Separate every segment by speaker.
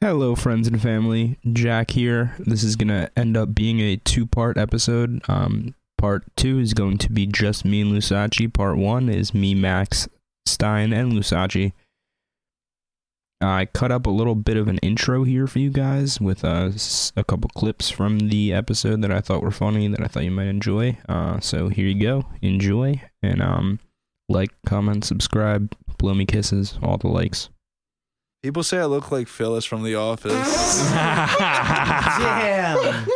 Speaker 1: Hello, friends and family. Jack here. This is going to end up being a two part episode. Um, part two is going to be just me and Lusachi. Part one is me, Max, Stein, and Lusachi. I cut up a little bit of an intro here for you guys with uh, s- a couple clips from the episode that I thought were funny that I thought you might enjoy. Uh, so here you go. Enjoy. And um, like, comment, subscribe, blow me kisses, all the likes.
Speaker 2: People say I look like Phyllis from The Office.
Speaker 3: Damn.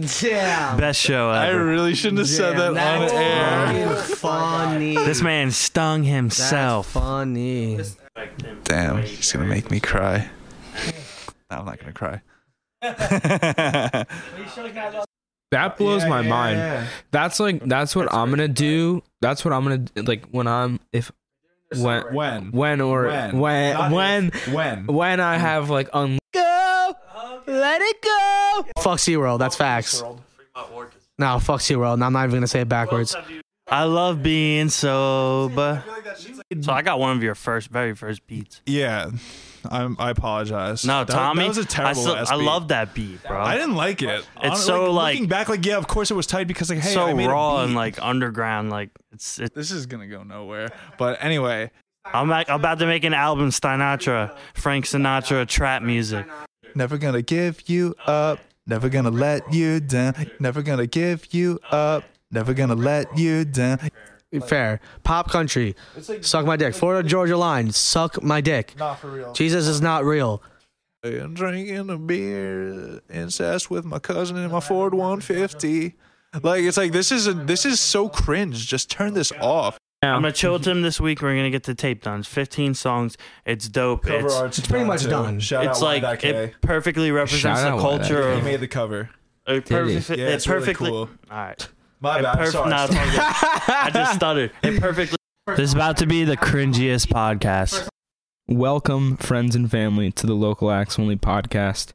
Speaker 3: Damn.
Speaker 4: Best show
Speaker 2: I
Speaker 4: ever.
Speaker 2: really shouldn't have said that
Speaker 3: Damn,
Speaker 2: on
Speaker 3: that's
Speaker 2: air.
Speaker 3: fucking funny.
Speaker 4: this man stung
Speaker 3: That's
Speaker 4: himself.
Speaker 3: funny.
Speaker 2: Damn, he's gonna make me cry. No, I'm not gonna cry.
Speaker 1: That blows my mind. That's like that's what I'm gonna do. That's what I'm gonna d- like when I'm if when
Speaker 5: When?
Speaker 1: when or
Speaker 5: When.
Speaker 1: when
Speaker 5: Not Mm.
Speaker 1: when
Speaker 5: When?
Speaker 1: when I have like un
Speaker 3: Go. Let it go. Fuck SeaWorld. That's facts. No, fuck SeaWorld. And I'm not even going to say it backwards.
Speaker 4: I love being sober. So I got one of your first, very first beats.
Speaker 5: Yeah, I'm, I apologize.
Speaker 4: No,
Speaker 5: That-
Speaker 4: Tommy,
Speaker 5: that was a terrible.
Speaker 4: I, still-
Speaker 5: ass
Speaker 4: I
Speaker 5: beat.
Speaker 4: love that beat, bro.
Speaker 5: I didn't like it. Honestly,
Speaker 4: so, like-
Speaker 5: looking back, like yeah, of course it was tight because like hey,
Speaker 4: so
Speaker 5: I made a
Speaker 4: raw and
Speaker 5: beat.
Speaker 4: like underground. Like it's, it,
Speaker 5: this is gonna go nowhere. But anyway,
Speaker 4: I'm, like, about to make an album, Sinatra, Frank Sinatra, trap music.
Speaker 5: never gonna give you up. Never gonna let you down. Never gonna give you up. Never gonna let you down.
Speaker 3: Fair. Pop country. Suck my dick. Florida Georgia line. Suck my dick. Not for real. Jesus is not real.
Speaker 5: I'm drinking a beer, incest with my cousin in my Ford 150. Like it's like this is a, this is so cringe. Just turn this off.
Speaker 4: I'm gonna chill with him this week. We're gonna get the tape done. It's 15 songs. It's dope. it's
Speaker 5: it's
Speaker 3: pretty much done.
Speaker 5: Shout
Speaker 4: it's
Speaker 5: out
Speaker 4: like
Speaker 5: YK.
Speaker 4: it perfectly represents
Speaker 1: Shout
Speaker 4: the
Speaker 1: out
Speaker 4: culture
Speaker 1: YK.
Speaker 5: He
Speaker 4: of.
Speaker 5: made the cover.
Speaker 4: It perfectly.
Speaker 5: Yeah,
Speaker 4: it
Speaker 5: it's really
Speaker 4: perfectly-
Speaker 5: cool.
Speaker 4: All right.
Speaker 5: My
Speaker 4: It
Speaker 5: bad.
Speaker 4: perf-
Speaker 5: Sorry.
Speaker 4: no, it's all good. I just stuttered. It perfectly. This is about to be the cringiest podcast.
Speaker 1: welcome friends and family to the local acts only podcast.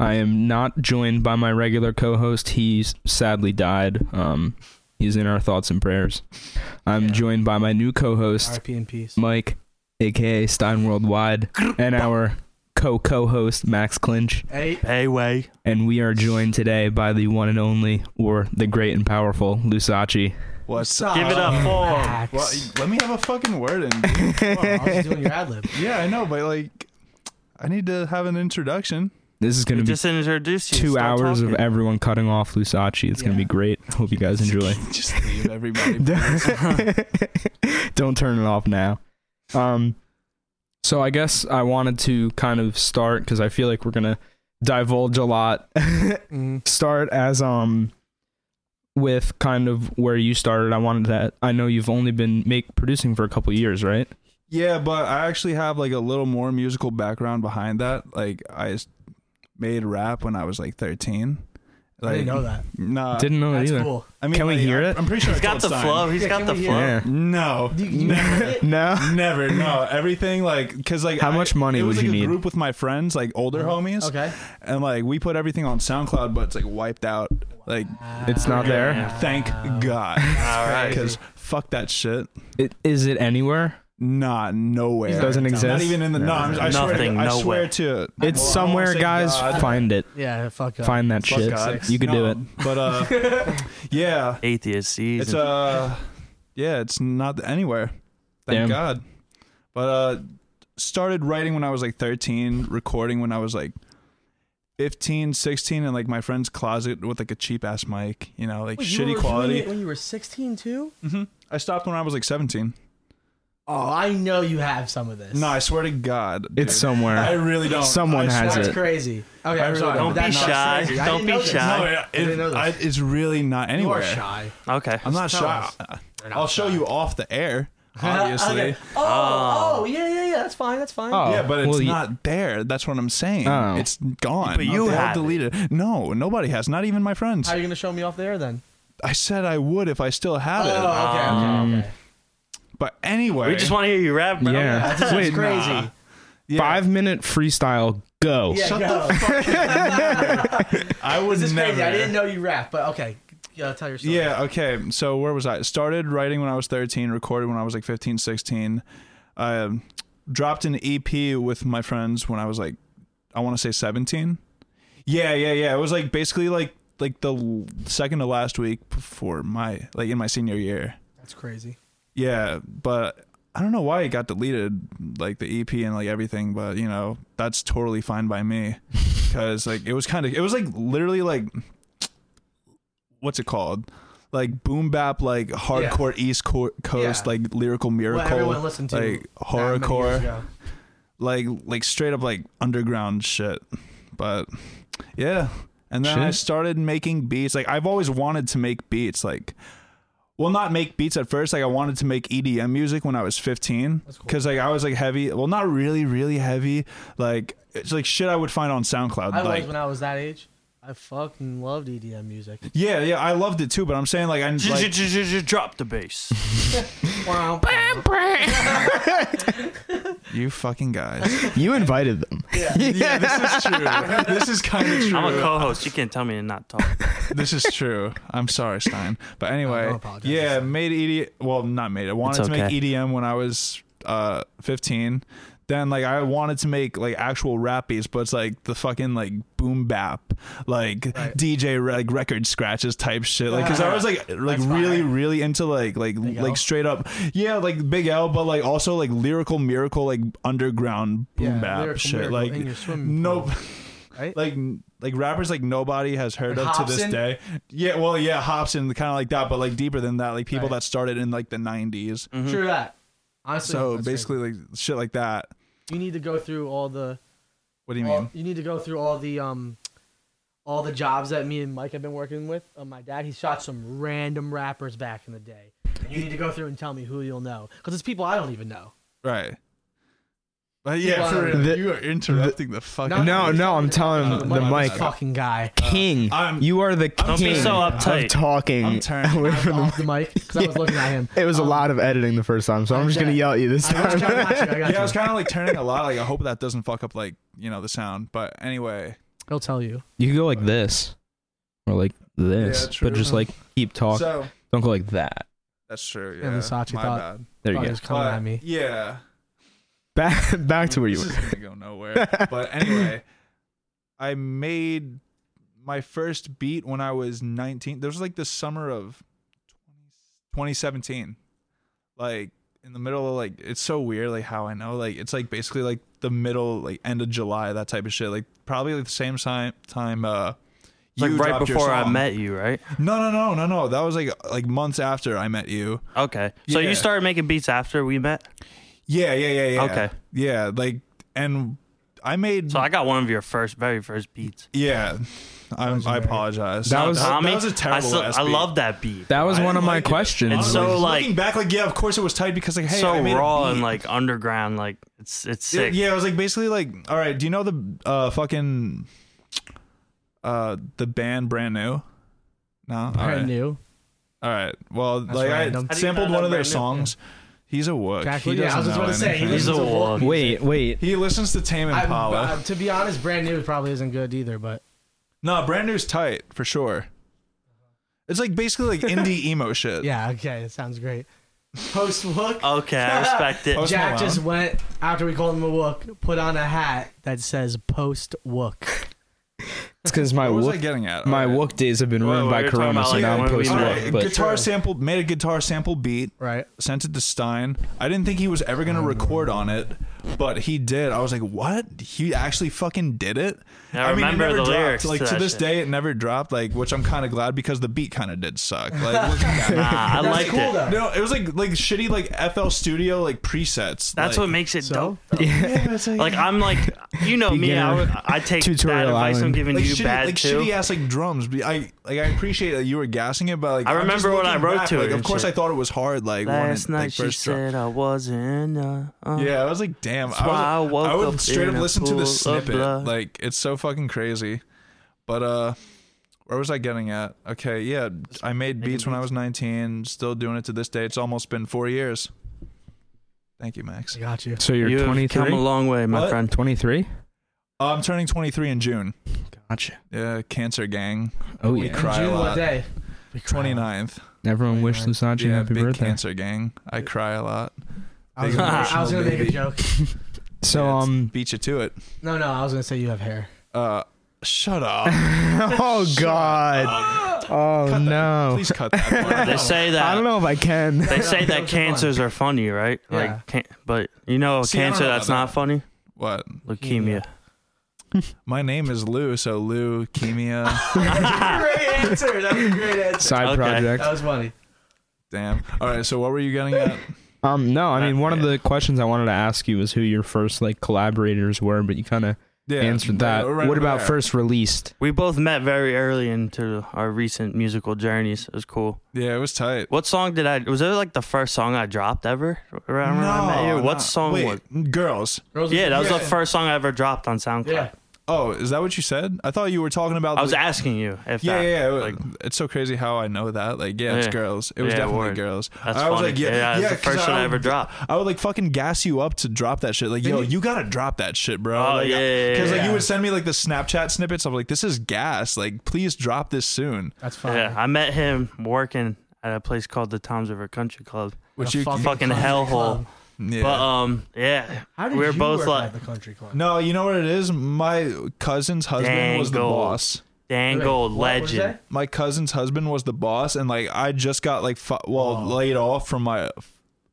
Speaker 1: I am not joined by my regular co-host. He's sadly died. Um, he's in our thoughts and prayers. I'm joined by my new co-host.
Speaker 3: RP in peace.
Speaker 1: Mike, aka Stein Worldwide, and our co co host Max Clinch.
Speaker 3: Hey.
Speaker 4: Hey, way.
Speaker 1: And we are joined today by the one and only, or the great and powerful Lusachi.
Speaker 5: What's
Speaker 3: up?
Speaker 4: Give it up for
Speaker 3: Max.
Speaker 5: Well, let me have a fucking word in. dude.
Speaker 3: Oh, I was just doing your ad lib.
Speaker 5: yeah, I know, but like, I need to have an introduction.
Speaker 1: This is going to be
Speaker 4: just introduce you.
Speaker 1: two
Speaker 4: Start
Speaker 1: hours of
Speaker 4: talking.
Speaker 1: everyone cutting off Lusachi. It's going to be great. Hope you guys enjoy.
Speaker 5: Just leave everybody.
Speaker 1: Don't turn it off now. Um, so I guess I wanted to kind of start because I feel like we're gonna divulge a lot.
Speaker 3: Mm.
Speaker 1: start as um with kind of where you started. I wanted that. I know you've only been make producing for a couple years, right?
Speaker 5: yeah, but I actually have like a little more musical background behind that. Like, I s- made rap when I was like 13. Like,
Speaker 3: I didn't know that.
Speaker 5: Nah,
Speaker 1: Didn't know that
Speaker 3: That's
Speaker 1: either.
Speaker 3: cool.
Speaker 5: I mean,
Speaker 1: Can we
Speaker 5: like,
Speaker 1: hear
Speaker 5: I-
Speaker 1: it?
Speaker 5: I'm pretty sure
Speaker 4: He's
Speaker 5: I
Speaker 4: got
Speaker 5: told
Speaker 4: the
Speaker 5: Stein.
Speaker 4: flow. He's got the flow.
Speaker 1: Yeah.
Speaker 5: No, never,
Speaker 1: No.
Speaker 5: never, no. Everything like because like
Speaker 1: How
Speaker 5: I-
Speaker 1: much money
Speaker 5: it was
Speaker 1: would
Speaker 5: like
Speaker 1: you
Speaker 5: a
Speaker 1: need?
Speaker 5: Group with my friends, like older homies.
Speaker 3: Uh-huh. Okay.
Speaker 5: and like we put everything on SoundCloud, but it's like wiped out. Like,
Speaker 1: It's not there.
Speaker 4: Yeah.
Speaker 5: thank God. All right, because fuck that shit.
Speaker 1: It, is it anywhere?
Speaker 5: Nah, nowhere.
Speaker 1: It doesn't exist.
Speaker 5: Not even in the no. I'm, I
Speaker 4: Nothing,
Speaker 5: Swear to,
Speaker 4: no
Speaker 5: I swear
Speaker 4: way.
Speaker 5: to it.
Speaker 1: it's somewhere,
Speaker 5: say
Speaker 1: guys.
Speaker 5: God.
Speaker 1: Find it.
Speaker 3: Yeah, fuck up.
Speaker 1: Find that
Speaker 5: Fuck
Speaker 1: shit.
Speaker 5: God.
Speaker 1: You can do
Speaker 5: No,
Speaker 1: it.
Speaker 5: But uh, yeah,
Speaker 4: Atheist season.
Speaker 5: it's uh, yeah, it's not anywhere. Thank
Speaker 1: Damn.
Speaker 5: God. But uh, started writing when I was like 13, recording when I was like. 15, 16, in like my friend's closet with like a cheap ass mic, you know, like shitty quality.
Speaker 3: When you were 16 too?
Speaker 5: I stopped when I was like 17.
Speaker 3: Oh, I know you have some of this.
Speaker 5: No, I swear to God.
Speaker 1: It's
Speaker 5: dude.
Speaker 1: somewhere.
Speaker 5: I really don't.
Speaker 1: Someone
Speaker 5: I
Speaker 1: has
Speaker 5: swear-
Speaker 3: That's
Speaker 1: it.
Speaker 3: crazy. Okay, I'm
Speaker 5: really
Speaker 3: sorry.
Speaker 5: don't.
Speaker 3: but
Speaker 4: Don't be
Speaker 3: that's
Speaker 4: shy.
Speaker 3: crazy. I
Speaker 4: Don't
Speaker 3: didn't
Speaker 4: be
Speaker 3: know this.
Speaker 4: shy.
Speaker 5: No, it,
Speaker 3: I didn't know
Speaker 5: it,
Speaker 3: this.
Speaker 5: I, it's really not
Speaker 3: You
Speaker 5: anywhere.
Speaker 3: are shy.
Speaker 4: okay.
Speaker 5: I'm not
Speaker 3: Tell
Speaker 5: shy.
Speaker 3: us.
Speaker 5: I'll show you off the air, obviously. Um,
Speaker 3: Okay. Oh, oh, yeah, yeah, yeah. That's fine. That's fine.
Speaker 1: Oh,
Speaker 5: Yeah, but it's
Speaker 1: well, you-
Speaker 5: not there. That's what I'm saying.
Speaker 1: Oh.
Speaker 5: It's gone.
Speaker 4: But you
Speaker 5: They're all
Speaker 4: have it.
Speaker 5: deleted. No, nobody has. Not even my friends.
Speaker 3: How are you gonna show me off there then?
Speaker 5: I said I would if I still had
Speaker 3: Oh, okay,
Speaker 5: it. Mm.
Speaker 3: okay, okay.
Speaker 5: But anyway,
Speaker 4: We just want to hear you rap, bro.
Speaker 1: Yeah.
Speaker 3: That's
Speaker 1: Wait,
Speaker 3: crazy.
Speaker 5: yeah,
Speaker 1: Five minute freestyle. Go.
Speaker 3: Yeah,
Speaker 5: Shut
Speaker 3: go.
Speaker 5: the fuck up. I was
Speaker 3: This is
Speaker 5: never.
Speaker 3: crazy. I didn't know you rap, but okay. Yeah, tell your story.
Speaker 5: Yeah, okay. So where was I? Started writing when I was 13, recorded when I was like 15, E 16. I um, dropped an EP with my friends when I was like I want to say 17. Yeah, yeah, yeah. It was like basically like like the l- second to last week before my like in my senior year.
Speaker 3: That's crazy.
Speaker 5: Yeah, but I don't know why it got deleted, like the EP and like everything. But you know, that's totally fine by me, because like it was kind of it was like literally like what's it called, like boom bap, like hardcore East Co- Coast,
Speaker 3: Yeah.
Speaker 5: like lyrical miracle,
Speaker 3: What everyone listened to
Speaker 5: like
Speaker 3: that many years
Speaker 5: horrorcore,
Speaker 3: ago.
Speaker 5: like like straight up like underground shit. But yeah, and then I
Speaker 6: Shit.
Speaker 5: started making beats. Like I've always wanted to make beats. Like well not make beats at first like i wanted to make edm music when i was 15 because like i was like heavy well not really really heavy like it's like shit i would find on soundcloud
Speaker 3: I
Speaker 5: like
Speaker 3: was when I was that age. I fucking loved EDM music.
Speaker 5: yeah yeah i loved it too but i'm saying like i like,
Speaker 4: Drop the bass.
Speaker 3: Wow.
Speaker 5: you fucking guys
Speaker 1: You invited them.
Speaker 5: yeah this is true this is kind of true
Speaker 4: I'm a co-host. You can't tell me to not talk.
Speaker 5: this is true i'm sorry stein but
Speaker 3: No,
Speaker 5: anyway
Speaker 3: don't apologize.
Speaker 5: yeah made edm well not made i wanted
Speaker 4: It's
Speaker 5: to
Speaker 4: okay.
Speaker 5: make edm when i was uh 15 then like i wanted to make like actual rap beats but it's like the fucking like boom bap like dj re- like record scratches type shit like because i was like like really really into like like like straight up yeah like big l but like also like lyrical miracle like underground boom
Speaker 3: Yeah,
Speaker 5: bap
Speaker 3: lyrical
Speaker 5: shit
Speaker 3: miracle
Speaker 5: like
Speaker 3: in your swimming
Speaker 5: nope
Speaker 3: pool, Mm-hmm. right?
Speaker 5: like like rappers like nobody has heard
Speaker 3: Like
Speaker 5: of to
Speaker 3: Hobson?
Speaker 5: this day yeah well yeah hobson kind of like that but like deeper than that like people
Speaker 3: Right.
Speaker 5: that started in like the 90s
Speaker 3: True that. Honestly,
Speaker 5: so
Speaker 3: that's
Speaker 5: basically like shit like that
Speaker 3: crazy. you need to go through all the.
Speaker 5: what do you
Speaker 3: all-
Speaker 5: mean
Speaker 3: you need to go through all the um, all the jobs that me and Mike have been working with. Uh, my dad, he shot some random rappers back in the day. And you need to go through and tell me who you'll know, because it's people I don't even know.
Speaker 5: right but yeah
Speaker 3: Well,
Speaker 5: for real,
Speaker 1: the-
Speaker 5: you are interrupting the, fuck
Speaker 3: No,
Speaker 1: No, no, I'm telling
Speaker 3: Uh,
Speaker 1: the
Speaker 3: Mike,
Speaker 1: mic.
Speaker 3: this fucking guy.
Speaker 1: King.
Speaker 5: Uh, I'm-
Speaker 1: you are the king
Speaker 4: Don't be so
Speaker 1: of
Speaker 4: uptight.
Speaker 1: talking
Speaker 5: I'm turned.
Speaker 1: away
Speaker 3: I was
Speaker 1: from the
Speaker 3: off the mic because I was looking at him.
Speaker 1: It was a
Speaker 3: Um,
Speaker 1: lot of editing the first time, so I'm just
Speaker 3: bet.
Speaker 1: gonna yell at you this
Speaker 3: I got you,
Speaker 1: time.
Speaker 3: I got you, I got
Speaker 5: yeah i
Speaker 3: you.
Speaker 5: was kind of like turning a lot like i hope that doesn't fuck up like you know the sound but anyway
Speaker 3: He'll tell you.
Speaker 6: You could go like this, or like
Speaker 5: Yeah,
Speaker 6: this,
Speaker 5: true.
Speaker 6: but just like keep talking.
Speaker 5: so
Speaker 6: Don't go like that.
Speaker 5: that's true yeah
Speaker 3: And Versace
Speaker 5: my
Speaker 3: thought-
Speaker 5: bad
Speaker 6: There you
Speaker 3: Thought he
Speaker 6: go.
Speaker 3: was coming
Speaker 5: But,
Speaker 3: at me.
Speaker 5: yeah
Speaker 1: back, back to where you
Speaker 5: this
Speaker 1: were.
Speaker 5: is gonna go nowhere. but anyway, I made my first beat when I was 19. This was like the summer of 20, 2017. Like in the middle of like it's so weird like how I know like it's like basically like the middle like end of July that type of shit. Like probably like the same time time uh
Speaker 4: It's like
Speaker 5: you
Speaker 4: right
Speaker 5: dropped your
Speaker 4: before I
Speaker 5: song.
Speaker 4: met you, right?
Speaker 5: No, no, no, no, no. That was like like months after I met you.
Speaker 4: Okay. So
Speaker 5: Yeah.
Speaker 4: you started making beats after we met.
Speaker 5: Yeah, yeah, yeah, yeah.
Speaker 4: Okay.
Speaker 5: Yeah, like and I made
Speaker 4: So I got one of your first, very first beats.
Speaker 5: Yeah, I, I apologize.
Speaker 6: That
Speaker 5: No,
Speaker 6: was-
Speaker 4: Tommy,
Speaker 5: that was a
Speaker 4: I,
Speaker 5: terrible.
Speaker 4: still-
Speaker 5: ass
Speaker 4: I
Speaker 5: beat.
Speaker 4: love that beat.
Speaker 6: That was
Speaker 5: I
Speaker 6: one of
Speaker 5: didn't
Speaker 6: my
Speaker 5: like it.
Speaker 6: questions.
Speaker 4: It's so,
Speaker 5: Honestly,
Speaker 4: like-
Speaker 5: looking back, like yeah, of course it was tight because like hey,
Speaker 4: so
Speaker 5: I made a
Speaker 4: raw
Speaker 5: beat.
Speaker 4: and like underground, like it's it's
Speaker 5: Yeah,
Speaker 4: sick.
Speaker 5: yeah, it was like basically like all right. Do you know the uh fucking uh the band brand new? No, all
Speaker 3: Brand
Speaker 5: right,
Speaker 3: new.
Speaker 5: all right. Well, like
Speaker 3: random.
Speaker 5: I
Speaker 3: How
Speaker 4: do you know
Speaker 5: sampled
Speaker 4: that
Speaker 5: one of their
Speaker 4: Brand New?
Speaker 5: songs. He's a wook.
Speaker 3: Exactly.
Speaker 5: He
Speaker 3: Yeah, I was
Speaker 5: doesn't
Speaker 3: just
Speaker 5: know
Speaker 3: about to say, he
Speaker 5: anything.
Speaker 4: He's a
Speaker 3: It's a
Speaker 4: wall.
Speaker 6: wait, wait.
Speaker 5: He listens to Tame
Speaker 3: I-
Speaker 5: Impala.
Speaker 3: uh, to be honest, brand new probably isn't good either, but
Speaker 5: no, brand new's tight for sure. It's like basically like indie emo shit.
Speaker 3: yeah, okay, it sounds great. Post look.
Speaker 4: Okay, I respect it.
Speaker 5: Uh, Post
Speaker 3: Jack
Speaker 5: Malone.
Speaker 3: just went after we called him a wook, put on a hat that says post wook.
Speaker 6: It's because my
Speaker 5: What was I
Speaker 6: wook,
Speaker 5: getting at?
Speaker 6: my
Speaker 5: All right.
Speaker 6: wook days have been ruined
Speaker 4: Well, we
Speaker 6: by
Speaker 4: were talking
Speaker 6: Corona,
Speaker 4: about,
Speaker 6: so
Speaker 4: like,
Speaker 6: now
Speaker 4: when
Speaker 6: I'm
Speaker 4: we
Speaker 6: post
Speaker 4: met.
Speaker 5: All
Speaker 4: Alright,
Speaker 6: wook.
Speaker 5: right,
Speaker 6: But
Speaker 5: guitar sample made a guitar sample beat,
Speaker 3: Right.
Speaker 5: sent it to Stein. I didn't think he was ever gonna record on it, but he did. I was like, "What? He actually fucking did it."
Speaker 4: Yeah, I
Speaker 5: mean, it
Speaker 4: remember
Speaker 5: never
Speaker 4: the
Speaker 5: dropped.
Speaker 4: lyrics
Speaker 5: Like
Speaker 4: to
Speaker 5: to,
Speaker 4: that
Speaker 5: this
Speaker 4: shit.
Speaker 5: day, it never dropped. Like, which I'm kind of glad because the beat kind of did suck. Like, looking back-
Speaker 4: Nah, I liked
Speaker 3: cool
Speaker 4: it.
Speaker 3: though.
Speaker 5: no, it was like like shitty like FL Studio like presets.
Speaker 4: That's
Speaker 5: like,
Speaker 4: what makes it dope.
Speaker 3: So
Speaker 4: Like I'm like, you know me. I, would, I take that
Speaker 1: Tutorial
Speaker 4: advice I'm
Speaker 1: Island.
Speaker 4: giving
Speaker 5: like
Speaker 4: you
Speaker 5: shitty,
Speaker 4: bad
Speaker 5: like
Speaker 4: too.
Speaker 5: shitty ass like drums. Be- I like I appreciate that you were gassing it, but like
Speaker 4: I
Speaker 5: I'm just
Speaker 4: remember what
Speaker 5: looking
Speaker 4: I wrote
Speaker 5: back,
Speaker 4: to it
Speaker 5: Like, of
Speaker 4: and
Speaker 5: course,
Speaker 4: shit.
Speaker 5: I thought it was hard. Like when
Speaker 4: Last
Speaker 5: it,
Speaker 4: night
Speaker 5: like,
Speaker 4: she
Speaker 5: first dropped.
Speaker 4: said I wasn't. Uh, uh.
Speaker 5: Yeah, I was like, damn.
Speaker 4: That's
Speaker 5: I, was,
Speaker 4: why I woke
Speaker 5: I would
Speaker 4: up
Speaker 5: straight
Speaker 4: in
Speaker 5: up
Speaker 4: a
Speaker 5: listen to
Speaker 4: pool
Speaker 5: the
Speaker 4: of
Speaker 5: snippet.
Speaker 4: blood.
Speaker 5: Like, it's so fucking crazy. But uh, where was I getting at? Okay, yeah, I made beats when I was 19. Still doing it to this day. It's almost been four years. Thank you, Max.
Speaker 3: I got you.
Speaker 6: so you're
Speaker 4: You've come a
Speaker 6: 23.
Speaker 4: long way, my
Speaker 5: What?
Speaker 4: friend.
Speaker 6: 23.
Speaker 5: Uh, I'm turning 23 in June.
Speaker 6: Gotcha.
Speaker 5: Yeah, cancer gang.
Speaker 6: Oh
Speaker 5: We
Speaker 6: yeah.
Speaker 5: cry
Speaker 3: June
Speaker 5: a
Speaker 3: what
Speaker 5: lot.
Speaker 3: day? We cry a lot.
Speaker 5: 29th.
Speaker 6: Everyone wish Lusachi
Speaker 5: Yeah,
Speaker 6: happy
Speaker 5: big
Speaker 6: birthday.
Speaker 5: cancer gang. I cry a lot.
Speaker 3: I was,
Speaker 5: Big
Speaker 3: gonna, I was
Speaker 5: emotional
Speaker 3: gonna make a
Speaker 5: baby.
Speaker 3: joke.
Speaker 6: So
Speaker 5: Yeah, it's-
Speaker 6: um,
Speaker 5: beat you to it.
Speaker 3: No, no, I was gonna say you have hair.
Speaker 5: Uh, shut up.
Speaker 1: oh God. Oh
Speaker 5: Cut that.
Speaker 1: no.
Speaker 5: Please cut that. part
Speaker 4: They
Speaker 5: out.
Speaker 4: say that.
Speaker 1: I don't know if I can.
Speaker 4: They say
Speaker 3: Those are
Speaker 4: that cancers are funny, right?
Speaker 3: Yeah.
Speaker 4: Like, can- but you know, a
Speaker 5: See, I don't
Speaker 4: cancer
Speaker 5: know
Speaker 4: that's
Speaker 5: about
Speaker 4: not funny,
Speaker 5: What?
Speaker 4: leukemia.
Speaker 5: My name is Lou, so Lou Kemia.
Speaker 3: great answer. That was a great answer.
Speaker 1: Side
Speaker 4: Okay.
Speaker 1: project.
Speaker 3: That was funny.
Speaker 5: Damn. All right. So what were you getting at?
Speaker 1: Um,
Speaker 6: no,
Speaker 1: no,
Speaker 6: I mean one of
Speaker 4: Yeah.
Speaker 6: the questions I wanted to ask you was who your first like collaborators were, but you kind of
Speaker 5: Yeah,
Speaker 6: answered that.
Speaker 5: right
Speaker 6: what
Speaker 5: over
Speaker 6: about
Speaker 5: there.
Speaker 6: first released?
Speaker 4: We both met very early into our recent musical journeys. It was cool.
Speaker 5: Yeah, it was tight.
Speaker 4: What song did I? Was it like the first song I dropped ever? Around when I met you? What
Speaker 5: no.
Speaker 4: song
Speaker 5: Wait,
Speaker 4: was?
Speaker 5: Girls.
Speaker 3: Girls
Speaker 4: Yeah, that was the
Speaker 3: Yeah.
Speaker 4: first song I ever dropped on SoundCloud.
Speaker 3: Yeah.
Speaker 5: Oh, is that what you said? I thought you were talking about.
Speaker 4: I was
Speaker 5: the-
Speaker 4: asking you if
Speaker 5: Yeah,
Speaker 4: that.
Speaker 5: yeah, yeah.
Speaker 4: Like,
Speaker 5: it's so crazy how I know that. Like, yeah, it's
Speaker 4: Yeah.
Speaker 5: girls. It was
Speaker 4: Yeah,
Speaker 5: definitely
Speaker 4: word.
Speaker 5: girls.
Speaker 4: that's
Speaker 5: I was
Speaker 4: funny.
Speaker 5: like,
Speaker 4: yeah,
Speaker 5: yeah,
Speaker 4: yeah, it's the
Speaker 5: 'cause
Speaker 4: first one I
Speaker 5: would-
Speaker 4: ever dropped.
Speaker 5: I would like fucking gas you up to drop that shit. Like, yo, you gotta drop that shit, bro.
Speaker 4: Oh,
Speaker 5: like,
Speaker 4: yeah, yeah,
Speaker 5: Because like
Speaker 4: yeah.
Speaker 5: you would send me like the Snapchat snippets. I'm like, this is gas. Like, please drop this soon.
Speaker 3: That's fine.
Speaker 4: Yeah, I met him working at a place called the Toms River Country Club.
Speaker 5: Which
Speaker 3: The
Speaker 5: you
Speaker 4: fucking
Speaker 3: country
Speaker 4: hellhole.
Speaker 3: club.
Speaker 5: yeah.
Speaker 4: But um, yeah,
Speaker 3: How did
Speaker 4: we were
Speaker 3: you
Speaker 4: both
Speaker 3: work
Speaker 4: like
Speaker 3: at the country club?
Speaker 5: no, you know what it is? My cousin's husband was the
Speaker 4: Dangle.
Speaker 5: boss.
Speaker 3: Wait,
Speaker 4: dangle
Speaker 3: what- what'd you
Speaker 4: legend.
Speaker 3: say?
Speaker 5: My cousin's husband was the boss, and like I just got like fu- well laid off from my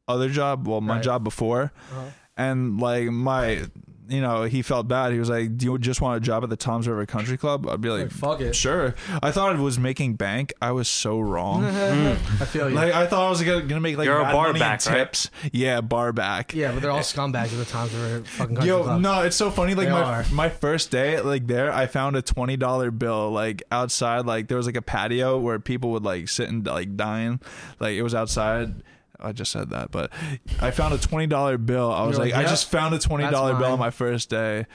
Speaker 5: other job. Well, my
Speaker 3: Right.
Speaker 5: job before,
Speaker 3: Uh-huh.
Speaker 5: and like my. You know, he felt bad. He was like, "Do you just want a job at the Tom's River Country Club?" I'd be like,
Speaker 3: Like, fuck it.
Speaker 5: Sure. I thought it was making bank. I was so wrong.
Speaker 3: I feel you.
Speaker 5: like I thought I was gonna, gonna make like
Speaker 4: Oh, You're a
Speaker 5: mad
Speaker 4: bar
Speaker 5: money
Speaker 4: back,
Speaker 5: and
Speaker 4: right?
Speaker 5: tips. Yeah, bar back.
Speaker 3: yeah, but they're all scumbags at the times they were fucking country
Speaker 5: Yo,
Speaker 3: club.
Speaker 5: no, it's so funny. Like
Speaker 3: They
Speaker 5: my
Speaker 3: are.
Speaker 5: my first day, like there, I found a twenty dollar bill like outside. Like there was like a patio where people would like sit and like dine. Like it was outside. I just said that, but I found a twenty dollar bill. I was
Speaker 3: You're
Speaker 5: like,
Speaker 3: like,
Speaker 5: I
Speaker 3: "Yep,
Speaker 5: just found a twenty dollar bill
Speaker 3: mine."
Speaker 5: on my first day.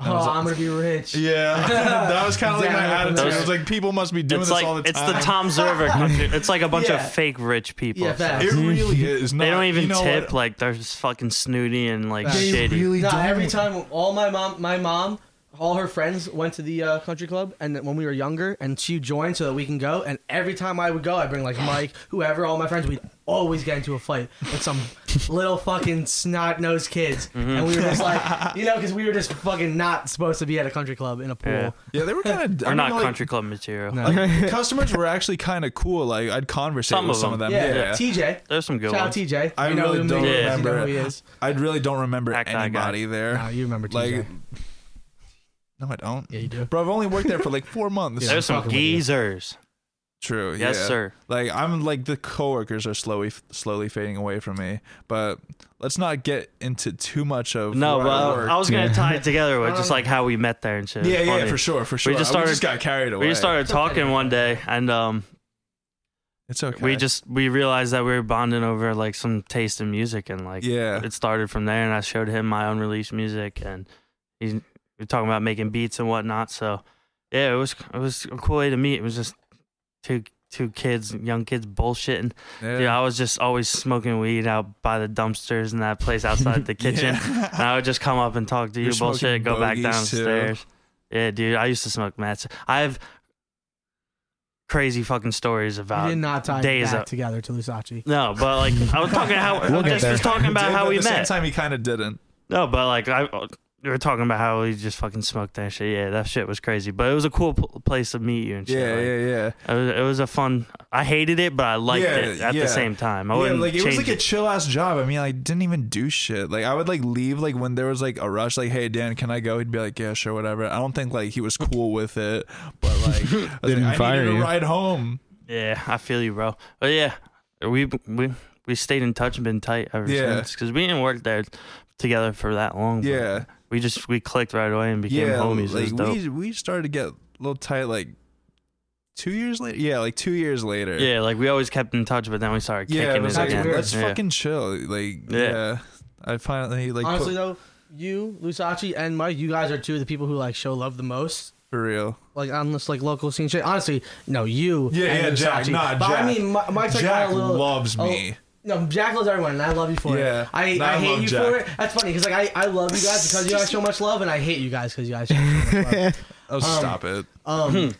Speaker 3: oh, I'm gonna be rich.
Speaker 5: Yeah, that was kind of like my
Speaker 3: Damn.
Speaker 5: attitude. I was like, people must be doing
Speaker 4: It's
Speaker 5: this
Speaker 4: like
Speaker 5: all the time.
Speaker 4: it's the Tom's River Country. It's like a bunch
Speaker 5: Yeah.
Speaker 4: of fake rich people.
Speaker 3: Yeah, facts.
Speaker 5: It really is. Not,
Speaker 4: They don't even
Speaker 5: you know
Speaker 4: tip.
Speaker 5: what?
Speaker 4: Like they're just fucking snooty and like
Speaker 3: They
Speaker 4: shitty.
Speaker 3: Nah, every time, all my mom, my mom, all her friends went to the uh, country club, and when we were younger, and she joined so that we can go. And every time I would go, I'd bring like Mike, whoever, all my friends. We'd always get into a fight with some little fucking snot nosed kids, and we were just like, you know, because we were just fucking not supposed to be at a country club in a pool.
Speaker 4: Yeah.
Speaker 5: Yeah, they were kind of.
Speaker 4: They're not country club material.
Speaker 3: No.
Speaker 5: Like, customers were actually kind of cool. Like I'd conversate
Speaker 4: Some
Speaker 5: with
Speaker 4: of
Speaker 5: some of
Speaker 4: them.
Speaker 5: them.
Speaker 3: Yeah,
Speaker 5: Yeah.
Speaker 3: TJ.
Speaker 4: There's some good
Speaker 3: Shout out
Speaker 4: ones.
Speaker 3: TJ.
Speaker 5: I
Speaker 3: You know
Speaker 5: really
Speaker 3: who
Speaker 5: don't
Speaker 3: he is,
Speaker 4: remember
Speaker 3: You know who he
Speaker 5: it.
Speaker 3: is.
Speaker 5: I really don't remember
Speaker 4: That guy got-
Speaker 5: anybody there.
Speaker 3: Nah, you remember TJ.
Speaker 5: like, no, I don't.
Speaker 3: yeah, you do.
Speaker 5: Bro, I've only worked there for like four months.
Speaker 4: There's some
Speaker 3: fucking with you.
Speaker 4: geezers.
Speaker 5: True.
Speaker 4: Yes,
Speaker 5: yeah.
Speaker 4: sir.
Speaker 5: Like I'm like the coworkers are slowly slowly fading away from me. But let's not get into too much of
Speaker 4: No,
Speaker 5: where
Speaker 4: but
Speaker 5: I
Speaker 4: I,
Speaker 5: work.
Speaker 4: was gonna
Speaker 6: Yeah.
Speaker 4: tie it together with just like how we met there and shit.
Speaker 5: yeah,
Speaker 4: It's
Speaker 5: yeah,
Speaker 4: funny.
Speaker 5: for sure, for sure.
Speaker 4: just
Speaker 5: We
Speaker 4: started-
Speaker 5: got carried away.
Speaker 4: We just started talking one day, and um,
Speaker 5: It's okay.
Speaker 4: we just we realized that we were bonding over like some taste in music, and like
Speaker 5: yeah.
Speaker 4: it started from there. And I showed him my unreleased music, and he's we're talking about making beats and whatnot. So yeah, it was it was a cool way to meet. It was just two two kids, young kids, bullshitting.
Speaker 5: Yeah.
Speaker 4: Yeah, I was just always smoking weed out by the dumpsters in that place outside the kitchen. And I would just come up and talk to you,
Speaker 5: You're smoking
Speaker 4: bullshit, go back
Speaker 5: bogeys, too.
Speaker 4: downstairs. Yeah, dude, I used to smoke mats. I have crazy fucking stories
Speaker 3: You
Speaker 4: about.
Speaker 3: did not tie
Speaker 4: days
Speaker 3: days back
Speaker 4: up.
Speaker 3: together to Lusachi.
Speaker 4: No, but like I was talking how
Speaker 5: We'll
Speaker 1: get
Speaker 4: just,
Speaker 1: there.
Speaker 4: just talking about
Speaker 5: Did,
Speaker 4: how
Speaker 5: but
Speaker 4: we
Speaker 5: at the
Speaker 4: met.
Speaker 5: Same time, he kind of didn't.
Speaker 4: No, but like I uh, we were talking about how we just fucking smoked that shit. Yeah, that shit was crazy. But it was a cool pl- place to meet you and shit.
Speaker 5: Yeah,
Speaker 4: like,
Speaker 5: yeah, yeah.
Speaker 4: It, was, it was a fun. I hated it, but I liked
Speaker 5: Yeah,
Speaker 4: it at
Speaker 5: yeah.
Speaker 4: the same time. I
Speaker 5: yeah,
Speaker 4: wouldn't
Speaker 5: like it was
Speaker 4: change
Speaker 5: like a chill ass job. I mean, I didn't even do shit. Like I would like leave like when there was like a rush. Like, hey Dan, can I go? He'd be like, yeah, sure, whatever. I don't think like he was cool with it, but like I, was
Speaker 1: Didn't
Speaker 5: like, I
Speaker 1: fire
Speaker 5: needed
Speaker 1: you.
Speaker 5: a ride home.
Speaker 4: Yeah, I feel you, bro. But yeah, we we we stayed in touch and been tight ever
Speaker 5: Yeah.
Speaker 4: since because we didn't work there together for that long. but
Speaker 5: Yeah,
Speaker 4: we just we clicked right away and became
Speaker 5: yeah.
Speaker 4: homies. it was
Speaker 5: Like
Speaker 4: dope.
Speaker 5: we we started to get a little tight like two years later. Yeah, like two years later.
Speaker 4: yeah, like we always kept in touch, but then we started
Speaker 5: yeah. it
Speaker 4: kicking
Speaker 5: was
Speaker 4: it
Speaker 5: like,
Speaker 4: again.
Speaker 5: let's
Speaker 4: yeah.
Speaker 5: fucking chill. Like
Speaker 4: Yeah.
Speaker 5: yeah. I finally like put,
Speaker 3: Honestly though, you, Lusachi, and Mike, you guys are two of the people who like show love the most.
Speaker 5: for real.
Speaker 3: Like on this like local scene shit. Honestly, no, you.
Speaker 5: Yeah,
Speaker 3: and
Speaker 5: yeah, Jack,
Speaker 3: Lusachi.
Speaker 5: nah,
Speaker 3: but I
Speaker 5: Jack.
Speaker 3: mean, Mi- Mike's like
Speaker 5: Jack
Speaker 3: kinda a little,
Speaker 5: loves
Speaker 3: oh,
Speaker 5: me.
Speaker 3: No, Jack loves everyone, and I love you for
Speaker 5: Yeah,
Speaker 3: it. I,
Speaker 5: nah,
Speaker 3: I
Speaker 5: I
Speaker 3: hate
Speaker 5: love
Speaker 3: you
Speaker 5: Jack.
Speaker 3: for it. That's funny because like I, I love you guys because you guys show much love, and I hate you guys because you guys. Show so much love.
Speaker 4: Hmm.
Speaker 5: Oh, stop it.
Speaker 3: Um,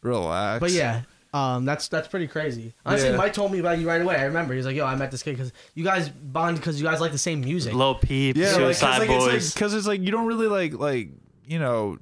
Speaker 5: Oh, Relax.
Speaker 3: but yeah, Um, that's that's pretty crazy. Honestly,
Speaker 5: Yeah.
Speaker 3: Mike told me about you right away. I remember he was like, "Yo, I met this kid because you guys bond because you guys like the same music."
Speaker 4: Low peep,
Speaker 5: Yeah,
Speaker 4: suicide
Speaker 5: like, 'cause, like,
Speaker 4: boys.
Speaker 5: it's like because it's like you don't really like like you know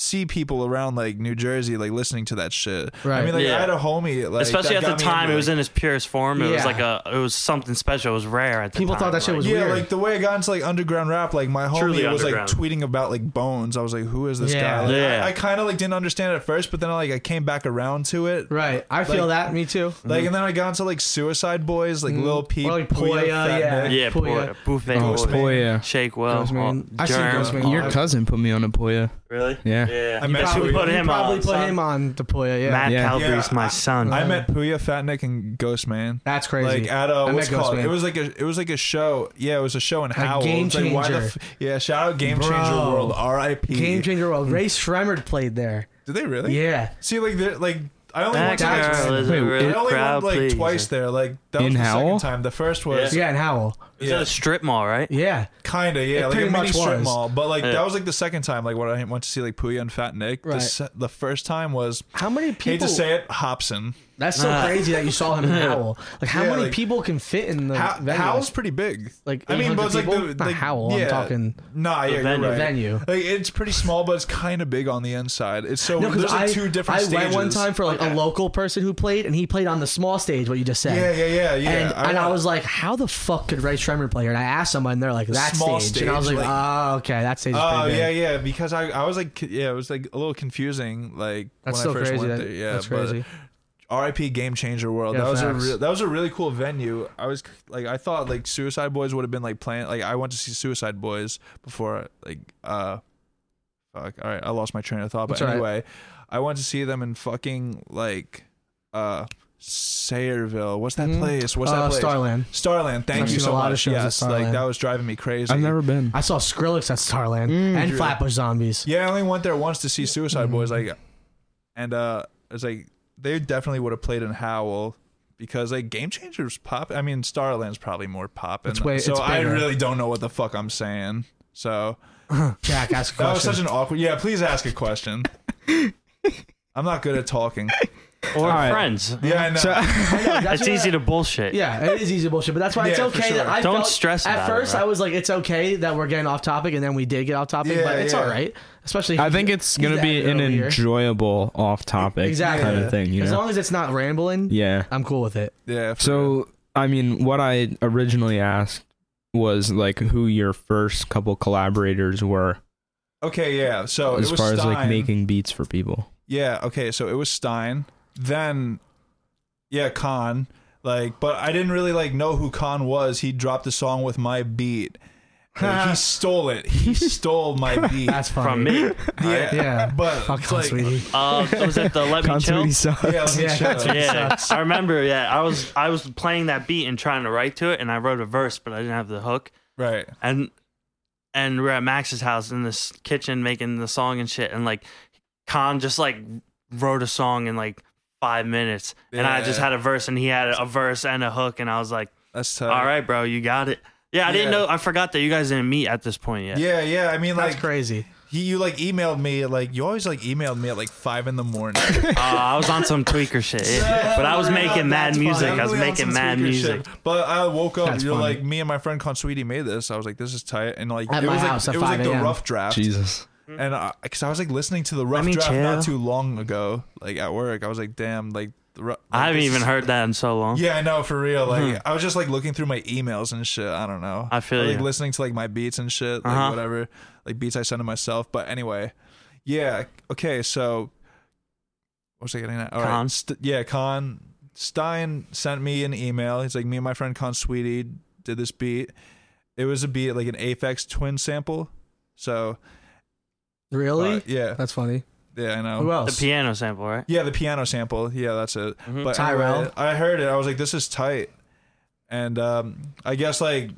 Speaker 5: see people around like New Jersey like listening to that shit. I
Speaker 3: Right.
Speaker 5: mean, like
Speaker 4: Yeah.
Speaker 5: I had a homie, like,
Speaker 4: Especially
Speaker 5: that
Speaker 4: at the
Speaker 5: got me
Speaker 4: time,
Speaker 5: into,
Speaker 4: it was
Speaker 5: like-
Speaker 4: in its purest form. It was
Speaker 3: Yeah.
Speaker 4: like a, it was something special. It was rare at the
Speaker 3: People
Speaker 4: time,
Speaker 3: thought that shit
Speaker 4: like-
Speaker 3: was
Speaker 5: yeah,
Speaker 3: weird.
Speaker 5: like the way I got into like underground rap, like my
Speaker 4: Truly
Speaker 5: homie was like
Speaker 4: underground.
Speaker 5: tweeting about like Bones. I was like, who is this
Speaker 3: Yeah.
Speaker 5: guy? Like,
Speaker 4: Yeah.
Speaker 5: I, I kind of like didn't understand it at first, but then I like I came back around to it.
Speaker 3: right. I feel that. Me too.
Speaker 5: Like and then I got into like Suicide Boys, like Lil Peep,
Speaker 3: Mm. Or, like,
Speaker 5: Puya,
Speaker 3: Puya,
Speaker 5: Fat
Speaker 3: yeah.
Speaker 5: Nick.
Speaker 4: Yeah,
Speaker 3: Poya.
Speaker 4: Poya. Buffet
Speaker 6: Oh,
Speaker 4: boy.
Speaker 6: Poya.
Speaker 4: Shake well.
Speaker 3: Ghostman.
Speaker 4: oh,
Speaker 3: I seen
Speaker 4: Germ.
Speaker 3: Ghostman.
Speaker 6: Your cousin put me on a Poya.
Speaker 4: Really?
Speaker 6: Yeah.
Speaker 4: Yeah.
Speaker 5: I met
Speaker 3: Probably
Speaker 5: Puya.
Speaker 4: put
Speaker 3: you
Speaker 4: him
Speaker 3: probably
Speaker 4: on,
Speaker 3: put
Speaker 4: son.
Speaker 3: him on to Poya. Yeah,
Speaker 4: Matt
Speaker 6: Yeah.
Speaker 4: Calabrese,
Speaker 5: Yeah,
Speaker 4: my
Speaker 5: I-
Speaker 4: son.
Speaker 5: I met Puya, Fat Nick, and Ghost Man.
Speaker 3: that's crazy.
Speaker 5: Like uh, at a
Speaker 3: I
Speaker 5: what's it
Speaker 3: met
Speaker 5: called?
Speaker 3: Ghostman.
Speaker 5: It was like a it was like a show. Yeah, it was a show in Howell.
Speaker 3: Game
Speaker 5: It's like, why the
Speaker 3: Changer.
Speaker 5: f- yeah, shout out Game
Speaker 3: Bro.
Speaker 5: Changer World. R.I.P.
Speaker 3: Game Changer World. Ray Shremmerd played there.
Speaker 5: Did they really?
Speaker 3: Yeah.
Speaker 5: See, Hmm. like they're like I only
Speaker 4: that
Speaker 5: went,
Speaker 3: That's-
Speaker 4: girl is
Speaker 6: Wait,
Speaker 4: a real
Speaker 5: I only
Speaker 4: crowd
Speaker 5: went like
Speaker 4: pleaser.
Speaker 5: twice there. Like that was
Speaker 6: In
Speaker 5: the
Speaker 6: Howell?
Speaker 5: second time. The first was
Speaker 3: Yeah, and Howell.
Speaker 4: Is that a strip mall, right?
Speaker 3: Yeah.
Speaker 5: kinda yeah,
Speaker 3: It
Speaker 5: like
Speaker 3: pretty
Speaker 5: a mini
Speaker 3: much
Speaker 5: strip
Speaker 3: was.
Speaker 5: mall. But like
Speaker 4: Yeah.
Speaker 5: that was like the second time. Like when I went to see like Puya and Fat Nick. The,
Speaker 3: Right.
Speaker 5: se- the first time was
Speaker 3: How many people?
Speaker 5: hate to say it, Hobson.
Speaker 3: That's so
Speaker 4: Ah.
Speaker 3: crazy that you saw him in Howl. Like, how
Speaker 5: Yeah,
Speaker 3: many
Speaker 5: like-
Speaker 3: people can fit in the
Speaker 5: How,
Speaker 3: venue?
Speaker 5: Howell's pretty big.
Speaker 3: Like
Speaker 5: I mean, but it's like
Speaker 3: people?
Speaker 5: the
Speaker 3: Not
Speaker 5: like,
Speaker 3: Howl.
Speaker 5: Yeah.
Speaker 3: I'm talking
Speaker 5: Nah, yeah,
Speaker 4: venue.
Speaker 5: You're right.
Speaker 3: venue.
Speaker 5: Like it's pretty small, but it's kind of big on the inside. It's so
Speaker 3: No,
Speaker 5: there's
Speaker 3: because I,
Speaker 5: like two different
Speaker 3: I
Speaker 5: stages.
Speaker 3: went one time for like a local person who played, and he played on the small stage. What you just said.
Speaker 5: yeah, yeah, yeah, yeah.
Speaker 3: And, I, and I
Speaker 5: went-
Speaker 3: was like, how the fuck could Ray Shremmer play here? And I asked someone, and they're like, that
Speaker 5: small
Speaker 3: stage. And I was like,
Speaker 5: stage,
Speaker 3: oh, okay, that stage is
Speaker 5: oh
Speaker 3: pretty big.
Speaker 5: yeah, yeah, because I, I was like, c- yeah, it was like a little confusing. Like
Speaker 3: That's
Speaker 5: when
Speaker 3: so
Speaker 5: I first
Speaker 3: crazy.
Speaker 5: went
Speaker 3: that-
Speaker 5: there. Yeah,
Speaker 3: that's
Speaker 5: but
Speaker 3: crazy.
Speaker 5: R.I.P. Game Changer World.
Speaker 3: Yeah,
Speaker 5: that was
Speaker 3: facts.
Speaker 5: a real, that was a really cool venue. I was c- like, I thought like Suicide Boys would have been like playing. Like I went to see Suicide Boys before. Like uh, fuck. All right, I lost my train of thought. But
Speaker 3: That's all right.
Speaker 5: anyway, I went to see them in fucking like uh Sayreville. What's that
Speaker 3: Mhm.
Speaker 5: place? What's
Speaker 3: uh,
Speaker 5: that place?
Speaker 3: Starland.
Speaker 5: Starland. Thank
Speaker 3: I've
Speaker 5: you
Speaker 3: seen
Speaker 5: so
Speaker 3: a lot of
Speaker 5: much.
Speaker 3: shows at
Speaker 5: yes, like
Speaker 3: Starland.
Speaker 5: that was driving me crazy.
Speaker 6: I've never been.
Speaker 3: I saw Skrillex at Starland
Speaker 5: Mm,
Speaker 3: and Flatbush Zombies.
Speaker 5: Yeah, I only went there once to see Suicide Boys.
Speaker 6: Mm-hmm.
Speaker 5: Like, and uh, it's like they definitely would have played in Howl because like Game Changers pop. I mean, Starland's probably more pop.
Speaker 3: It's way-
Speaker 5: so
Speaker 3: it's
Speaker 5: I
Speaker 3: bigger.
Speaker 5: really don't know what the fuck I'm saying. So
Speaker 3: Jack, ask a
Speaker 5: that was
Speaker 3: question.
Speaker 5: such an awkward. Yeah, please ask a question. I'm not good at talking.
Speaker 4: Or
Speaker 6: right.
Speaker 4: friends.
Speaker 5: Yeah, I know.
Speaker 3: I know, that's
Speaker 4: It's
Speaker 3: what I-
Speaker 4: easy to bullshit.
Speaker 3: Yeah, it is easy bullshit, but that's why it's
Speaker 5: Yeah, for
Speaker 3: okay. That
Speaker 5: sure.
Speaker 3: I
Speaker 4: Don't
Speaker 3: felt-
Speaker 4: stress
Speaker 3: At
Speaker 4: about it,
Speaker 3: first,
Speaker 4: bro.
Speaker 3: I was like, it's okay that we're getting off topic, and then we did get off topic,
Speaker 5: Yeah,
Speaker 3: but it's
Speaker 5: yeah.
Speaker 3: all right. Especially,
Speaker 6: I think it's gonna
Speaker 3: he's
Speaker 6: be
Speaker 3: editor
Speaker 6: an
Speaker 3: over here.
Speaker 6: enjoyable off-topic
Speaker 3: Exactly.
Speaker 6: kind of thing. You
Speaker 3: as
Speaker 6: know.
Speaker 3: long as it's not rambling,
Speaker 6: yeah.
Speaker 3: I'm cool with it.
Speaker 5: yeah. for real.
Speaker 6: So, I mean, what I originally asked was like who your first couple collaborators were
Speaker 5: okay, yeah. So
Speaker 6: as
Speaker 5: Oh, it was
Speaker 6: far as like
Speaker 5: Stein.
Speaker 6: making beats for people.
Speaker 5: Yeah, okay, so it was Stein. Then yeah, Khan. Like, but I didn't really like know who Khan was. He dropped a song with my beat. Like, he stole it. He stole my beat.
Speaker 3: That's funny.
Speaker 4: From me.
Speaker 5: yeah.
Speaker 3: Yeah.
Speaker 5: But
Speaker 3: Fuck
Speaker 5: it's
Speaker 3: on,
Speaker 5: like,
Speaker 3: sweetie.
Speaker 4: Uh, was it the Let Me Chill?
Speaker 5: yeah, let me
Speaker 3: Yeah,
Speaker 5: chill.
Speaker 4: Yeah, I remember. Yeah, I was I was playing that beat and trying to write to it, and I wrote a verse, but I didn't have the hook.
Speaker 5: Right.
Speaker 4: And and we we're at Max's house in this kitchen making the song and shit, and like Khan just like wrote a song in like five minutes, and I just
Speaker 5: Yeah.
Speaker 4: had a verse, and he had a verse and a hook, and I was like,
Speaker 5: That's tough.
Speaker 4: "All right, bro, you got it." Yeah, I didn't
Speaker 5: Uh, Yeah.
Speaker 4: know. I forgot that you guys didn't meet at this point yet.
Speaker 5: Yeah, yeah. I mean
Speaker 3: That's
Speaker 5: like
Speaker 3: crazy.
Speaker 5: he you like emailed me like you always like emailed me at like five in the morning.
Speaker 4: Uh, I was on some tweaker shit, yeah. but I was making mad
Speaker 3: That's
Speaker 4: music.
Speaker 3: fine.
Speaker 4: I was
Speaker 5: Definitely on
Speaker 4: making
Speaker 5: some
Speaker 4: mad
Speaker 5: tweaker
Speaker 4: music.
Speaker 5: shit. But I woke up,
Speaker 3: That's
Speaker 5: you're
Speaker 3: funny.
Speaker 5: like, me and my friend Consuetti made this. I was like, this is tight. And like,
Speaker 3: At
Speaker 5: it
Speaker 3: my
Speaker 5: was
Speaker 3: house
Speaker 5: like,
Speaker 3: at
Speaker 5: it was like
Speaker 3: 5
Speaker 5: the
Speaker 3: a.m.
Speaker 5: rough draft.
Speaker 6: Jesus.
Speaker 5: And because I, was like listening to the rough
Speaker 4: me
Speaker 5: draft
Speaker 4: chill.
Speaker 5: not too long ago, like at work, I was like, damn, like, the ru-
Speaker 4: I haven't
Speaker 5: this
Speaker 4: even
Speaker 5: is-
Speaker 4: heard that in so long.
Speaker 5: Yeah, I know for real. Like, I was just like looking through my emails and shit. I don't know.
Speaker 4: I feel
Speaker 5: Or, like
Speaker 4: you.
Speaker 5: listening to like my beats and shit, like
Speaker 4: Uh-huh.
Speaker 5: whatever, like beats I send to myself. But anyway, yeah. Okay, so what was I getting at? All right.
Speaker 4: Khan.
Speaker 5: St- yeah, Khan Stein sent me an email. He's like, me and my friend Khan Sweetie did this beat. It was a beat like an Aphex Twin sample. So uh,
Speaker 3: Really?
Speaker 5: yeah,
Speaker 3: That's funny.
Speaker 5: yeah, I know.
Speaker 3: Who
Speaker 4: The
Speaker 3: else?
Speaker 4: piano sample, right? Mm-hmm.
Speaker 5: Yeah, the piano sample. Yeah, that's it. But anyway,
Speaker 3: Tyrell.
Speaker 5: I heard it. I was like, this is tight. And um, I guess like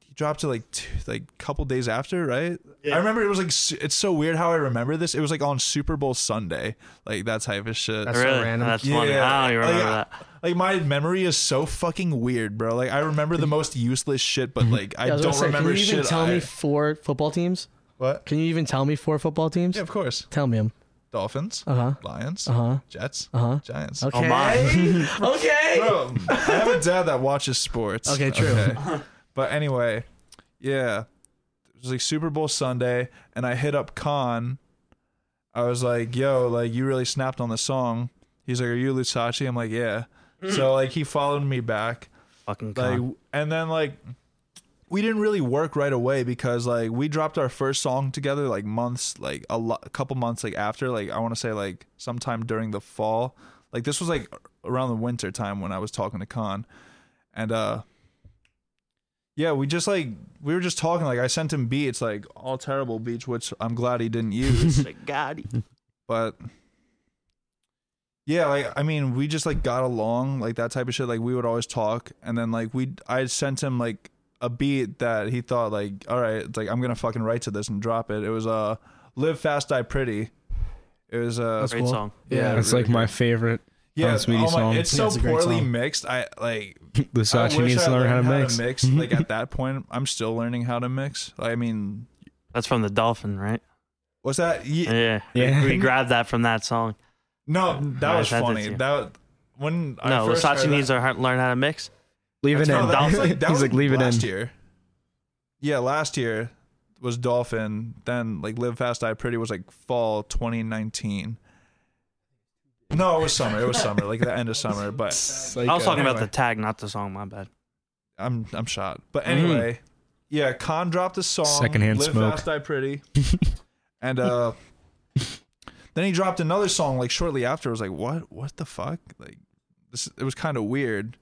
Speaker 5: he dropped it like two, like couple days after, right? I remember it was like su- it's so weird how I remember this. It was like on Super Bowl Sunday, like that type of shit.
Speaker 3: That's so
Speaker 4: Really?
Speaker 3: random.
Speaker 4: That's funny. I don't even
Speaker 5: Like,
Speaker 4: remember
Speaker 5: I-
Speaker 4: that.
Speaker 5: Like my memory is so fucking weird, bro. Like I remember the most useless shit, but like I
Speaker 3: Mm-hmm. Yeah, was
Speaker 5: don't
Speaker 3: gonna say,
Speaker 5: remember
Speaker 3: Can you even
Speaker 5: shit.
Speaker 3: tell
Speaker 5: I-
Speaker 3: me four football teams?
Speaker 5: what?
Speaker 3: Can you even tell me four football teams?
Speaker 5: Yeah, of course.
Speaker 3: Tell me them.
Speaker 5: Dolphins,
Speaker 3: Uh huh.
Speaker 5: Lions,
Speaker 3: Uh huh.
Speaker 5: Jets,
Speaker 3: Uh huh.
Speaker 5: Giants.
Speaker 3: Okay.
Speaker 4: my.
Speaker 3: okay.
Speaker 5: Bro, I have a dad that watches sports.
Speaker 3: Okay, true. Uh-huh.
Speaker 5: But anyway, yeah. It was like Super Bowl Sunday, and I hit up Khan. I was like, yo, like, you really snapped on the song. He's like, are you Lusachi? I'm like, yeah. So, like, he followed me back.
Speaker 4: Fucking
Speaker 5: Like,
Speaker 4: cunt.
Speaker 5: and then, like, we didn't really work right away because, like, we dropped our first song together, like, months, like, a, lo- a couple months, like, after, like, I want to say, like, sometime during the fall. Like, this was, like, around the winter time when I was talking to Khan. And, uh, yeah, we just like we were just talking. Like I sent him beats, like all terrible beats, which I'm glad he didn't use.
Speaker 4: God.
Speaker 5: but yeah, like I mean, we just like got along, like that type of shit. Like we would always talk, and then like we, I sent him like a beat that he thought like, all right, it's like I'm gonna fucking write to this and drop it. It was uh, "Live Fast, Die Pretty." It was uh,
Speaker 3: That's
Speaker 4: Great
Speaker 3: cool.
Speaker 4: song.
Speaker 5: yeah,
Speaker 6: That's like
Speaker 5: really
Speaker 6: my
Speaker 5: good.
Speaker 6: favorite.
Speaker 5: yeah,
Speaker 6: Hans Sweetie
Speaker 5: oh my-
Speaker 6: song.
Speaker 5: It's
Speaker 3: Yeah,
Speaker 5: so
Speaker 3: it's a great
Speaker 5: poorly
Speaker 3: song.
Speaker 5: mixed. I like
Speaker 6: Lusachi needs to learn how to mix.
Speaker 5: like at that point, I'm still learning how to mix. I mean,
Speaker 4: That's from the Dolphin, right?
Speaker 5: what's that? Ye-
Speaker 4: Yeah.
Speaker 6: Yeah.
Speaker 4: We grabbed that from that song.
Speaker 5: no, that
Speaker 4: I
Speaker 5: was
Speaker 4: sent it
Speaker 5: funny.
Speaker 4: to you.
Speaker 5: That when I
Speaker 4: no,
Speaker 5: first
Speaker 4: Versace
Speaker 5: heard
Speaker 4: needs
Speaker 5: that,
Speaker 4: to he- learn how to mix.
Speaker 1: Leave it
Speaker 5: No,
Speaker 1: in.
Speaker 5: that was like, that
Speaker 1: He's
Speaker 5: was
Speaker 1: like, leave it in.
Speaker 5: last year. Yeah, last year was Dolphin. Then like Live Fast Die Pretty was like fall 2019. No, it was summer. It was summer, like the end of summer. But
Speaker 4: I was talking about
Speaker 5: anyway.
Speaker 4: the tag, not the song. My bad.
Speaker 5: I'm I'm shot. But
Speaker 4: Mm.
Speaker 3: Mm-hmm.
Speaker 5: anyway, yeah, Khan dropped the song
Speaker 6: Secondhand
Speaker 5: Live
Speaker 6: smoke.
Speaker 5: Fast Die Pretty. and uh then he dropped another song like shortly after. I was like, "What? What the fuck?" Like this it was kind of weird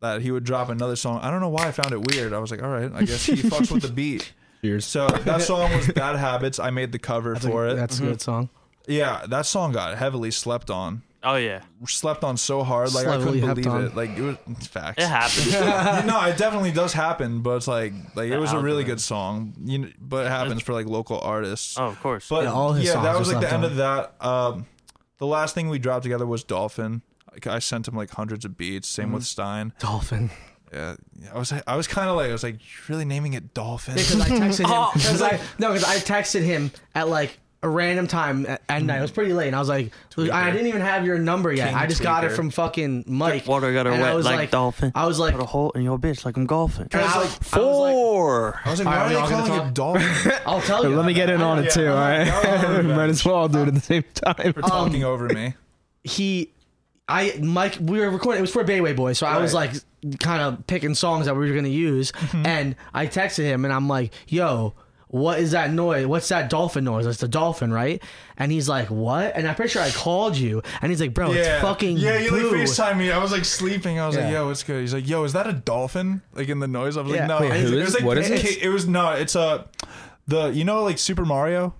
Speaker 5: that he would drop another song. I don't know why I found it weird. I was like, "All right, I guess he fucks with the beat."
Speaker 6: Cheers.
Speaker 5: So that song was Bad Habits. I made the cover
Speaker 3: That's
Speaker 5: for
Speaker 3: a,
Speaker 5: it.
Speaker 3: That's a good song.
Speaker 5: Yeah, that song got heavily slept on.
Speaker 4: Oh yeah,
Speaker 5: Slept on so hard, like
Speaker 3: Slowly
Speaker 5: I
Speaker 3: hepped
Speaker 5: couldn't believe
Speaker 3: on.
Speaker 5: it. Like it was it's facts
Speaker 4: it happens.
Speaker 5: no, it definitely does happen, but it's like like it
Speaker 4: The
Speaker 5: was a really
Speaker 4: algorithm.
Speaker 5: good song. You know, but it happens for like local artists.
Speaker 4: oh, of course.
Speaker 5: But
Speaker 3: Yeah,
Speaker 5: yeah,
Speaker 3: all his songs
Speaker 5: that
Speaker 3: are
Speaker 5: was like the
Speaker 3: slept
Speaker 5: end
Speaker 3: on.
Speaker 5: of that. Um, the last thing we dropped together was Dolphin. Like, I sent him like hundreds of beats. Same
Speaker 3: Mm-hmm.
Speaker 5: with Stein.
Speaker 3: Dolphin.
Speaker 5: Yeah, I was I was kind of like I was like "You're really naming it Dolphin.
Speaker 3: Because I texted him.
Speaker 4: Oh,
Speaker 3: 'cause I, no, because I texted him at like a random time at, at night. It was pretty late, and I was like, I didn't even have your number yet.
Speaker 5: King
Speaker 3: I just got it
Speaker 5: tweaker.
Speaker 3: from fucking Mike.
Speaker 4: Water got her
Speaker 3: And I
Speaker 4: wet
Speaker 3: was
Speaker 4: like,
Speaker 3: like-
Speaker 4: dolphin.
Speaker 3: I was like,
Speaker 4: Put a hole in your bitch like I'm golfing.
Speaker 3: and I was- I was like-
Speaker 4: Four.
Speaker 5: I was like,
Speaker 3: All
Speaker 5: why
Speaker 3: right,
Speaker 5: are they
Speaker 3: we're all gonna
Speaker 5: calling it Dolphin?
Speaker 3: I'll tell you.
Speaker 1: Let me get in on
Speaker 5: Yeah,
Speaker 1: it too. All
Speaker 5: I'm
Speaker 1: right.
Speaker 5: not- I'm not
Speaker 1: Might
Speaker 5: revenge
Speaker 1: as well do it at the same time.
Speaker 5: for talking over me.
Speaker 3: he I Mike we were recording it was for Bayway Boys, so I was like kind of picking songs that we were gonna use
Speaker 5: Mm-hmm.
Speaker 3: and I texted him and I'm like, yo, what is that noise? What's that dolphin noise? It's the dolphin, right? And he's like, What? And I'm pretty sure I called you and he's like, Bro,
Speaker 6: Oh,
Speaker 3: it's fucking
Speaker 5: yeah. You like
Speaker 3: Boo."
Speaker 5: Facetime me. I was like sleeping. I was
Speaker 3: Yeah.
Speaker 5: like, yo, what's good? He's like, yo, is that a dolphin? Like in the noise. I was like,
Speaker 3: Yeah.
Speaker 5: no.
Speaker 3: Wait,
Speaker 5: And he's
Speaker 6: who
Speaker 5: like-
Speaker 6: is-
Speaker 5: it was like,
Speaker 6: what is
Speaker 5: it,
Speaker 6: it?
Speaker 5: It was no. It's a the you know like Super Mario.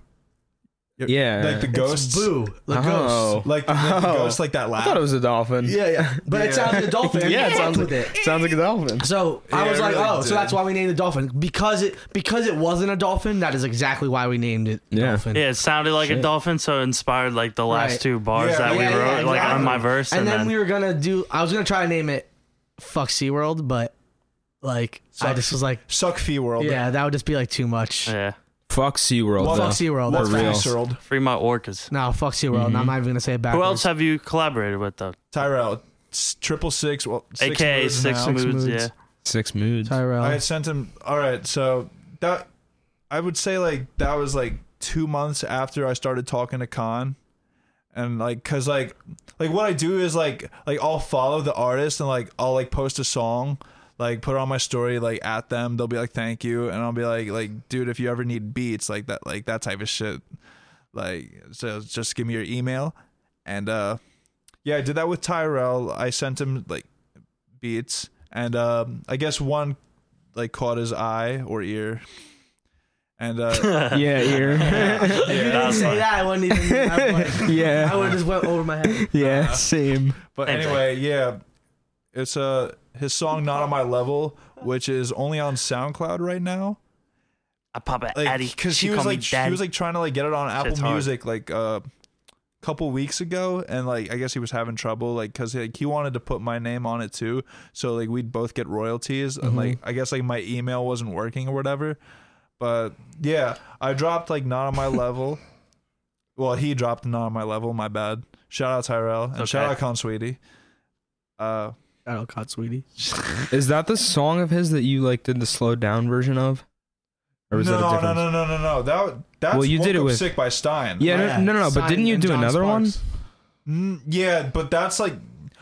Speaker 6: Yeah.
Speaker 5: Like the
Speaker 6: It's
Speaker 5: ghosts.
Speaker 3: Boo. The
Speaker 6: Oh.
Speaker 3: ghost.
Speaker 5: Like the, like the
Speaker 1: Oh.
Speaker 5: ghosts, like
Speaker 6: I
Speaker 5: that laugh.
Speaker 6: thought it was a dolphin.
Speaker 3: Yeah, yeah. But it
Speaker 5: Yeah.
Speaker 3: sounded the dolphin.
Speaker 1: Yeah, it
Speaker 3: it
Speaker 1: sounds
Speaker 3: with it.
Speaker 1: Sounds like a dolphin.
Speaker 3: So I
Speaker 5: Yeah,
Speaker 3: was
Speaker 5: it
Speaker 3: like,
Speaker 5: really
Speaker 3: oh, so
Speaker 5: did.
Speaker 3: that's why we named it dolphin because it because it wasn't a dolphin. That is exactly why we named it
Speaker 6: Yeah.
Speaker 3: dolphin.
Speaker 4: Yeah, it sounded like a dolphin, so it inspired like the last
Speaker 3: Right.
Speaker 4: two bars
Speaker 5: Yeah.
Speaker 4: that we
Speaker 5: Yeah,
Speaker 4: wrote,
Speaker 5: yeah,
Speaker 4: like on
Speaker 5: exactly.
Speaker 4: my verse,
Speaker 3: and, then, we were gonna do. I was gonna try to name it "Fuck SeaWorld," but like I
Speaker 5: Sucks.
Speaker 3: just was like,
Speaker 5: Suck Fee World.
Speaker 3: yeah, that would just be like too much.
Speaker 4: yeah,
Speaker 6: Fuck SeaWorld.
Speaker 5: Well,
Speaker 6: though.
Speaker 3: Fuck
Speaker 5: Well,
Speaker 3: SeaWorld. That's
Speaker 6: For
Speaker 5: Fee
Speaker 6: real. Mm-hmm.
Speaker 3: fine.
Speaker 6: facts.
Speaker 5: World.
Speaker 4: Fremont Orcas.
Speaker 3: No, fuck SeaWorld. and I'm not even gonna say it
Speaker 4: Who
Speaker 3: backwards.
Speaker 4: else have you collaborated with though?
Speaker 5: Tyrell. s- Triple six. Well, six
Speaker 4: AKA
Speaker 5: moves
Speaker 4: Six
Speaker 5: now.
Speaker 4: Moods.
Speaker 3: Moods.
Speaker 4: Yeah,
Speaker 6: Six moods.
Speaker 3: Tyrell.
Speaker 5: I had sent him. All right, so that I would say like that was like two months after I started talking to Khan, and like cause like like what I do is like like I'll follow the artist and like I'll like post a song. Like put it on my story, like at them, they'll be like, "Thank you," and I'll be like, "Like, dude, if you ever need beats, like that, like that type of shit, like, so just give me your email." And uh, yeah, I did that with Tyrell. I sent him like beats, and um, I guess one like caught his eye or ear, and uh,
Speaker 1: Yeah, ear.
Speaker 3: if you
Speaker 4: that
Speaker 3: didn't
Speaker 4: was
Speaker 3: say
Speaker 4: fine.
Speaker 3: that, I wouldn't even. I would
Speaker 1: yeah.
Speaker 3: have just went over my head.
Speaker 1: Yeah.
Speaker 5: Uh-huh.
Speaker 1: Same.
Speaker 5: but
Speaker 4: Same thing.
Speaker 5: anyway, yeah, it's uh his song "Not on My Level," which is only on SoundCloud right now.
Speaker 4: I pop it,
Speaker 5: Like,
Speaker 4: Addy.
Speaker 5: because
Speaker 4: she
Speaker 5: he was
Speaker 4: called
Speaker 5: like
Speaker 4: me
Speaker 5: tr-
Speaker 4: daddy.
Speaker 5: he was like trying to like get it on Apple
Speaker 4: Shit's hard.
Speaker 5: Music like a couple weeks ago, and like I guess he was having trouble like because like he wanted to put my name on it too, so like we'd both get royalties, and like
Speaker 4: Mm-hmm.
Speaker 5: I guess like my email wasn't working or whatever. But yeah, I dropped like not on my level, Well, he dropped not on my level. My bad. Shout out Tyrell and
Speaker 4: It's
Speaker 5: shout
Speaker 4: okay.
Speaker 5: out Con Sweetie. Uh,
Speaker 3: Oh God, sweetie.
Speaker 6: Is that the song of his that you like did the slowed down version of? Or was that
Speaker 5: no,
Speaker 6: a different
Speaker 5: no, no, no, no, no. That that's
Speaker 6: Well, you
Speaker 5: Woke
Speaker 6: did it
Speaker 5: Up
Speaker 6: with-
Speaker 5: sick by Stein.
Speaker 6: Yeah,
Speaker 3: Yeah.
Speaker 6: no, no, no, no. But
Speaker 3: Sign
Speaker 6: didn't you
Speaker 3: and
Speaker 6: do
Speaker 3: John
Speaker 6: another one?
Speaker 3: Sparks.
Speaker 5: Mm, yeah, but that's like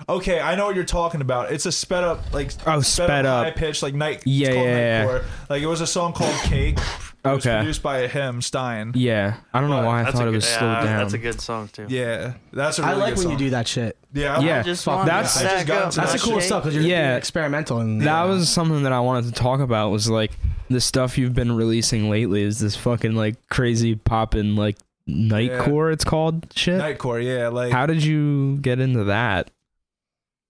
Speaker 5: okay. I know what you're talking about. It's a sped up, like
Speaker 6: Oh, sped up.
Speaker 5: high pitch, like night. it's
Speaker 6: Yeah,
Speaker 5: called
Speaker 6: yeah,
Speaker 5: Night
Speaker 6: yeah.
Speaker 5: Court. Like it was a song called Cake. It was
Speaker 6: Okay.
Speaker 5: produced by him, Stein.
Speaker 6: Yeah, I don't know
Speaker 5: But
Speaker 6: why I
Speaker 4: That's
Speaker 6: thought
Speaker 4: a
Speaker 6: it
Speaker 4: good-
Speaker 6: was
Speaker 4: yeah,
Speaker 6: slowed down.
Speaker 4: That's a good song too.
Speaker 5: Yeah, that's a
Speaker 3: I
Speaker 5: really
Speaker 3: like
Speaker 5: good
Speaker 3: when
Speaker 5: song.
Speaker 3: you do that shit.
Speaker 5: Yeah,
Speaker 6: Yeah.
Speaker 4: I just
Speaker 3: Fuck,
Speaker 4: want
Speaker 6: that's-
Speaker 4: to
Speaker 5: I just
Speaker 4: back
Speaker 5: got
Speaker 4: up
Speaker 5: to
Speaker 3: That's
Speaker 5: that
Speaker 3: the
Speaker 4: my
Speaker 5: shit.
Speaker 3: cool
Speaker 4: shake.
Speaker 3: stuff because you're
Speaker 6: Yeah.
Speaker 3: you're experimental and
Speaker 6: That was something that I wanted to talk about. Was like the stuff you've been releasing lately is this fucking like crazy poppin' like
Speaker 5: Yeah.
Speaker 6: nightcore. It's called shit.
Speaker 5: Nightcore. Yeah, like
Speaker 6: How did you get into that?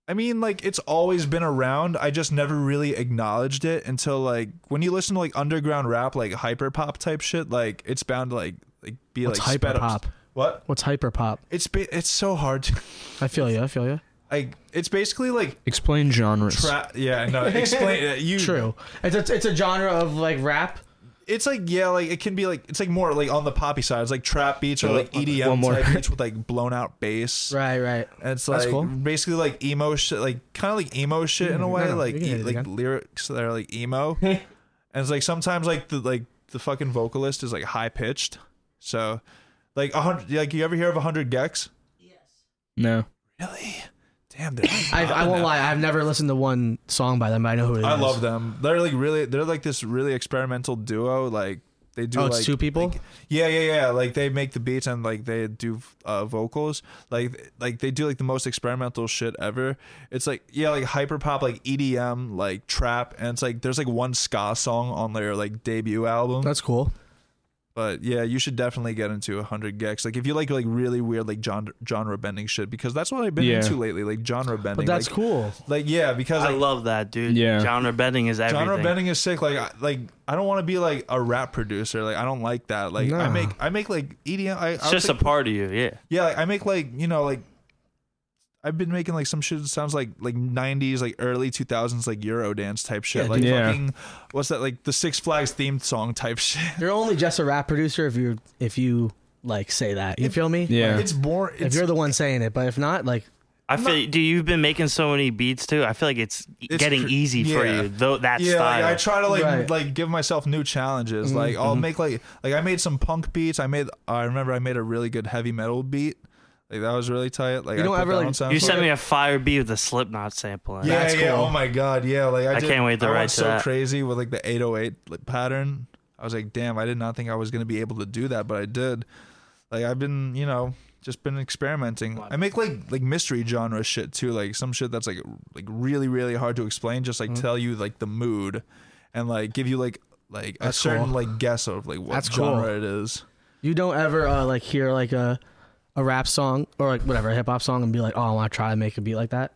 Speaker 5: I mean, like it's always been around. I just never really acknowledged it until like when you listen to like underground rap, like hyper pop type shit. Like it's bound to like like be
Speaker 3: What's
Speaker 5: like sped up-
Speaker 3: hyperpop?
Speaker 5: What?
Speaker 3: What's hyper pop?
Speaker 5: It's ba- it's so hard. To,
Speaker 3: I feel you. I feel you.
Speaker 5: like it's basically like
Speaker 6: Explain genres.
Speaker 5: tra- yeah. No, explain it. You
Speaker 3: True. It's a, it's a genre of like rap.
Speaker 5: It's like yeah, like it can be like it's like more like on the poppy side. It's like trap beats or like EDM
Speaker 6: One more.
Speaker 5: type beats with like blown out bass.
Speaker 3: Right. Right.
Speaker 5: And it's
Speaker 3: That's
Speaker 5: like
Speaker 3: cool.
Speaker 5: basically like emo shit, like kind of like emo shit in a
Speaker 3: Mhm.
Speaker 5: way,
Speaker 3: No, no,
Speaker 5: like
Speaker 3: you can hit
Speaker 5: e-
Speaker 3: it
Speaker 5: like
Speaker 3: again.
Speaker 5: lyrics that are like emo. and it's like sometimes like the like the fucking vocalist is like high pitched. So like a hundred, like you ever hear of a hundred gex?
Speaker 6: No.
Speaker 5: Really? Damn, they're really
Speaker 3: I, I
Speaker 5: popping
Speaker 3: won't
Speaker 5: now.
Speaker 3: lie. I've never listened to one song by them, but I know who it is.
Speaker 5: I love them. They're like really, they're like this really experimental duo. Like they do
Speaker 3: Oh, it's
Speaker 5: like
Speaker 3: two people?
Speaker 5: like- yeah, yeah, yeah. Like they make the beats and like they do uh, vocals. Like like they do like the most experimental shit ever. It's like yeah, like hyper pop, like EDM, like trap, and it's like there's like one ska song on their like debut album.
Speaker 3: That's cool.
Speaker 5: but yeah, you should definitely get into 100 Gex. Like if you like like really weird like genre genre bending shit because that's what I've been
Speaker 6: Yeah.
Speaker 5: into lately, like genre bending.
Speaker 3: But that's
Speaker 5: like,
Speaker 3: cool.
Speaker 5: Like yeah, because
Speaker 4: I
Speaker 5: like,
Speaker 4: love that, dude.
Speaker 6: Yeah.
Speaker 4: Genre bending is everything.
Speaker 5: genre bending is sick. Like, I, like I don't want to be like a rap producer. Like, I don't like that. Like, I
Speaker 3: No.
Speaker 5: make I make like EDM. I,
Speaker 4: It's just a part of you, yeah.
Speaker 5: yeah. Like, I make like you know like I've been making like some shit that sounds like like '90s, like early 2000s, like Eurodance type shit.
Speaker 3: Yeah,
Speaker 5: like
Speaker 6: dude. Yeah.
Speaker 5: fucking what's that? Like the Six Flags themed song type shit.
Speaker 3: You're only just a rap producer if you if you like say that. You feel me?
Speaker 6: Yeah.
Speaker 5: It's more. It's,
Speaker 3: If you're the one saying it, but if not, like
Speaker 4: I feel. Do you've been making so many beats too? I feel like it's,
Speaker 5: It's
Speaker 4: getting
Speaker 5: cr-
Speaker 4: easy for
Speaker 5: yeah.
Speaker 4: you. Though that
Speaker 5: yeah,
Speaker 4: style.
Speaker 5: like, I try to like
Speaker 3: Right. Mm-hmm,
Speaker 5: like give myself new challenges. Like I'll make like like I made some punk beats. I made I remember I made a really good heavy metal beat. Like that was really tight. Like I
Speaker 3: You don't
Speaker 5: put
Speaker 3: ever,
Speaker 5: that
Speaker 3: like-
Speaker 5: on SoundCloud.
Speaker 4: you sent me a fire beat with a Slipknot sample. In it.
Speaker 5: Yeah,
Speaker 3: That's
Speaker 5: yeah.
Speaker 3: cool.
Speaker 5: Oh my god, yeah. Like I,
Speaker 4: I
Speaker 5: did-
Speaker 4: can't wait to
Speaker 5: I
Speaker 4: write
Speaker 5: went
Speaker 4: to
Speaker 5: so
Speaker 4: that.
Speaker 5: crazy with like the 808 like, pattern. I was like, damn, I did not think I was gonna be able to do that, but I did. Like I've been, you know, just been experimenting. I make like like mystery genre shit too, like some shit that's like like really really hard to explain. Just like
Speaker 3: Mm-hmm.
Speaker 5: tell you like the mood, and like give you like like a
Speaker 3: That's
Speaker 5: certain
Speaker 3: cool.
Speaker 5: like guess of like what
Speaker 3: That's cool.
Speaker 5: genre it is.
Speaker 3: you don't ever uh, like hear like a a rap song or like whatever a hip hop song and be like, oh, I want to try to make a beat like that.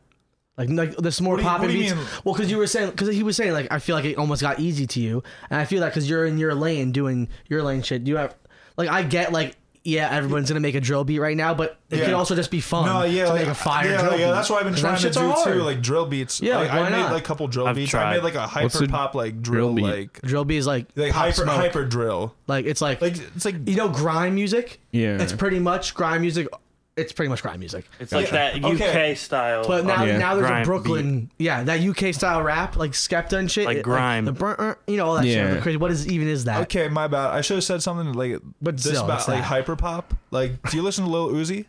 Speaker 3: Like, like there's more
Speaker 5: What do you-
Speaker 3: popping
Speaker 5: what do you
Speaker 3: beats.
Speaker 5: mean?
Speaker 3: Well, because you were saying, because he was saying, like I feel like it almost got easy to you, and I feel that because you're in your lane doing your lane shit. You have, like, I get like, yeah, everyone's gonna make a drill beat right now, but it
Speaker 5: Yeah.
Speaker 3: could also just be fun.
Speaker 5: No, yeah,
Speaker 3: to
Speaker 5: like,
Speaker 3: make a fire
Speaker 5: yeah,
Speaker 3: drill
Speaker 5: like, yeah,
Speaker 3: beat.
Speaker 5: that's what I've been
Speaker 3: 'Cause
Speaker 5: trying
Speaker 3: that
Speaker 5: to
Speaker 3: shit's
Speaker 5: do
Speaker 3: hard.
Speaker 5: too, like drill beats.
Speaker 3: Yeah,
Speaker 5: like,
Speaker 3: like, why
Speaker 5: I made
Speaker 3: not?
Speaker 5: like a couple drill
Speaker 4: I've
Speaker 5: beats. I
Speaker 4: tried.
Speaker 5: made like a
Speaker 6: What's
Speaker 5: hyper
Speaker 6: a
Speaker 5: pop like
Speaker 6: drill
Speaker 5: drill,
Speaker 6: beat?
Speaker 5: like
Speaker 3: drill beat is like,
Speaker 5: like
Speaker 3: Pop
Speaker 5: hyper
Speaker 3: Smoke.
Speaker 5: hyper drill.
Speaker 3: Like it's like,
Speaker 5: Like it's like
Speaker 3: you know grime music.
Speaker 6: Yeah.
Speaker 3: it's pretty much grime music. It's pretty much grime music.
Speaker 4: It's like that UK
Speaker 5: Okay.
Speaker 4: style.
Speaker 3: But now,
Speaker 6: Oh, yeah.
Speaker 3: now there's
Speaker 4: Grime
Speaker 3: a Brooklyn, yeah, that UK style rap, like Skepta and shit,
Speaker 4: Like
Speaker 3: it-
Speaker 4: grime.
Speaker 3: the brr- er, you know, all that
Speaker 6: Yeah.
Speaker 3: shit. The Crazy. What is even is that?
Speaker 5: okay, my bad. I should have said something like
Speaker 3: But
Speaker 5: this
Speaker 3: still,
Speaker 5: about
Speaker 3: it's
Speaker 5: like
Speaker 3: that.
Speaker 5: hyper pop. Like, do you listen to Lil Uzi?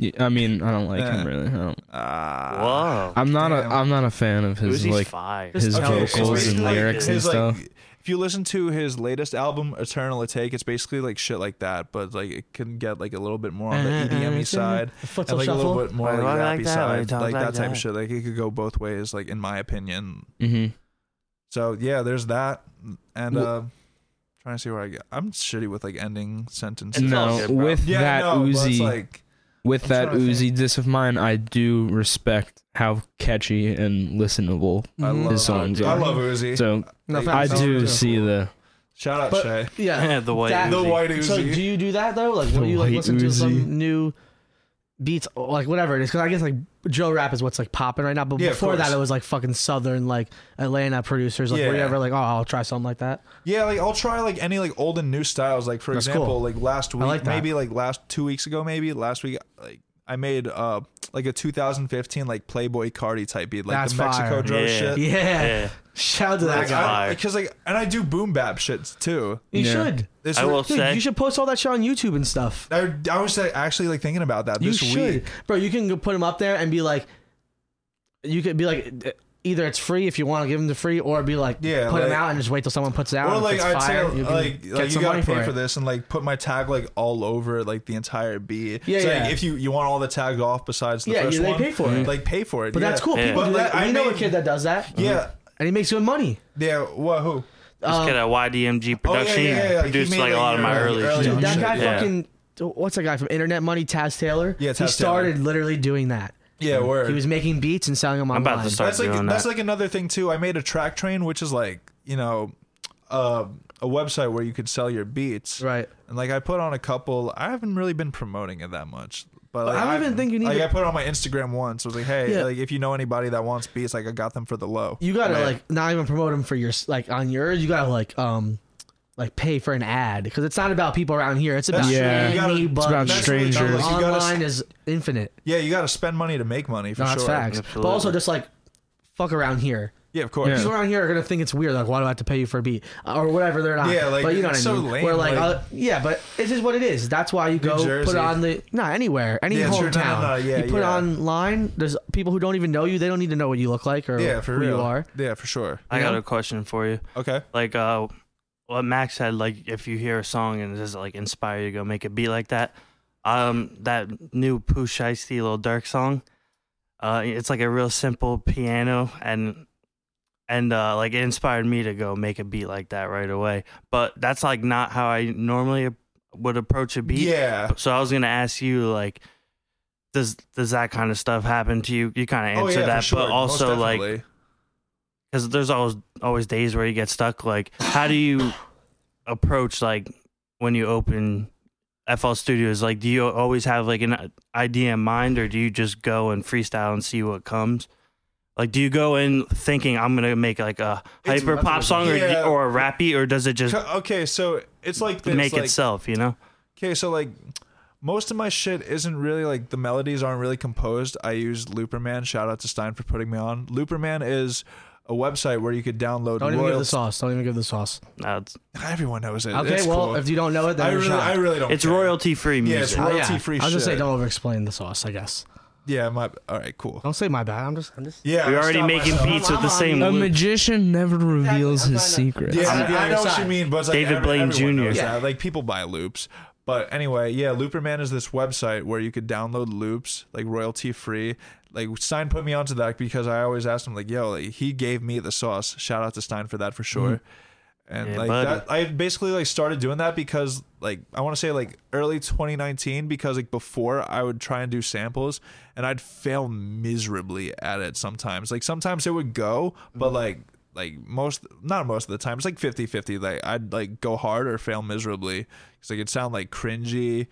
Speaker 6: Yeah, I mean, I don't like
Speaker 5: Yeah.
Speaker 6: him really. I don't.
Speaker 5: Ah,
Speaker 4: whoa,
Speaker 6: I'm not
Speaker 5: Damn.
Speaker 6: a. I'm not a fan of his
Speaker 4: Uzi's
Speaker 6: like
Speaker 4: fire.
Speaker 6: his
Speaker 3: Okay, it's
Speaker 6: vocals and
Speaker 5: basically, like,
Speaker 6: lyrics and
Speaker 5: his, like,
Speaker 6: stuff.
Speaker 5: If you listen to his latest album, Eternal Take, it's basically like shit like that, but like it can get like a little bit more on the E
Speaker 3: Uh,
Speaker 5: EDM
Speaker 3: uh,
Speaker 5: -y side,
Speaker 3: Futsal
Speaker 5: and like a little
Speaker 3: Shuffle.
Speaker 5: bit more
Speaker 4: Why
Speaker 5: like
Speaker 4: do I like
Speaker 5: rappy
Speaker 4: that? Why you
Speaker 5: side,
Speaker 4: talk
Speaker 5: like
Speaker 4: like
Speaker 5: that type
Speaker 4: that?
Speaker 5: of shit. Like it could go both ways, like in my opinion.
Speaker 6: hmm
Speaker 5: So yeah, there's that, and
Speaker 6: Well-
Speaker 5: uh, trying to see where I get. I'm shitty with like ending sentences.
Speaker 4: It's all
Speaker 6: No,
Speaker 4: good, bro.
Speaker 6: with
Speaker 5: Yeah,
Speaker 6: that
Speaker 5: no, but it's
Speaker 6: Uzi,
Speaker 5: like.
Speaker 6: with
Speaker 5: I'm
Speaker 6: that
Speaker 5: trying to
Speaker 6: Uzi diss of mine, I do respect how catchy and listenable
Speaker 5: I
Speaker 3: Mhm.
Speaker 5: love,
Speaker 6: his songs
Speaker 5: I
Speaker 6: are.
Speaker 5: love Uzi.
Speaker 6: So
Speaker 3: No,
Speaker 5: Like,
Speaker 3: fat
Speaker 6: I
Speaker 3: Uzi.
Speaker 6: do
Speaker 5: Yeah.
Speaker 6: see the.
Speaker 5: Shout out
Speaker 3: But-
Speaker 5: Shay.
Speaker 3: Yeah,
Speaker 4: the white.
Speaker 3: That-
Speaker 4: Uzi.
Speaker 5: The white Uzi.
Speaker 3: So do you do that though? Like,
Speaker 6: The
Speaker 3: will you like
Speaker 6: white
Speaker 3: listen to
Speaker 6: Uzi.
Speaker 3: some new beats, like whatever it is. Because I guess like Joe Rap is what's like popping right now. But
Speaker 5: Yeah, of
Speaker 3: before that,
Speaker 5: course.
Speaker 3: it was like fucking Southern, like Atlanta producers. Like, were you
Speaker 5: Yeah.
Speaker 3: ever like, oh, I'll try something like that?
Speaker 5: Yeah, like I'll try like any like old and new styles. Like for
Speaker 3: That's
Speaker 5: example,
Speaker 3: cool.
Speaker 5: like last week,
Speaker 3: like that.
Speaker 5: maybe like last two weeks ago, maybe last week, like I made uh like a 2015 like Playboy Cardi type beat, like
Speaker 3: That's
Speaker 5: the Mexico
Speaker 3: fire.
Speaker 5: Dro
Speaker 4: Yeah.
Speaker 5: shit.
Speaker 3: Yeah.
Speaker 4: Yeah.
Speaker 3: Shout out to that
Speaker 5: Like,
Speaker 3: guy.
Speaker 5: I,
Speaker 4: fire.
Speaker 5: because like, and I do boom bap shits too.
Speaker 3: You
Speaker 6: Yeah.
Speaker 3: should.
Speaker 5: This
Speaker 4: I
Speaker 5: re-
Speaker 4: will
Speaker 3: Dude,
Speaker 4: say.
Speaker 3: you should post all that shit on YouTube and stuff.
Speaker 5: I, I was like, actually like thinking about that
Speaker 3: You
Speaker 5: this
Speaker 3: should,
Speaker 5: week.
Speaker 3: bro. You can go put them up there and be like, you could be like, either it's free if you want to give them the free, or be like,
Speaker 5: Yeah,
Speaker 3: put them
Speaker 5: like-
Speaker 3: out and just wait till someone puts it out.
Speaker 5: Or
Speaker 3: and if
Speaker 5: like
Speaker 3: it's
Speaker 5: I'd
Speaker 3: fire,
Speaker 5: say
Speaker 3: you can
Speaker 5: like,
Speaker 3: get
Speaker 5: like you
Speaker 3: some
Speaker 5: gotta
Speaker 3: money
Speaker 5: pay
Speaker 3: for
Speaker 5: for
Speaker 3: it.
Speaker 5: this and like put my tag like all over like the entire beat.
Speaker 3: Yeah,
Speaker 5: so, like,
Speaker 3: yeah.
Speaker 5: if you you want all the tags off besides the
Speaker 3: Yeah,
Speaker 5: first
Speaker 3: they
Speaker 5: one,
Speaker 3: pay for it.
Speaker 5: Like pay for it.
Speaker 3: But that's
Speaker 5: yeah.
Speaker 3: cool.
Speaker 4: Yeah.
Speaker 3: People
Speaker 5: But,
Speaker 3: do
Speaker 5: like,
Speaker 3: that.
Speaker 5: I
Speaker 3: I know a
Speaker 5: made-
Speaker 3: kid that Mhm. does that,
Speaker 5: Yeah,
Speaker 3: and he makes good money.
Speaker 5: yeah. What? Who?
Speaker 4: This
Speaker 3: Um,
Speaker 4: kid at YDMG Production
Speaker 5: Oh, yeah, yeah,
Speaker 4: he
Speaker 5: yeah. He
Speaker 4: produced
Speaker 5: made,
Speaker 4: like a
Speaker 5: like,
Speaker 4: lot of my
Speaker 5: your
Speaker 4: early,
Speaker 5: early
Speaker 4: shit.
Speaker 5: own
Speaker 3: Dude, that
Speaker 5: shit.
Speaker 3: guy
Speaker 4: Yeah.
Speaker 3: fucking. What's that guy from Internet Money? Taz Taylor.
Speaker 5: Yeah,
Speaker 3: he
Speaker 5: Taz
Speaker 3: started
Speaker 5: Taylor.
Speaker 3: literally doing that.
Speaker 5: Yeah, word.
Speaker 3: He was making beats and selling them
Speaker 4: I'm
Speaker 3: online.
Speaker 4: about to start
Speaker 5: that's like
Speaker 4: doing
Speaker 5: that's
Speaker 4: that.
Speaker 5: like another thing too. I made a track train, which is like you know, uh, a website where you could sell your beats.
Speaker 3: Right.
Speaker 5: And like I put on a couple. I haven't really been promoting it that much. But like,
Speaker 3: I don't
Speaker 5: I've-
Speaker 3: even think you need
Speaker 5: Like
Speaker 3: to-
Speaker 5: I put it on my Instagram once. I was like, hey,
Speaker 3: Yeah.
Speaker 5: like if you know anybody that wants beats, like I got them for the low.
Speaker 3: You gotta
Speaker 5: Right.
Speaker 3: like not even promote them for your like on yours. You gotta like um like pay for an ad because it's not about people around here. It's about
Speaker 5: That's
Speaker 1: Yeah.
Speaker 5: true. You gotta-
Speaker 3: anybody.
Speaker 5: it's
Speaker 1: about
Speaker 3: That's
Speaker 1: strangers.
Speaker 3: what I'm
Speaker 5: Like,
Speaker 3: saying.
Speaker 5: you gotta-
Speaker 3: Online is infinite.
Speaker 5: yeah, you got to spend money to make money for
Speaker 3: No,
Speaker 5: sure.
Speaker 3: that's facts. But
Speaker 4: Absolutely.
Speaker 3: also just like fuck around here.
Speaker 5: Yeah, of course.
Speaker 3: People around here are gonna think it's weird. Like, why do I have to pay you for a beat or whatever? They're not.
Speaker 5: Yeah, like,
Speaker 3: but you know
Speaker 5: it's
Speaker 3: what I
Speaker 5: so
Speaker 3: mean.
Speaker 5: lame,
Speaker 3: Where like,
Speaker 5: like-
Speaker 3: uh, yeah, but it's just what it is. That's why you go put
Speaker 5: Jersey.
Speaker 3: it on the not anywhere, any
Speaker 5: Yeah,
Speaker 3: hometown.
Speaker 5: sure, no, no, no, yeah,
Speaker 3: you put it
Speaker 5: yeah.
Speaker 3: online. There's people who don't even know you. They don't need to know what you look like or
Speaker 5: Yeah, for
Speaker 3: who
Speaker 5: real.
Speaker 3: you are.
Speaker 5: Yeah, for sure.
Speaker 4: I
Speaker 3: you
Speaker 4: got
Speaker 3: know?
Speaker 4: a question for you.
Speaker 5: Okay.
Speaker 4: Like uh, what Max said, like if you hear a song and it does like inspire you to go make a beat like that. Um, that new Pooh Shiesty Little Dirk song. Uh, it's like a real simple piano and and uh, like it inspired me to go make a beat like that right away. But that's like not how I normally would approach a beat.
Speaker 5: Yeah.
Speaker 4: So I was gonna ask you like, does does that kind of stuff happen to you? You kind of
Speaker 5: oh
Speaker 4: answered
Speaker 5: yeah,
Speaker 4: that,
Speaker 5: for sure.
Speaker 4: but
Speaker 5: Most
Speaker 4: also like,
Speaker 5: definitely.
Speaker 4: because there's always always days where you get stuck. Like, how do you approach like when you open FL Studios? Like, do you always have like an idea in mind, or do you just go and freestyle and see what comes? Like, do you go in thinking I'm gonna make like a
Speaker 5: It's-
Speaker 4: hyper pop song or,
Speaker 5: Yeah.
Speaker 4: or a rap beat, or does it just
Speaker 5: Co- okay, so it's like this,
Speaker 4: make
Speaker 5: like,
Speaker 4: itself? You know,
Speaker 5: Okay, so like most of my shit isn't really like the melodies aren't really composed. I use Looperman. Shout out to Stein for putting me on. Looperman is a website where you could download
Speaker 3: Don't even give the
Speaker 5: royalties.
Speaker 3: sauce. Don't even give the sauce.
Speaker 4: No, it's,
Speaker 5: Everyone knows it.
Speaker 3: Okay,
Speaker 5: It's
Speaker 3: well,
Speaker 5: cool.
Speaker 3: if you don't know it, then
Speaker 5: I
Speaker 3: you're
Speaker 5: really,
Speaker 3: shocked.
Speaker 5: I really don't.
Speaker 4: it's
Speaker 5: care.
Speaker 4: royalty free
Speaker 5: Yeah,
Speaker 4: music.
Speaker 5: it's
Speaker 3: Oh, yeah.
Speaker 5: royalty-free
Speaker 3: I'll just say
Speaker 5: shit.
Speaker 3: don't over-explain the sauce. I guess.
Speaker 5: Yeah, my. All right, cool.
Speaker 3: Don't say my bad. I'm just. I'm just.
Speaker 5: Yeah,
Speaker 4: You're
Speaker 5: I
Speaker 4: already
Speaker 5: stopped
Speaker 4: making
Speaker 5: myself.
Speaker 4: beats with
Speaker 3: I'm
Speaker 4: the
Speaker 3: on
Speaker 4: same
Speaker 6: A
Speaker 4: loop.
Speaker 6: magician never reveals
Speaker 3: I'm
Speaker 6: his
Speaker 3: trying to-
Speaker 6: secrets.
Speaker 5: Yeah,
Speaker 3: I'm on the
Speaker 5: I
Speaker 3: other
Speaker 5: know what
Speaker 3: side.
Speaker 5: you mean, but it's like
Speaker 4: David
Speaker 5: every-
Speaker 4: Blaine
Speaker 5: everyone knows
Speaker 4: Jr..
Speaker 5: that. Like people buy loops, but anyway, yeah, Looperman is this website where you could download loops like royalty free. Like Stein put me onto that because I always asked him like, "Yo, like, he gave me the sauce." Shout out to Stein for that for sure. And
Speaker 4: Yeah,
Speaker 5: like
Speaker 4: buddy.
Speaker 5: that, I basically like started doing that because like I want to say like early 2019 because like before I would try and do samples and I'd fail miserably at it sometimes. Like sometimes it would go, but like like most not most of the time it's like 50 50 like i'd like go hard or fail miserably because like it sound like cringy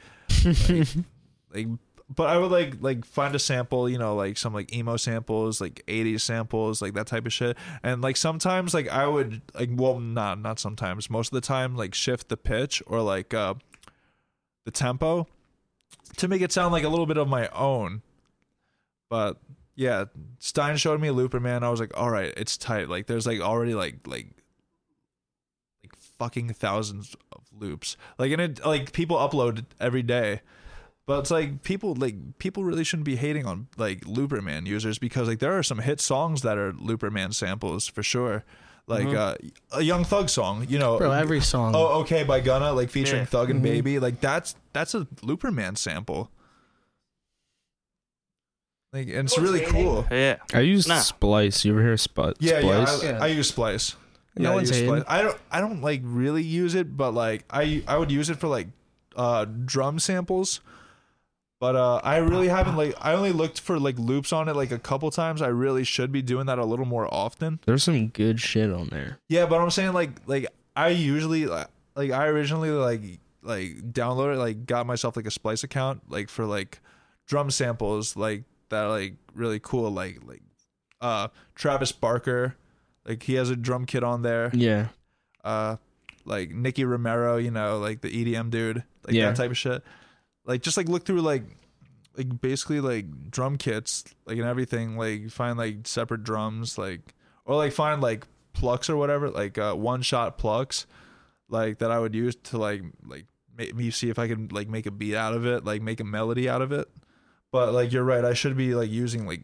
Speaker 5: like but i would like like find a sample you know like some like emo samples like 80s samples like that type of shit and like sometimes like i would like well not not sometimes most of the time like shift the pitch or like uh the tempo to make it sound like a little bit of my own but yeah stein showed me looper man i was like all right it's tight like there's like already like like like fucking thousands of loops like and it like people upload every day but it's like people like people really shouldn't be hating on like Looperman users because like there are some hit songs that are Looperman samples for sure. Like uh, a Young Thug song, you know.
Speaker 3: Bro, every song.
Speaker 5: Oh, okay, by Gunna, like featuring
Speaker 4: Yeah.
Speaker 5: Thug and
Speaker 3: Mm-hmm.
Speaker 5: Baby, like that's that's a Looperman sample. Like and it's really cool.
Speaker 4: Yeah.
Speaker 6: I use
Speaker 4: Nah.
Speaker 6: Splice. You ever hear Splice?
Speaker 5: Yeah, yeah I,
Speaker 6: Splice?
Speaker 5: I use Splice.
Speaker 3: No
Speaker 5: Yeah, I
Speaker 3: one's
Speaker 5: use
Speaker 3: hating.
Speaker 5: Splice. I don't I don't like really use it, but like I I would use it for like uh drum samples. But uh I really haven't like I only looked for like loops on it like a couple times. I really should be doing that a little more often.
Speaker 6: There's some good shit on there.
Speaker 5: Yeah, but I'm saying like like I usually like I originally like like downloaded like got myself like a Splice account like for like drum samples like that are like really cool like like uh Travis Barker like he has a drum kit on there
Speaker 1: Yeah.
Speaker 5: uh like Nicky Romero you know like the EDM dude like
Speaker 1: Yeah.
Speaker 5: that type of shit like just like look through like like basically like drum kits like and everything like find like separate drums like or like find like plucks or whatever like uh one shot plucks like that I would use to like like make me see if I could like make a beat out of it, like make a melody out of it. But like you're right, I should be like using like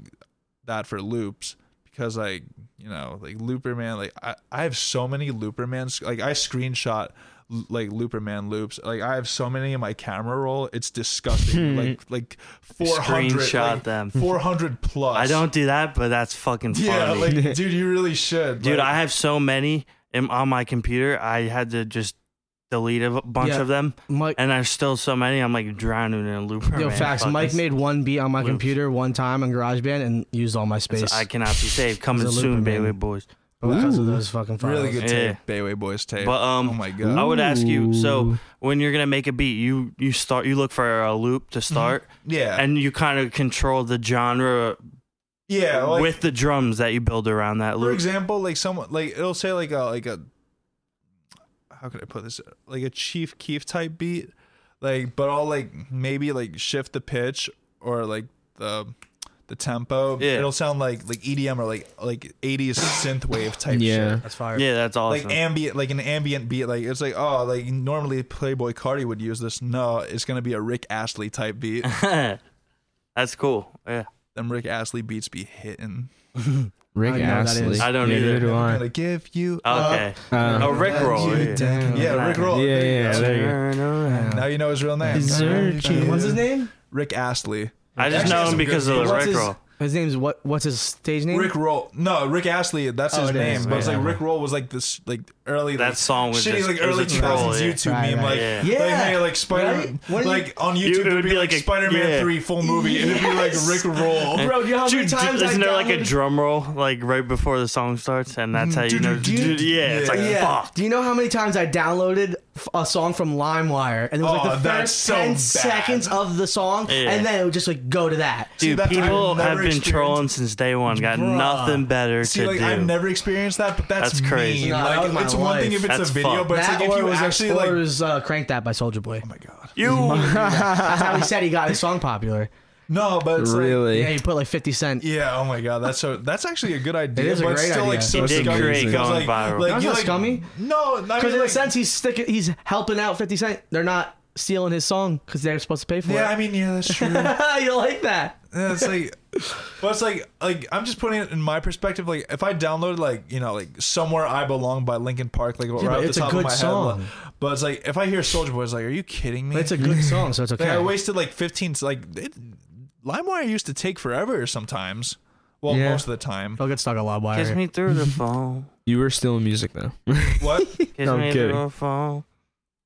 Speaker 5: that for loops because like you know like Looper Man, like I I have so many Looper Man sc- like I screenshot l- like Looper Man loops, like I have so many in my camera roll, it's disgusting. like like four hundred
Speaker 4: Hmm. Screenshot them.
Speaker 5: four hundred plus.
Speaker 4: I don't do that, but that's fucking funny.
Speaker 5: Yeah, like dude, you really should,
Speaker 4: Dude,
Speaker 5: like-
Speaker 4: I have so many in, on my computer. I had to just delete a bunch
Speaker 3: Yeah.
Speaker 4: of them,
Speaker 3: Mike,
Speaker 4: and there's still so many. I'm like drowning in a looper.
Speaker 3: yo,
Speaker 4: man.
Speaker 3: facts.
Speaker 4: Fucking
Speaker 3: Mike made one beat on my
Speaker 4: Loops.
Speaker 3: computer one time on GarageBand and used all my
Speaker 4: So
Speaker 3: space
Speaker 4: I cannot be saved. Coming
Speaker 3: He's a
Speaker 4: soon,
Speaker 3: looper, man.
Speaker 4: baby boys.
Speaker 3: because of those fucking files.
Speaker 5: really good
Speaker 4: Yeah.
Speaker 5: tape, Bayway Boys tape.
Speaker 4: But um,
Speaker 5: oh my god,
Speaker 4: I would ask you. So when you're gonna make a beat, you you start you look for a loop
Speaker 3: Mm-hmm.
Speaker 4: to start,
Speaker 5: yeah,
Speaker 4: oh, and you kind of control the genre
Speaker 5: yeah, like,
Speaker 4: with the drums that you build around that
Speaker 5: for
Speaker 4: loop.
Speaker 5: example, like someone like it'll say like a like a how could I put this like a Chief Keef type beat, like but I'll like maybe like shift the pitch or like the the tempo.
Speaker 4: Yeah.
Speaker 5: it'll sound like like EDM or like like eighties synth wave type
Speaker 6: Yeah.
Speaker 5: shit.
Speaker 3: That's fire.
Speaker 4: Yeah, that's awesome.
Speaker 5: Like ambient, like an ambient beat, like it's like oh, like normally Playboy Cardi would use this. No, it's gonna be a Rick Astley type beat.
Speaker 4: that's cool. Yeah,
Speaker 5: Them Rick Astley beats be hitting.
Speaker 6: Rick
Speaker 3: I know that
Speaker 6: Astley.
Speaker 3: is.
Speaker 4: I don't
Speaker 6: yeah,
Speaker 4: either.
Speaker 6: neither do I.
Speaker 5: Gonna give you
Speaker 4: okay.
Speaker 6: Uh,
Speaker 4: oh, Rick Roll.
Speaker 5: you
Speaker 4: yeah.
Speaker 5: down. Yeah, Rick Roll.
Speaker 6: Yeah,
Speaker 5: There you
Speaker 6: yeah,
Speaker 5: go.
Speaker 6: there you go.
Speaker 4: Turn around.
Speaker 5: Now you know his real name.
Speaker 6: Deserted.
Speaker 3: What's his name?
Speaker 5: Rick Astley.
Speaker 4: I just
Speaker 5: Actually,
Speaker 4: know
Speaker 5: some
Speaker 4: him
Speaker 5: good
Speaker 4: because of
Speaker 5: beats.
Speaker 4: the
Speaker 3: What's
Speaker 4: Rick
Speaker 3: his,
Speaker 4: Roll.
Speaker 3: his name's what? What's his stage name?
Speaker 5: Rick Roll. No, Rick Astley. That's
Speaker 3: Oh,
Speaker 5: his
Speaker 3: it
Speaker 5: name.
Speaker 3: is.
Speaker 5: but it's like
Speaker 3: Yeah.
Speaker 5: Rick Roll was like this, like early.
Speaker 4: That
Speaker 5: like,
Speaker 4: song was
Speaker 5: shitty,
Speaker 4: just-
Speaker 5: like
Speaker 4: it was
Speaker 5: early
Speaker 4: a troll,
Speaker 5: 2000s
Speaker 4: yeah.
Speaker 5: YouTube
Speaker 3: Right,
Speaker 5: meme.
Speaker 3: right.
Speaker 5: Like,
Speaker 4: Yeah.
Speaker 5: like,
Speaker 3: Yeah.
Speaker 5: hey, like Spider,
Speaker 3: Right? What do you-
Speaker 5: like on YouTube,
Speaker 4: You- it
Speaker 5: it
Speaker 4: would
Speaker 5: would be like,
Speaker 4: a-
Speaker 5: Spider Man
Speaker 4: yeah.
Speaker 5: Three full movie. It'd be like Rick Roll. Oh,
Speaker 3: Bro, do you know how many
Speaker 4: Dude,
Speaker 3: times I
Speaker 4: isn't there like a
Speaker 3: downloaded-
Speaker 4: drum roll like right before the song starts, and that's how you know?
Speaker 5: Mm-hmm. Dude,
Speaker 4: yeah, it's like
Speaker 5: yeah.
Speaker 4: fuck.
Speaker 3: Do you know how many times I downloaded f- a song from LimeWire and it was
Speaker 5: Oh,
Speaker 3: like the
Speaker 5: that's
Speaker 3: first
Speaker 5: so
Speaker 3: 10
Speaker 5: bad.
Speaker 3: seconds of the song
Speaker 4: Yeah.
Speaker 3: and then it would just like go to that.
Speaker 5: See,
Speaker 4: Dude,
Speaker 5: that's-
Speaker 4: people
Speaker 5: I've never
Speaker 4: have been
Speaker 5: experienced-
Speaker 4: trolling since day one. Got
Speaker 3: Bruh.
Speaker 4: nothing better
Speaker 5: See,
Speaker 4: to
Speaker 5: like
Speaker 4: do.
Speaker 5: I've never experienced that, but that's,
Speaker 4: That's crazy.
Speaker 5: mean.
Speaker 3: No, that was
Speaker 5: like,
Speaker 3: my
Speaker 5: it's one thing
Speaker 3: life.
Speaker 5: if it's
Speaker 4: That's
Speaker 5: a video,
Speaker 4: fuck.
Speaker 5: but it's
Speaker 3: that
Speaker 5: like if
Speaker 3: or
Speaker 5: you
Speaker 3: was,
Speaker 5: actually
Speaker 3: or
Speaker 5: like.
Speaker 3: was uh, Crank That by Soldier Boy.
Speaker 5: Oh my god.
Speaker 4: you
Speaker 3: That's how he said he got his song popular.
Speaker 5: No, but it's like-
Speaker 6: Really?
Speaker 3: Yeah, he put like 50 Cent.
Speaker 5: Yeah. Oh my god. That's so. That's actually a good idea.
Speaker 3: It is a
Speaker 5: but
Speaker 3: great
Speaker 5: still,
Speaker 3: idea.
Speaker 5: Like, so
Speaker 4: It did
Speaker 5: scummy
Speaker 4: create
Speaker 5: because,
Speaker 4: going
Speaker 5: like,
Speaker 4: viral.
Speaker 5: Like,
Speaker 3: That's
Speaker 5: you,
Speaker 3: not
Speaker 5: like,
Speaker 3: scummy.
Speaker 5: No, I mean,
Speaker 3: Because in a
Speaker 5: like-
Speaker 3: sense, he's sticking, he's helping out 50 Cent. They're not stealing his song because they're supposed to pay for
Speaker 5: Yeah, I
Speaker 3: it.
Speaker 5: mean, yeah, that's true.
Speaker 3: you like that?
Speaker 5: Yeah, it's like, well, it's like, like I'm just putting it in my perspective. Like, if I downloaded, like, you know, like "Somewhere I Belong" by Linkin Park, like,
Speaker 3: but
Speaker 5: right off the
Speaker 3: it's a
Speaker 5: top
Speaker 3: good
Speaker 5: of my
Speaker 3: song.
Speaker 5: head, like, but it's like if I hear Soldier Boy, it's like, are you kidding me?
Speaker 3: It's a good song, so it's okay.
Speaker 5: like, I wasted like 15. s- Like, it, LimeWire used to take forever sometimes. Well,
Speaker 3: Yeah.
Speaker 5: most of the time.
Speaker 3: I'll get stuck on
Speaker 4: kiss
Speaker 3: LimeWire.
Speaker 4: me through the phone.
Speaker 6: You were still in music though.
Speaker 5: What?
Speaker 4: Kiss
Speaker 6: No, I'm
Speaker 4: me
Speaker 6: kidding.
Speaker 4: through the phone.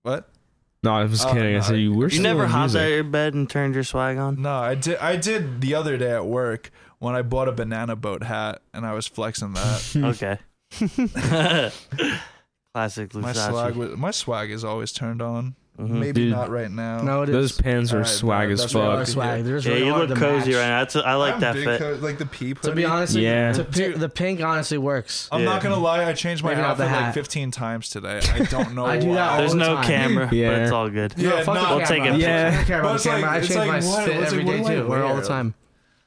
Speaker 5: What?
Speaker 6: No, I was
Speaker 5: Oh,
Speaker 6: kidding. I
Speaker 5: no.
Speaker 6: said you were
Speaker 4: You
Speaker 6: still
Speaker 4: never
Speaker 6: in
Speaker 4: hopped out of
Speaker 6: music.
Speaker 4: your bed and turned your swag on.
Speaker 5: No, I did. I did the other day at work when I bought a banana boat hat and I was flexing that.
Speaker 4: Okay. Classic
Speaker 5: my swag,
Speaker 4: Lusachi.
Speaker 5: was, my swag is always turned on.
Speaker 3: Mm-hmm.
Speaker 4: Mhm.
Speaker 5: Maybe
Speaker 6: Dude.
Speaker 5: not right now.
Speaker 3: No, it is.
Speaker 6: Those pants are
Speaker 5: Alright,
Speaker 6: swag
Speaker 5: bro,
Speaker 6: as
Speaker 5: that's what I
Speaker 6: fuck.
Speaker 3: Our
Speaker 5: was-
Speaker 3: swag. They're just
Speaker 4: Yeah,
Speaker 3: really
Speaker 4: you
Speaker 3: hard
Speaker 4: look
Speaker 3: to
Speaker 4: cozy
Speaker 3: match.
Speaker 4: right now. That's, I like
Speaker 5: I'm
Speaker 4: that
Speaker 5: big
Speaker 4: fit.
Speaker 5: co- like the pea
Speaker 3: To
Speaker 5: hoodie.
Speaker 3: be honest,
Speaker 6: Yeah.
Speaker 3: to pi- the pink honestly works.
Speaker 5: I'm
Speaker 4: Yeah.
Speaker 5: not gonna lie. I changed my
Speaker 3: Maybe not the
Speaker 5: outfit
Speaker 3: hat.
Speaker 5: like 15 times today. I don't know.
Speaker 3: I do
Speaker 5: why.
Speaker 3: that all
Speaker 4: There's
Speaker 3: the
Speaker 4: no
Speaker 3: time.
Speaker 4: camera, but
Speaker 6: Yeah.
Speaker 4: it's all good.
Speaker 5: Yeah,
Speaker 3: no, fuck
Speaker 5: nah,
Speaker 3: the
Speaker 4: We'll
Speaker 3: camera.
Speaker 4: take a
Speaker 3: I
Speaker 6: picture.
Speaker 3: don't care
Speaker 5: But
Speaker 3: about
Speaker 5: it's
Speaker 3: the camera.
Speaker 5: like-
Speaker 3: I
Speaker 5: it's
Speaker 3: change
Speaker 5: like,
Speaker 3: my
Speaker 5: what-
Speaker 3: fit
Speaker 5: it's like,
Speaker 3: every
Speaker 5: what
Speaker 3: day
Speaker 5: do I
Speaker 3: too. We're all the
Speaker 5: wear?
Speaker 3: time.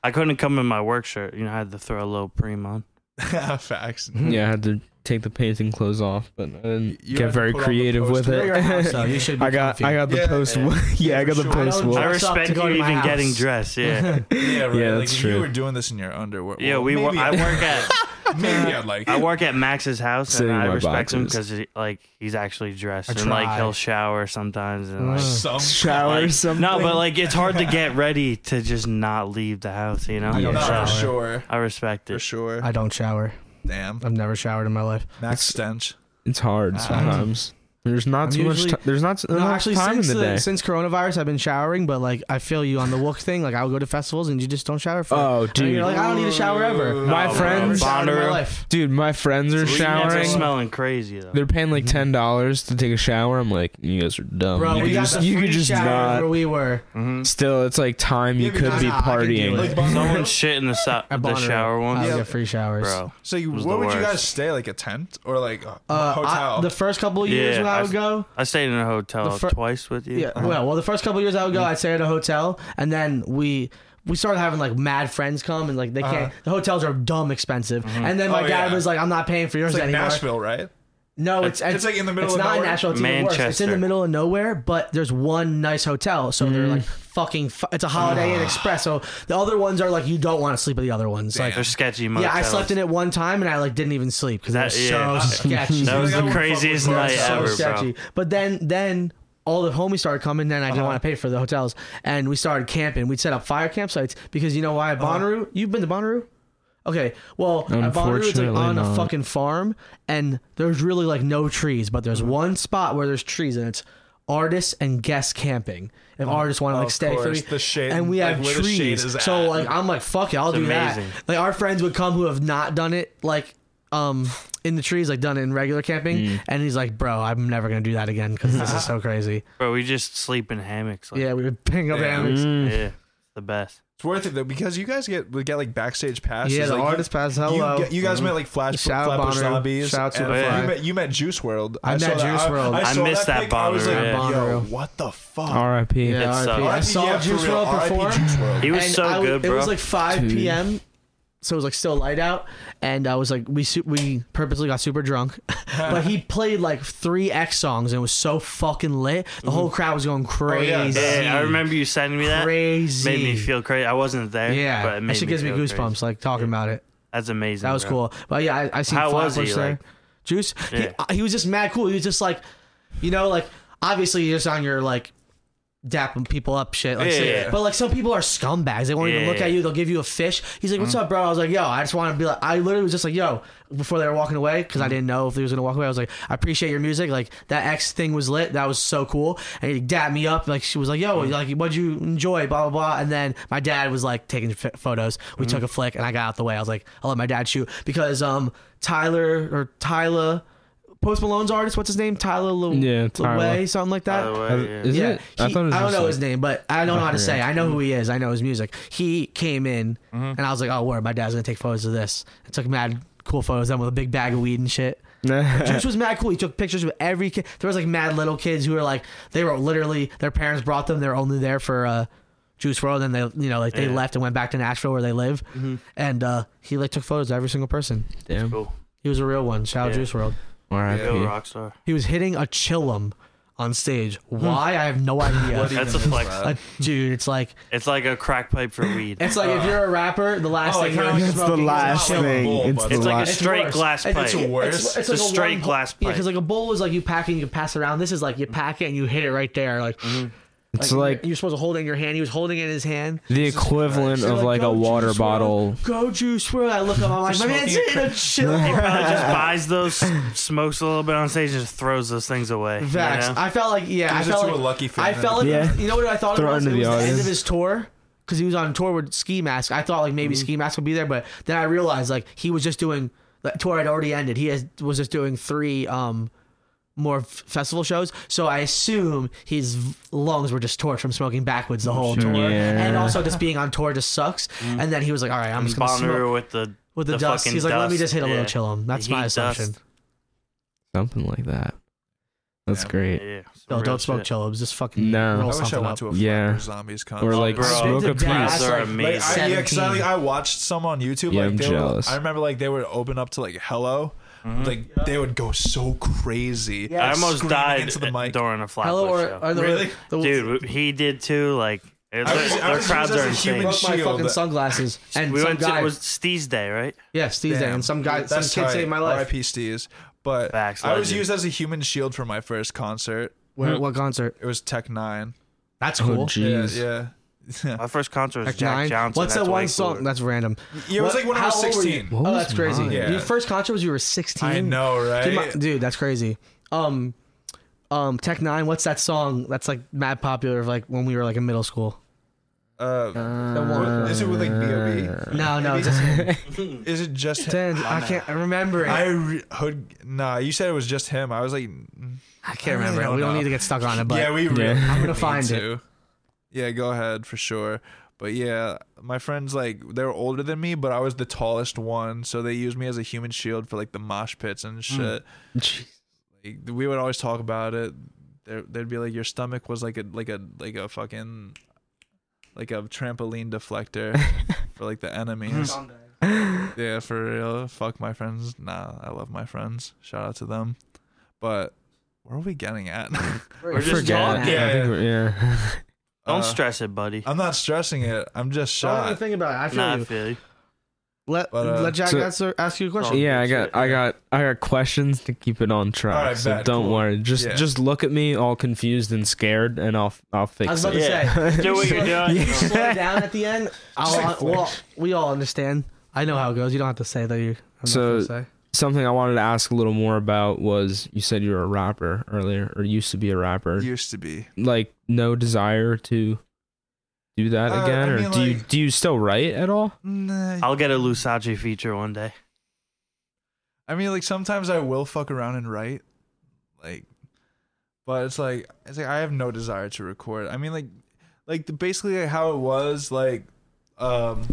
Speaker 4: I couldn't come in my work shirt. You know, I had to throw a little preem on.
Speaker 5: Facts.
Speaker 6: Yeah, I had to take the painting clothes off, but I didn't
Speaker 5: You
Speaker 6: get
Speaker 5: had to
Speaker 6: very
Speaker 5: put on the
Speaker 6: creative with
Speaker 5: poster.
Speaker 6: it.
Speaker 3: You're at house, though. You should be
Speaker 6: I got I got the
Speaker 5: Yeah.
Speaker 6: post. Yeah, I got the
Speaker 5: for sure.
Speaker 6: post.
Speaker 3: I don't
Speaker 6: wall.
Speaker 4: I
Speaker 3: Dress up to
Speaker 4: respect you
Speaker 3: go to
Speaker 4: even
Speaker 3: my house.
Speaker 4: getting dressed. Yeah,
Speaker 5: Yeah, right.
Speaker 6: Yeah,
Speaker 5: like,
Speaker 6: that's
Speaker 5: if
Speaker 6: true.
Speaker 5: You were doing this in your underwear.
Speaker 4: yeah.
Speaker 5: well,
Speaker 4: We wor-
Speaker 5: maybe
Speaker 4: I work at
Speaker 5: Maybe I'd like.
Speaker 4: I
Speaker 5: it.
Speaker 4: work at Max's house,
Speaker 6: Sitting in
Speaker 4: and I
Speaker 6: my
Speaker 4: respect him 'cause
Speaker 6: boxes.
Speaker 4: him because like he's actually dressed,
Speaker 3: I
Speaker 4: and like
Speaker 3: try. Mm.
Speaker 4: he'll shower sometimes, and like.
Speaker 5: Some
Speaker 6: shower
Speaker 4: like-
Speaker 6: something.
Speaker 4: No, but like it's hard to get ready to just not leave the house, you know.
Speaker 3: I
Speaker 5: No,
Speaker 3: don't
Speaker 4: So,
Speaker 3: shower.
Speaker 5: for sure.
Speaker 4: I respect
Speaker 5: For
Speaker 4: it.
Speaker 5: sure.
Speaker 3: I don't shower.
Speaker 5: Damn.
Speaker 3: I've never showered in my life.
Speaker 5: Max Stench.
Speaker 6: it's hard sometimes.
Speaker 1: There's not
Speaker 3: Uh, I'm
Speaker 1: too much.
Speaker 3: usually-
Speaker 1: T- there's not
Speaker 3: No,
Speaker 1: enough
Speaker 3: actually,
Speaker 1: time in
Speaker 3: since
Speaker 1: the, day.
Speaker 3: since coronavirus, I've been showering, but like I feel you on the wook thing. Like I'll go to festivals and you just don't shower for.
Speaker 1: oh,
Speaker 3: and
Speaker 1: dude,
Speaker 3: you're like I don't need a shower ever.
Speaker 5: Oh,
Speaker 1: My
Speaker 3: I've never
Speaker 1: friends-
Speaker 3: showered in my
Speaker 4: Bonder.
Speaker 3: life.
Speaker 1: dude, my friends are
Speaker 4: These nets are
Speaker 1: showering.
Speaker 4: smelling crazy though.
Speaker 1: They're paying like ten dollars to take a shower. I'm like, you guys are dumb.
Speaker 3: Mm-hmm. Bro,
Speaker 1: you
Speaker 3: we
Speaker 1: could
Speaker 3: got
Speaker 1: just,
Speaker 3: the
Speaker 1: you
Speaker 3: free
Speaker 1: could just
Speaker 3: shower where
Speaker 1: not.
Speaker 3: we were.
Speaker 4: hmm
Speaker 6: Mm-hmm.
Speaker 1: Still, it's like time you
Speaker 5: Yeah,
Speaker 1: could
Speaker 5: because
Speaker 1: be
Speaker 3: I- I can do
Speaker 1: partying.
Speaker 3: it.
Speaker 5: Like,
Speaker 4: Someone shit in the, so-
Speaker 3: At
Speaker 4: the
Speaker 3: Bonnaroo.
Speaker 4: shower
Speaker 3: I
Speaker 4: once,
Speaker 5: Yeah.
Speaker 3: get free showers.
Speaker 4: bro.
Speaker 5: So you,
Speaker 4: was
Speaker 5: what
Speaker 4: the
Speaker 5: would you guys
Speaker 4: worst.
Speaker 5: stay? Like a tent or like a
Speaker 3: Uh,
Speaker 5: hotel?
Speaker 3: I, the first couple of years
Speaker 4: Yeah,
Speaker 3: when I
Speaker 4: I-
Speaker 3: would go,
Speaker 4: I stayed in a hotel
Speaker 3: The fir-
Speaker 4: twice with you.
Speaker 3: yeah,
Speaker 5: Uh-huh.
Speaker 3: well, well, the first couple of years I would go, I'd stay at a hotel, and then we we started having like mad friends come, and like they can't. The hotels are dumb expensive, and then my
Speaker 5: Uh-huh. Oh,
Speaker 3: dad
Speaker 5: yeah.
Speaker 3: was like, "I'm not paying for yours
Speaker 5: it's like
Speaker 3: anymore."
Speaker 5: Nashville, right?
Speaker 3: No, it's,
Speaker 5: It's like in the middle
Speaker 3: It's
Speaker 5: of
Speaker 3: not
Speaker 5: nowhere?
Speaker 3: Nashville. It's even worse. It's in the
Speaker 4: Manchester.
Speaker 3: middle of nowhere, but there's one nice hotel, so they're
Speaker 5: Mm.
Speaker 3: like fucking. Fu- it's a Holiday
Speaker 5: Ah.
Speaker 3: Inn Express, so the other ones are like you don't want to sleep at the other ones. Like,
Speaker 4: They're sketchy
Speaker 3: yeah,
Speaker 4: motels.
Speaker 3: I slept in it one time and I like didn't even sleep because that
Speaker 4: That-
Speaker 3: was
Speaker 4: yeah.
Speaker 3: so sketchy.
Speaker 4: That was
Speaker 5: I wouldn't
Speaker 4: the
Speaker 5: fuck with
Speaker 4: craziest
Speaker 5: motels.
Speaker 4: night
Speaker 5: So
Speaker 4: ever, bro.
Speaker 3: sketchy. But then then all the homies started coming. Then I didn't want to pay for the hotels, and we started camping. We'd set up fire campsites because you know why? At Bonnaroo, you've been to Bonnaroo. Okay, well, at Bonnaroo, it's like
Speaker 1: Unfortunately
Speaker 3: on a
Speaker 1: not.
Speaker 3: fucking farm, and there's really like no trees, but there's one spot where there's trees, and it's artists and guests camping. If artists want to like
Speaker 5: Of
Speaker 3: stay for
Speaker 5: course,
Speaker 3: me,
Speaker 5: the shade-
Speaker 3: and we
Speaker 5: like,
Speaker 3: have
Speaker 5: where the shade
Speaker 3: trees,
Speaker 5: is
Speaker 3: so
Speaker 5: at.
Speaker 3: like I'm like fuck it, I'll
Speaker 4: It's
Speaker 3: do
Speaker 4: amazing.
Speaker 3: that. Like our friends would come who have not done it, like um in the trees, like done it in regular camping, and he's like, bro, I'm never gonna do that again because this is so crazy.
Speaker 4: Bro, we just sleep in hammocks. Like,
Speaker 3: Yeah, Mm. we would ping up
Speaker 5: Yeah.
Speaker 3: hammocks.
Speaker 1: Mm.
Speaker 4: yeah, the best.
Speaker 5: It's worth it though because you guys get we get like backstage passes.
Speaker 3: Yeah, the
Speaker 5: like,
Speaker 3: artist pass.
Speaker 5: You,
Speaker 3: Hello.
Speaker 5: you, get- you guys met like Flash
Speaker 3: Shout out
Speaker 5: Flatbush
Speaker 3: Bonnaroo.
Speaker 5: Zombies.
Speaker 3: Shout out to
Speaker 5: and
Speaker 4: the Fly.
Speaker 5: You met, you met Juice World.
Speaker 3: I met
Speaker 5: saw that-
Speaker 3: Juice WRLD.
Speaker 5: I,
Speaker 4: I
Speaker 5: saw
Speaker 4: missed that
Speaker 5: pic, I was
Speaker 4: Bonnaroo,
Speaker 5: like,
Speaker 3: yeah.
Speaker 5: yo,
Speaker 3: Bonnaroo.
Speaker 5: what the fuck?
Speaker 6: R.I.P.
Speaker 3: Yeah,
Speaker 4: It's,
Speaker 3: RIP.
Speaker 4: uh,
Speaker 3: I
Speaker 5: RIP,
Speaker 3: saw
Speaker 5: yeah, for
Speaker 3: Juice
Speaker 5: real, RIP
Speaker 3: WRLD perform.
Speaker 5: Juice WRLD.
Speaker 4: He was
Speaker 3: and
Speaker 4: so
Speaker 3: I was-
Speaker 4: good, bro.
Speaker 3: It was like 5 p.m. So it was like still light out, and I was like, we su- we purposely got super drunk, but he played like three X songs and it was so fucking lit. The whole crowd was going crazy,
Speaker 5: yeah.
Speaker 4: yeah, I remember you sending me that.
Speaker 3: crazy.
Speaker 4: Made me feel crazy. I wasn't there.
Speaker 3: yeah.
Speaker 4: but it made
Speaker 3: that shit gives me
Speaker 4: feel
Speaker 3: goosebumps.
Speaker 4: crazy.
Speaker 3: Like talking about it,
Speaker 4: That's amazing.
Speaker 3: that was
Speaker 4: bro.
Speaker 3: cool. But yeah, I, I seen
Speaker 4: How
Speaker 3: Flatbush
Speaker 4: was he,
Speaker 3: there.
Speaker 4: like-
Speaker 3: Juice, he,
Speaker 4: Yeah.
Speaker 3: uh, he was just mad cool. He was just like, you know, like obviously you're just on your like dapping people up shit. Like,
Speaker 4: Yeah,
Speaker 3: shit.
Speaker 4: yeah.
Speaker 3: But like some people are scumbags. They won't even
Speaker 4: Yeah,
Speaker 3: look
Speaker 4: yeah.
Speaker 3: at you. They'll give you a fish. He's like, "What's up, bro?" I was like, "Yo, I just want to be like." I literally was just like, "Yo," before they were walking away because
Speaker 1: Mm-hmm.
Speaker 3: I didn't know if they was gonna walk away. I was like, "I appreciate your music. Like that X thing was lit. That was so cool." And he dapped me up. Like she was like,
Speaker 1: Mm-hmm.
Speaker 3: "Yo, like what'd you enjoy?" Blah blah blah. And then my dad was like taking f- photos. We
Speaker 1: Mm-hmm.
Speaker 3: took a flick, and I got out the way. I was like, "I'll let my dad shoot," because um Tyler or Tyler. Post Malone's artist, what's his name? Tyler Le-
Speaker 1: Yeah, Tyler.
Speaker 3: LeWay, something like that.
Speaker 4: By the way, yeah.
Speaker 1: Is
Speaker 3: yeah,
Speaker 1: it? I
Speaker 3: he-
Speaker 1: thought it was
Speaker 3: I don't
Speaker 1: just
Speaker 3: know
Speaker 1: like-
Speaker 3: his name, but I don't know how to say. it. I know who he is. I know his music. He came in,
Speaker 4: Mm-hmm.
Speaker 3: and I was like, "Oh, word! My dad's gonna take photos of this." I took mad cool photos. Then with a big bag of weed and shit. Juice was mad cool. He took pictures with every kid. There was like mad little kids who were like, they were literally their parents brought them. They were only there for uh, Juice World, and they you know like they
Speaker 4: Yeah. Mm-hmm.
Speaker 3: left and went back to Nashville where they live. And uh, he like took photos of every single person.
Speaker 1: Damn.
Speaker 4: cool.
Speaker 3: He was a real one. Shout out
Speaker 4: Yeah.
Speaker 3: Juice World.
Speaker 4: Real
Speaker 1: R.I.P.
Speaker 4: rock star.
Speaker 3: He was hitting a chillum on stage.
Speaker 4: Hmm.
Speaker 3: Why I have no idea.
Speaker 5: What even
Speaker 4: That's a
Speaker 5: is
Speaker 4: flex.
Speaker 5: that?
Speaker 3: Like, dude, it's like
Speaker 4: It's like a crack pipe for weed.
Speaker 3: Uh, it's like if you're a rapper, the last
Speaker 5: Oh,
Speaker 3: thing
Speaker 5: like
Speaker 3: you're
Speaker 5: how it's the
Speaker 3: smoking is
Speaker 5: last
Speaker 3: a
Speaker 5: thing.
Speaker 3: bowl.
Speaker 5: It's
Speaker 4: It's like a
Speaker 3: It's
Speaker 4: straight
Speaker 3: worse.
Speaker 4: glass
Speaker 3: It's-
Speaker 4: pipe.
Speaker 3: it's
Speaker 5: a worse.
Speaker 3: It's,
Speaker 4: It's a
Speaker 3: like
Speaker 4: straight
Speaker 3: one-
Speaker 4: glass
Speaker 3: Yeah, because
Speaker 4: pipe.
Speaker 3: like a bowl is like you pack and you pass it around. This is like you pack it and you hit it right there. Like
Speaker 5: Mm-hmm.
Speaker 1: It's like
Speaker 3: you're supposed to hold it in your hand. He was holding it in his hand.
Speaker 1: the equivalent
Speaker 3: They're
Speaker 1: of like a
Speaker 3: "Go,
Speaker 1: water
Speaker 3: Juice WRLD.
Speaker 1: bottle.
Speaker 3: Go juice world. I look up. I'm like, my man's hitting a chill.
Speaker 4: He probably just buys those, smokes a little bit on stage, and just throws those things away. you
Speaker 3: Facts.
Speaker 4: know?
Speaker 3: I felt like yeah. I
Speaker 5: Gives it
Speaker 3: felt
Speaker 5: to
Speaker 3: like
Speaker 5: a lucky fan
Speaker 3: I
Speaker 5: then.
Speaker 3: felt like
Speaker 1: Yeah.
Speaker 3: you know what I thought it
Speaker 1: Throw
Speaker 3: was. It
Speaker 1: under
Speaker 3: was
Speaker 1: the
Speaker 3: the end
Speaker 1: audience.
Speaker 3: of his tour because he was on tour with Ski Mask. I thought like maybe Ski Mask would be there, but then I realized like he was just doing the tour had already ended. He has, was just doing three um more f- festival shows, so I assume his v- lungs were just torched from smoking backwards
Speaker 5: Mm,
Speaker 3: the whole tour, and also just being on tour just sucks. And then he was like, "All right, I'm just gonna
Speaker 4: Bonner
Speaker 3: smoke."
Speaker 4: with the
Speaker 3: With the,
Speaker 4: the
Speaker 3: dust,
Speaker 4: fucking
Speaker 3: he's like, "Let me
Speaker 4: dust,
Speaker 3: just hit a
Speaker 4: yeah.
Speaker 3: little chill him." That's
Speaker 4: heat
Speaker 3: my
Speaker 4: dust.
Speaker 3: assumption.
Speaker 1: Something like that. That's
Speaker 5: Yeah.
Speaker 1: great.
Speaker 4: Yeah,
Speaker 3: No,
Speaker 4: some real
Speaker 3: don't smoke
Speaker 4: shit.
Speaker 3: chillums. Just fucking
Speaker 1: No.
Speaker 5: I
Speaker 3: roll
Speaker 5: wish I
Speaker 3: something
Speaker 5: went
Speaker 3: up.
Speaker 5: to a
Speaker 1: Yeah.
Speaker 5: Flatbush Zombies concert.
Speaker 1: Or like
Speaker 4: bro.
Speaker 1: smoke a
Speaker 3: Big dad.
Speaker 1: piece.
Speaker 4: Those are
Speaker 3: like-
Speaker 5: Like,
Speaker 4: amazing.
Speaker 5: I, yeah, because I, like,
Speaker 3: 17.
Speaker 5: I watched some on YouTube.
Speaker 1: Yeah,
Speaker 5: like,
Speaker 1: I'm
Speaker 5: they would-
Speaker 1: jealous.
Speaker 5: I remember like they would open up to like hello, like they would go so crazy.
Speaker 4: I
Speaker 5: like,
Speaker 4: almost
Speaker 5: screaming
Speaker 4: died
Speaker 5: into the mic.
Speaker 4: during a flatbush
Speaker 3: Hello, or,
Speaker 4: show.
Speaker 3: or the,
Speaker 5: Really?
Speaker 3: the,
Speaker 4: Dude, he did too. Like it-
Speaker 5: I
Speaker 4: their,
Speaker 5: was- I
Speaker 4: their
Speaker 5: was
Speaker 4: crowds
Speaker 5: used
Speaker 4: are
Speaker 5: as a
Speaker 4: insane.
Speaker 5: human
Speaker 3: broke my
Speaker 5: Shield.
Speaker 3: fucking sunglasses. And
Speaker 4: we
Speaker 3: some
Speaker 4: went
Speaker 3: guy,
Speaker 4: to it was Steve's day, right?
Speaker 3: yeah, Steve's there, and some guy, some
Speaker 5: That's
Speaker 3: kid
Speaker 5: tight.
Speaker 3: saved my life.
Speaker 5: R.I.P. Steve's. But
Speaker 4: Facts,
Speaker 5: I was
Speaker 4: legend.
Speaker 5: used as a human shield for my first concert.
Speaker 3: Where, what concert?
Speaker 5: It was Tech Nine.
Speaker 3: That's
Speaker 1: Oh,
Speaker 3: cool.
Speaker 5: Yeah,
Speaker 1: jeez.
Speaker 5: yeah.
Speaker 4: My first concert was
Speaker 3: Like
Speaker 4: Jack
Speaker 3: nine?
Speaker 4: Johnson.
Speaker 3: What's
Speaker 4: That's
Speaker 3: that
Speaker 4: way
Speaker 3: one song?
Speaker 4: cooler.
Speaker 3: That's random.
Speaker 5: Yeah, it was
Speaker 3: What-
Speaker 5: like when I was
Speaker 3: how old were you?
Speaker 5: 16.
Speaker 1: What
Speaker 3: Oh,
Speaker 1: was
Speaker 3: that's crazy.
Speaker 1: mine?
Speaker 5: Yeah.
Speaker 3: Your first concert was you were 16.
Speaker 5: I know,
Speaker 3: Dude,
Speaker 5: right?
Speaker 3: my- dude, that's crazy. Um, um, Tech Nine. What's that song that's like mad popular of like when we were like in middle school?
Speaker 5: Uh,
Speaker 3: one-
Speaker 5: is it with like
Speaker 1: Uh,
Speaker 5: B.O.B.?
Speaker 3: No, no,
Speaker 5: Maybe?
Speaker 3: just
Speaker 5: Is it just
Speaker 3: Then
Speaker 5: him?
Speaker 3: I can't remember it.
Speaker 5: I
Speaker 3: I,
Speaker 5: re- hood. Nah, you said it was just him. I was like, mm,
Speaker 3: can't
Speaker 5: I
Speaker 3: remember
Speaker 5: don't
Speaker 3: it. We don't
Speaker 5: know.
Speaker 3: need to get stuck on it, but
Speaker 5: yeah, we. Really
Speaker 3: I'm
Speaker 5: need
Speaker 3: gonna find it.
Speaker 5: to. Yeah, go ahead for sure. But yeah, my friends like they were older than me, but I was the tallest one, so they used me as a human shield for like the mosh pits
Speaker 3: Hmm.
Speaker 5: and shit. Like, we would always talk about it. There, they'd be like, your stomach was like a like a like a fucking like a trampoline deflector for like the
Speaker 4: Hmm.
Speaker 3: Hmm.
Speaker 5: enemies. Yeah, for real. Fuck my friends. Nah, I love my friends. Shout out to them. But where are we getting at?
Speaker 4: We're just
Speaker 1: Forget.
Speaker 4: talking.
Speaker 5: Yeah,
Speaker 1: I think we're- yeah.
Speaker 4: Don't
Speaker 5: Uh,
Speaker 4: stress it, buddy.
Speaker 5: I'm not stressing it. I'm just
Speaker 3: Don't even
Speaker 5: shocked.
Speaker 3: think about it. Oh, I feel
Speaker 4: Nah, I
Speaker 3: you.
Speaker 4: feel you.
Speaker 3: Let
Speaker 5: But, uh,
Speaker 3: let Jack
Speaker 1: so-
Speaker 3: answer, ask you a question.
Speaker 1: yeah, I
Speaker 4: good
Speaker 1: got,
Speaker 4: shit,
Speaker 1: I
Speaker 4: yeah.
Speaker 1: got, I got questions to keep it on track.
Speaker 5: Alright,
Speaker 1: so
Speaker 5: bet,
Speaker 1: don't
Speaker 5: cool.
Speaker 1: worry. Just,
Speaker 5: Yeah.
Speaker 1: just look at me, all confused and scared, and I'll, I'll
Speaker 5: Oh,
Speaker 3: I
Speaker 1: fix
Speaker 3: was about
Speaker 1: it.
Speaker 3: to
Speaker 4: Yeah.
Speaker 3: say,
Speaker 4: Do what you're doing.
Speaker 3: If you slow down at the end, I'll,
Speaker 5: like
Speaker 3: well, we all understand. I know how it goes. You don't have to say that. You I'm
Speaker 1: So-
Speaker 3: so say.
Speaker 1: Something I wanted to ask a little more about was you said you were a rapper earlier, or used to be a rapper.
Speaker 5: Used to be.
Speaker 1: like no desire to do that
Speaker 5: Uh,
Speaker 1: again,
Speaker 5: I
Speaker 1: or
Speaker 5: mean,
Speaker 1: do you
Speaker 5: like-
Speaker 1: do you still write at all?
Speaker 5: Nah.
Speaker 4: I'll get a Lusachi feature one day.
Speaker 5: I mean, like sometimes I will fuck around and write, like, but it's like it's like I have no desire to record. I mean, like, like the, basically like, how it was like, um.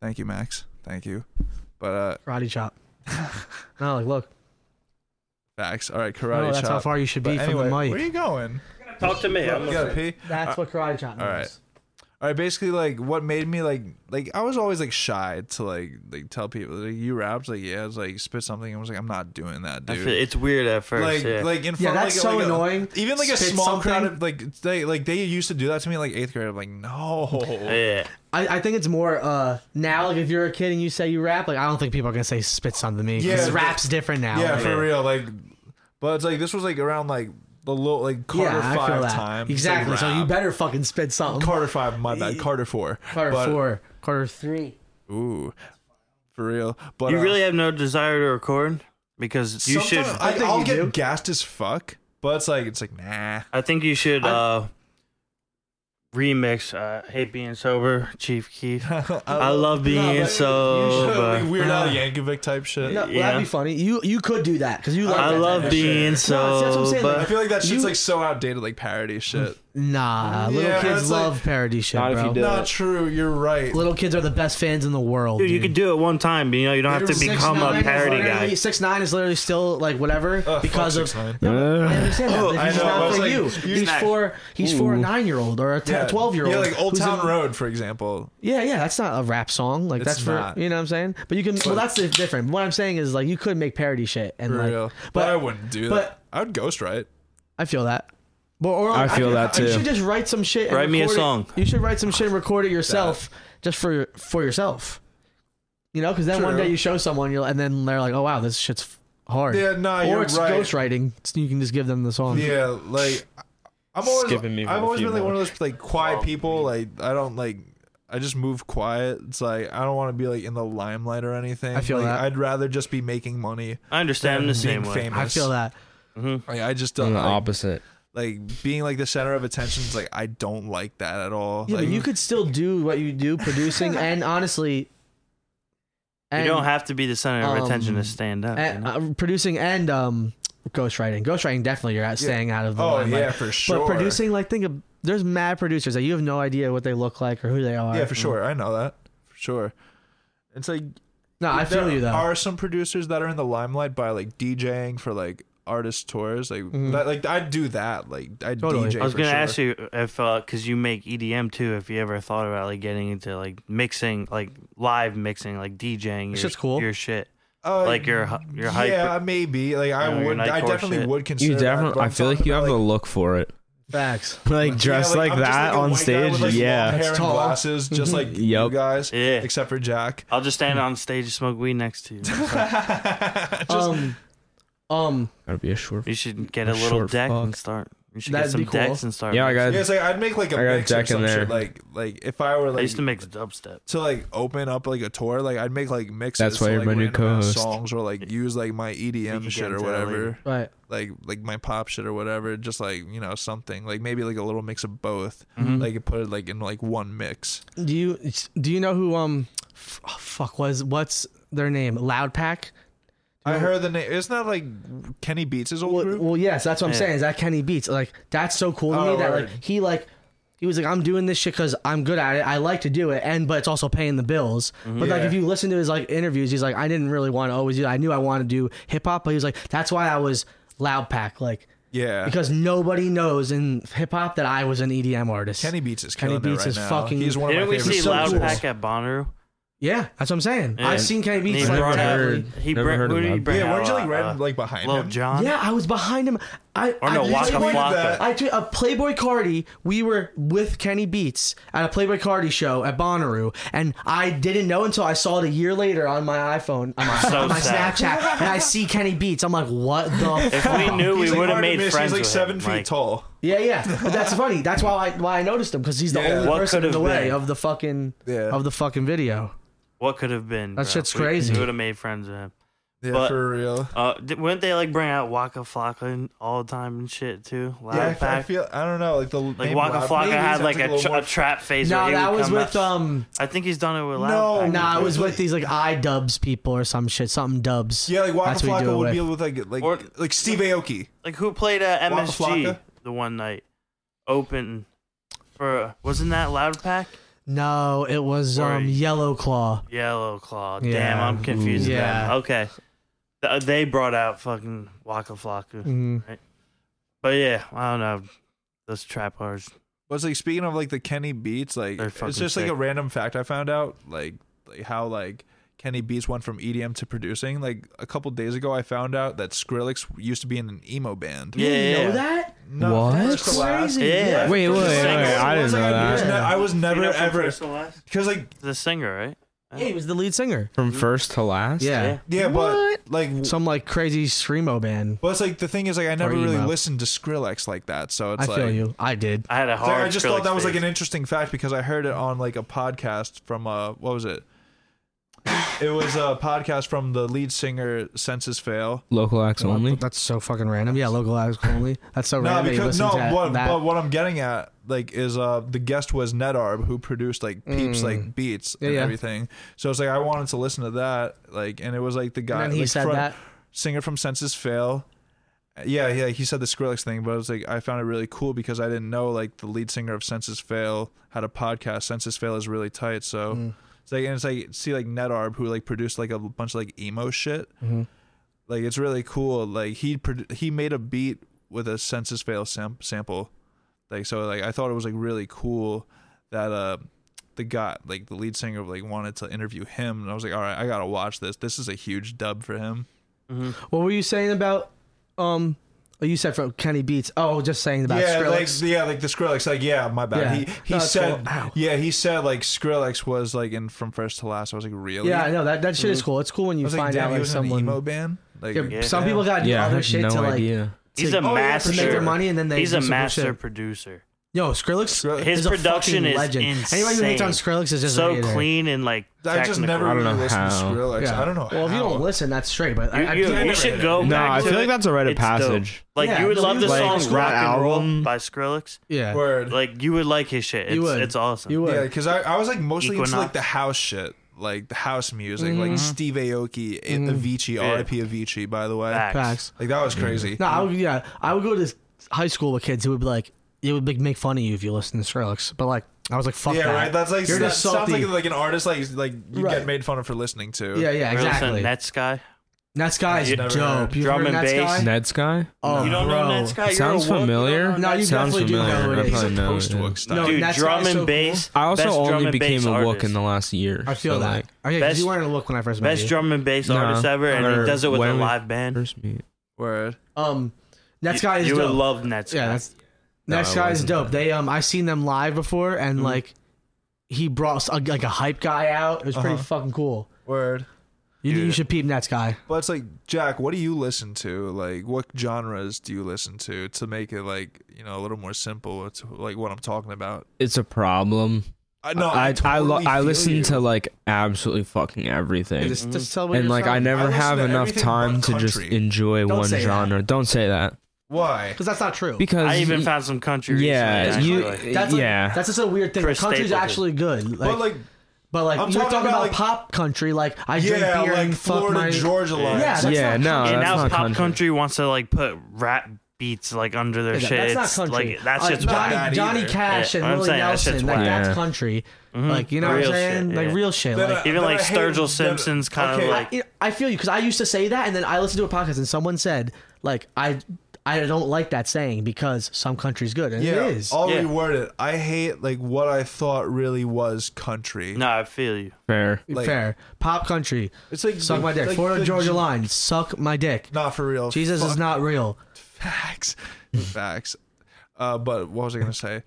Speaker 5: Thank you, Max. Thank you. But uh,
Speaker 3: Karate chop. No, like look.
Speaker 5: facts. All right, karate
Speaker 3: No, Oh, that's
Speaker 5: chop.
Speaker 3: how far you should
Speaker 5: But
Speaker 3: be
Speaker 5: anyway,
Speaker 3: from the
Speaker 5: where are
Speaker 3: mic.
Speaker 5: you going?
Speaker 4: Talk to me.
Speaker 5: You gotta pee.
Speaker 3: That's what karate chop.
Speaker 5: all
Speaker 3: means.
Speaker 5: All right, basically, like what made me like like I was always like shy to like like tell people like you rapped like yeah I was like spit something and I was like I'm not doing that dude
Speaker 4: it's weird at first.
Speaker 5: like
Speaker 4: yeah.
Speaker 5: like in front
Speaker 3: Yeah,
Speaker 5: of,
Speaker 3: that's
Speaker 5: like,
Speaker 3: so
Speaker 5: like, a-
Speaker 3: annoying.
Speaker 5: even like a
Speaker 3: Spit
Speaker 5: small
Speaker 3: something.
Speaker 5: crowd of like they like they used to do that to me in, like eighth grade I'm like no
Speaker 4: yeah.
Speaker 3: I, I think it's more uh now. Like if you're a kid and you say you rap, like I don't think people are gonna say spit something to me
Speaker 5: Yeah,
Speaker 3: because
Speaker 5: but-
Speaker 3: rap's different now.
Speaker 5: yeah
Speaker 3: Like,
Speaker 5: for real like but it's like this was like around like the little like Carter
Speaker 3: yeah, I feel
Speaker 5: five
Speaker 3: that
Speaker 5: time
Speaker 3: exactly. so you better fucking spit something.
Speaker 5: Carter five my bad Carter four
Speaker 3: Carter
Speaker 5: But-
Speaker 3: four, Carter three.
Speaker 5: ooh for real but
Speaker 4: You
Speaker 5: uh,
Speaker 4: really have no desire to record because you should.
Speaker 5: sometimes
Speaker 4: I,
Speaker 5: I,
Speaker 3: I think
Speaker 5: will
Speaker 3: you
Speaker 5: get
Speaker 3: do.
Speaker 5: gassed as fuck but it's like it's like nah
Speaker 4: think you should uh, remix. uh, hate being sober, Chief Keef. I love being
Speaker 3: but-
Speaker 4: sober.
Speaker 5: like Weird Al Yankovic type shit
Speaker 3: No, well,
Speaker 4: Yeah. Uh,
Speaker 3: that'd be funny. You you could do that because you like.
Speaker 4: I
Speaker 3: that
Speaker 4: love
Speaker 3: type of
Speaker 4: being
Speaker 3: shit. No, that's what I'm saying,
Speaker 4: sober.
Speaker 3: like,
Speaker 5: I feel like that shit's
Speaker 3: You-
Speaker 5: like so outdated like parody shit
Speaker 3: Nah, little
Speaker 5: Yeah, it's
Speaker 3: kids
Speaker 5: like-
Speaker 3: love parody shit,
Speaker 1: Not if
Speaker 3: bro.
Speaker 1: you did.
Speaker 5: Not true. You're right.
Speaker 3: Little kids are the best fans in the world.
Speaker 4: Dude,
Speaker 3: Dude,
Speaker 4: you could do it one time, but you know you don't have to
Speaker 5: Six
Speaker 4: become
Speaker 5: nine
Speaker 4: a
Speaker 5: is
Speaker 4: parody guy.
Speaker 3: Six nine is literally still like whatever
Speaker 5: Ugh, fuck
Speaker 3: because of.
Speaker 5: 6ix9ine.
Speaker 3: I
Speaker 1: Uh,
Speaker 3: understand that.
Speaker 5: I
Speaker 3: Like, he's
Speaker 5: know, I
Speaker 3: not
Speaker 5: was
Speaker 3: for
Speaker 5: like,
Speaker 3: you.
Speaker 5: he's
Speaker 3: He's
Speaker 4: not-
Speaker 3: for he's for a nine year old or a
Speaker 5: Yeah.
Speaker 3: twelve year old.
Speaker 5: Yeah, like Old Town Road, for example.
Speaker 3: Yeah, yeah, that's not a rap song. Like
Speaker 5: It's
Speaker 3: that's for
Speaker 5: not.
Speaker 3: you know what I'm saying. But you can. Well, that's the different. What I'm saying is like you could make parody shit and
Speaker 5: For
Speaker 3: like,
Speaker 5: real. But, I wouldn't do
Speaker 3: but-
Speaker 5: that. I would ghostwrite.
Speaker 3: I feel that. But, or,
Speaker 1: I feel that
Speaker 3: You
Speaker 1: too.
Speaker 3: should just write some shit. And
Speaker 4: Write me a
Speaker 3: record it-
Speaker 4: song.
Speaker 3: You should write some shit and record it yourself, just for for yourself. You know, because then one
Speaker 5: True.
Speaker 3: day you show someone, you'll, and then they're like, "Oh wow, this shit's f- hard."
Speaker 5: Yeah, no,
Speaker 3: or
Speaker 5: you're
Speaker 3: it's
Speaker 5: right.
Speaker 3: ghostwriting. So you can just give them the song.
Speaker 5: Yeah, like I'm always
Speaker 1: Skipping me for
Speaker 5: I've
Speaker 1: a
Speaker 5: always
Speaker 1: few
Speaker 5: been like one of
Speaker 1: minutes.
Speaker 5: those like quiet people. Like I don't like I just move quiet. It's like I don't want to be like in the limelight or anything.
Speaker 3: I feel
Speaker 5: like,
Speaker 3: that.
Speaker 5: I'd rather just be making money.
Speaker 4: I understand
Speaker 5: than
Speaker 4: the
Speaker 5: being
Speaker 4: same way. Mm-hmm.
Speaker 5: Famous.
Speaker 3: I feel that.
Speaker 5: Like, I just
Speaker 1: I'm
Speaker 3: Mm,
Speaker 5: don't
Speaker 1: the
Speaker 5: like,
Speaker 1: opposite.
Speaker 5: like being like the center of attention. Is like I don't like that at all.
Speaker 3: Yeah,
Speaker 5: like,
Speaker 3: but you could still do what you do, producing, and honestly, and,
Speaker 4: you don't have to be the center of attention to
Speaker 3: um,
Speaker 4: stand up. you
Speaker 3: and,
Speaker 4: know?
Speaker 3: uh, producing and um, ghostwriting. Ghostwriting definitely you're at staying out of the
Speaker 5: Oh
Speaker 3: limelight.
Speaker 5: yeah, for sure.
Speaker 3: But producing, like, think of there's mad producers that you have no idea what they look like or who they are.
Speaker 5: Yeah, for sure. I know that. For sure. It's like
Speaker 3: No, I feel
Speaker 5: there
Speaker 3: you though.
Speaker 5: Are some producers that are in the limelight by like DJing for like artist tours? Like,
Speaker 1: Mm-hmm.
Speaker 5: that, like I'd do that. Like I'd
Speaker 3: Totally.
Speaker 5: DJ.
Speaker 4: I was
Speaker 5: for
Speaker 4: gonna
Speaker 5: sure.
Speaker 4: ask you if, because you make EDM too, if you ever thought about like getting into like mixing, like live mixing, like DJing. Your,
Speaker 3: shit's cool.
Speaker 4: Your shit,
Speaker 5: Uh,
Speaker 4: like your hu- your hype.
Speaker 5: Yeah, maybe. Like I
Speaker 4: You know, your
Speaker 5: would. I
Speaker 4: nightcore
Speaker 5: definitely
Speaker 4: shit.
Speaker 5: would consider.
Speaker 1: You
Speaker 5: that,
Speaker 1: definitely.
Speaker 5: but
Speaker 1: I
Speaker 5: I'm
Speaker 1: feel like
Speaker 5: talking
Speaker 1: you have
Speaker 5: about,
Speaker 1: the
Speaker 5: like,
Speaker 1: look for it.
Speaker 3: Facts.
Speaker 1: Like dressed
Speaker 5: yeah,
Speaker 1: like,
Speaker 5: I'm just,
Speaker 1: that
Speaker 5: like, a
Speaker 1: on
Speaker 5: white guy
Speaker 1: stage.
Speaker 5: with, like, long
Speaker 1: yeah.
Speaker 5: hair and
Speaker 3: tall.
Speaker 5: glasses, just like you
Speaker 1: Yup.
Speaker 5: guys.
Speaker 4: Yeah.
Speaker 5: except for Jack.
Speaker 4: I'll just stand on stage and smoke weed next to you.
Speaker 3: um, um,
Speaker 1: That'd be a short.
Speaker 4: You should get
Speaker 1: A
Speaker 4: a little
Speaker 1: short
Speaker 4: deck and
Speaker 1: fuck.
Speaker 4: start You should
Speaker 3: That'd
Speaker 4: get some
Speaker 3: be cool.
Speaker 4: decks and start.
Speaker 1: Yeah, I
Speaker 4: mixing.
Speaker 1: got-
Speaker 5: Yeah, it's like I'd make like a
Speaker 1: I got a
Speaker 5: mix or
Speaker 1: deck in
Speaker 5: some
Speaker 1: there.
Speaker 5: shit. Like like if I were
Speaker 4: I
Speaker 5: like
Speaker 4: used to mix dubstep.
Speaker 5: to like open up like a tour, like I'd make like mixes.
Speaker 1: That's why
Speaker 5: to,
Speaker 1: you're
Speaker 5: like,
Speaker 1: my new
Speaker 5: random ass
Speaker 1: co-host.
Speaker 5: Songs or like use like my
Speaker 4: We can
Speaker 5: EDM
Speaker 4: get
Speaker 5: shit or
Speaker 4: into that
Speaker 5: whatever,
Speaker 4: later.
Speaker 3: Right.
Speaker 5: like like my pop shit or whatever. Just like you know something like maybe like a little mix of both.
Speaker 1: Mm-hmm.
Speaker 4: Mhm.
Speaker 5: Like you put it like in like one mix.
Speaker 3: Do you do you know who um f- oh, fuck was what's their name? Loud Pack.
Speaker 5: I heard the name. It's not like Kenny Beats' old
Speaker 3: Well,
Speaker 5: group.
Speaker 3: well yes, that's what I'm
Speaker 4: Yeah.
Speaker 3: saying. Is that Kenny Beats? Like that's so cool to
Speaker 5: Oh,
Speaker 3: me that
Speaker 5: word.
Speaker 3: like he like he was like I'm doing this shit because I'm good at it. I like to do it, and but it's also paying the bills.
Speaker 4: Mm-hmm.
Speaker 3: But like
Speaker 5: Yeah.
Speaker 3: if you listen to his like interviews, he's like I didn't really want to always do. That. I knew I wanted to do hip hop, but he was like that's why I was Loud Pack like.
Speaker 5: yeah,
Speaker 3: Because nobody knows in hip hop that I was an EDM artist.
Speaker 5: Kenny Beats is
Speaker 3: Kenny
Speaker 5: killing it
Speaker 3: Beats
Speaker 5: right
Speaker 3: is
Speaker 5: now.
Speaker 3: fucking-
Speaker 5: He's one of
Speaker 4: Didn't
Speaker 5: my
Speaker 4: we
Speaker 5: favorite
Speaker 4: see
Speaker 3: so
Speaker 4: Loud
Speaker 3: cool.
Speaker 4: Pack at Bonnaroo?
Speaker 3: yeah, that's what I'm saying.
Speaker 4: Yeah.
Speaker 3: I've seen Kenny
Speaker 4: And
Speaker 3: Beats
Speaker 4: he
Speaker 3: like
Speaker 4: brought
Speaker 3: that.
Speaker 4: out-
Speaker 1: Heard-
Speaker 4: He
Speaker 1: never
Speaker 4: bra-
Speaker 1: heard
Speaker 4: who
Speaker 1: of
Speaker 4: did he
Speaker 1: him.
Speaker 4: bring
Speaker 5: Yeah,
Speaker 4: out?
Speaker 5: weren't you like
Speaker 4: Uh,
Speaker 5: right like behind
Speaker 4: Lil
Speaker 5: him?
Speaker 4: John?
Speaker 3: Yeah, I was behind him. I
Speaker 4: Or no,
Speaker 3: I
Speaker 4: Waka
Speaker 3: tweeted
Speaker 5: Flocka.
Speaker 3: that. I tweet a Playboy Cardi. We were with Kenny Beats at a Playboy Cardi show at Bonnaroo, and I didn't know until I saw it a year later on my iPhone, on my,
Speaker 4: So
Speaker 3: on my
Speaker 4: sad.
Speaker 3: Snapchat, and I see Kenny Beats. I'm like, what the?
Speaker 4: If
Speaker 3: fuck?
Speaker 4: we knew,
Speaker 5: He's
Speaker 4: we
Speaker 5: like
Speaker 4: would have
Speaker 5: hard to
Speaker 4: made
Speaker 5: miss.
Speaker 4: friends.
Speaker 5: He's like
Speaker 4: with
Speaker 5: seven
Speaker 4: him,
Speaker 5: feet
Speaker 4: like-
Speaker 5: tall.
Speaker 3: Yeah, yeah. But that's funny. That's why I why I noticed him because he's the
Speaker 5: Yeah.
Speaker 3: only
Speaker 4: What
Speaker 3: person in
Speaker 4: could've
Speaker 3: the way
Speaker 4: been?
Speaker 3: of the fucking
Speaker 5: Yeah.
Speaker 3: of the fucking video.
Speaker 4: What could have been?
Speaker 3: That
Speaker 4: bro.
Speaker 3: shit's
Speaker 4: We-
Speaker 3: crazy.
Speaker 4: We would have made friends with him.
Speaker 5: Yeah,
Speaker 4: But-
Speaker 5: for real.
Speaker 4: Uh, did, wouldn't they like bring out Waka Flocka all the time and shit too? Loud
Speaker 5: Yeah, I, I
Speaker 4: Pack.
Speaker 5: feel I don't know like the
Speaker 4: like Waka Flocka had like a, tra- a trap face.
Speaker 3: No,
Speaker 4: where he
Speaker 3: that
Speaker 4: would
Speaker 3: was
Speaker 4: come
Speaker 3: with
Speaker 4: out-
Speaker 3: um.
Speaker 4: I think he's done it with
Speaker 5: No,
Speaker 4: Loud Pack.
Speaker 3: Nah, it was
Speaker 5: Really?
Speaker 3: with these like I dubs people or some shit, something dubs.
Speaker 5: yeah, like Waka
Speaker 3: That's what you do
Speaker 5: Flocka
Speaker 3: it
Speaker 5: would be
Speaker 3: with.
Speaker 5: with like like
Speaker 4: Or-
Speaker 5: like Steve Aoki.
Speaker 4: Like who played at
Speaker 5: Waka
Speaker 4: MSG
Speaker 5: Flocka?
Speaker 4: the one night? Open for wasn't that Loud Pack?
Speaker 3: No, it was
Speaker 4: Or-
Speaker 3: um Yellow Claw.
Speaker 4: Yellow Claw. Damn,
Speaker 3: Yeah.
Speaker 4: I'm confused.
Speaker 3: Ooh.
Speaker 4: with them.
Speaker 3: Yeah.
Speaker 4: Okay. Th- They brought out fucking Waka Flocka.
Speaker 3: Mm.
Speaker 4: But yeah, I don't know. Those trap bars.
Speaker 5: But it's like speaking of like the Kenny Beats, like
Speaker 4: They're fucking
Speaker 5: it's just like
Speaker 4: sick.
Speaker 5: a random fact I found out, like like how like Kenny Beats went from EDM to producing. Like a couple days ago, I found out that Skrillex used to be in an emo band.
Speaker 4: Yeah,
Speaker 3: you
Speaker 4: yeah,
Speaker 3: know
Speaker 4: yeah.
Speaker 3: that?
Speaker 5: No,
Speaker 1: What?
Speaker 5: first to last.
Speaker 4: Yeah. Yeah.
Speaker 1: Wait, wait,
Speaker 5: First to
Speaker 1: wait,
Speaker 5: last.
Speaker 1: wait, I didn't know
Speaker 5: I was
Speaker 1: that.
Speaker 5: ne- I was never
Speaker 4: You know from
Speaker 5: ever
Speaker 4: First to Last?
Speaker 5: because like
Speaker 4: The singer, right?
Speaker 3: Yeah, he was the lead singer.
Speaker 1: From first to last?
Speaker 3: Yeah.
Speaker 5: yeah,
Speaker 3: What?
Speaker 5: but like
Speaker 3: Some like crazy screamo band.
Speaker 5: But it's like the thing is like I never really
Speaker 3: emo.
Speaker 5: listened to Skrillex like that, so it's
Speaker 3: I
Speaker 5: like
Speaker 3: feel you. I did.
Speaker 4: I had a
Speaker 5: it's like,
Speaker 4: hard.
Speaker 5: I just
Speaker 4: Skrillex
Speaker 5: thought that was like
Speaker 4: phase.
Speaker 5: an interesting fact because I heard it on like a podcast from uh what was it? It was a podcast from the lead singer Census Fail.
Speaker 1: Local acts only?
Speaker 3: That's so fucking random. Yeah, local acts only. That's so
Speaker 5: No,
Speaker 3: random. that you
Speaker 5: because
Speaker 3: Oh, listen
Speaker 5: no,
Speaker 3: to
Speaker 5: what,
Speaker 3: that.
Speaker 5: but what I'm getting at like is uh the guest was Nedarb who produced like Peeps like beats
Speaker 3: Mm. Yeah,
Speaker 5: and
Speaker 3: yeah.
Speaker 5: everything. So it's like I wanted to listen to that like and it was like the guy
Speaker 3: and then he
Speaker 5: like,
Speaker 3: said
Speaker 5: front-
Speaker 3: that.
Speaker 5: singer from Census Fail. Uh, Yeah, yeah, he said the Skrillex thing, but I was like, I found it really cool because I didn't know like the lead singer of Census Fail had a podcast. Census Fail is really tight, so it's like, and it's like see like Nedarb who like produced like a bunch of like emo shit. Like it's really cool. Like he produ- he made a beat with a Census Fail sam- sample. Like so, like I thought it was like really cool that uh the guy like the lead singer like wanted to interview him, and I was like, all right, I gotta watch this. This is a huge dub for him.
Speaker 3: What were you saying about um oh, you said from Kenny Beats. Oh, just saying about
Speaker 5: yeah,
Speaker 3: Skrillex.
Speaker 5: like yeah, like the Skrillex. Like yeah, my bad.
Speaker 3: Yeah.
Speaker 5: He he
Speaker 3: No, it's
Speaker 5: said
Speaker 3: cool. Ow.
Speaker 5: yeah, he said like Skrillex was like in from first to last. I was like really.
Speaker 3: yeah, I know that that shit is cool. It's cool when
Speaker 5: I
Speaker 3: you
Speaker 5: was like,
Speaker 3: find
Speaker 5: damn,
Speaker 3: out
Speaker 5: he
Speaker 3: like
Speaker 5: was in an
Speaker 3: someone
Speaker 5: emo band. Like,
Speaker 3: Yeah,
Speaker 4: Yeah.
Speaker 3: some people gotta do
Speaker 1: Yeah, I
Speaker 3: other
Speaker 1: had
Speaker 3: shit
Speaker 1: no
Speaker 3: to like
Speaker 1: idea.
Speaker 4: He's
Speaker 3: to-
Speaker 4: a
Speaker 5: Oh, yeah, for
Speaker 4: master.
Speaker 3: to make their money and then they
Speaker 4: He's
Speaker 3: do
Speaker 4: a
Speaker 3: some cool shit.
Speaker 4: master producer.
Speaker 3: Yo, Skrillex
Speaker 5: Skrillex-
Speaker 4: His
Speaker 3: is a
Speaker 4: production
Speaker 3: fucking
Speaker 4: is
Speaker 3: legend.
Speaker 4: insane.
Speaker 3: Anyone who hates on Skrillex is just
Speaker 4: so
Speaker 3: an idiot.
Speaker 4: clean and like technical.
Speaker 5: I just never
Speaker 1: I don't
Speaker 5: really
Speaker 1: know
Speaker 5: listened
Speaker 1: how.
Speaker 5: to Skrillex.
Speaker 3: Yeah.
Speaker 5: I don't know.
Speaker 3: Well, if you
Speaker 5: how.
Speaker 3: don't listen, that's straight. But
Speaker 4: You,
Speaker 3: I, I
Speaker 4: you,
Speaker 3: can't-
Speaker 4: you
Speaker 5: never
Speaker 4: should
Speaker 5: heard
Speaker 4: go
Speaker 1: No,
Speaker 4: back
Speaker 1: I
Speaker 4: to
Speaker 1: feel
Speaker 4: it.
Speaker 1: like that's a rite of
Speaker 4: It's dope.
Speaker 1: passage.
Speaker 4: Like
Speaker 3: Yeah,
Speaker 4: you would
Speaker 3: but
Speaker 4: love
Speaker 3: you
Speaker 4: the
Speaker 3: like
Speaker 4: song
Speaker 1: that
Speaker 4: "Rock and Roll"
Speaker 1: album?
Speaker 4: by Skrillex.
Speaker 3: yeah,
Speaker 5: word.
Speaker 4: Like you would like his shit. It's,
Speaker 3: You would.
Speaker 4: It's awesome.
Speaker 3: you would.
Speaker 5: yeah, because I, I was like mostly into
Speaker 4: Equinox.
Speaker 5: like the house shit, like the house music,
Speaker 3: Mm-hmm.
Speaker 5: like Steve Aoki, A- Avicii, R.I.P. Avicii. By the way,
Speaker 4: Facts.
Speaker 3: Facts.
Speaker 5: like that was crazy.
Speaker 3: No, I would, yeah, I would go to high school with kids who would be like, it would like, make fun of you if you listen to Skrillex. But like, I was like, fuck
Speaker 5: yeah,
Speaker 3: that.
Speaker 5: right. That's like
Speaker 3: You're
Speaker 5: that
Speaker 3: just
Speaker 5: sounds
Speaker 3: salty.
Speaker 5: like like an artist like like you
Speaker 3: Right.
Speaker 5: get made fun of for listening to.
Speaker 3: yeah, yeah,
Speaker 4: Ever listen to
Speaker 3: exactly. That
Speaker 4: Nets guy.
Speaker 3: Sky is
Speaker 5: I've never
Speaker 3: dope.
Speaker 5: heard.
Speaker 3: You
Speaker 4: Drum
Speaker 3: heard
Speaker 4: and
Speaker 3: Nat
Speaker 4: bass.
Speaker 3: Sky?
Speaker 1: Ned's guy?
Speaker 3: Oh,
Speaker 4: you don't
Speaker 3: bro.
Speaker 4: know Nets guy? You're
Speaker 1: Sounds
Speaker 4: a wolf, you don't
Speaker 1: familiar.
Speaker 4: know
Speaker 3: No,
Speaker 4: Nets
Speaker 3: you
Speaker 4: guy?
Speaker 1: Sounds
Speaker 3: definitely do know
Speaker 1: familiar.
Speaker 3: who it
Speaker 1: I
Speaker 3: is.
Speaker 5: he's a
Speaker 1: probably know.
Speaker 5: post
Speaker 1: it.
Speaker 5: wook
Speaker 3: No,
Speaker 5: style.
Speaker 4: Dude,
Speaker 3: Nats
Speaker 4: drum
Speaker 3: guy's
Speaker 4: and
Speaker 3: so cool.
Speaker 4: bass.
Speaker 1: I also
Speaker 4: best drum
Speaker 1: only
Speaker 4: and
Speaker 1: became
Speaker 4: bass
Speaker 1: a wook
Speaker 4: artist.
Speaker 1: in the last year.
Speaker 3: I feel
Speaker 1: so,
Speaker 3: that.
Speaker 1: Like,
Speaker 3: okay, 'cause
Speaker 4: Best-
Speaker 3: you weren't a look when I first met
Speaker 4: best
Speaker 3: you.
Speaker 4: drum and bass
Speaker 1: Nah.
Speaker 4: artist ever, and he
Speaker 1: Or
Speaker 4: does it with a
Speaker 1: when we
Speaker 4: live band.
Speaker 1: first meet.
Speaker 5: Word.
Speaker 3: um, Nat
Speaker 4: You-
Speaker 3: Sky is
Speaker 4: you
Speaker 3: dope.
Speaker 4: would love Nets.
Speaker 3: yeah,
Speaker 4: guy.
Speaker 3: that's Nat
Speaker 1: it
Speaker 3: Sky is
Speaker 1: wasn't
Speaker 3: dope. They um, I seen them live before, and
Speaker 4: Mm-hmm.
Speaker 3: like, he brought a, like a hype guy out. It was pretty
Speaker 5: Uh-huh.
Speaker 3: fucking cool.
Speaker 5: Word.
Speaker 3: You, you
Speaker 5: Dude.
Speaker 3: should peep Nets guy.
Speaker 5: But it's like, Jack, what do you listen to? Like, what genres do you listen to to make it like you know a little more simple? It's like what I'm talking about.
Speaker 1: It's a problem.
Speaker 5: I know.
Speaker 1: I I, lo-
Speaker 5: totally
Speaker 1: I
Speaker 5: feel
Speaker 1: listen
Speaker 5: you.
Speaker 1: to like absolutely fucking everything.
Speaker 3: Just, just tell what
Speaker 1: and
Speaker 3: you're
Speaker 1: like I
Speaker 5: I
Speaker 1: never
Speaker 5: listen
Speaker 1: have
Speaker 5: to
Speaker 1: enough
Speaker 5: everything
Speaker 1: time
Speaker 5: but
Speaker 1: to just
Speaker 5: country.
Speaker 1: enjoy
Speaker 3: Don't
Speaker 1: one
Speaker 3: say that.
Speaker 1: genre. Don't say that
Speaker 5: why.
Speaker 3: because that's not true.
Speaker 1: because
Speaker 4: I even found some country.
Speaker 1: yeah,
Speaker 4: recently,
Speaker 1: you
Speaker 4: actually.
Speaker 3: That's like,
Speaker 1: yeah.
Speaker 3: that's just a weird thing.
Speaker 4: Chris
Speaker 3: Country's
Speaker 4: Stapleton.
Speaker 3: actually good. Like,
Speaker 5: but like,
Speaker 3: but like
Speaker 5: I'm
Speaker 3: you're
Speaker 5: talking
Speaker 3: talking
Speaker 5: about,
Speaker 3: about
Speaker 5: like-
Speaker 3: pop country. Like I drink
Speaker 5: yeah,
Speaker 3: beer
Speaker 5: like
Speaker 3: and fuck
Speaker 5: Florida
Speaker 3: my
Speaker 5: Georgia lines.
Speaker 3: Yeah, that's
Speaker 1: yeah,
Speaker 3: not
Speaker 1: no,
Speaker 3: country.
Speaker 1: that's
Speaker 4: and now
Speaker 1: not
Speaker 4: pop
Speaker 1: country.
Speaker 4: country. wants to like put rap beats like under their
Speaker 3: Yeah,
Speaker 4: shit.
Speaker 3: That's
Speaker 4: It's,
Speaker 3: not country.
Speaker 4: Like that's
Speaker 3: Uh,
Speaker 4: just
Speaker 5: not
Speaker 4: whack.
Speaker 5: that
Speaker 3: Johnny, Johnny
Speaker 5: either.
Speaker 3: Cash
Speaker 4: Yeah,
Speaker 3: and
Speaker 4: I'm
Speaker 3: Willie
Speaker 4: saying that
Speaker 3: Nelson.
Speaker 4: shit's
Speaker 3: like
Speaker 4: whack.
Speaker 3: that's
Speaker 1: Yeah.
Speaker 3: country. Like you know
Speaker 4: Mm-hmm. Real
Speaker 3: what I'm saying?
Speaker 4: shit,
Speaker 3: Like
Speaker 4: yeah.
Speaker 3: real shit.
Speaker 5: Then
Speaker 3: like,
Speaker 5: I-
Speaker 4: Even
Speaker 5: then
Speaker 4: like
Speaker 5: I hate-
Speaker 4: Sturgill
Speaker 5: then-
Speaker 4: Simpson's kind
Speaker 5: okay,
Speaker 4: of like
Speaker 3: you know, I feel you because I used to say that, and then I listened to a podcast and someone said like I I don't like that saying because some country's good and
Speaker 5: Yeah,
Speaker 3: it is.
Speaker 5: I'll
Speaker 4: Yeah.
Speaker 5: reword it. I hate like what I thought really was country.
Speaker 4: no, I feel you.
Speaker 1: fair.
Speaker 5: like-
Speaker 3: Fair pop country.
Speaker 5: It's like
Speaker 3: Suck my dick.
Speaker 5: like
Speaker 3: Florida
Speaker 5: the-
Speaker 3: Georgia line. Suck my dick.
Speaker 5: Not for real.
Speaker 3: Jesus
Speaker 5: Fuck
Speaker 3: is not real.
Speaker 5: facts. facts. Uh, but what was I gonna say?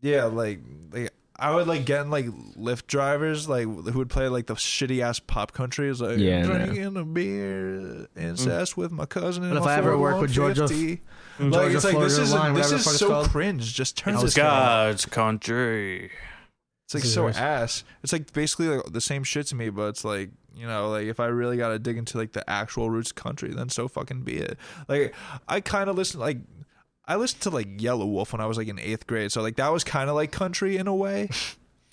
Speaker 5: Yeah, like like I would like get in, like Lyft drivers like who would play like the shitty ass pop country. It's like
Speaker 1: Yeah, no.
Speaker 5: drinking a beer, incest with my cousin. And
Speaker 3: But if
Speaker 5: my
Speaker 3: I ever work with Georgia-
Speaker 5: 450. like
Speaker 3: Georgia
Speaker 5: it's like this
Speaker 3: Florida
Speaker 5: is
Speaker 3: line,
Speaker 5: this
Speaker 3: whatever the
Speaker 5: is
Speaker 3: fuck it's
Speaker 5: so
Speaker 3: called.
Speaker 5: cringe. Just turn
Speaker 4: It's
Speaker 5: this off.
Speaker 4: God's country.
Speaker 5: It's like
Speaker 3: This is
Speaker 5: so
Speaker 3: yours.
Speaker 5: ass. It's like basically like, the same shit to me, but it's like you know, like if I really gotta dig into like the actual roots of country, then so fucking be it. Like I kind of listen like I listened to like Yellow Wolf when I was like in eighth grade, so like that was kind of like country in a way.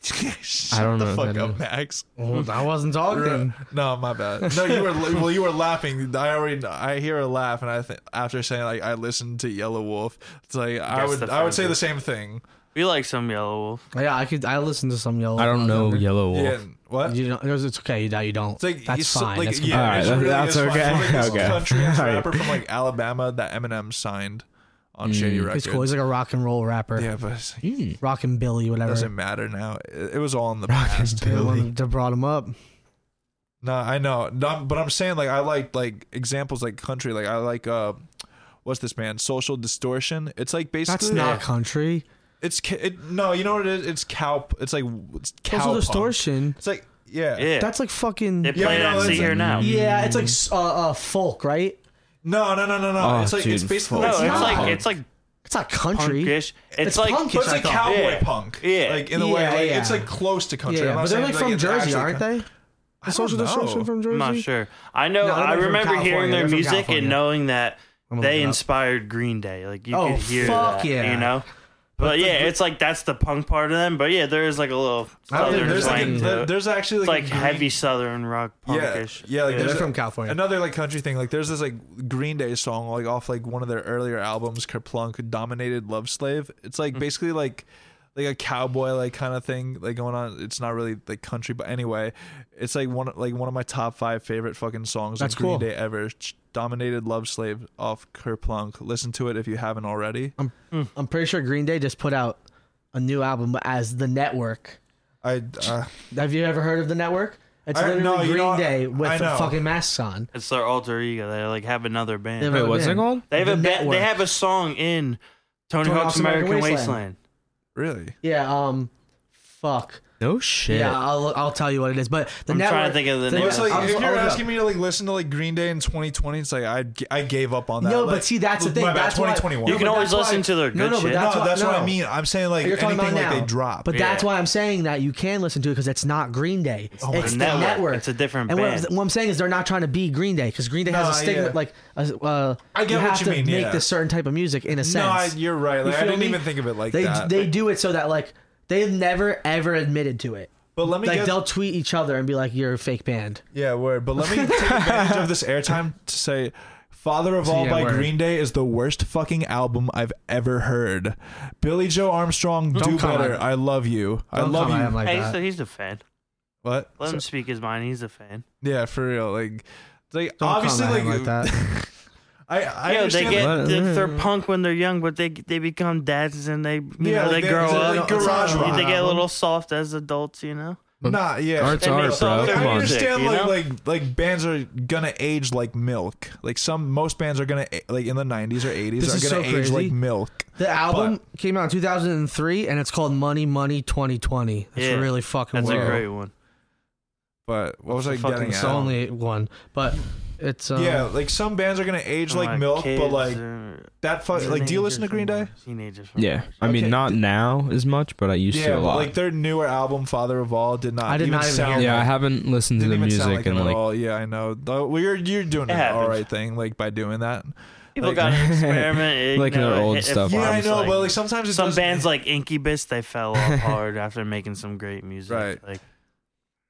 Speaker 5: Shut
Speaker 1: don't
Speaker 5: the
Speaker 1: know what
Speaker 5: fuck
Speaker 1: that
Speaker 5: up,
Speaker 1: is.
Speaker 5: Max.
Speaker 3: I wasn't talking.
Speaker 5: No, my bad. No, you were well. You were laughing. I already. I hear a laugh, and I think after saying like I listened to Yellow Wolf, it's like I
Speaker 4: Guess
Speaker 5: would.
Speaker 4: that's
Speaker 5: I would say
Speaker 4: country.
Speaker 5: the same thing.
Speaker 4: We like some Yellow Wolf.
Speaker 3: Yeah, I could. I listened to some yellow.
Speaker 1: I don't know Yellow Wolf.
Speaker 5: Yeah. What?
Speaker 3: You don't, it's okay. Now you don't.
Speaker 5: It's like
Speaker 3: That's
Speaker 5: it's so-
Speaker 3: fine.
Speaker 5: Like,
Speaker 3: That's
Speaker 5: yeah,
Speaker 1: Alright,
Speaker 5: it's
Speaker 1: that-
Speaker 5: really
Speaker 1: that's
Speaker 5: is fine.
Speaker 1: okay.
Speaker 5: It's Like,
Speaker 1: Okay.
Speaker 5: This country ass
Speaker 1: Alright.
Speaker 5: rapper from like Alabama that Eminem signed on
Speaker 3: Mm,
Speaker 5: Shady Records.
Speaker 3: It's cool. He's like a rock and roll rapper.
Speaker 5: yeah, but it's like, it
Speaker 1: Mm.
Speaker 3: Rock and Billy, whatever.
Speaker 5: doesn't matter now. It, it was all in the
Speaker 1: Rock and
Speaker 5: past.
Speaker 3: They're the one that brought him up.
Speaker 5: No, I know. No, I'm- but I'm saying like I like like examples like country. Like I like uh, what's this man? Social distortion. It's like basically
Speaker 3: That's not country.
Speaker 5: It's ca- it, no, you know what it is? It's cow. It's like it's cow.
Speaker 3: Social
Speaker 5: punk.
Speaker 3: distortion.
Speaker 5: It's like yeah.
Speaker 4: Yeah,
Speaker 3: That's like fucking.
Speaker 4: they play
Speaker 5: no,
Speaker 4: that
Speaker 5: it's
Speaker 4: See
Speaker 5: a-
Speaker 4: Here Now.
Speaker 3: Yeah, it's like s- uh, uh, folk, right?
Speaker 5: No, no, no, no, no.
Speaker 1: Oh,
Speaker 5: it's like it's
Speaker 1: dude,
Speaker 5: basically
Speaker 4: No,
Speaker 5: like
Speaker 4: it's
Speaker 3: not.
Speaker 4: like it's like
Speaker 3: It's not country.
Speaker 4: punkish. It's,
Speaker 3: It's
Speaker 4: like
Speaker 3: punkish,
Speaker 5: But it's
Speaker 3: I
Speaker 5: like
Speaker 3: thought.
Speaker 5: cowboy
Speaker 4: Yeah.
Speaker 5: punk.
Speaker 4: Yeah.
Speaker 5: Like in a way,
Speaker 3: Yeah,
Speaker 5: like,
Speaker 3: yeah.
Speaker 5: it's like close to
Speaker 3: Yeah,
Speaker 5: country.
Speaker 3: yeah,
Speaker 5: I'm not
Speaker 3: but they're
Speaker 5: saying,
Speaker 3: like from
Speaker 5: it's
Speaker 3: Jersey,
Speaker 5: actually
Speaker 3: aren't
Speaker 5: country.
Speaker 3: they?
Speaker 5: I don't
Speaker 3: Social distortion
Speaker 5: know.
Speaker 3: from Jersey.
Speaker 4: I'm not sure. I know.
Speaker 3: No, they're
Speaker 4: I
Speaker 3: from
Speaker 4: remember hearing
Speaker 3: California.
Speaker 4: their
Speaker 3: They're from
Speaker 4: music
Speaker 3: California.
Speaker 4: and knowing that
Speaker 3: I'm gonna look
Speaker 4: they
Speaker 3: it up.
Speaker 4: inspired Green Day. Like you
Speaker 3: Oh,
Speaker 4: could hear
Speaker 3: fuck
Speaker 4: that,
Speaker 3: yeah.
Speaker 4: you know. But,
Speaker 3: But the-
Speaker 4: yeah, it's like that's the punk part of them. But yeah, there is like a little
Speaker 5: I don't think
Speaker 4: southern
Speaker 5: there's like
Speaker 4: twang
Speaker 5: a,
Speaker 4: to it.
Speaker 5: there's actually
Speaker 4: It's
Speaker 5: like,
Speaker 4: like
Speaker 5: a green-
Speaker 4: heavy southern rock punkish.
Speaker 5: Yeah, yeah, like
Speaker 3: They're
Speaker 5: there's a-
Speaker 3: from California.
Speaker 5: Another like country thing. Like there's this like Green Day song like off like one of their earlier albums, Kerplunk, "Dominated Love Slave." It's
Speaker 3: Mm-hmm.
Speaker 5: like basically like like a cowboy like kind of thing like going on. It's not really like country, but anyway, it's like one like one of my top five favorite fucking songs
Speaker 3: That's
Speaker 5: of Green
Speaker 3: cool.
Speaker 5: Day ever. Ch- "Dominated Love Slave" off Kerplunk. Listen to it if you haven't already.
Speaker 3: I'm pretty sure Green Day just put out a new album as The Network.
Speaker 5: I uh,
Speaker 3: Have you ever heard of The Network? It's
Speaker 5: I-
Speaker 3: literally
Speaker 5: no, you
Speaker 3: Green
Speaker 5: know,
Speaker 3: Day
Speaker 5: I
Speaker 3: with
Speaker 5: know.
Speaker 3: fucking masks on.
Speaker 4: It's their alter ego. They like have another band.
Speaker 3: They have
Speaker 1: Wait,
Speaker 3: another
Speaker 1: what's it
Speaker 3: band.
Speaker 1: called?
Speaker 4: They have a
Speaker 3: The
Speaker 4: ba-
Speaker 3: Network.
Speaker 4: they have a song in Tony,
Speaker 3: Tony
Speaker 4: Hawk's American, Wasteland.
Speaker 5: really
Speaker 3: Yeah, um, fuck.
Speaker 1: No shit.
Speaker 3: Yeah, I'll, I'll tell you what it is. But The
Speaker 4: I'm
Speaker 3: Network.
Speaker 4: trying to think of the name.
Speaker 5: Well, it's like,
Speaker 3: I'll-
Speaker 5: if
Speaker 3: I'll
Speaker 5: you're
Speaker 3: look it up.
Speaker 5: asking me to like listen to like Green Day in 2020, it's like I I gave up on that.
Speaker 3: No,
Speaker 5: Like,
Speaker 3: but see, that's the
Speaker 5: my
Speaker 3: thing.
Speaker 5: bad,
Speaker 3: That's why-
Speaker 5: 2021.
Speaker 4: You
Speaker 3: No,
Speaker 4: can
Speaker 3: but
Speaker 4: always
Speaker 3: that's
Speaker 4: listen
Speaker 3: why-
Speaker 4: to
Speaker 3: No,
Speaker 4: their good
Speaker 3: no, but
Speaker 4: shit.
Speaker 5: no,
Speaker 3: why-
Speaker 5: that's what
Speaker 3: no.
Speaker 5: I mean. I'm saying like
Speaker 3: You're talking
Speaker 5: anything like
Speaker 3: about now.
Speaker 5: they drop.
Speaker 3: But that's
Speaker 4: Yeah.
Speaker 3: why I'm saying that you can listen to it because it's not Green Day. It's,
Speaker 5: Oh my
Speaker 3: the
Speaker 5: God.
Speaker 3: network.
Speaker 4: Network. It's a different
Speaker 3: and What
Speaker 4: band.
Speaker 3: I'm, what I'm saying is they're not trying to be Green Day because Green Day has
Speaker 5: Nah,
Speaker 3: a stigma.
Speaker 5: yeah.
Speaker 3: Like, a, uh,
Speaker 5: I get
Speaker 3: you
Speaker 5: what
Speaker 3: have
Speaker 5: you
Speaker 3: to
Speaker 5: mean,
Speaker 3: make
Speaker 5: yeah.
Speaker 3: this certain type of music in a sense.
Speaker 5: no, I, you're right.
Speaker 3: You
Speaker 5: Like, I
Speaker 3: feel
Speaker 5: didn't
Speaker 3: me?
Speaker 5: even think of it like
Speaker 3: they
Speaker 5: that.
Speaker 3: they do it so that like they've never ever admitted to it.
Speaker 5: but let me
Speaker 3: Like
Speaker 5: get,
Speaker 3: they'll tweet each other and be like, "You're a fake band."
Speaker 5: yeah, word. But let me take advantage of this airtime to say. Father of All
Speaker 3: yeah,
Speaker 5: by
Speaker 3: word.
Speaker 5: Green Day is the worst fucking album I've ever heard. Billy Joe Armstrong, do
Speaker 3: come
Speaker 5: better.
Speaker 3: at-
Speaker 5: I love you. I love you.
Speaker 3: Like
Speaker 4: Hey, he's,
Speaker 3: that.
Speaker 4: a, he's a fan.
Speaker 5: what?
Speaker 4: Let him speak his mind. He's a fan.
Speaker 5: Yeah, for real. Like, it's like
Speaker 3: Don't
Speaker 5: obviously,
Speaker 3: come at
Speaker 5: like,
Speaker 3: him like that.
Speaker 5: I, I
Speaker 4: Yo, they
Speaker 5: understand that-
Speaker 4: get they, they're punk when they're young, but they they become dads and they you
Speaker 5: Yeah, like
Speaker 4: know they,
Speaker 5: they-
Speaker 4: grow
Speaker 5: it's
Speaker 4: up.
Speaker 5: like garage
Speaker 4: they,
Speaker 5: rock.
Speaker 4: get a little soft as adults, you know.
Speaker 5: Nah, yeah.
Speaker 1: Art's
Speaker 4: They make
Speaker 1: art,
Speaker 4: songs
Speaker 1: bro.
Speaker 5: Like,
Speaker 4: about
Speaker 1: Come
Speaker 5: I
Speaker 1: on.
Speaker 4: music,
Speaker 5: understand
Speaker 4: you
Speaker 5: like
Speaker 4: know?
Speaker 5: like like bands are gonna age like milk. Like some most bands are gonna a- like in the nineties or eighties
Speaker 3: This
Speaker 5: are
Speaker 3: is
Speaker 5: gonna
Speaker 3: so
Speaker 5: age
Speaker 3: crazy.
Speaker 5: like milk.
Speaker 3: The album came out in 2003, and it's called Money Money 2020. That's
Speaker 4: Yeah.
Speaker 3: really fucking
Speaker 4: That's
Speaker 3: weird.
Speaker 4: a great one.
Speaker 5: But what was I
Speaker 4: It's a fucking
Speaker 5: getting
Speaker 3: It's
Speaker 5: at?
Speaker 3: the only one, but it's um,
Speaker 5: yeah, like some bands are gonna age like
Speaker 4: My
Speaker 5: milk,
Speaker 4: kids
Speaker 5: but like
Speaker 4: are
Speaker 5: that. Fu- like, do you
Speaker 4: teenagers
Speaker 5: listen to Green Day?
Speaker 4: from- Teenagers. from
Speaker 1: Yeah,
Speaker 4: Mars.
Speaker 1: I mean
Speaker 5: Okay.
Speaker 1: not now as much, but I used
Speaker 5: yeah,
Speaker 1: to a
Speaker 5: but,
Speaker 1: lot.
Speaker 5: like their newer album, Father of All, did not.
Speaker 3: I did
Speaker 5: even
Speaker 3: not even
Speaker 5: sound
Speaker 3: hear
Speaker 1: yeah,
Speaker 5: like-
Speaker 1: I haven't listened to
Speaker 5: didn't
Speaker 1: the
Speaker 5: even
Speaker 1: music
Speaker 5: sound like
Speaker 1: in
Speaker 5: them at
Speaker 1: like
Speaker 5: all. Yeah, I know. Though, well, you're you're doing
Speaker 4: It
Speaker 5: an all
Speaker 4: happens.
Speaker 5: right thing, like by doing that.
Speaker 4: People
Speaker 5: Like-
Speaker 4: got to experiment. It,
Speaker 1: Like
Speaker 4: you know,
Speaker 1: their old
Speaker 4: if
Speaker 1: stuff,
Speaker 4: you
Speaker 5: Yeah, I
Speaker 4: just,
Speaker 5: know,
Speaker 4: like-
Speaker 5: but like sometimes it
Speaker 4: some
Speaker 5: doesn't-
Speaker 4: bands like Incubus, they fell off hard after making some great music.
Speaker 5: Right.
Speaker 4: Like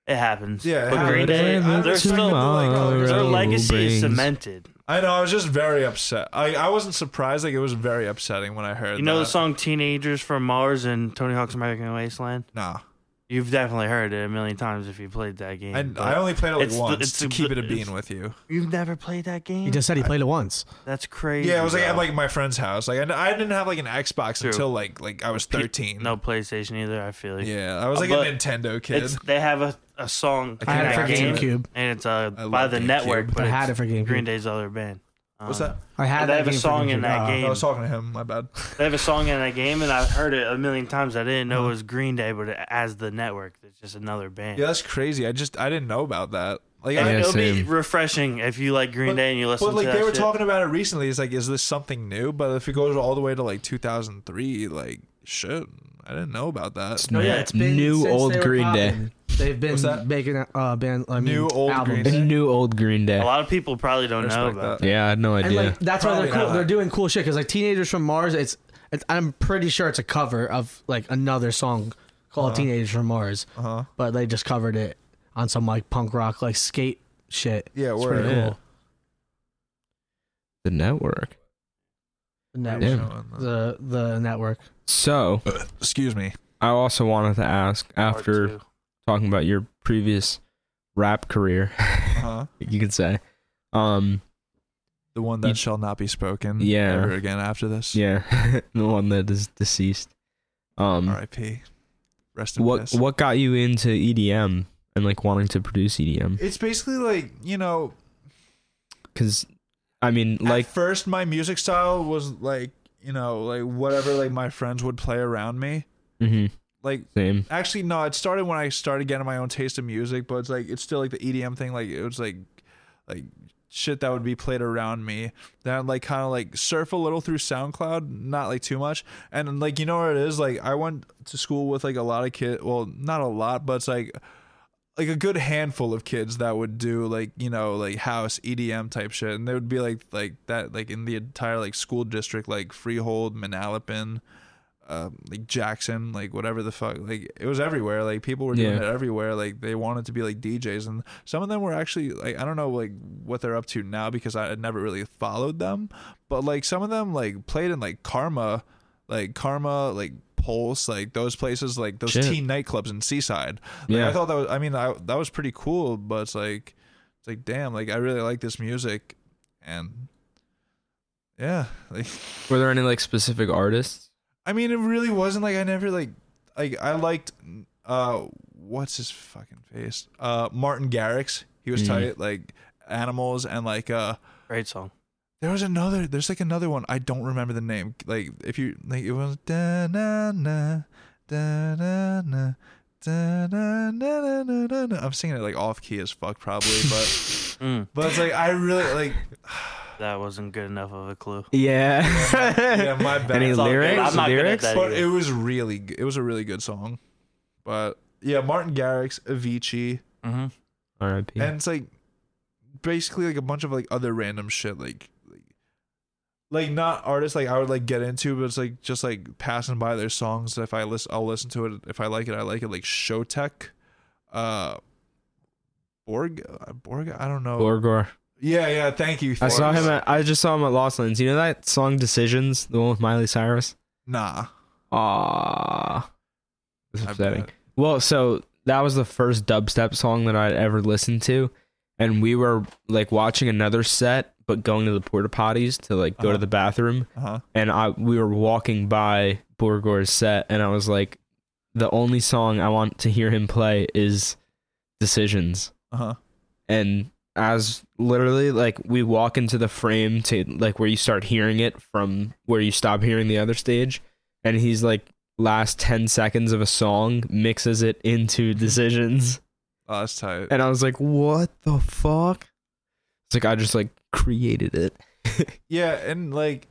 Speaker 4: it happens.
Speaker 5: Yeah, it
Speaker 4: but
Speaker 5: happens.
Speaker 4: Green Day,
Speaker 5: Like, I
Speaker 4: they're
Speaker 5: respect
Speaker 4: still
Speaker 5: the, like,
Speaker 1: tomorrow
Speaker 4: their
Speaker 5: Their
Speaker 4: legacy is
Speaker 1: brings-
Speaker 4: cemented.
Speaker 5: I know. I was just very upset. I I wasn't surprised. Like it was very upsetting when I heard.
Speaker 4: You know the
Speaker 5: that.
Speaker 4: song "Teenagers from Mars" and Tony Hawk's American Wasteland.
Speaker 5: Nah,
Speaker 4: You've definitely heard it a million times if you played that game.
Speaker 5: I,
Speaker 4: but
Speaker 5: I only played it like
Speaker 4: It's the-
Speaker 5: once
Speaker 4: it's
Speaker 5: to
Speaker 4: the-
Speaker 5: keep it a
Speaker 4: it's-
Speaker 5: bean with you.
Speaker 4: you've never played that game.
Speaker 3: He just said he played it once.
Speaker 4: That's crazy.
Speaker 5: Yeah, it was like at
Speaker 4: bro.
Speaker 5: like my friend's house. Like I, I didn't have like an Xbox
Speaker 4: True.
Speaker 5: until like like I was
Speaker 4: P-
Speaker 5: thirteen.
Speaker 4: no PlayStation either. I feel you.
Speaker 5: Yeah, I was like
Speaker 4: But
Speaker 5: a Nintendo kid.
Speaker 4: It's, they have a, a song
Speaker 5: I Yeah,
Speaker 4: in
Speaker 3: I had it
Speaker 5: can't
Speaker 4: that
Speaker 5: imagine
Speaker 3: for
Speaker 4: game,
Speaker 5: it.
Speaker 3: GameCube.
Speaker 4: and it's uh,
Speaker 5: I
Speaker 4: by
Speaker 5: love
Speaker 4: the
Speaker 5: GameCube.
Speaker 4: network. But
Speaker 3: I had it
Speaker 4: it's
Speaker 3: for GameCube.
Speaker 4: Green Day's other band.
Speaker 5: What's
Speaker 4: Um,
Speaker 5: that?
Speaker 3: I had
Speaker 4: They
Speaker 3: that
Speaker 4: have a
Speaker 3: game for
Speaker 4: song in
Speaker 3: GameCube.
Speaker 4: that
Speaker 3: Uh,
Speaker 4: game.
Speaker 5: I was talking to him. My bad.
Speaker 4: They have a song in that game, and I've heard it a million times. I didn't know it was Green Day, but as the network, it's just another band.
Speaker 5: Uh-huh. Yeah, that's crazy. I just I didn't know about that. Like
Speaker 4: I
Speaker 5: I
Speaker 4: mean,
Speaker 1: Yeah,
Speaker 4: it'll be
Speaker 1: same.
Speaker 4: refreshing if you like Green
Speaker 5: But-
Speaker 4: Day and you listen
Speaker 5: But like
Speaker 4: to
Speaker 5: they
Speaker 4: that
Speaker 5: were
Speaker 4: shit.
Speaker 5: talking about it recently. It's like, is this something new? But if it goes all the way to like 2003, like shit, I didn't know about that.
Speaker 1: it's
Speaker 3: No,
Speaker 1: n-
Speaker 3: yeah, it's been
Speaker 1: new
Speaker 3: since
Speaker 1: old
Speaker 3: they were
Speaker 1: Green Day.
Speaker 3: popping. They've been
Speaker 5: What's that?
Speaker 3: making uh, band I mean,
Speaker 5: New old Green
Speaker 3: albums.
Speaker 5: Day.
Speaker 1: New old Green
Speaker 4: A
Speaker 1: Day.
Speaker 4: lot of people probably don't know
Speaker 5: Respect
Speaker 4: about
Speaker 5: that.
Speaker 4: that.
Speaker 1: Yeah, I had no
Speaker 3: And
Speaker 1: idea.
Speaker 3: like that's why they're
Speaker 5: Probably
Speaker 3: cool.
Speaker 5: not.
Speaker 3: They're doing cool shit because like teenagers from Mars. It's, it's I'm pretty sure it's a cover of like another song called
Speaker 5: Uh-huh.
Speaker 3: "Teenagers from Mars,"
Speaker 5: Uh huh.
Speaker 3: but they just covered it on some like punk rock like skate shit.
Speaker 5: Yeah,
Speaker 3: It's
Speaker 5: we're
Speaker 3: pretty
Speaker 1: yeah.
Speaker 3: cool.
Speaker 1: The network.
Speaker 3: The network.
Speaker 1: Yeah.
Speaker 3: The the network.
Speaker 1: So
Speaker 5: Uh, Excuse me.
Speaker 1: I also wanted to ask
Speaker 4: Part
Speaker 1: after
Speaker 4: two.
Speaker 1: talking about your previous rap career,
Speaker 5: Uh huh.
Speaker 1: you could say. Um,
Speaker 5: The one
Speaker 1: You-
Speaker 5: that shall not be spoken.
Speaker 1: Yeah.
Speaker 5: Ever again after this.
Speaker 1: yeah, the one that is deceased. Um,
Speaker 5: R.I.P. Rest in
Speaker 1: what
Speaker 5: peace.
Speaker 1: what got you into EDM and like wanting to produce E EDM?
Speaker 5: It's basically like you know
Speaker 1: Because I mean,
Speaker 5: like
Speaker 1: like
Speaker 5: first my music style was like you know like whatever like my friends would play around me
Speaker 1: mhm,
Speaker 5: like
Speaker 1: same.
Speaker 5: actually no it started when i started getting my own taste of music but it's like it's still like the edm thing like it was like like shit that would be played around me that I'd, like kind of like surf a little through soundcloud not like too much and like you know what it is like i went to school with like a lot of kids well not a lot but it's like like a good handful of kids that would do like you know like house EDM type shit, and they would be like like that like in the entire like school district like Freehold, Manalapan, uh, like Jackson, like whatever the fuck, like it was everywhere. Like people were doing
Speaker 1: Yeah.
Speaker 5: it everywhere. Like they wanted to be like DJs, and some of them were actually like I don't know like what they're up to now because I had never really followed them, but like some of them like played in like Karma, like Karma, like Pulse, like those places, like those
Speaker 1: Shit.
Speaker 5: teen nightclubs in Seaside. Like,
Speaker 1: Yeah.
Speaker 5: I thought that was. I mean, I, that was pretty cool. But it's like, it's like, damn, like I really like this music, and yeah, like
Speaker 1: Were there any like specific artists?
Speaker 5: I mean, it really wasn't like I never like like I liked uh what's his fucking face uh Martin Garrix. He was
Speaker 1: Mm.
Speaker 5: tight like animals and like uh
Speaker 4: Great song.
Speaker 5: there was another. There's like another one. I don't remember the name. Like if you like it was da na na da na na da na na na na na. na. I'm singing it like off key as fuck probably, but
Speaker 4: Mm,
Speaker 5: but it's like I really like.
Speaker 4: that wasn't good enough of a clue.
Speaker 1: Yeah.
Speaker 5: Yeah, my bad.
Speaker 1: Any
Speaker 4: It's all good.
Speaker 1: lyrics?
Speaker 4: I'm not good at
Speaker 1: lyrics?
Speaker 4: that
Speaker 5: But
Speaker 4: either.
Speaker 5: it was really. g- It was a really good song. But yeah, Martin Garrix, Avicii,
Speaker 4: Mhm.
Speaker 1: R.I.P.
Speaker 5: and it's like basically like a bunch of like other random shit like like- like not artists like I would like get into but it's like just like passing by their songs if I listen I'll listen to it if I like it I like it like Showtech uh Borg uh, Borg I don't know
Speaker 1: Gorgor.
Speaker 5: yeah yeah thank you
Speaker 1: I saw
Speaker 5: Thorns.
Speaker 1: him. At, I just saw him at Lost Lands. You know that song "Decisions," the one with Miley Cyrus.
Speaker 5: nah
Speaker 1: Ah, it's
Speaker 5: I
Speaker 1: upsetting.
Speaker 5: bet.
Speaker 1: Well, so that was the first dubstep song that I'd ever listened to, and we were like watching another set, but going to the porta potties to like go
Speaker 5: Uh-huh.
Speaker 1: to the bathroom,
Speaker 5: uh-huh
Speaker 1: and I we were walking by Borgor's set, and I was like, the only song I want to hear him play is "Decisions."
Speaker 5: uh-huh
Speaker 1: and as literally like we walk into the frame to like where you start hearing it from where you stop hearing the other stage and he's like last 10 seconds of a song mixes it into decisions
Speaker 5: Oh, that's tight.
Speaker 1: and I was like, "What the fuck?" It's like I just like created it.
Speaker 5: Yeah, and like,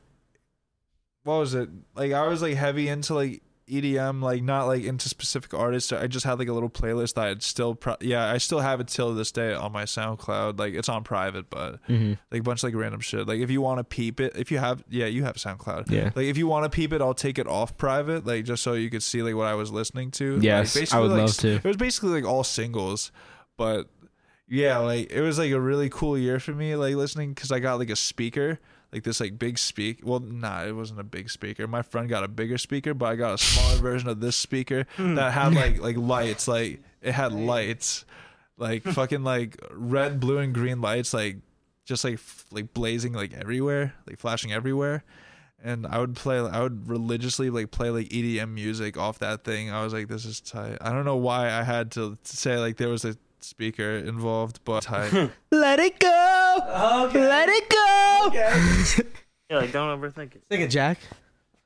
Speaker 5: what was it? Like, I was like heavy into like EDM, like not like into specific artists. I just had like a little playlist that I'd still, pro- yeah, I still have it till this day on my SoundCloud. Like, it's on private, but
Speaker 1: Mm-hmm.
Speaker 5: like a bunch of like random shit. Like, if you want to peep it, if you have, yeah, you have SoundCloud.
Speaker 1: Yeah.
Speaker 5: Like, if you want to peep it, I'll take it off private, like just so you could see like what I was listening to.
Speaker 1: Yes,
Speaker 5: like,
Speaker 1: I would
Speaker 5: like,
Speaker 1: love to.
Speaker 5: It was basically like all singles, but yeah, like it was like a really cool year for me, like listening because I got like a speaker, like this like big speak. Well, nah, it wasn't a big speaker. My friend got a bigger speaker, but I got a smaller version of this speaker that had like like lights, like it had lights, like fucking like red, blue, and green lights, like just like f- like blazing like everywhere, like flashing everywhere. And I would play, I would religiously like play like EDM music off that thing. I was like, this is tight. I don't know why I had to say like there was a speaker involved, but tight.
Speaker 1: Let it go.
Speaker 3: Okay.
Speaker 1: Let it go.
Speaker 4: Yeah, like don't overthink it.
Speaker 3: Sing it, Jack.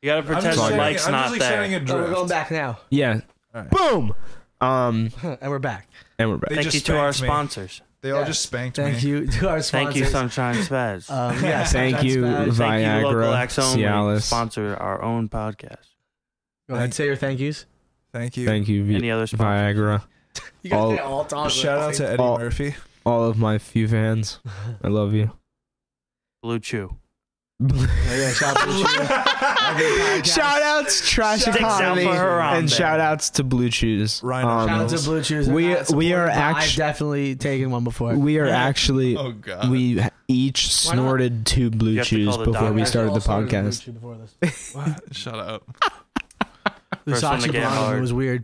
Speaker 4: You gotta
Speaker 5: I'm
Speaker 4: pretend
Speaker 5: just
Speaker 4: the
Speaker 5: saying-
Speaker 4: mic's
Speaker 5: I'm
Speaker 4: not
Speaker 5: just like
Speaker 4: there.
Speaker 5: setting a
Speaker 3: Oh, we're going
Speaker 5: drift.
Speaker 3: back now,
Speaker 1: Yeah.
Speaker 5: Alright.
Speaker 1: Boom. Um,
Speaker 3: and we're back.
Speaker 1: and we're back.
Speaker 5: They
Speaker 4: Thank
Speaker 5: just
Speaker 4: you to our
Speaker 5: spanked me.
Speaker 4: sponsors.
Speaker 5: They all
Speaker 3: Yeah.
Speaker 5: just spanked
Speaker 3: Thank
Speaker 5: me.
Speaker 3: you to our sponsors.
Speaker 4: Thank you, Sunshine Spaz.
Speaker 5: Uh,
Speaker 3: Um, yeah,
Speaker 1: Thank you,
Speaker 3: Spaz.
Speaker 1: Vi-
Speaker 4: Thank you, local
Speaker 1: Viagra,
Speaker 4: X only.
Speaker 1: Cialis.
Speaker 4: Sponsor our own podcast.
Speaker 3: Go ahead, say your thank yous.
Speaker 5: Thank you.
Speaker 1: Thank you,
Speaker 4: Any
Speaker 1: v-
Speaker 4: other sponsors?
Speaker 1: Viagra.
Speaker 3: You
Speaker 1: All-
Speaker 3: say all time.
Speaker 5: Shout out to Eddie
Speaker 1: Oh.
Speaker 5: Murphy.
Speaker 1: All of my few fans, I love you.
Speaker 4: Blue Chew.
Speaker 3: yeah, shout out to Blue Chew.
Speaker 1: shout outs, trash
Speaker 4: Sticks out
Speaker 1: economy,
Speaker 4: for her on
Speaker 1: and
Speaker 4: there.
Speaker 1: shout outs to Blue Chews. Um,
Speaker 5: Ryan
Speaker 3: Shout out to
Speaker 5: Reynolds.
Speaker 3: Blue Chews.
Speaker 1: We-
Speaker 3: Not
Speaker 1: we are
Speaker 3: supported, but
Speaker 1: act-
Speaker 3: I've definitely taken one before.
Speaker 1: we are
Speaker 4: Yeah.
Speaker 1: actually
Speaker 5: Oh god.
Speaker 1: we each
Speaker 3: Why not?
Speaker 1: snorted two
Speaker 4: You
Speaker 1: Blue
Speaker 4: have to call
Speaker 1: Chews
Speaker 4: the
Speaker 1: before we
Speaker 4: doctor.
Speaker 1: started the podcast.
Speaker 5: What? Shut up.
Speaker 4: First one to
Speaker 3: Lusachi
Speaker 4: get
Speaker 3: brought them.
Speaker 4: hard.
Speaker 3: It was weird.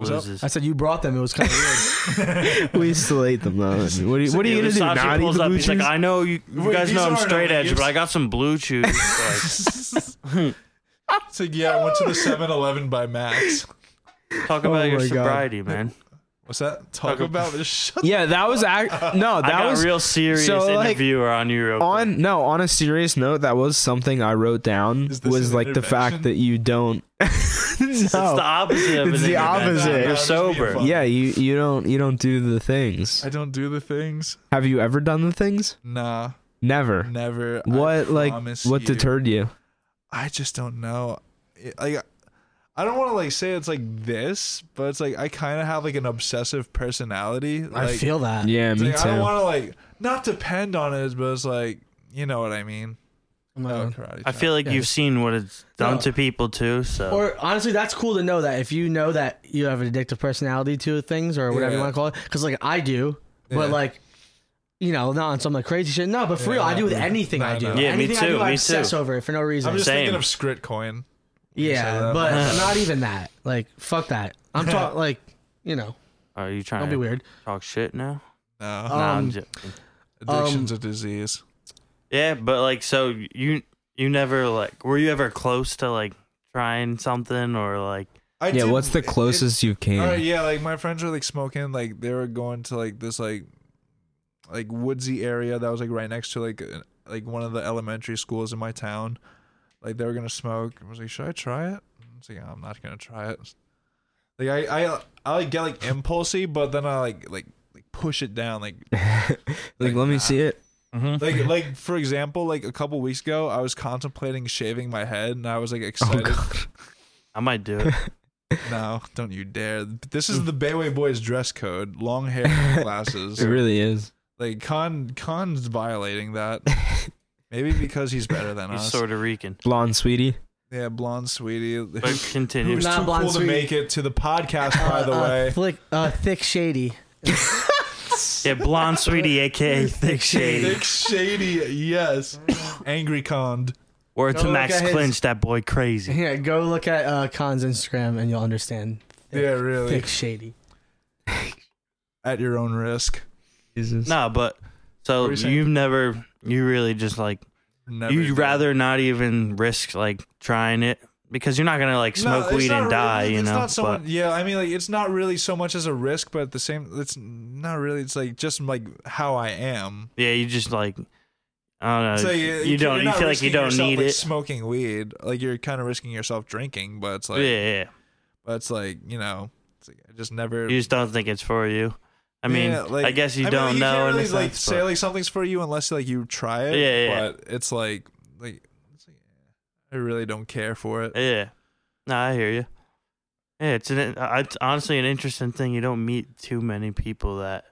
Speaker 4: Loses.
Speaker 3: I said you brought them. It was kind of weird.
Speaker 1: we still ate them though. What are you, what are you gonna do?
Speaker 4: Versace
Speaker 1: Not eat
Speaker 4: pulls
Speaker 1: the
Speaker 4: up.
Speaker 1: Blue
Speaker 4: He's like,
Speaker 1: Chews?
Speaker 4: I know you, you
Speaker 5: Wait,
Speaker 4: guys
Speaker 5: these
Speaker 4: know I'm
Speaker 5: aren't
Speaker 4: straight edge,
Speaker 5: leaves?
Speaker 4: but I got some blue chews. Like,
Speaker 5: It's like yeah, I went to the 7-Eleven by Max.
Speaker 4: talk
Speaker 1: Oh
Speaker 4: about your
Speaker 1: my God.
Speaker 4: sobriety, man.
Speaker 5: What's that? Talk
Speaker 4: Talk
Speaker 5: about this. Shut
Speaker 1: yeah, that was act. No,
Speaker 4: I
Speaker 1: Oh, that
Speaker 4: got
Speaker 1: was
Speaker 4: a real serious
Speaker 1: so, like,
Speaker 4: interviewer on you. real quick.
Speaker 1: on no on a serious note that was something i wrote down
Speaker 5: Is this
Speaker 1: was
Speaker 5: an
Speaker 1: like the fact
Speaker 5: intervention?
Speaker 1: that you don't no.
Speaker 4: it's the opposite. Of
Speaker 1: It's
Speaker 4: an
Speaker 1: the
Speaker 4: intervention.
Speaker 1: opposite.
Speaker 4: You're
Speaker 5: Just be
Speaker 4: sober.
Speaker 5: fun.
Speaker 1: yeah you you don't you don't do the things
Speaker 5: I don't do the things.
Speaker 1: have you ever done the things
Speaker 5: Nah,
Speaker 1: never
Speaker 5: never. I
Speaker 1: what like
Speaker 5: promise
Speaker 1: what
Speaker 5: you.
Speaker 1: deterred you
Speaker 5: I just don't know. It- Like, I don't want to like say it's like this, but it's like I kind of have like an obsessive personality. Like,
Speaker 3: I feel that.
Speaker 1: yeah
Speaker 5: it's
Speaker 1: me
Speaker 5: like, I don't
Speaker 1: too
Speaker 5: want to like not depend on it, but it's like you know what I mean. Oh, karate
Speaker 4: I
Speaker 5: chop.
Speaker 4: feel like
Speaker 3: Yeah.
Speaker 4: you've seen what it's done
Speaker 3: No.
Speaker 4: to people too. So
Speaker 3: Or honestly, that's cool to know that if you know that you have an addictive personality to things or whatever you
Speaker 5: Yeah.
Speaker 3: want to call it, because like I do,
Speaker 5: Yeah.
Speaker 3: but like. You know, not on some like crazy shit. No, but for real,
Speaker 5: Yeah,
Speaker 3: I do with
Speaker 5: no.
Speaker 3: anything
Speaker 5: No,
Speaker 3: I do.
Speaker 5: no.
Speaker 4: Yeah, me
Speaker 3: anything I
Speaker 4: too,
Speaker 3: do, I
Speaker 4: me
Speaker 3: obsess
Speaker 4: too.
Speaker 3: over it for no reason.
Speaker 5: I'm just
Speaker 4: Same.
Speaker 5: thinking of Skrit Coin. say
Speaker 3: yeah,
Speaker 5: that.
Speaker 3: but not even that. Like, fuck that. I'm talking like, you know,
Speaker 4: are you trying
Speaker 3: don't be
Speaker 4: to
Speaker 3: weird.
Speaker 4: talk shit now?
Speaker 5: No,
Speaker 1: Uh,
Speaker 4: No, I'm
Speaker 3: Um,
Speaker 4: joking.
Speaker 5: addiction's
Speaker 1: um,
Speaker 5: a disease.
Speaker 4: Yeah, but like, so you you never like, were you ever close to like trying something or like?
Speaker 5: I
Speaker 1: yeah
Speaker 5: did-
Speaker 1: what's the
Speaker 5: it- it-
Speaker 1: closest you've came
Speaker 5: All right, yeah, like my friends were like smoking, like they were going to like this like like woodsy area that was like right next to like an- like one of the elementary schools in my town. Like they were gonna smoke. I was like, should I try it? I was like, I'm not gonna try it. Like I I I like get like impulsy, but then I like like like push it down. Like
Speaker 1: like let me see it
Speaker 5: Mm-hmm. like like for example, like a couple weeks ago, I was contemplating shaving my head, and I was like
Speaker 1: oh
Speaker 5: excited.
Speaker 1: god
Speaker 4: I might do it.
Speaker 5: no, don't you dare! This is the Bayway Boys dress code: long hair, and glasses.
Speaker 1: it really is
Speaker 5: Like Khan, Khan's violating that. Maybe because he's better than
Speaker 4: He's
Speaker 5: us.
Speaker 4: sort of reeking.
Speaker 1: blonde sweetie
Speaker 5: yeah, blonde sweetie. who-
Speaker 4: But continue.
Speaker 5: Who's
Speaker 3: Not
Speaker 5: too
Speaker 3: blonde
Speaker 5: cool to
Speaker 3: sweetie.
Speaker 5: make it to the podcast? By
Speaker 3: Uh,
Speaker 5: the
Speaker 3: uh,
Speaker 5: way,
Speaker 3: flick, uh, thick shady.
Speaker 4: Yeah, blonde sweetie, aka Thick Shady.
Speaker 5: Nick Shady. Yes, angry Khan.
Speaker 4: Word to
Speaker 3: Don't
Speaker 4: Max
Speaker 3: look at his-
Speaker 4: Clinch, that boy crazy.
Speaker 3: Yeah, go look at uh, Khan's Instagram and you'll understand.
Speaker 5: Yeah, really.
Speaker 3: Thick shady.
Speaker 5: At your own risk.
Speaker 1: Jesus.
Speaker 4: No, but so
Speaker 5: What were you saying?
Speaker 4: you've never, you really just like,
Speaker 5: Never
Speaker 4: you'd
Speaker 5: did.
Speaker 4: rather not even risk like trying it because you're not gonna like
Speaker 5: No,
Speaker 4: smoke
Speaker 5: it's
Speaker 4: weed
Speaker 5: not
Speaker 4: and
Speaker 5: really-
Speaker 4: die, you
Speaker 5: it's
Speaker 4: know.
Speaker 5: Not so
Speaker 4: but
Speaker 5: much- yeah, I mean, like it's not really so much as a risk, but at the same, it's not really. It's like just like how I am.
Speaker 4: yeah, you just like, I don't know.
Speaker 5: So
Speaker 4: Uh, you,
Speaker 5: you,
Speaker 4: don't. You feel like you don't need
Speaker 5: like,
Speaker 4: it.
Speaker 5: Smoking weed, like you're kind of risking yourself drinking, but it's
Speaker 4: yeah,
Speaker 5: like,
Speaker 4: yeah.
Speaker 5: but it's like you know, it's like, I just never.
Speaker 4: You just don't think it's for you. I mean,
Speaker 5: Yeah, like-
Speaker 4: I guess you
Speaker 5: I mean,
Speaker 4: don't
Speaker 5: you
Speaker 4: know.
Speaker 5: Can't
Speaker 4: in a
Speaker 5: really like
Speaker 4: sense,
Speaker 5: say
Speaker 4: but-
Speaker 5: like something's for you unless like you try it.
Speaker 4: Yeah, yeah, yeah.
Speaker 5: But it's like like, it's like I really don't care for it.
Speaker 4: Yeah. No, I hear you. Yeah, it's an uh, it's honestly an interesting thing. You don't meet too many people that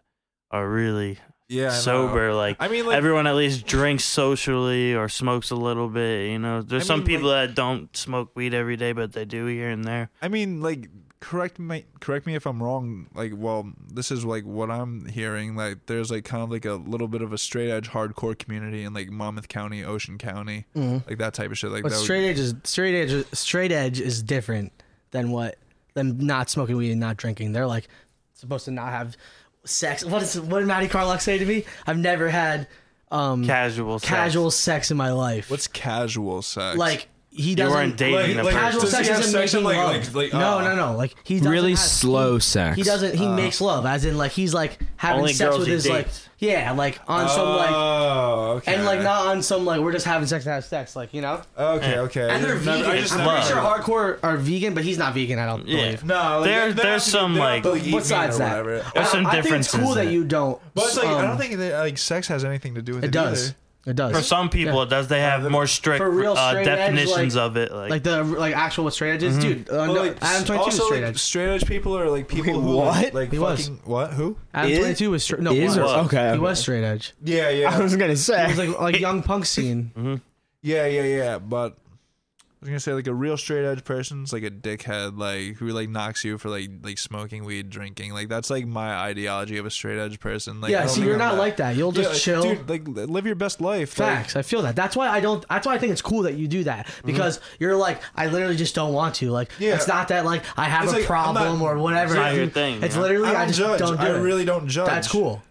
Speaker 4: are really
Speaker 5: Yeah, I know.
Speaker 4: sober. Like,
Speaker 5: I mean, like
Speaker 4: everyone at least drinks socially or smokes a little bit. You know, there's
Speaker 5: I
Speaker 4: some
Speaker 5: mean,
Speaker 4: people that don't smoke weed every day, but they do here and there.
Speaker 5: I mean, like correct me correct me if I'm wrong. Like, well, this is like what I'm hearing. Like, there's like kind of like a little bit of a straight edge hardcore community in like Monmouth County, Ocean County, like that type of shit. Like
Speaker 3: But
Speaker 5: that. would-
Speaker 3: Mm-hmm. straight edge is straight edge. is- Straight edge is different than what than not smoking weed and not drinking. They're like supposed to not have sex. What is what did Matty Carlock say to me? I've never had um,
Speaker 4: Casual, sex.
Speaker 3: casual sex in my life.
Speaker 5: what's casual sex?
Speaker 3: like he
Speaker 4: You
Speaker 3: doesn't
Speaker 4: weren't dating
Speaker 5: Like-
Speaker 4: a
Speaker 5: like-
Speaker 4: person.
Speaker 3: Casual
Speaker 5: Does he
Speaker 3: sex
Speaker 5: have
Speaker 3: isn't
Speaker 5: sex in,
Speaker 3: making
Speaker 5: like-
Speaker 3: love.
Speaker 5: like- like,
Speaker 3: no,
Speaker 5: uh,
Speaker 3: no, no. Like he doesn't
Speaker 1: Really
Speaker 3: have-
Speaker 1: slow sex.
Speaker 3: He doesn't. He makes love, as in like he's like having
Speaker 4: Only
Speaker 3: sex
Speaker 4: girls
Speaker 3: with
Speaker 4: he
Speaker 3: his like
Speaker 4: dates.
Speaker 3: yeah, like on some like
Speaker 5: Oh, okay.
Speaker 3: and like not on some like we're just having sex to have sex, like you know.
Speaker 5: Okay, okay.
Speaker 3: And they're vegan.
Speaker 5: I just
Speaker 3: I'm
Speaker 5: never-
Speaker 3: pretty sure hardcore are vegan, but he's not vegan. I don't
Speaker 4: Yeah.
Speaker 3: believe.
Speaker 5: No, like,
Speaker 4: There-
Speaker 5: they're- they're
Speaker 4: there's
Speaker 5: not-
Speaker 4: some,
Speaker 5: they're not
Speaker 4: like-
Speaker 5: really
Speaker 3: But
Speaker 5: vegan
Speaker 3: besides
Speaker 5: or
Speaker 3: that,
Speaker 5: whatever.
Speaker 3: I,
Speaker 4: There's some
Speaker 3: I think it's
Speaker 4: differences
Speaker 3: cool
Speaker 4: in
Speaker 3: that
Speaker 4: it.
Speaker 3: you don't.
Speaker 5: But it's like I
Speaker 3: um,
Speaker 5: don't think that like sex has anything to do with it.
Speaker 3: it does.
Speaker 5: either.
Speaker 3: It does.
Speaker 4: For some people, it does. They have more strict
Speaker 3: for real
Speaker 4: uh,
Speaker 3: straight edge,
Speaker 4: definitions
Speaker 3: like-
Speaker 4: of it. Like, Mm-hmm.
Speaker 3: like the like actual what straight edge is, dude. Uh,
Speaker 5: Well,
Speaker 3: no,
Speaker 5: like,
Speaker 3: Adam twenty two is
Speaker 5: also,
Speaker 3: straight
Speaker 5: like,
Speaker 3: edge.
Speaker 5: Straight edge people are like people who
Speaker 1: what?
Speaker 5: like, like
Speaker 3: He was.
Speaker 5: fucking what? Who?
Speaker 3: Adam
Speaker 1: is-
Speaker 3: twenty two is straight. No,
Speaker 1: is or-
Speaker 3: was.
Speaker 1: okay.
Speaker 3: he was straight edge.
Speaker 5: Yeah, yeah,
Speaker 1: I was gonna
Speaker 3: It was
Speaker 1: say.
Speaker 3: like like young punk scene.
Speaker 5: yeah, yeah, yeah. But I was gonna say like a real straight edge person's like a dickhead, like who like knocks you for like like smoking weed, drinking. Like that's like my ideology of a straight edge person. Like I
Speaker 4: oh,
Speaker 3: yeah,
Speaker 5: don't
Speaker 3: see,
Speaker 5: think
Speaker 3: you're
Speaker 5: I'm
Speaker 3: not like that. You'll
Speaker 5: Yeah,
Speaker 3: just
Speaker 5: like,
Speaker 3: chill.
Speaker 5: dude. Like li- live your best life. like-
Speaker 3: Facts. I feel that. That's why I don't. That's why I think it's cool that you do that
Speaker 4: Mm-hmm.
Speaker 3: because you're like, I literally just don't want to. Like,
Speaker 5: Yeah.
Speaker 3: it's not that like I have
Speaker 5: It's
Speaker 3: a
Speaker 5: like, I'm
Speaker 3: problem
Speaker 5: not-
Speaker 3: or whatever.
Speaker 4: It's not
Speaker 3: I
Speaker 4: your
Speaker 3: do-
Speaker 4: thing,
Speaker 3: It's
Speaker 4: you know?
Speaker 3: literally
Speaker 5: I
Speaker 3: I,
Speaker 5: don't
Speaker 3: just
Speaker 5: judge.
Speaker 3: don't do
Speaker 5: I
Speaker 3: it.
Speaker 5: really don't judge.
Speaker 3: That's cool.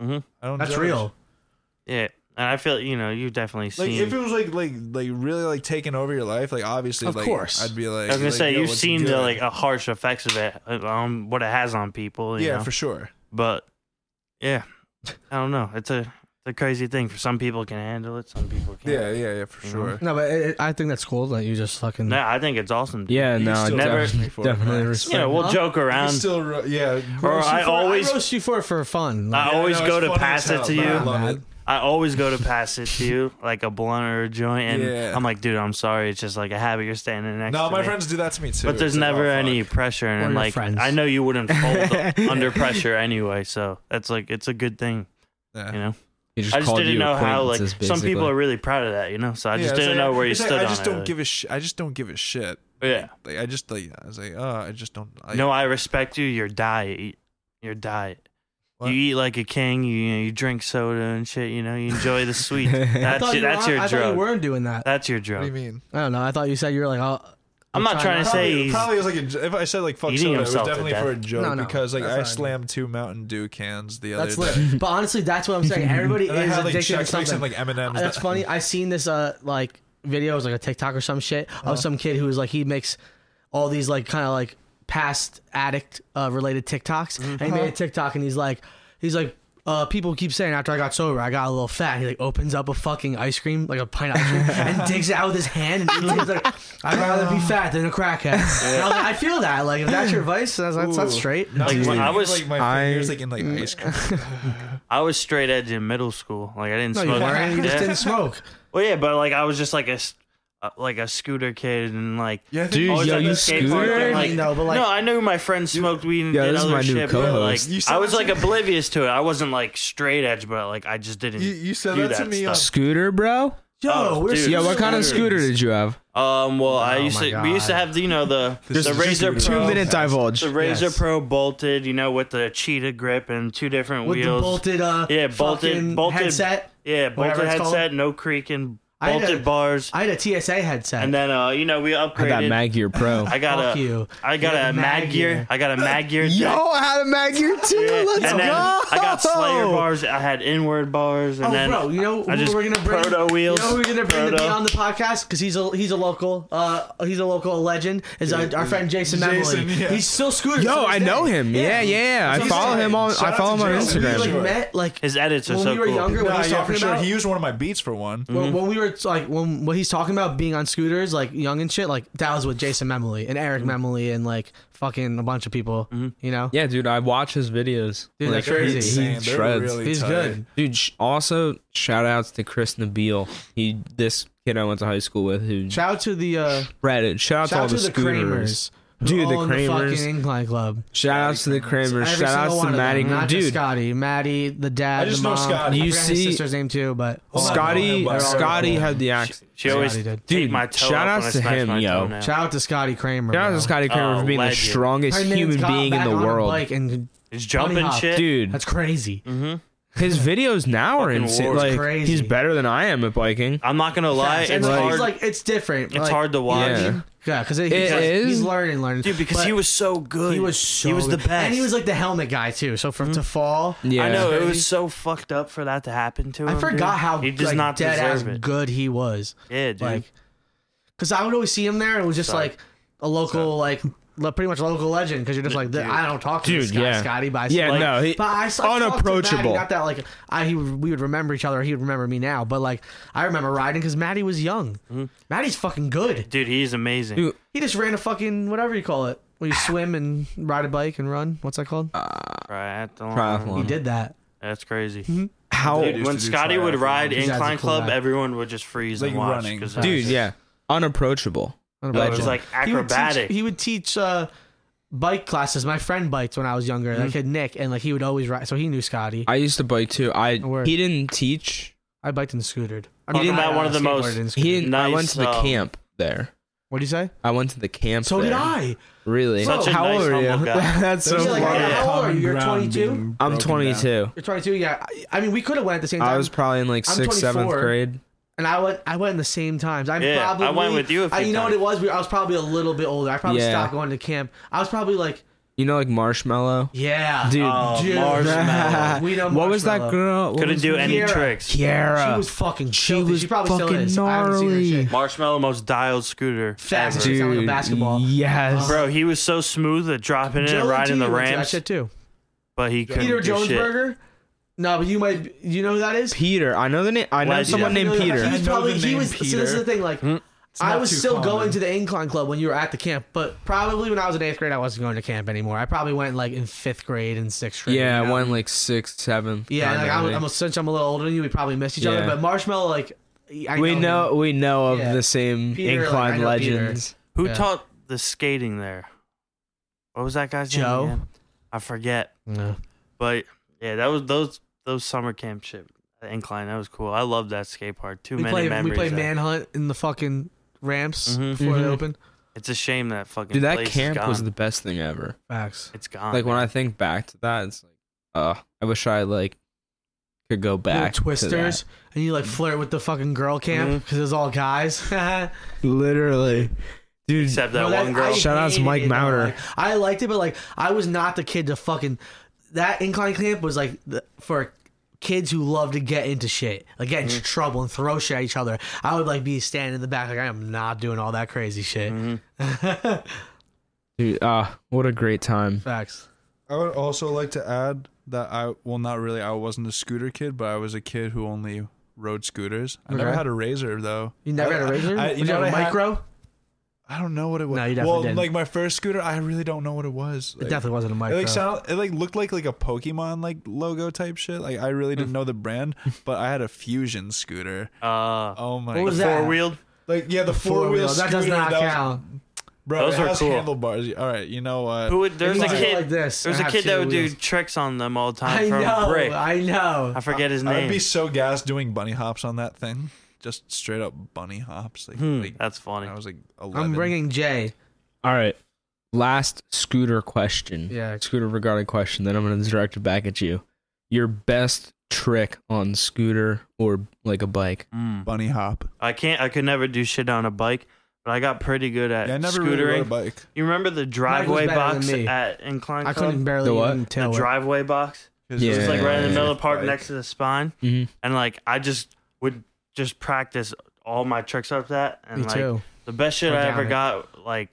Speaker 5: I don't
Speaker 3: That's
Speaker 5: judge.
Speaker 3: real.
Speaker 4: yeah, and I feel you know you've definitely
Speaker 5: Like
Speaker 4: seen.
Speaker 5: if it was like like like really like taking over your life, like obviously,
Speaker 3: Of
Speaker 5: like,
Speaker 3: course.
Speaker 5: I'd be like.
Speaker 4: I was gonna
Speaker 5: like,
Speaker 4: say
Speaker 5: yo,
Speaker 4: you've
Speaker 5: what's
Speaker 4: seen
Speaker 5: good?
Speaker 4: the like uh, harsh effects of it uh, on what it has on people. you
Speaker 5: yeah,
Speaker 4: know?
Speaker 5: for sure.
Speaker 4: but yeah, I don't know. It's a it's a crazy thing. For some people can handle it, some people can't.
Speaker 5: Yeah, yeah, yeah, for
Speaker 4: Mhm.
Speaker 5: sure.
Speaker 3: No, but it, it- I think that's cool that you just fucking.
Speaker 4: No, I think it's awesome. dude.
Speaker 1: Yeah,
Speaker 5: You
Speaker 1: no,
Speaker 5: still
Speaker 4: never-
Speaker 5: roast me for it,
Speaker 1: definitely
Speaker 5: man.
Speaker 1: respect-
Speaker 4: You know, we'll
Speaker 3: Huh?
Speaker 4: joke
Speaker 5: You
Speaker 4: around.
Speaker 5: still, ro- yeah.
Speaker 4: Or
Speaker 5: roast me
Speaker 4: I
Speaker 5: for it.
Speaker 4: always
Speaker 3: I roast you for it for fun.
Speaker 4: I
Speaker 5: Yeah,
Speaker 4: always
Speaker 5: no,
Speaker 4: go
Speaker 5: it's
Speaker 4: to
Speaker 5: funny
Speaker 4: pass
Speaker 5: as
Speaker 4: it
Speaker 5: hell,
Speaker 4: to
Speaker 5: but I
Speaker 4: you.
Speaker 5: love
Speaker 3: Mad.
Speaker 5: it.
Speaker 4: I always go to pass it to you, like a blunt or a joint, and
Speaker 5: Yeah.
Speaker 4: I'm like, dude, I'm sorry. It's just like a habit. You're standing next.
Speaker 5: No,
Speaker 4: to
Speaker 5: my
Speaker 4: me.
Speaker 5: friends do that to me too.
Speaker 4: But there's
Speaker 5: It's like,
Speaker 4: never
Speaker 5: oh, fuck.
Speaker 4: any pressure, and
Speaker 3: Or
Speaker 4: I'm
Speaker 3: your
Speaker 4: like
Speaker 3: friends.
Speaker 4: I know you wouldn't fold under pressure anyway, so that's like it's a good thing,
Speaker 5: Yeah.
Speaker 4: you know.
Speaker 1: He
Speaker 4: I just
Speaker 1: called
Speaker 4: didn't
Speaker 1: you
Speaker 4: know how like
Speaker 1: acquaintances,
Speaker 4: some people
Speaker 1: basically.
Speaker 4: are really proud of that, you know. So I
Speaker 5: Yeah,
Speaker 4: just
Speaker 5: it's
Speaker 4: didn't
Speaker 5: like,
Speaker 4: know where you
Speaker 5: it's
Speaker 4: stood
Speaker 5: like, I
Speaker 4: on
Speaker 5: just
Speaker 4: it,
Speaker 5: don't
Speaker 4: like-
Speaker 5: give a shit. I just don't give a shit.
Speaker 4: Yeah.
Speaker 5: Like I just like I was like, oh, I just don't. I,
Speaker 4: no, I respect you. Your diet, your diet.
Speaker 5: What?
Speaker 4: You eat like a king. You you, know, you drink soda and shit. You know you enjoy the sweet.
Speaker 3: I
Speaker 4: That's
Speaker 3: thought
Speaker 4: your,
Speaker 3: you were-
Speaker 4: that's your
Speaker 3: I thought you
Speaker 4: drug.
Speaker 3: weren't doing that.
Speaker 4: that's your
Speaker 5: What do you
Speaker 4: drug.
Speaker 5: mean?
Speaker 3: I don't know. I thought you said you were like, oh,
Speaker 4: I'm not trying to
Speaker 3: not-
Speaker 4: say
Speaker 5: Probably,
Speaker 4: he's.
Speaker 5: probably was like a, j- if I said like fuck
Speaker 4: Eating
Speaker 5: soda, it was
Speaker 4: himself to
Speaker 5: definitely
Speaker 4: death.
Speaker 5: for a joke
Speaker 3: No, no,
Speaker 5: because like
Speaker 3: that's
Speaker 5: I
Speaker 3: not-
Speaker 5: slammed two Mountain Dew cans the
Speaker 3: that's
Speaker 5: other day.
Speaker 3: lit. But honestly, that's what I'm saying. Everybody
Speaker 5: And I
Speaker 3: is
Speaker 5: had like
Speaker 3: addicted
Speaker 5: Chex
Speaker 3: to
Speaker 5: Mix
Speaker 3: something.
Speaker 5: and like M and
Speaker 3: Uh,
Speaker 5: M's.
Speaker 3: That's funny. I seen this uh like video, it was like a TikTok or some shit
Speaker 4: Uh-huh.
Speaker 3: of some kid who was like he makes all these like kind of like past addict uh, related TikToks, and he made
Speaker 4: Mm-hmm.
Speaker 3: a TikTok and he's like he's like. Uh, people keep saying after I got sober, I got a little fat. He like opens up a fucking ice cream, like a pint of ice cream, and digs it out with his hand. And eats it. He's like, I'd rather be fat than a crackhead. And I, was like, I feel that. Like if that's your vice, that's, that's, that's
Speaker 5: Ooh.
Speaker 3: straight.
Speaker 5: Not
Speaker 4: Like,
Speaker 5: even
Speaker 4: when I
Speaker 5: even,
Speaker 4: was-
Speaker 5: like my
Speaker 6: I-
Speaker 5: fingers like in like ice cream.
Speaker 4: I was straight edge in middle school. Like I didn't
Speaker 3: No, you
Speaker 4: smoke.
Speaker 3: weren't. You
Speaker 4: Yeah.
Speaker 3: just didn't smoke.
Speaker 4: Well, yeah, but like I was just like a s- uh, like a scooter kid and like.
Speaker 5: Yeah, I think-
Speaker 1: Dude,
Speaker 4: always
Speaker 1: yo,
Speaker 4: at the
Speaker 1: you
Speaker 4: skate park
Speaker 1: scooter?
Speaker 4: and,
Speaker 3: I know, but, like-
Speaker 4: no, I knew my friends smoked weed and
Speaker 1: Yeah,
Speaker 4: did
Speaker 1: this is
Speaker 4: other
Speaker 1: my new
Speaker 4: shit. but, like,
Speaker 1: co-host.
Speaker 5: You said
Speaker 4: I was
Speaker 5: that
Speaker 4: like
Speaker 5: to-
Speaker 4: oblivious to it. I wasn't like straight edge, but like I just didn't.
Speaker 5: You- you said
Speaker 4: do
Speaker 5: that to me on-
Speaker 4: stuff.
Speaker 1: Oh. Scooter, bro.
Speaker 3: Yo,
Speaker 4: Oh,
Speaker 3: we're
Speaker 4: dude.
Speaker 1: Yeah, what kind of scooter did you have?
Speaker 4: Um, well, I
Speaker 3: Oh
Speaker 4: used
Speaker 3: my
Speaker 4: to. We used to
Speaker 3: God.
Speaker 4: have the you know the
Speaker 5: This
Speaker 4: the
Speaker 5: is
Speaker 4: Razor
Speaker 5: just
Speaker 4: Pro.
Speaker 5: two minutes.
Speaker 1: divulge.
Speaker 4: The Razor
Speaker 3: Yes.
Speaker 4: Pro bolted, you know, with the cheetah grip and two different
Speaker 3: with
Speaker 4: wheels.
Speaker 3: the bolted uh
Speaker 4: Yeah, bolted-
Speaker 3: fucking
Speaker 4: bolted-
Speaker 3: headset.
Speaker 4: yeah,
Speaker 3: whatever
Speaker 4: bolted
Speaker 3: it's
Speaker 4: headset,
Speaker 3: called.
Speaker 4: no creaking,
Speaker 3: I had
Speaker 4: bolted
Speaker 3: a-
Speaker 4: bars,
Speaker 3: I had a TSA headset.
Speaker 4: and then uh, you know, we upgraded.
Speaker 1: I got Maggear Pro.
Speaker 4: I got
Speaker 3: Fuck
Speaker 4: a,
Speaker 3: you.
Speaker 4: I got
Speaker 3: You had
Speaker 4: a
Speaker 3: Mag
Speaker 4: mag
Speaker 3: Gear.
Speaker 4: gear. I got a mag gear.
Speaker 1: Yo,
Speaker 4: jack-
Speaker 1: I had a Maggear too.
Speaker 4: Yeah,
Speaker 1: Let's
Speaker 4: and
Speaker 1: go.
Speaker 4: then I got Slayer bars. I had inward bars, and
Speaker 3: oh,
Speaker 4: then
Speaker 3: bro, you know
Speaker 4: I
Speaker 3: who
Speaker 4: just
Speaker 3: we're gonna bring
Speaker 4: proto wheels.
Speaker 3: You know who we're gonna bring to be
Speaker 4: proto.
Speaker 3: on the podcast because he's a he's a local uh he's a local legend. Is our, our friend Jason,
Speaker 5: Jason,
Speaker 3: Memoli.
Speaker 5: yeah.
Speaker 3: He's still scooter.
Speaker 1: Yo,
Speaker 3: to
Speaker 1: I
Speaker 3: this
Speaker 1: know
Speaker 3: day.
Speaker 1: him. Yeah, yeah. I
Speaker 5: That's what I'm
Speaker 1: follow
Speaker 5: saying.
Speaker 1: him on.
Speaker 5: Shout
Speaker 1: I
Speaker 5: out
Speaker 1: follow him
Speaker 5: to
Speaker 1: on
Speaker 5: Jason.
Speaker 3: We
Speaker 1: Instagram.
Speaker 3: like
Speaker 5: Sure.
Speaker 3: met like
Speaker 4: His edits are
Speaker 3: when
Speaker 4: so
Speaker 3: we were
Speaker 4: cool.
Speaker 3: younger. What
Speaker 5: Nah,
Speaker 3: he's
Speaker 5: yeah,
Speaker 3: talking
Speaker 5: for sure.
Speaker 3: about.
Speaker 5: He used one of my beats for one.
Speaker 3: when, when we were were like when what he's talking about being on scooters, like young and shit, like that was with Jason Memley and Eric Memley and like fucking a bunch of people.
Speaker 4: Mhm.
Speaker 3: You know,
Speaker 1: Yeah, dude, I watch his videos.
Speaker 3: dude,
Speaker 1: Like,
Speaker 3: that's crazy.
Speaker 2: insane.
Speaker 5: They're
Speaker 2: shreds.
Speaker 5: really
Speaker 3: He's
Speaker 5: tight.
Speaker 3: good.
Speaker 1: Dude, sh- also shout outs to Chris Nabil. He this kid I went to high school with who
Speaker 3: Shout out to the uh,
Speaker 1: shredded. Shout out
Speaker 3: shout
Speaker 1: to all
Speaker 3: out to
Speaker 1: the,
Speaker 3: the
Speaker 1: scooters.
Speaker 3: Kramers. who
Speaker 1: Dude, the
Speaker 3: own
Speaker 1: Kramers.
Speaker 3: fucking Incline Club.
Speaker 1: Shout outs to the Kramer.
Speaker 3: Every
Speaker 1: Shout
Speaker 3: single
Speaker 1: outs
Speaker 3: one
Speaker 1: to
Speaker 3: of
Speaker 1: Maddie.
Speaker 3: them, not just
Speaker 1: Dude,
Speaker 3: Scotty, Maddie, the dad.
Speaker 5: I just
Speaker 3: the
Speaker 5: know
Speaker 3: mom.
Speaker 5: Scotty.
Speaker 3: I
Speaker 1: You
Speaker 3: forgot
Speaker 1: see-
Speaker 3: his sister's name too, but
Speaker 5: Hold on,
Speaker 1: Scotty,
Speaker 5: hold on, hold on.
Speaker 1: Scotty had the axe.
Speaker 4: She
Speaker 3: Yeah,
Speaker 4: always
Speaker 3: he did.
Speaker 1: Dude,
Speaker 4: take my toe
Speaker 1: shout outs
Speaker 4: up when I
Speaker 1: to
Speaker 4: smash
Speaker 1: him,
Speaker 4: my
Speaker 1: yo.
Speaker 4: toenail.
Speaker 3: shout out to Scotty Kramer.
Speaker 1: Shout out
Speaker 3: bro.
Speaker 1: to Scotty Kramer
Speaker 4: Oh,
Speaker 1: for being the
Speaker 4: legend.
Speaker 1: strongest
Speaker 3: Her name's
Speaker 1: human
Speaker 3: got
Speaker 1: being in
Speaker 3: back
Speaker 1: the
Speaker 3: on a
Speaker 1: world.
Speaker 3: bike and
Speaker 4: It's jumping
Speaker 3: Bunny hop.
Speaker 4: shit.
Speaker 1: Dude, Mm-hmm.
Speaker 3: that's crazy.
Speaker 4: hmm
Speaker 1: his videos now are
Speaker 4: Fucking
Speaker 1: insane.
Speaker 4: war.
Speaker 1: Like
Speaker 3: Crazy.
Speaker 1: he's better than I am at biking.
Speaker 4: I'm not gonna lie,
Speaker 3: Facts.
Speaker 4: it's
Speaker 3: like,
Speaker 4: hard.
Speaker 3: It's like it's different.
Speaker 4: it's
Speaker 3: like,
Speaker 4: hard to watch,
Speaker 1: Yeah.
Speaker 3: Yeah, because he's,
Speaker 1: It
Speaker 3: like,
Speaker 1: is?
Speaker 3: he's learning, learning.
Speaker 4: dude, because
Speaker 3: But
Speaker 4: he was so good.
Speaker 3: he was so
Speaker 4: he was the
Speaker 3: good.
Speaker 4: best,
Speaker 3: and he was like the helmet guy too. So for
Speaker 1: Mm-hmm.
Speaker 3: to fall,
Speaker 1: Yeah,
Speaker 4: I know it was so fucked up for that to happen to him.
Speaker 3: I forgot
Speaker 4: dude.
Speaker 3: how
Speaker 4: he does
Speaker 3: like,
Speaker 4: not
Speaker 3: dead ass
Speaker 4: deserve it.
Speaker 3: good he was.
Speaker 4: Yeah, dude.
Speaker 3: Like, because I would always see him there, and it was just
Speaker 4: Sorry.
Speaker 3: like a local, like le- pretty much a local legend. Because you're just like, "Th- I don't talk to this
Speaker 1: Dude,
Speaker 3: guy,
Speaker 1: yeah.
Speaker 3: Scotty, but I
Speaker 1: Yeah,
Speaker 3: like,
Speaker 1: no, he-
Speaker 3: but I s- I talked to him back,
Speaker 1: unapproachable.
Speaker 3: and Not that like I he, would- we would remember each other. He would remember me now, but like I remember riding because Maddie was young.
Speaker 1: Mm-hmm.
Speaker 3: Maddie's fucking good.
Speaker 4: dude, he's amazing.
Speaker 1: Dude,
Speaker 3: He just ran a fucking whatever you call it. When you swim and ride a bike and run, what's that called?
Speaker 1: Uh-huh.
Speaker 4: Triathlon.
Speaker 3: he
Speaker 1: Triathlon.
Speaker 3: did that.
Speaker 4: That's crazy.
Speaker 1: how
Speaker 5: Dude, used
Speaker 4: when
Speaker 5: to do
Speaker 4: Scotty would
Speaker 5: triathlon.
Speaker 4: ride
Speaker 3: He's actually
Speaker 4: incline
Speaker 3: a cool
Speaker 4: club,
Speaker 3: guy.
Speaker 4: everyone would just freeze
Speaker 5: Like
Speaker 4: and watch.
Speaker 5: running.
Speaker 4: 'cause
Speaker 1: dude,
Speaker 4: that's-
Speaker 1: yeah, unapproachable.
Speaker 3: What
Speaker 4: It
Speaker 3: about
Speaker 4: was
Speaker 3: you?
Speaker 4: like
Speaker 3: He would teach-
Speaker 4: acrobatic.
Speaker 3: He would teach, uh, bike classes. My friend biked when I was younger.
Speaker 1: Mm-hmm.
Speaker 3: That kid Nick, and like he would always ride. So he knew Scotty. I,
Speaker 1: I used to bike too. I
Speaker 3: Word.
Speaker 1: he didn't teach.
Speaker 3: biked and scootered. I
Speaker 4: Talking
Speaker 3: mean, I,
Speaker 4: about
Speaker 3: uh,
Speaker 4: one of the
Speaker 3: skateboarded
Speaker 4: most-
Speaker 3: and
Speaker 1: He
Speaker 3: scootered.
Speaker 1: didn't. I went to the
Speaker 4: Nice, um,
Speaker 1: camp there.
Speaker 3: What do you say?
Speaker 1: I went to the camp.
Speaker 3: So did
Speaker 1: there.
Speaker 3: I.
Speaker 1: Really?
Speaker 4: Such a
Speaker 1: how
Speaker 4: nice,
Speaker 1: old are you?
Speaker 4: humble guy.
Speaker 1: That's so
Speaker 3: He's like,
Speaker 1: funny.
Speaker 4: yeah.
Speaker 3: how old are you? You're
Speaker 5: Common
Speaker 3: 22.
Speaker 5: ground being
Speaker 1: I'm
Speaker 5: broken
Speaker 1: 22.
Speaker 5: down.
Speaker 3: You're 22. Yeah. I, I mean, we could have went at the same time.
Speaker 1: I was probably in like
Speaker 3: I'm
Speaker 1: sixth, seventh
Speaker 3: 24.
Speaker 1: grade.
Speaker 3: and I went. I went in the same times. I
Speaker 4: Yeah,
Speaker 3: probably.
Speaker 4: I went with you a
Speaker 3: I,
Speaker 4: few
Speaker 3: you know what
Speaker 4: times.
Speaker 3: it was? We, I was probably a little bit older. I probably
Speaker 1: Yeah.
Speaker 3: stopped going to camp. I was probably like,
Speaker 1: You know, like Marshmallow.
Speaker 3: yeah,
Speaker 1: Dude,
Speaker 4: Oh,
Speaker 3: Dude.
Speaker 4: marshmallow.
Speaker 3: We know
Speaker 1: what was that
Speaker 3: Marshmello.
Speaker 1: girl? What
Speaker 4: Couldn't
Speaker 1: was
Speaker 4: do any
Speaker 3: Kiara.
Speaker 4: tricks.
Speaker 1: Kiara.
Speaker 3: She was fucking.
Speaker 1: She
Speaker 3: She
Speaker 1: was
Speaker 3: She probably still
Speaker 1: fucking
Speaker 3: is. I haven't seen her shit.
Speaker 1: gnarly.
Speaker 4: Marshmallow most dialed scooter.
Speaker 3: Facts.
Speaker 4: ever.
Speaker 3: She sounded like a basketball.
Speaker 1: Yes.
Speaker 4: Bro, he was so smooth at dropping in
Speaker 3: Joe
Speaker 4: and riding
Speaker 3: T
Speaker 4: the
Speaker 3: went to That
Speaker 4: ramps,
Speaker 3: shit too.
Speaker 4: but he couldn't
Speaker 3: Peter
Speaker 4: do shit.
Speaker 3: Jonesberger. No, but you might. You know who that is?
Speaker 1: Peter. I know the name. I know
Speaker 4: Legend.
Speaker 1: someone
Speaker 3: You
Speaker 1: named
Speaker 3: know that-
Speaker 1: Peter.
Speaker 3: He
Speaker 5: I
Speaker 3: was
Speaker 5: know
Speaker 3: probably.
Speaker 5: the
Speaker 3: He
Speaker 5: name
Speaker 3: was. See, this is the
Speaker 5: Peter.
Speaker 3: thing. Like, I
Speaker 5: not
Speaker 3: was
Speaker 5: too
Speaker 3: still
Speaker 5: common.
Speaker 3: going to the Incline Club when you were at the camp, but probably when I was in eighth grade, I wasn't going to camp anymore. I probably went like in fifth grade and sixth grade.
Speaker 1: Yeah,
Speaker 3: you know?
Speaker 1: one like sixth, seventh.
Speaker 3: Yeah,
Speaker 1: kinda
Speaker 3: like I'm,
Speaker 1: thing.
Speaker 3: I'm since I'm a little older than you, we probably missed each other.
Speaker 1: Yeah.
Speaker 3: But Marshmallow, like, I
Speaker 1: we
Speaker 3: him.
Speaker 1: know we know of
Speaker 3: Yeah.
Speaker 1: the same
Speaker 3: Peter, like, I
Speaker 1: incline
Speaker 3: know Peter.
Speaker 1: legends.
Speaker 4: Who
Speaker 3: Yeah.
Speaker 4: taught the skating there? What was that guy's
Speaker 3: Joe?
Speaker 4: name? again? I forget.
Speaker 3: No.
Speaker 4: But yeah, that was those those summer camp shit. Incline, that was cool. I love that skate park. Too
Speaker 3: We
Speaker 4: many
Speaker 3: played.
Speaker 4: memories.
Speaker 3: We played
Speaker 4: there.
Speaker 3: Manhunt in the fucking ramps
Speaker 4: Mhm.
Speaker 3: before they
Speaker 1: Mhm.
Speaker 3: opened.
Speaker 4: It's a shame that fucking
Speaker 1: Dude, that
Speaker 4: place is
Speaker 1: camp was
Speaker 4: gone.
Speaker 1: the best thing ever.
Speaker 3: Facts.
Speaker 4: It's gone.
Speaker 1: like when I think back to that, it's like, uh, I wish I like could go
Speaker 3: You know,
Speaker 1: back.
Speaker 3: twisters, and you like flirt with the fucking girl camp because it was all guys.
Speaker 1: literally, dude.
Speaker 4: except that
Speaker 3: No, that-
Speaker 4: one girl.
Speaker 3: I
Speaker 1: Shout out to
Speaker 3: hated
Speaker 1: Mike
Speaker 3: it, though.
Speaker 1: Maurer.
Speaker 3: Like, I liked it, but like I was not the kid to fucking that incline camp was like the, for kids who love to get into shit, like get into trouble and throw shit at each other. I would like be standing in the back, like I am not doing all that crazy shit.
Speaker 4: Mhm.
Speaker 1: dude, ah, what a great time.
Speaker 3: Facts.
Speaker 5: I would also like to add that I well not really I wasn't a scooter kid, but I was a kid who only rode scooters. I never
Speaker 3: Okay.
Speaker 5: had a razor though.
Speaker 3: You never
Speaker 5: I-
Speaker 3: had a razor?
Speaker 5: I-
Speaker 3: I,
Speaker 5: you
Speaker 3: you
Speaker 5: know
Speaker 3: never
Speaker 5: what I had?
Speaker 3: micro?
Speaker 5: I don't know what it was.
Speaker 3: No, you definitely
Speaker 5: well,
Speaker 3: didn't.
Speaker 5: like my first scooter, I really don't know what it was.
Speaker 3: it
Speaker 5: Like,
Speaker 3: definitely wasn't a
Speaker 5: It
Speaker 3: micro.
Speaker 5: like sound, it like looked like like a Pokemon like logo type shit. Like I really
Speaker 3: Mm.
Speaker 5: didn't know the brand, but I had a Fusion scooter.
Speaker 4: Uh,
Speaker 5: Oh my!
Speaker 3: Mm-hmm. What was that?
Speaker 4: four wheeled.
Speaker 5: Like yeah, the four wheel.
Speaker 3: That does not count.
Speaker 5: bro,
Speaker 4: Those
Speaker 5: it
Speaker 4: are
Speaker 5: has
Speaker 4: cool.
Speaker 5: handlebars. All right, you know what?
Speaker 4: Who would? There was
Speaker 3: It
Speaker 4: a
Speaker 3: needs to go
Speaker 4: kid.
Speaker 3: like this.
Speaker 4: there was
Speaker 3: I
Speaker 4: a
Speaker 3: have
Speaker 4: kid that
Speaker 3: two
Speaker 4: would
Speaker 3: wheels.
Speaker 4: do tricks on them all the time
Speaker 3: I
Speaker 4: from
Speaker 3: know.
Speaker 4: Brick. I,
Speaker 3: I know.
Speaker 4: forget his
Speaker 5: I'd
Speaker 4: name.
Speaker 5: be so gassed doing bunny hops on that thing. Just straight up bunny hops. Like,
Speaker 4: Hmm,
Speaker 5: like
Speaker 4: that's funny.
Speaker 5: when I was like 11.
Speaker 3: I'm bringing Jay.
Speaker 1: All right, last scooter question.
Speaker 3: Yeah.
Speaker 1: scooter regarding question. Then I'm gonna direct it back at you. Your best trick on scooter or like a bike.
Speaker 4: Mm.
Speaker 5: bunny hop.
Speaker 4: I can't. I could never do shit on a bike, but I got pretty good at
Speaker 5: Yeah, I never really rode a
Speaker 4: scootering.
Speaker 5: bike.
Speaker 4: you remember the driveway
Speaker 3: better than
Speaker 4: box
Speaker 3: me.
Speaker 4: at Incline
Speaker 3: I
Speaker 4: Club?
Speaker 3: couldn't barely
Speaker 1: The what?
Speaker 3: even
Speaker 4: the
Speaker 3: tell. it.
Speaker 4: driveway box. It was like right in the middle of the park, next to the spine,
Speaker 1: Mm-hmm.
Speaker 4: and like I just would just practice all my tricks up that, and
Speaker 3: Me
Speaker 4: like
Speaker 3: too.
Speaker 4: the best shit
Speaker 3: Or
Speaker 4: I
Speaker 3: down
Speaker 4: ever
Speaker 3: it.
Speaker 4: got like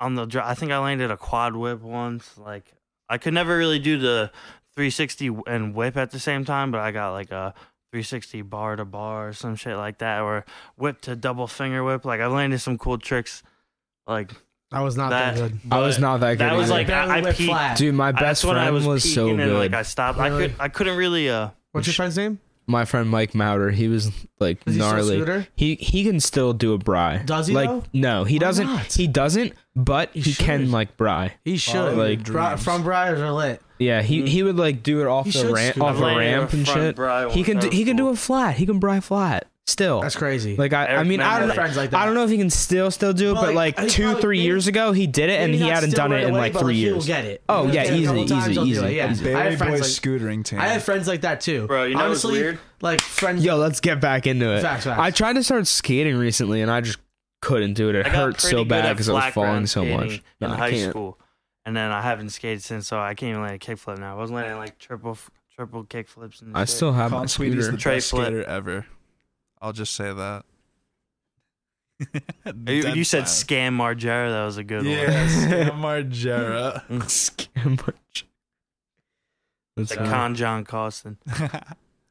Speaker 4: on the dri I think I landed a quad whip once. Like I could never really do the 360 and whip at the same time, but I got like a 360 bar to bar or some shit like that, or whip to double finger whip. Like I landed some cool tricks. Like
Speaker 3: I was not
Speaker 4: that
Speaker 3: that, good.
Speaker 1: I was
Speaker 4: but
Speaker 1: not that good.
Speaker 4: That was
Speaker 1: either.
Speaker 4: like
Speaker 3: Barely
Speaker 4: I, I
Speaker 3: went
Speaker 4: peaked.
Speaker 3: flat.
Speaker 1: dude, my
Speaker 4: I- that's
Speaker 1: best
Speaker 4: when
Speaker 1: friend
Speaker 4: I was,
Speaker 1: was, so
Speaker 4: peaking
Speaker 1: good.
Speaker 4: and like I stopped. I
Speaker 3: Really?
Speaker 4: could I couldn't really uh
Speaker 3: What's your friend's name?
Speaker 1: my friend Mike Mowder, he was like
Speaker 3: Is he still a
Speaker 1: gnarly.
Speaker 3: scooter?
Speaker 1: He he can still do a bry.
Speaker 3: Does he,
Speaker 1: Like
Speaker 3: though?
Speaker 1: no, he
Speaker 3: Why
Speaker 1: doesn't.
Speaker 3: not?
Speaker 1: He doesn't. But
Speaker 3: He
Speaker 1: he, can
Speaker 3: should.
Speaker 1: like bry.
Speaker 3: He should.
Speaker 5: Follow your
Speaker 3: Like Bri-
Speaker 5: dreams.
Speaker 3: from Briars are lit.
Speaker 1: Yeah, he he would like do it off
Speaker 3: Mm-hmm. He
Speaker 1: the
Speaker 3: should
Speaker 1: ramp,
Speaker 3: scoot.
Speaker 1: off
Speaker 4: I've
Speaker 1: a
Speaker 4: landed
Speaker 1: ramp
Speaker 4: a
Speaker 1: and
Speaker 4: front
Speaker 1: shit.
Speaker 4: bry once.
Speaker 1: He can
Speaker 4: That
Speaker 1: do,
Speaker 4: was
Speaker 1: he can do
Speaker 4: cool.
Speaker 1: a flat. He can bry flat still.
Speaker 3: That's crazy.
Speaker 1: Like I, I
Speaker 4: Eric
Speaker 1: mean I don't
Speaker 4: Mendel.
Speaker 1: know.
Speaker 3: friends like that.
Speaker 1: I don't know if he can still still do it,
Speaker 3: But,
Speaker 1: but
Speaker 3: like,
Speaker 1: like
Speaker 3: he
Speaker 1: two
Speaker 3: probably-
Speaker 1: three
Speaker 3: maybe-
Speaker 1: years ago he did it, and
Speaker 3: Maybe
Speaker 1: he
Speaker 3: not
Speaker 1: hadn't
Speaker 3: still
Speaker 1: done
Speaker 3: right
Speaker 1: it in
Speaker 3: away,
Speaker 1: like
Speaker 3: but,
Speaker 1: three
Speaker 3: he'll
Speaker 1: years.
Speaker 3: get it.
Speaker 1: Oh,
Speaker 3: He'll
Speaker 1: yeah,
Speaker 3: get it a
Speaker 1: easy,
Speaker 3: couple times,
Speaker 1: easy,
Speaker 3: he'll do
Speaker 1: easy,
Speaker 3: it, Yeah,
Speaker 1: easy.
Speaker 3: I
Speaker 5: Barry
Speaker 3: have friends
Speaker 5: Boys
Speaker 3: like
Speaker 5: scootering team.
Speaker 3: I have friends like that too.
Speaker 4: Bro, you know what's
Speaker 3: honestly,
Speaker 4: weird?
Speaker 3: like friends.
Speaker 1: Yo, let's get back into it.
Speaker 3: Facts, facts.
Speaker 1: I tried to start skating recently, and I just couldn't do it. It
Speaker 4: I got
Speaker 1: hurt so
Speaker 4: pretty good
Speaker 1: bad
Speaker 4: at
Speaker 1: because I was
Speaker 4: flat
Speaker 1: falling
Speaker 4: ground
Speaker 1: so
Speaker 4: skating
Speaker 1: much. No,
Speaker 4: in
Speaker 1: I
Speaker 4: high
Speaker 1: can't.
Speaker 4: school, and then I haven't skated since, so I can't even land a kickflip now. I was landing like triple f- triple kickflips and
Speaker 1: I
Speaker 4: shit.
Speaker 1: still have my
Speaker 2: Con Sweetie's
Speaker 1: scooter.
Speaker 2: the
Speaker 4: Tray
Speaker 2: best
Speaker 4: flip.
Speaker 2: skater ever. I'll just say that.
Speaker 4: You,
Speaker 2: Dead
Speaker 4: you said
Speaker 2: silent.
Speaker 4: scam Margera. That was a good one.
Speaker 5: Yes, Margera.
Speaker 3: Mm.
Speaker 1: Scam merch. That's
Speaker 4: The
Speaker 1: funny.
Speaker 4: con John Costin.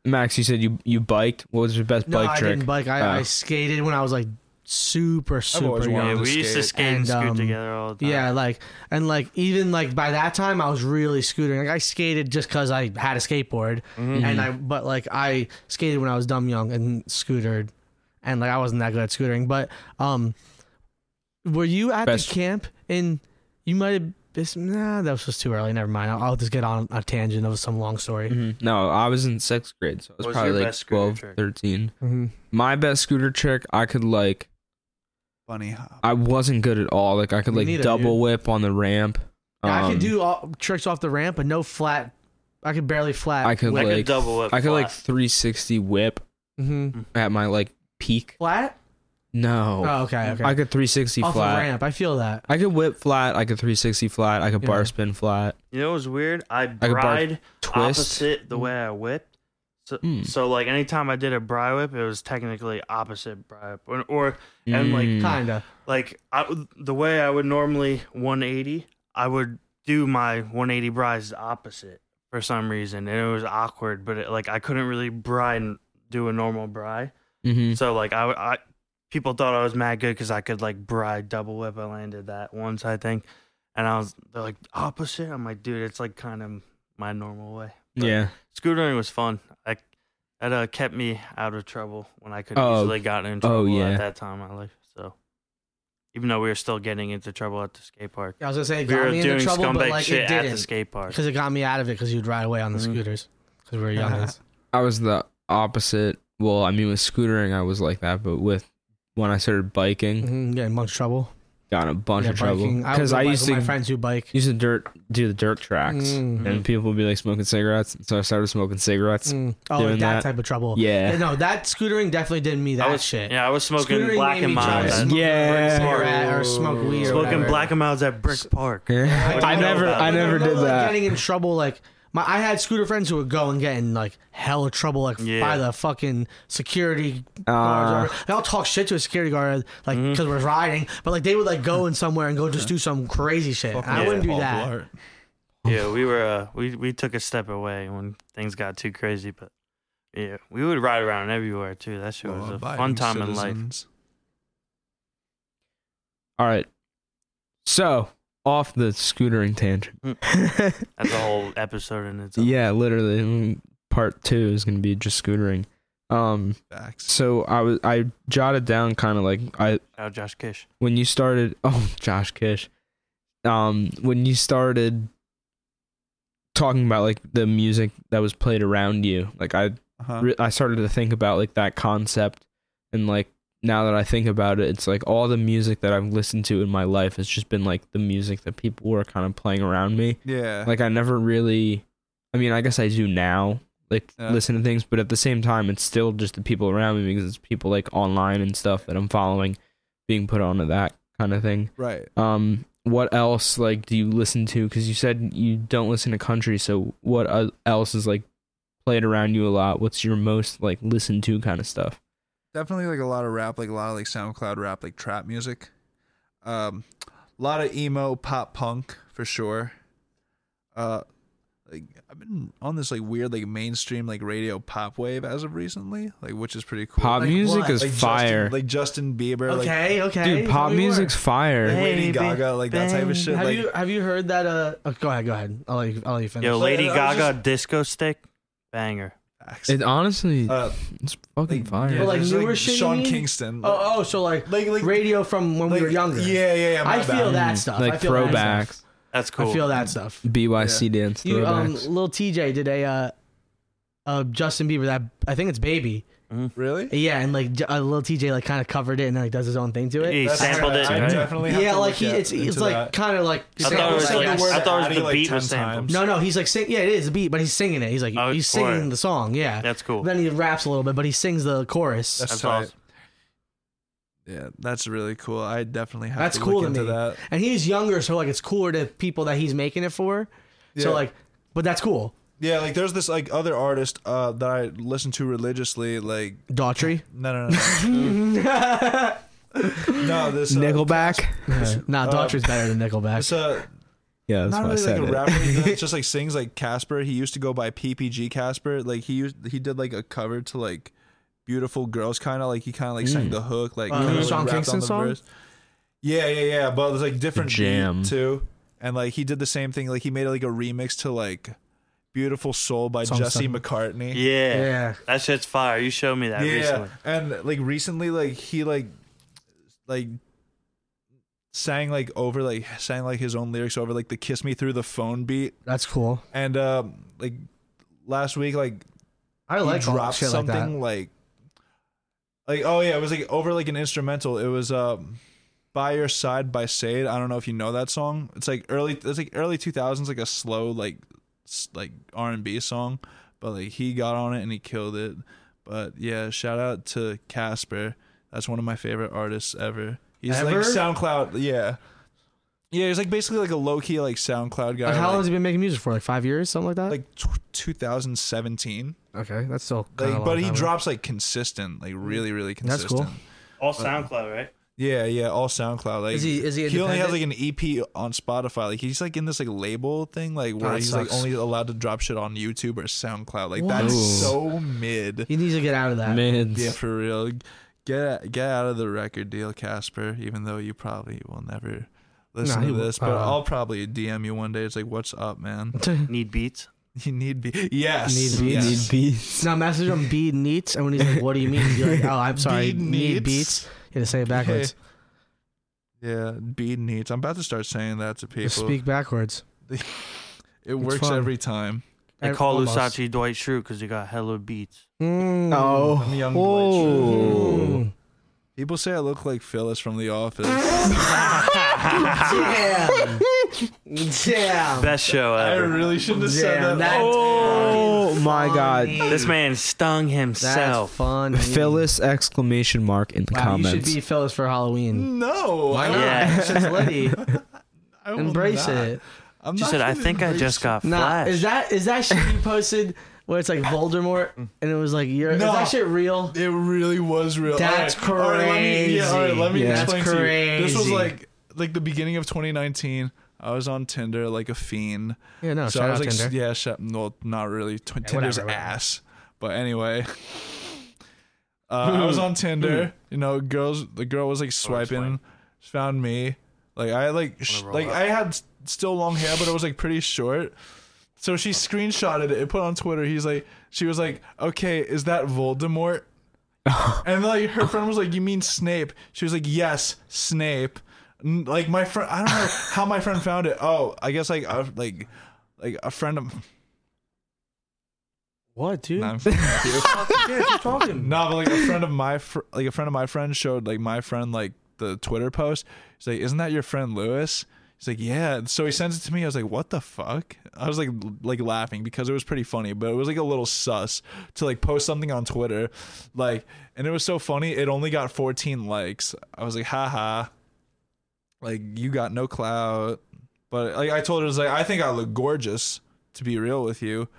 Speaker 1: Max, you said you you biked. What was your best
Speaker 3: No,
Speaker 1: bike
Speaker 3: I
Speaker 1: trick?
Speaker 3: didn't bike. I, I
Speaker 1: Oh.
Speaker 3: skated when I was like super super
Speaker 5: always
Speaker 3: young.
Speaker 5: wanted
Speaker 4: Yeah, we
Speaker 5: to
Speaker 4: used to
Speaker 5: skate.
Speaker 4: skate and,
Speaker 3: And,
Speaker 4: scoot
Speaker 3: um,
Speaker 4: together all the time.
Speaker 3: Yeah, like and like even like by that time I was really scootering. Like I skated just because I had a skateboard,
Speaker 1: Mm-hmm.
Speaker 3: and I but like I skated when I was dumb young and scootered, and like I wasn't that good at scootering. But um, were you at
Speaker 1: Best-
Speaker 3: the camp in? You might have. this- Nah, that was just too early. Never mind. I'll, I'll just get on a tangent of some long story.
Speaker 1: Mhm. No, I was in sixth grade, so I was
Speaker 4: What was
Speaker 1: probably
Speaker 4: your
Speaker 1: like
Speaker 4: best scooter
Speaker 1: 12,
Speaker 4: trick?
Speaker 1: 13.
Speaker 3: Mhm.
Speaker 1: My best scooter trick, I could like,
Speaker 2: Bunny hop.
Speaker 1: I wasn't good at all. Like I could
Speaker 3: Me
Speaker 1: like
Speaker 3: neither,
Speaker 1: double whip on the ramp.
Speaker 3: I
Speaker 1: Um,
Speaker 3: could do all, tricks off the ramp, but no flat. I could barely flat.
Speaker 1: I could
Speaker 4: I
Speaker 1: like,
Speaker 4: could double whip.
Speaker 1: I could like
Speaker 4: flat.
Speaker 1: 360 whip
Speaker 3: hmm
Speaker 1: at my like peak.
Speaker 3: flat.
Speaker 1: No,
Speaker 3: Oh, okay, okay.
Speaker 1: I could 360
Speaker 3: off
Speaker 1: flat.
Speaker 3: the ramp. I feel that.
Speaker 1: I could whip flat. I could 360 flat. I could
Speaker 3: Yeah.
Speaker 1: bar spin flat.
Speaker 4: you know what was weird? I
Speaker 1: bark
Speaker 4: bride
Speaker 1: Twist.
Speaker 4: opposite the way I whipped. So,
Speaker 1: Mm.
Speaker 4: so like anytime I did a bri whip, it was technically opposite bri whip, or, or
Speaker 1: Mm.
Speaker 4: and like
Speaker 3: Kinda.
Speaker 4: like I, the way I would normally 180, I would do my 180 bries opposite for some reason, and it was awkward. But it, like I couldn't really bri and do a normal bri,
Speaker 1: Mhm.
Speaker 4: so like I, I people thought I was mad good because I could like bri double whip. I landed that once, I think, and I was they're like opposite. I'm like, dude, it's like kind of my normal way. But
Speaker 1: Yeah.
Speaker 4: scootering was fun. I that uh, kept me out of trouble when I could
Speaker 1: Oh.
Speaker 4: have easily gotten in trouble
Speaker 1: yeah.
Speaker 4: at that time in my life. So even though we were still getting into trouble at the skate park,
Speaker 3: I was gonna say it
Speaker 4: we
Speaker 3: got
Speaker 4: were
Speaker 3: me
Speaker 4: doing
Speaker 3: into trouble, but
Speaker 4: scumbag
Speaker 3: like it
Speaker 4: shit at the
Speaker 3: didn't
Speaker 4: skate park.
Speaker 3: because it got me out of it because you'd ride away on the
Speaker 4: Mhm.
Speaker 3: scooters because we were youngins.
Speaker 1: I was the opposite. Well, I mean, with scootering, I was like that, but with when I started biking,
Speaker 3: mm-hmm. Getting much trouble.
Speaker 1: got in a bunch
Speaker 3: Yeah,
Speaker 1: of trouble
Speaker 3: biking. would
Speaker 1: because
Speaker 3: go
Speaker 1: I
Speaker 3: bike
Speaker 1: used
Speaker 3: with my
Speaker 1: to
Speaker 3: friends who bike.
Speaker 1: used to dirt do the dirt tracks,
Speaker 3: Mm.
Speaker 1: and people would be like smoking cigarettes, so I started smoking cigarettes.
Speaker 3: Mm. Oh, like
Speaker 1: doing
Speaker 3: that,
Speaker 1: that.
Speaker 3: type of trouble.
Speaker 1: Yeah.
Speaker 3: Yeah, No, that scootering definitely didn't me that
Speaker 4: I was
Speaker 3: shit.
Speaker 4: Yeah, I was smoking
Speaker 3: Scootering
Speaker 4: black
Speaker 3: made
Speaker 4: and
Speaker 3: me try to
Speaker 4: miles. at-
Speaker 3: smoke
Speaker 1: Yeah.
Speaker 3: a cigarette or smoke weed. or
Speaker 4: Smoking
Speaker 3: whatever.
Speaker 4: black and miles at Brick Park.
Speaker 1: Yeah.
Speaker 4: I
Speaker 1: I
Speaker 4: know
Speaker 1: never,
Speaker 4: about
Speaker 1: I
Speaker 4: it.
Speaker 1: never
Speaker 3: remember,
Speaker 1: did
Speaker 3: like,
Speaker 1: that.
Speaker 3: Getting in trouble, like my, I had scooter friends who would go and get in like hella trouble, like
Speaker 4: Yeah.
Speaker 3: by the fucking security
Speaker 1: Uh,
Speaker 3: guards. or whatever. They all talk shit to a security guard, like because we're riding, but like they would like go in somewhere and go just do some crazy shit. And I
Speaker 4: yeah.
Speaker 3: wouldn't do that.
Speaker 1: Oh.
Speaker 4: Yeah, we were uh, we we took a step away when things got too crazy, but yeah, we would ride around everywhere too. That shit was a fun time in life.
Speaker 1: All right. So off the scootering tangent.
Speaker 3: Mm.
Speaker 4: That's a whole episode in itself.
Speaker 1: yeah, literally. mm, Part two is gonna be just scootering. Um.
Speaker 2: Facts.
Speaker 1: So I was, I jotted down kind of like I
Speaker 4: Shout out Josh Kish.
Speaker 1: when you started oh josh kish um when you started talking about like the music that was played around you like i
Speaker 2: Uh-huh.
Speaker 1: re- i started to think about like that concept and like now that i think about it it's like all the music that i've listened to in my life has just been like the music that people were kind of playing around me
Speaker 5: Yeah.
Speaker 1: like i never really i mean i guess i do now like
Speaker 2: Yeah.
Speaker 1: listen to things but at the same time it's still just the people around me because it's people like online and stuff that i'm following being put onto that kind of thing
Speaker 5: right.
Speaker 1: um what else like do you listen to because you said you don't listen to country so what o- else is like played around you a lot what's your most like listened to kind of stuff
Speaker 5: Definitely like a lot of rap, like a lot of like SoundCloud rap, like trap music. Um, a lot of emo, pop punk for sure. Uh, like I've been on this like weird like mainstream like radio pop wave as of recently, like which is pretty cool.
Speaker 1: Pop
Speaker 5: Like,
Speaker 1: music
Speaker 3: what?
Speaker 1: is
Speaker 5: like
Speaker 1: fire.
Speaker 5: Justin, like Justin Bieber, like
Speaker 3: Okay, okay.
Speaker 1: Dude, pop
Speaker 3: we were.
Speaker 1: music's fire.
Speaker 5: like Lady
Speaker 4: Baby,
Speaker 5: Gaga, like that type of shit.
Speaker 3: Have
Speaker 5: like
Speaker 3: you have you heard that? Uh, oh, go ahead, go ahead. I'll let you, I'll let you finish.
Speaker 4: Yo,
Speaker 5: Like,
Speaker 4: Lady
Speaker 5: I was
Speaker 4: Gaga disco stick, banger.
Speaker 5: facts.
Speaker 1: It honestly,
Speaker 5: uh,
Speaker 1: it's fucking
Speaker 5: like,
Speaker 1: fire.
Speaker 5: yeah,
Speaker 3: Well, like,
Speaker 5: just,
Speaker 3: newer shit you
Speaker 5: Sean
Speaker 3: mean?
Speaker 5: Kingston.
Speaker 3: oh, oh, so like,
Speaker 5: Uh, like like
Speaker 3: radio from when
Speaker 5: like-
Speaker 3: we were younger.
Speaker 5: Yeah, yeah, yeah. my
Speaker 3: I feel
Speaker 5: bad.
Speaker 3: that stuff.
Speaker 1: Mm. like
Speaker 3: I feel That
Speaker 1: throwbacks,
Speaker 3: stuff.
Speaker 4: That's cool.
Speaker 3: I feel that stuff.
Speaker 1: BYC dance throwbacks.
Speaker 3: You, um, little TJ did a uh, uh, Justin Bieber that I think it's Baby.
Speaker 5: Really?
Speaker 3: Yeah, and like J- uh, little TJ like kind of covered it and then like does his own thing to it.
Speaker 4: he
Speaker 5: That's-
Speaker 4: sampled it.
Speaker 5: I
Speaker 4: right?
Speaker 5: definitely have
Speaker 3: Yeah,
Speaker 5: to
Speaker 3: like
Speaker 5: look
Speaker 3: he,
Speaker 5: at-
Speaker 3: it's it's
Speaker 5: into
Speaker 3: like
Speaker 5: that.
Speaker 3: kind of like.
Speaker 4: I thought it was
Speaker 3: Sampled
Speaker 4: like,
Speaker 3: the word
Speaker 4: I thought it was
Speaker 5: Addy,
Speaker 4: the
Speaker 5: like,
Speaker 4: beat
Speaker 5: 10
Speaker 4: was sampled.
Speaker 5: times.
Speaker 3: No, no, he's like sing. Yeah, it is the beat, but he's singing it. He's like
Speaker 4: Oh,
Speaker 3: he's
Speaker 4: it's for
Speaker 3: singing
Speaker 4: it.
Speaker 3: the song. Yeah,
Speaker 4: That's cool.
Speaker 3: then he raps a little bit, but he sings the chorus.
Speaker 5: That's
Speaker 4: That's
Speaker 5: tight.
Speaker 4: awesome.
Speaker 5: Yeah, that's really cool. I definitely have
Speaker 3: That's
Speaker 5: to
Speaker 3: cool
Speaker 5: look
Speaker 3: to
Speaker 5: into
Speaker 3: me.
Speaker 5: that.
Speaker 3: and he's younger, so like it's cooler to people that he's making it for. So
Speaker 5: Yeah.
Speaker 3: like, but that's cool.
Speaker 5: Yeah, like there's this like other artist uh that I listen to religiously. Like
Speaker 3: Daughtry,
Speaker 5: no, no, no, Mm. no. no this uh,
Speaker 1: Nickelback.
Speaker 5: Um,
Speaker 3: nah, Daughtry's better than
Speaker 5: This
Speaker 3: Nickelback.
Speaker 5: uh,
Speaker 1: Yeah, that's
Speaker 5: not
Speaker 1: why I
Speaker 5: really like
Speaker 1: said
Speaker 5: a
Speaker 1: it.
Speaker 5: rapper. He just like sings like Casper. He used to go by PPG Casper. Like he used he did like a cover to like beautiful girls kind of like he kind of like sang the hook like
Speaker 3: Uh,
Speaker 5: kinda, like,
Speaker 3: Sean
Speaker 5: rapped on
Speaker 3: Kingston
Speaker 5: the
Speaker 3: song?
Speaker 5: verse. Yeah, yeah, yeah. But it was like different beat,
Speaker 1: jam.
Speaker 5: too. And like he did the same thing. Like he made like a remix to like "Beautiful Soul" by
Speaker 3: Song
Speaker 5: Jesse
Speaker 3: Sun.
Speaker 5: McCartney.
Speaker 4: Yeah.
Speaker 3: Yeah.
Speaker 4: That shit's fire. You showed me that recently.
Speaker 5: and like recently, like he like like sang like over like sang like his own lyrics over like the "Kiss Me Through the Phone" beat,
Speaker 3: That's cool.
Speaker 5: and um like last week like
Speaker 3: I
Speaker 5: he
Speaker 3: like
Speaker 5: dropped
Speaker 3: shit like that.
Speaker 5: something like, like oh yeah, it was like over like an instrumental. It was um. By your side by Sade. I don't know if you know that song. It's like early. It's like early two thousands, like a slow, like s- like R and B song. But like he got on it and he killed it. But yeah, shout out to Casper. That's one of my favorite artists ever. He's
Speaker 3: Ever?
Speaker 5: like SoundCloud. Yeah, yeah. He's like basically like a low key like SoundCloud guy.
Speaker 3: Like, how long
Speaker 5: like,
Speaker 3: has he been making music for? Like five years, something like that.
Speaker 5: like t- 2017.
Speaker 3: okay, that's still. kinda a
Speaker 5: Like,
Speaker 3: long
Speaker 5: but he
Speaker 3: time ago.
Speaker 5: drops like consistent, like really, really
Speaker 3: That's
Speaker 5: consistent.
Speaker 3: cool.
Speaker 4: All SoundCloud, right?
Speaker 5: Yeah, yeah, all SoundCloud. Like,
Speaker 3: Is he- is he
Speaker 5: only has like an
Speaker 3: independent?
Speaker 5: EP on Spotify. Like, he's like in this like label thing, like where
Speaker 3: Oh, that
Speaker 5: he's like
Speaker 3: sucks.
Speaker 5: only allowed to drop shit on YouTube or SoundCloud. Like,
Speaker 3: What?
Speaker 5: that's
Speaker 1: Ooh.
Speaker 5: so mid.
Speaker 3: He needs to get out of that.
Speaker 1: Mids.
Speaker 5: Yeah, for real. Get get out of the record deal, Casper. Even though you probably will never listen
Speaker 3: Nah,
Speaker 5: to
Speaker 3: he
Speaker 5: this,
Speaker 3: won't.
Speaker 5: but
Speaker 3: Uh,
Speaker 5: I'll probably DM you one day. It's like, what's up, man?
Speaker 4: Need beats.
Speaker 5: You need be yes,
Speaker 3: Need
Speaker 1: We
Speaker 5: yes.
Speaker 1: need beats.
Speaker 3: Now message him bead neats, and when he's like, "What do you mean?" You're like, "Oh, I'm sorry,
Speaker 5: Bead
Speaker 3: need
Speaker 5: needs.
Speaker 3: beats." You had to say it backwards.
Speaker 5: Yeah, bead needs. I'm about to start saying that to people.
Speaker 3: Just speak backwards.
Speaker 5: it works
Speaker 3: fun.
Speaker 5: every time.
Speaker 4: They
Speaker 3: Ev-
Speaker 4: call
Speaker 3: almost.
Speaker 4: Lusachi Dwight Schrute because he got hella beats.
Speaker 3: Mm.
Speaker 5: I'm young
Speaker 1: Oh.
Speaker 3: Mm.
Speaker 5: People say I look like Phyllis from The Office.
Speaker 3: Damn. Damn.
Speaker 4: Best show
Speaker 5: I
Speaker 4: ever.
Speaker 5: really shouldn't have said
Speaker 3: Damn,
Speaker 5: that.
Speaker 3: that's
Speaker 1: Oh
Speaker 3: fucking
Speaker 1: my
Speaker 3: funny.
Speaker 1: God.
Speaker 4: This man stung
Speaker 3: That's
Speaker 4: himself.
Speaker 3: fun.
Speaker 1: Phyllis exclamation mark in the
Speaker 3: Wow, you should
Speaker 1: comments.
Speaker 3: be Phyllis for Halloween.
Speaker 5: no,
Speaker 3: Why
Speaker 5: I,
Speaker 3: not?
Speaker 4: Yeah.
Speaker 3: It's just Liddy.
Speaker 5: I will
Speaker 3: Embrace
Speaker 5: not.
Speaker 3: it.
Speaker 5: I'm
Speaker 4: She
Speaker 5: not
Speaker 4: said, "I
Speaker 5: gonna
Speaker 4: think I
Speaker 5: embrace
Speaker 4: just got
Speaker 3: Nah,
Speaker 4: flashed."
Speaker 3: is that is that shit you posted where it's like Voldemort and it was like you're
Speaker 5: No.
Speaker 3: is that shit real?
Speaker 5: It really was real.
Speaker 3: That's
Speaker 5: All right, all right, let me, yeah, all right, let me
Speaker 3: crazy.
Speaker 5: explain
Speaker 3: That's
Speaker 5: to you. This was
Speaker 3: crazy.
Speaker 5: like like the beginning of 2019. I was on Tinder like a fiend.
Speaker 3: Yeah, no,
Speaker 5: so
Speaker 3: Oh, shout
Speaker 5: I was
Speaker 3: out
Speaker 5: like,
Speaker 3: Tinder.
Speaker 5: yeah, shut, well, not really. T- Tinder's
Speaker 3: whatever, whatever.
Speaker 5: ass. But anyway, uh, I was on Tinder. you know, girls. The girl was like swiping, found me. Like I like sh-
Speaker 4: roll
Speaker 5: like
Speaker 4: up.
Speaker 5: I had s- still long hair, but it was like pretty short. So she screenshotted it and put it on Twitter. He's like, she was like, okay, is that Voldemort? and like her friend was like, you mean Snape? She was like, yes, Snape. N- Like my friend, I don't know how my friend found it. Oh, I guess like a, like like a friend of.
Speaker 3: What, dude?
Speaker 5: Nah, I'm fucking with you.
Speaker 3: talking.
Speaker 5: No, but like a friend of my fr- like a friend of my friend showed like my friend like the Twitter post. He's like, "Isn't that your friend Lewis?" He's like, "Yeah." So he sends it to me. I was like, "What the fuck?" I was like, l- like laughing because it was pretty funny, but it was like a little sus to like post something on Twitter, like, and it was so funny. It only got 14 likes. I was like, "Haha." Like you got no clout, but like I told her, I was like, "I think I look gorgeous." To be real with you,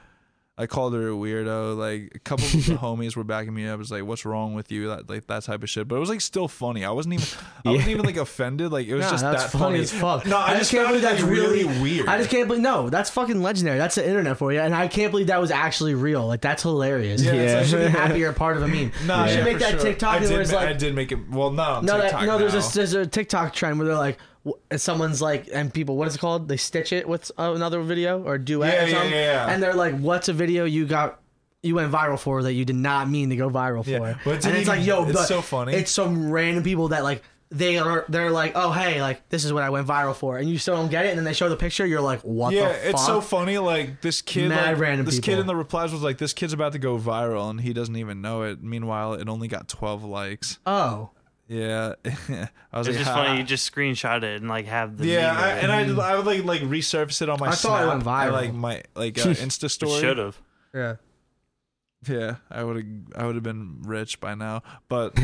Speaker 5: I called her a weirdo. Like a couple of the homies were backing me up. It's like, what's wrong with you? That like that type of shit. But it was like still funny. I wasn't even I wasn't even like offended. Like it was
Speaker 3: Nah,
Speaker 5: just
Speaker 3: that's
Speaker 5: that
Speaker 3: funny
Speaker 5: funny.
Speaker 3: as fuck.
Speaker 5: No, I, just can't believe that's really, weird.
Speaker 3: I just can't believe no, that's fucking legendary. That's the internet for you, and I can't believe that was actually real. Like that's hilarious.
Speaker 5: Yeah, it's
Speaker 3: I
Speaker 5: like-
Speaker 3: should be happy you're a part of a meme.
Speaker 5: No,
Speaker 3: you should
Speaker 5: yeah,
Speaker 3: make
Speaker 5: for
Speaker 3: that
Speaker 5: sure.
Speaker 3: TikTok
Speaker 5: I did,
Speaker 3: where it's
Speaker 5: ma-
Speaker 3: like
Speaker 5: I did make it. Well, no,
Speaker 3: no,
Speaker 5: TikTok
Speaker 3: that, no.
Speaker 5: now.
Speaker 3: There's a there's a TikTok trend where they're like, w- someone's like, and people, what is it called? They stitch it with uh, another video or duet
Speaker 5: Yeah,
Speaker 3: or
Speaker 5: yeah,
Speaker 3: something,
Speaker 5: yeah, yeah.
Speaker 3: and they're like, what's a video you got? You went viral for that you did not mean to go viral for.
Speaker 5: Yeah, but it
Speaker 3: and
Speaker 5: didn't
Speaker 3: it's like,
Speaker 5: even-
Speaker 3: yo,
Speaker 5: it's
Speaker 3: but
Speaker 5: so funny.
Speaker 3: It's some random people that like they are they're like, oh hey, like this is what I went viral for, and you still don't get it, and then they show the picture, you're like, what
Speaker 5: yeah,
Speaker 3: the fuck?
Speaker 5: it's so funny. Like this kid,
Speaker 3: Mad
Speaker 5: like,
Speaker 3: random
Speaker 5: this kid
Speaker 3: people.
Speaker 5: in the replies was like, "This kid's about to go viral," and he doesn't even know it. Meanwhile, it only got 12 likes.
Speaker 3: oh.
Speaker 5: Yeah, I was
Speaker 4: It's
Speaker 5: like,
Speaker 4: just
Speaker 5: "Ha."
Speaker 4: funny. You just screenshot it and like have the
Speaker 5: yeah,
Speaker 4: meme
Speaker 5: I,
Speaker 4: of it.
Speaker 5: and I, I would like like resurface it on my
Speaker 3: I
Speaker 5: Snap
Speaker 3: thought it went
Speaker 5: and,
Speaker 3: viral.
Speaker 5: like my like uh, Insta story.
Speaker 4: should have.
Speaker 3: Yeah.
Speaker 5: Yeah, I would have I would have been rich by now, but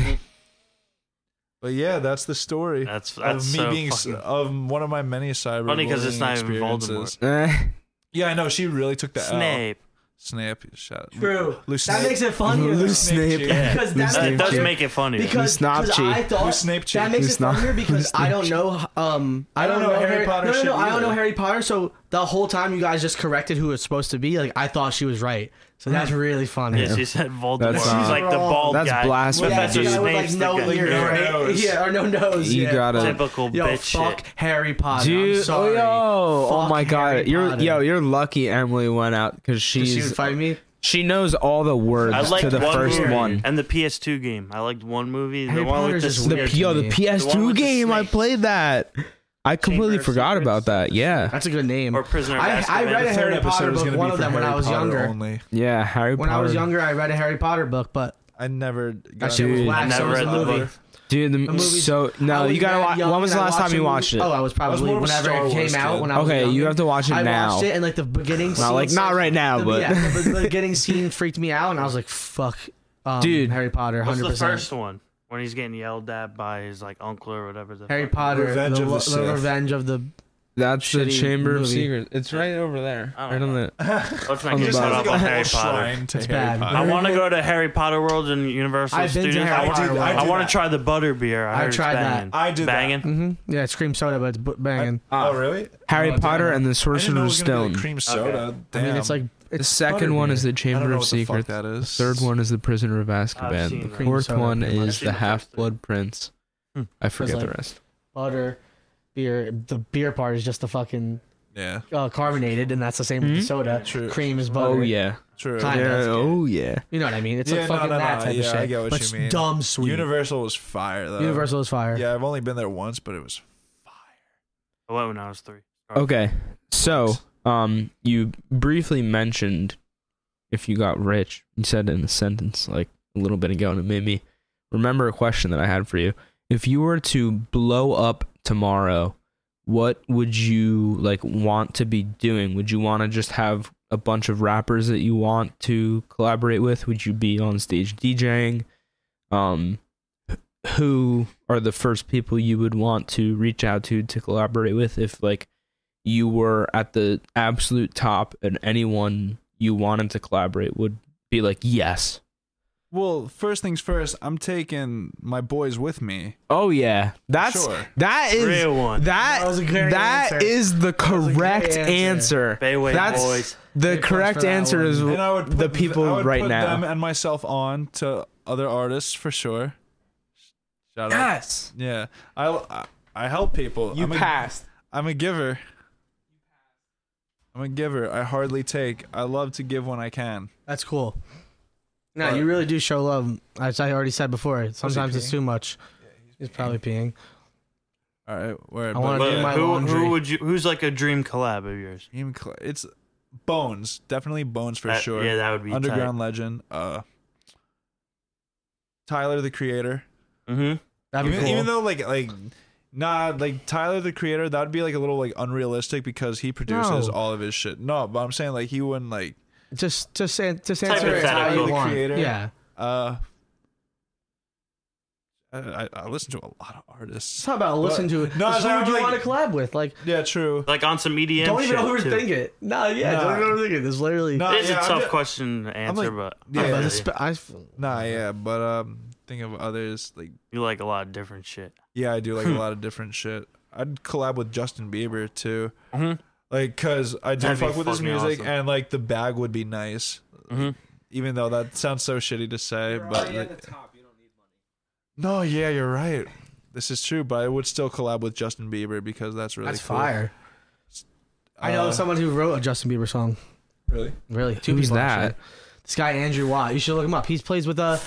Speaker 5: but yeah, that's the story
Speaker 4: That's
Speaker 5: of
Speaker 4: that's
Speaker 5: me
Speaker 4: so
Speaker 5: being s-
Speaker 4: fucking
Speaker 5: of one of my many cyber
Speaker 4: Funny 'cause it's
Speaker 5: bullying
Speaker 4: not even
Speaker 5: experiences.
Speaker 4: Voldemort.
Speaker 1: Eh,
Speaker 5: Yeah, I know she really took that.
Speaker 4: Snape.
Speaker 5: Snap. Shut up.
Speaker 3: True.
Speaker 5: Lou
Speaker 3: That
Speaker 5: Snape.
Speaker 3: makes it funnier.
Speaker 1: Lou
Speaker 3: though.
Speaker 1: Snape.
Speaker 4: Yeah.
Speaker 3: Because that
Speaker 4: That
Speaker 3: makes
Speaker 4: does
Speaker 3: it-
Speaker 4: make it funny.
Speaker 1: Who's
Speaker 3: because, because
Speaker 1: Snapchat?
Speaker 3: I thought
Speaker 5: Who's Snapchat?
Speaker 3: that makes
Speaker 1: Who's
Speaker 3: it funnier
Speaker 1: Snap-
Speaker 3: because
Speaker 1: who's
Speaker 3: I don't know. Um, I don't, know, Harry Potter. No, no,
Speaker 5: shit
Speaker 3: no. I don't know
Speaker 5: either.
Speaker 3: Harry Potter. So the whole time you guys just corrected who it's supposed to be. Like I thought she was right. So that's
Speaker 5: Mm.
Speaker 3: really funny.
Speaker 4: Yeah, she said Voldemort.
Speaker 1: That's,
Speaker 4: She's
Speaker 1: uh,
Speaker 4: like the bald
Speaker 1: that's
Speaker 4: guy.
Speaker 1: blasphemy,
Speaker 3: yeah,
Speaker 4: Professor
Speaker 3: you
Speaker 1: dude.
Speaker 3: guys with,
Speaker 4: Snape's
Speaker 3: like
Speaker 4: the
Speaker 3: no
Speaker 4: guy.
Speaker 3: ears,
Speaker 5: No
Speaker 3: right?
Speaker 5: nose.
Speaker 3: Yeah, or no nose.
Speaker 1: You
Speaker 3: yeah.
Speaker 1: gotta-
Speaker 4: Typical
Speaker 3: Yo,
Speaker 4: bitch
Speaker 3: fuck
Speaker 4: shit.
Speaker 3: Harry Potter.
Speaker 1: Dude,
Speaker 3: I'm
Speaker 1: oh,
Speaker 3: sorry.
Speaker 1: yo, oh
Speaker 3: Fuck
Speaker 1: my
Speaker 3: Harry
Speaker 1: god, you're
Speaker 3: Potter.
Speaker 1: yo, you're lucky Emily went out because
Speaker 3: Did she
Speaker 1: she's
Speaker 3: would fight me.
Speaker 1: she knows all the words
Speaker 4: I
Speaker 1: to
Speaker 4: liked
Speaker 1: the
Speaker 4: one
Speaker 1: first
Speaker 4: movie
Speaker 1: one.
Speaker 4: and the PS2 game. I liked one movie.
Speaker 3: Harry
Speaker 4: the one
Speaker 3: Potter's
Speaker 4: with
Speaker 3: is
Speaker 4: the
Speaker 1: The,
Speaker 3: weird
Speaker 1: P- yo,
Speaker 3: to
Speaker 1: the
Speaker 3: me.
Speaker 4: The one
Speaker 1: PS2
Speaker 4: with the
Speaker 1: game, I
Speaker 4: snake.
Speaker 1: played that. I completely
Speaker 4: of
Speaker 1: forgot
Speaker 4: Secrets.
Speaker 1: about that. Yeah,
Speaker 3: That's a good name.
Speaker 4: or Prisoner of
Speaker 3: I, I
Speaker 4: Azkaban.
Speaker 3: read a
Speaker 4: The
Speaker 3: Harry
Speaker 5: Third episode
Speaker 3: Potter
Speaker 5: was
Speaker 3: book
Speaker 5: gonna be
Speaker 3: one of
Speaker 5: for
Speaker 3: them when
Speaker 5: Harry
Speaker 3: I was
Speaker 5: Potter
Speaker 3: younger.
Speaker 5: Only
Speaker 1: yeah, Harry
Speaker 3: When
Speaker 1: Potter.
Speaker 3: I was younger, I read a Harry Potter book, but
Speaker 5: I never. Got
Speaker 3: that shit was
Speaker 1: Dude,
Speaker 3: whack. So
Speaker 4: never
Speaker 3: was
Speaker 4: read
Speaker 3: the
Speaker 4: the
Speaker 3: movie.
Speaker 4: book.
Speaker 1: dude. The,
Speaker 3: movie-
Speaker 1: so
Speaker 3: I
Speaker 1: no,
Speaker 3: was
Speaker 1: you gotta
Speaker 3: very
Speaker 1: watch.
Speaker 3: young
Speaker 1: When was
Speaker 3: and
Speaker 1: the
Speaker 3: I
Speaker 1: last time
Speaker 3: watched
Speaker 1: you
Speaker 3: a
Speaker 1: watched it?
Speaker 3: movie- Oh, I was probably
Speaker 5: more of a
Speaker 3: whenever
Speaker 5: Star
Speaker 3: it came
Speaker 5: Wars
Speaker 3: out.
Speaker 5: kid.
Speaker 3: When I was
Speaker 1: okay, you
Speaker 3: younger.
Speaker 1: have to watch it
Speaker 3: I
Speaker 1: now.
Speaker 3: watched it and like the beginning.
Speaker 1: Not
Speaker 3: scene
Speaker 1: like
Speaker 3: was
Speaker 1: not
Speaker 3: so-
Speaker 1: right now,
Speaker 3: the,
Speaker 1: but
Speaker 3: yeah, the, the beginning scene freaked me out, and I was like, "Fuck, um,
Speaker 1: Dude.
Speaker 3: Harry Potter,
Speaker 4: What's
Speaker 3: hundred
Speaker 4: the first
Speaker 3: percent."
Speaker 4: one when he's getting yelled at by his like uncle or whatever? The
Speaker 3: Harry
Speaker 4: fuck-
Speaker 3: Potter,
Speaker 5: Revenge
Speaker 3: the,
Speaker 5: of the
Speaker 3: Lo-
Speaker 5: Sith.
Speaker 3: Revenge of the.
Speaker 1: That's the
Speaker 3: Shitty
Speaker 1: Chamber of
Speaker 3: movie.
Speaker 1: Secrets. It's right over there.
Speaker 4: I
Speaker 1: I don't
Speaker 4: don't
Speaker 1: know.
Speaker 4: Let's not
Speaker 1: On the
Speaker 4: get
Speaker 5: Just
Speaker 1: bottom.
Speaker 5: has like
Speaker 4: caught up
Speaker 5: a
Speaker 4: on
Speaker 5: whole
Speaker 4: Harry Potter.
Speaker 5: shrine to
Speaker 3: It's
Speaker 5: Harry
Speaker 3: bad.
Speaker 5: Potter.
Speaker 4: I want to go to Harry Potter World and Universal
Speaker 3: I've been
Speaker 4: Studios.
Speaker 3: to
Speaker 4: I,
Speaker 3: Harry
Speaker 5: I
Speaker 3: Potter.
Speaker 5: did- I
Speaker 3: World.
Speaker 5: did-
Speaker 4: want to try the butter beer. I,
Speaker 3: I
Speaker 4: heard it's
Speaker 3: tried that.
Speaker 4: banging.
Speaker 5: I did that.
Speaker 4: banging.
Speaker 3: Mhm. Yeah, it's cream soda, but it's b- banging.
Speaker 5: Oh really?
Speaker 1: ah, Harry
Speaker 3: Oh,
Speaker 1: Potter and the
Speaker 5: I
Speaker 3: damn.
Speaker 5: didn't know it
Speaker 1: Sorcerer's
Speaker 5: was gonna be,
Speaker 1: Stone.
Speaker 5: like, cream soda.
Speaker 3: I
Speaker 5: Damn.
Speaker 3: mean, it's like
Speaker 1: the
Speaker 3: it's
Speaker 1: second one
Speaker 5: butterbeer.
Speaker 1: is the
Speaker 5: I don't
Speaker 1: Chamber
Speaker 5: know
Speaker 1: of
Speaker 5: what the fuck
Speaker 1: Secrets.
Speaker 5: that is.
Speaker 1: Third one is the Prisoner of
Speaker 4: I've
Speaker 1: Azkaban.
Speaker 4: seen
Speaker 1: The
Speaker 4: that.
Speaker 1: fourth
Speaker 3: Cream soda
Speaker 1: one
Speaker 3: pretty much.
Speaker 1: is
Speaker 4: I've seen
Speaker 1: the
Speaker 4: the first
Speaker 1: Half
Speaker 4: three.
Speaker 1: Blood Prince.
Speaker 4: Hmm.
Speaker 1: I forget
Speaker 3: like-
Speaker 1: the rest.
Speaker 3: butter beer. The beer part is just the fucking
Speaker 5: Yeah.
Speaker 3: uh, carbonated, and that's the same with the
Speaker 1: Mhm.
Speaker 3: soda.
Speaker 5: True.
Speaker 3: Cream is butter.
Speaker 1: Oh yeah.
Speaker 5: True.
Speaker 3: Kind
Speaker 1: Yeah,
Speaker 3: of. that's good.
Speaker 1: Oh yeah.
Speaker 3: You know what I mean? It's
Speaker 5: Yeah,
Speaker 3: like
Speaker 5: no,
Speaker 3: fucking
Speaker 5: no,
Speaker 3: that
Speaker 5: no,
Speaker 3: type
Speaker 5: yeah,
Speaker 3: of shit.
Speaker 5: I get what
Speaker 3: but
Speaker 5: you
Speaker 3: it's
Speaker 5: mean.
Speaker 3: dumb sweet.
Speaker 5: Universal was fire though.
Speaker 3: Universal is fire.
Speaker 5: Yeah, I've only been there once, but it was
Speaker 4: I went when I was three.
Speaker 1: Okay. So, um, you briefly mentioned if you got rich. You said in a sentence like a little bit ago, and it made me remember a question that I had for you. If you were to blow up tomorrow, what would you like want to be doing? Would you want to just have a bunch of rappers that you want to collaborate with? Would you be on stage DJing? Um, who are the first people you would want to reach out to to collaborate with if like you were at the absolute top and anyone you wanted to collaborate would be like yes
Speaker 5: Well, first things first, I'm taking my boys with me.
Speaker 1: oh yeah that's
Speaker 5: Sure.
Speaker 1: that is
Speaker 4: Real one.
Speaker 1: that
Speaker 3: That was a great
Speaker 1: that
Speaker 3: answer.
Speaker 1: is the
Speaker 3: was a great
Speaker 1: correct
Speaker 3: answer.
Speaker 1: answer,
Speaker 4: Bayway
Speaker 1: that's
Speaker 4: boys.
Speaker 1: the
Speaker 3: Big plus for
Speaker 1: correct
Speaker 3: that
Speaker 1: answer
Speaker 3: one.
Speaker 1: is
Speaker 5: And I would put
Speaker 1: the
Speaker 5: th-
Speaker 1: people
Speaker 5: I would
Speaker 1: right
Speaker 5: put
Speaker 1: now
Speaker 5: them and myself on to other artists for sure. Shout out.
Speaker 1: yes
Speaker 5: Yeah, I, I I help people.
Speaker 1: you
Speaker 5: I'm a,
Speaker 1: passed
Speaker 5: I'm a giver. I'm a giver. I hardly take. I love to give when I can.
Speaker 3: That's cool. No,
Speaker 5: But-
Speaker 3: you really do show love. As I already said before, sometimes it's
Speaker 5: peeing?
Speaker 3: too much. he's, probably peeing.
Speaker 5: All right, where
Speaker 3: I wanna
Speaker 5: but-
Speaker 3: do my
Speaker 4: who,
Speaker 3: laundry.
Speaker 4: who would you? Who's like a dream collab of yours?
Speaker 5: Dream Cl- It's Bones, definitely Bones for
Speaker 4: That-
Speaker 5: sure.
Speaker 4: Yeah, that would be
Speaker 5: Underground legend. Uh, Tyler the Creator.
Speaker 4: Mm-hmm.
Speaker 3: That'd be
Speaker 5: even,
Speaker 3: cool.
Speaker 5: even though like like nah like Tyler the creator that'd be like a little like unrealistic because he produces
Speaker 3: No.
Speaker 5: all of his shit. No, but I'm saying like he wouldn't like
Speaker 3: just, just, an- just answer it how
Speaker 4: hypothetical.
Speaker 3: you want.
Speaker 5: Creator.
Speaker 3: Yeah,
Speaker 5: uh I, I, I listen to a lot of artists.
Speaker 3: Talk about listen to it.
Speaker 5: No,
Speaker 3: who
Speaker 5: it's not
Speaker 3: do you
Speaker 5: like-
Speaker 3: want to collab with? Like,
Speaker 5: Yeah, true.
Speaker 4: Like on some EDM
Speaker 3: don't even
Speaker 4: shit,
Speaker 3: know who
Speaker 4: too.
Speaker 3: to think it. No, yeah,
Speaker 5: Nah.
Speaker 3: don't even know who to think it. There's literally.
Speaker 5: Nah,
Speaker 4: It's
Speaker 5: yeah,
Speaker 4: a
Speaker 5: I'm
Speaker 4: tough
Speaker 5: ju-
Speaker 4: question to answer,
Speaker 5: like-
Speaker 4: but
Speaker 5: Yeah.
Speaker 3: But
Speaker 4: I feel
Speaker 3: the
Speaker 5: Really?
Speaker 4: you.
Speaker 3: sp- I f-
Speaker 5: Nah, yeah, but um, think of others like
Speaker 4: you like a lot of different shit.
Speaker 5: yeah, I do like a lot of different shit. I'd collab with Justin Bieber too,
Speaker 4: Mm-hmm.
Speaker 5: like cause I do
Speaker 4: That'd be
Speaker 5: fuck with his
Speaker 4: fucking
Speaker 5: music,
Speaker 4: awesome.
Speaker 5: and like the bag would be nice,
Speaker 4: Mhm.
Speaker 5: even though that sounds so shitty to say. but like-
Speaker 1: top. You don't need money.
Speaker 5: no, yeah, you're right. This is true, but I would still collab with Justin Bieber because that's really
Speaker 3: that's
Speaker 5: cool.
Speaker 3: fire. I know
Speaker 5: Uh,
Speaker 3: someone who wrote a Justin Bieber song.
Speaker 5: Really?
Speaker 3: Really, two
Speaker 1: Who's
Speaker 3: people.
Speaker 1: that?
Speaker 3: actually. This guy Andrew Watt. You should look him up. He's plays with a.